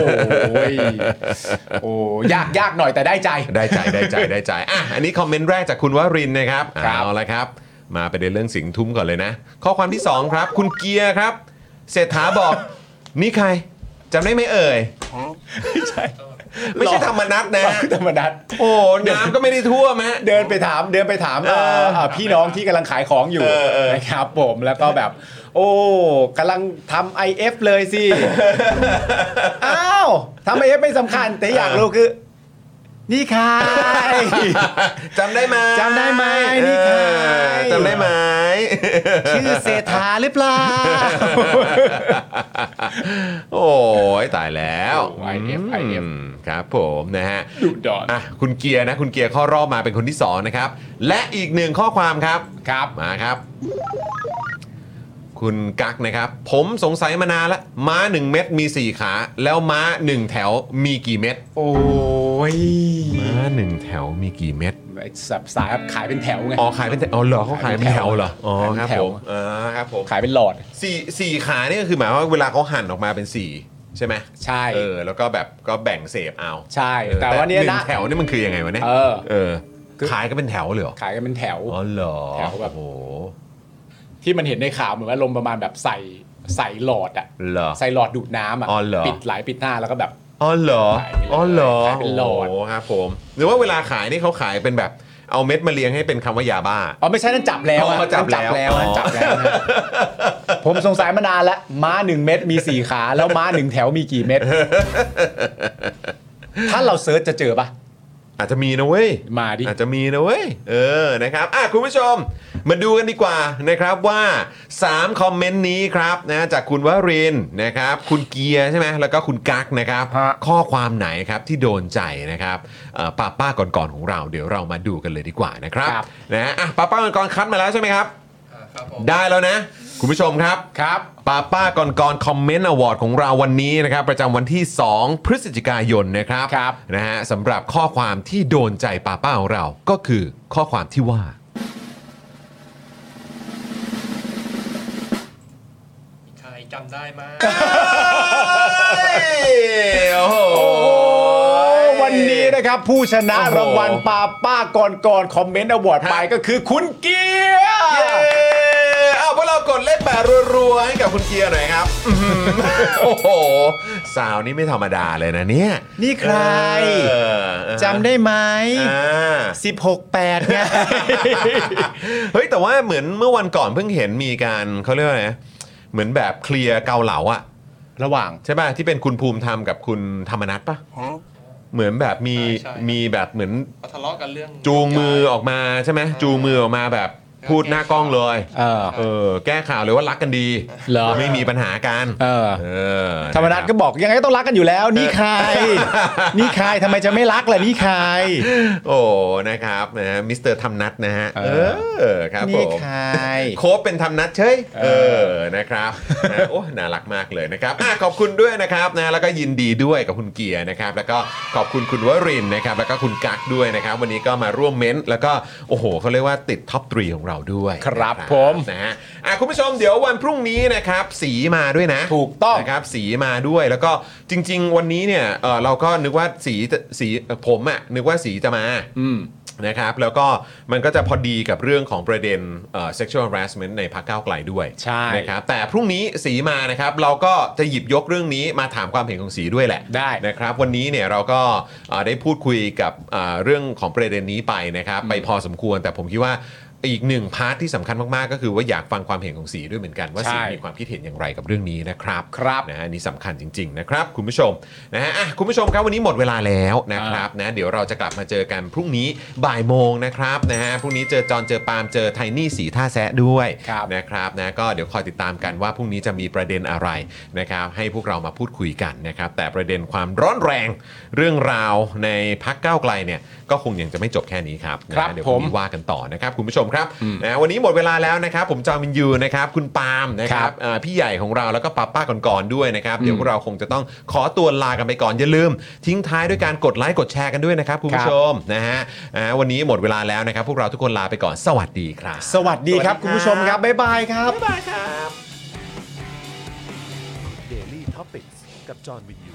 [SPEAKER 2] ้โหโอ้ยากยากหน่อยแต่ได้ใจ
[SPEAKER 1] ได้ใจได้ใจได้ใจอ่ะอันนี้คอมเมนต์แรกจากคุณวรินทร์นะครับ
[SPEAKER 2] ครับ
[SPEAKER 1] เอาละครับ มาประเด็นเรื่องสิงทุ่มก่อนเลยนะ ข้อความที่ 2 ครับ คุณเกียร์ครับ เศรษฐาบอก นี่ใครจำได้ไหมเอ่ย ไม่ใช่ธรรมนัตนะ
[SPEAKER 2] ธรรมดา
[SPEAKER 1] โอ้น้ำก็ไม่ได้ทั่วมฮะ
[SPEAKER 2] เดินไปถามเดินไปถามเอ่อเอ่อพี่น้องที่กำลังขายของอยู่นะครับผมแล้วก็แบบ โอ้กำลังทำ IF เลยสิ อ้าวทำ IF ไม่สำคัญ แต่อยากรู้คือ นี่ ใคร
[SPEAKER 1] จำได้ไหม
[SPEAKER 2] จำได้ไหมนี่ใคร
[SPEAKER 1] เออจำได้ไหม
[SPEAKER 2] ชื่อเศรษฐาหรือเปล่า
[SPEAKER 1] โอ้ยตายแล้ว
[SPEAKER 7] โอ้ IF
[SPEAKER 1] มครับผมนะฮะ
[SPEAKER 7] ดุดัน
[SPEAKER 1] อ่ะคุณเกียร์นะคุณเกียร์ข้อรอบมาเป็นคนที่สองนะครับ และอีกหนึ่งข้อความครับครับมาครับ คุณกักนะครับ ผมสงสัยมานานละม้า 1 เม็ดมี 4 ขา แล้วม้า 1 แถวมีกี่เม็ด
[SPEAKER 2] โอ้ย
[SPEAKER 1] ม้า 1 แถวมีกี่เม็ด
[SPEAKER 2] ไอ้สับสายขายเป็นแถวไง
[SPEAKER 1] อ๋อขายเป็นแถวอ๋อเหรอเขาขายเป็นแถวเหรออ๋อครับ
[SPEAKER 2] ขายเป็นแถ
[SPEAKER 1] ผ
[SPEAKER 2] ว
[SPEAKER 1] มเออครับผม
[SPEAKER 2] ขายเป็นหลอด
[SPEAKER 1] สี่สี่ขานี่ก็คือหมายความว่าเวลาเขาหั่นออกมาเป็นสี่ใช่ไหม
[SPEAKER 2] ใช่
[SPEAKER 1] เออแล้วก็แบบก็แบ่งเสพเอา
[SPEAKER 2] ใช่
[SPEAKER 1] เออ
[SPEAKER 2] แต่ว่าเนี้ย
[SPEAKER 1] ห
[SPEAKER 2] นะ
[SPEAKER 1] งแถวนี่มันคือยังไงวะเนี่ย
[SPEAKER 2] เออ
[SPEAKER 1] เออขายก็เป็นแถวเลยเหรอ
[SPEAKER 2] ขายกันเป็นแถว
[SPEAKER 1] อ๋อเหรอ
[SPEAKER 2] แถวแบบ
[SPEAKER 1] โอ้โห
[SPEAKER 2] ที่มันเห็นในข่าวเหมือนว่าลมประมาณแบบใส่ใส่หลอดอะ
[SPEAKER 1] เหรอ
[SPEAKER 2] ใส่หลอดดูดน้ำอะ
[SPEAKER 1] อ๋อเหรอ
[SPEAKER 2] ปิดหลายปิดหน้าแล้วก็แบบ
[SPEAKER 1] อ๋อเหรอ
[SPEAKER 2] ขายเป็น
[SPEAKER 1] อ๋อเหรอ
[SPEAKER 2] ขายเป็นหลอด
[SPEAKER 1] โโครับผม หรือว่าเวลาขายนี่เขาขายเป็นแบบเอาเม็ดมาเรียงให้เป็นคำว่ายาบ้า
[SPEAKER 2] อ๋อไม่ใช่นั่นจับแล้ว
[SPEAKER 1] อ๋อ
[SPEAKER 2] อะ
[SPEAKER 1] จับแล้ว
[SPEAKER 2] นั่นจับแล้วนั่นจับแล้วนะ ผมสงสัยมานานแล้วม้าหนึ่งเม็ดมีสี่ขา แล้วม้าหนึ่งแถวมีกี่เม็ดถ้าเราเซิร์ชจะเจอปะ
[SPEAKER 1] อาจจะมีนะเว้ย
[SPEAKER 2] มาดิ
[SPEAKER 1] อาจจะมีนะเว้ยเออนะครับอ่ะคุณผู้ชมมาดูกันดีกว่านะครับว่า3คอมเมนต์นี้ครับนะจากคุณวรินทร์นะครับ คุณเกียร์ใช่ไหมแล้วก็คุณกั๊กนะครับ ข้อความไหนครับที่โดนใจนะครับเอ่อป้าป้าก่อนๆของเรา เดี๋ยวเรามาดูกันเลยดีกว่านะครับ
[SPEAKER 2] ครับ
[SPEAKER 1] นะฮะอ่ะป้าป้าก่อนๆคัดมาแล้วใช่ไหมครับ
[SPEAKER 3] อ่าครับผม
[SPEAKER 1] ได้แล้วนะ คุณผู้ชมครับ
[SPEAKER 2] ครับ
[SPEAKER 1] ป้าป้าก่อนก่อนคอมเมนต์อวอร์ดของเราวันนี้นะครับ ประจำวันที่ 2 พฤศจิกายนนะครับ
[SPEAKER 2] ครับ
[SPEAKER 1] นะฮะสำหรับข้อความที่โดนใจป้าป้าของเราก็คือข้อความที่ว่า
[SPEAKER 3] ใครจำได้ไหม
[SPEAKER 1] โอ้โห
[SPEAKER 2] วันนี้นะครับผู้ชนะ
[SPEAKER 1] โอ้โห
[SPEAKER 2] รางวัลปาป้าก่อนก่อนคอมเมนต์อวอร์ดไปก็คือคุณเกียร์
[SPEAKER 1] เย้เอาพวกเรากดเลขแปดรัวๆให้กับคุณเกียร์หน่อย ครับอื้อหือโอ้โห สาวนี้ไม่ธรรมดาเลยนะเนี่ย
[SPEAKER 2] นี่ใคร
[SPEAKER 1] เออเออ
[SPEAKER 2] จำได้ไหม
[SPEAKER 1] อ่า
[SPEAKER 2] 16 8ไง
[SPEAKER 1] เฮ้ย แต่ว่าเหมือนเมื่อวันก่อนเพิ่งเห็นมีการเขาเรียกว่าไงเหมือนแบบเคลียร์เกาเหลาอะ
[SPEAKER 2] ระหว่าง
[SPEAKER 1] ใช่ป่ะ ที่เป็นคุณภูมิธรรมกับคุณธรรมนัทป่ะ เหมือนแบบมี
[SPEAKER 3] ใช่ใช่
[SPEAKER 1] มีแบบเหมือน
[SPEAKER 3] เขาทะเลาะกันเรื่อง
[SPEAKER 1] จูงมือออกมาใช่ไหมจูงมือออกมาแบบ พูดหน้ากล้องเลย
[SPEAKER 2] เออ
[SPEAKER 1] เออ แก้ข่าวเลยว่ารักกันดี
[SPEAKER 2] เหรอ
[SPEAKER 1] ไม่มีปัญหากัน
[SPEAKER 2] เออ
[SPEAKER 1] เออ
[SPEAKER 2] ธรรมนัฐก็บอกยังไงก็ต้องรักกันอยู่แล้ว นี่ใคร นี่ใครทำไมจะไม่รักล่ะนี่ใคร
[SPEAKER 1] โอ้นะครับนะฮะมิสเตอร์ธรรมนัทนะฮะ
[SPEAKER 2] เอ
[SPEAKER 1] เออ
[SPEAKER 2] อ
[SPEAKER 1] ครับผ
[SPEAKER 2] นี่
[SPEAKER 1] ม
[SPEAKER 2] ใคร
[SPEAKER 1] โค้ดเป็นทำนัดเฉยเออ นะครับ นะโอ้ น่ารักมากเลยนะครับอ่ะขอบคุณด้วยนะครับนะ แล้วก็ยินดีด้วยกับคุณเกียร์นะครับ แล้วก็ขอบคุณคุณวรินทร์นะครับ แล้วก็คุณกักด้วยนะครับ วันนี้ก็มาร่วมเม้นท์แล้วก็ โอ้โห เขาเรียกว่าติดท็อปทรีของเราด้วย
[SPEAKER 2] ครับ
[SPEAKER 1] นะ
[SPEAKER 2] ผม
[SPEAKER 1] นะฮะ อ่ะคุณผู้ชมเดี๋ยววันพรุ่งนี้นะครับ สีมาด้วยนะ
[SPEAKER 2] ถูกต้อง
[SPEAKER 1] นะครับสีมาด้วยแล้วก็จริง ๆ วันนี้เนี่ยเอ่อเราก็นึกว่าสีจะสีเอ่อผมอะนึกว่าสีจะมานะครับ แล้วก็มันก็จะพอดีกับเรื่องของประเด็นเอ่อ sexual harassment ในพักเก้าวไกลด้วย
[SPEAKER 2] ใช่
[SPEAKER 1] นะครับแต่พรุ่งนี้สีมานะครับ เราก็จะหยิบยกเรื่องนี้มาถามความเห็นของสีด้วยแหละ
[SPEAKER 2] ได้
[SPEAKER 1] นะครับวันนี้เนี่ยเราก็เอ่อได้พูดคุยกับเอ่อเรื่องของประเด็นนี้ไปนะครับไปพอสมควรแต่ผมคิดว่าอีกหนึ่งพาร์ทที่สำคัญมากๆ ก็คือว่าอยากฟังความเห็นของสีด้วยเหมือนกัน ว่าสี
[SPEAKER 2] ใช่
[SPEAKER 1] มีความคิดเห็นอย่างไรกับเรื่องนี้นะครับ
[SPEAKER 2] ครับ
[SPEAKER 1] นะฮะอันนี่สำคัญจริง ๆ นะครับ คุณผู้ชมนะฮะอ่ะคุณผู้ชมครับวันนี้หมดเวลาแล้วนะครับนะเดี๋ยวเราจะกลับมาเจอกันพรุ่งนี้บ่ายโมงนะครับนะฮะพรุ่งนี้เจอจอนเจอปาล์มเจอไทนี่สีท่าแซะด้วย
[SPEAKER 2] ครับ
[SPEAKER 1] นะครับนะก็เดี๋ยวคอยติดตามกันว่าพรุ่งนี้จะมีประเด็นอะไรนะครับให้พวกเรามาพูดคุยกันนะครับ แต่ประเด็นความร้อนแรงเรื่องราวในพักก้าวไกลเนี่ยก็คงยังจะไม่จบแค่นี้ครับ
[SPEAKER 2] ครับ
[SPEAKER 1] นะเดี๋ยวพรุ่งนี้ว่ากันต่อนะครับคุณผู้ชมครับนะวันนี้หมดเวลาแล้วนะครับ ผมจอมินยูนะครับคุณปาล์มนะค
[SPEAKER 2] ค
[SPEAKER 1] รั
[SPEAKER 2] รั
[SPEAKER 1] บบ อ่าพี่ใหญ่ของเราแล้วก็ป้าป้าก่อนๆด้วยนะครับเดี๋ยวพวกเราคงจะต้องขอตัวลากันไปก่อนอย่าลืม ทิ้งท้ายด้วยการกดไลค์กดแชร์กันด้วยนะครับคุณผู้ชมนะฮะอ่าวันนี้หมดเวลาแล้วนะครับ พวกเราทุกคนลาไปก่อนสวัสดีครับ
[SPEAKER 2] สวัสดีครับคุณผู้ชมครับ บ๊ายบายครับ
[SPEAKER 8] Daily Topics กับจอห์นวินยู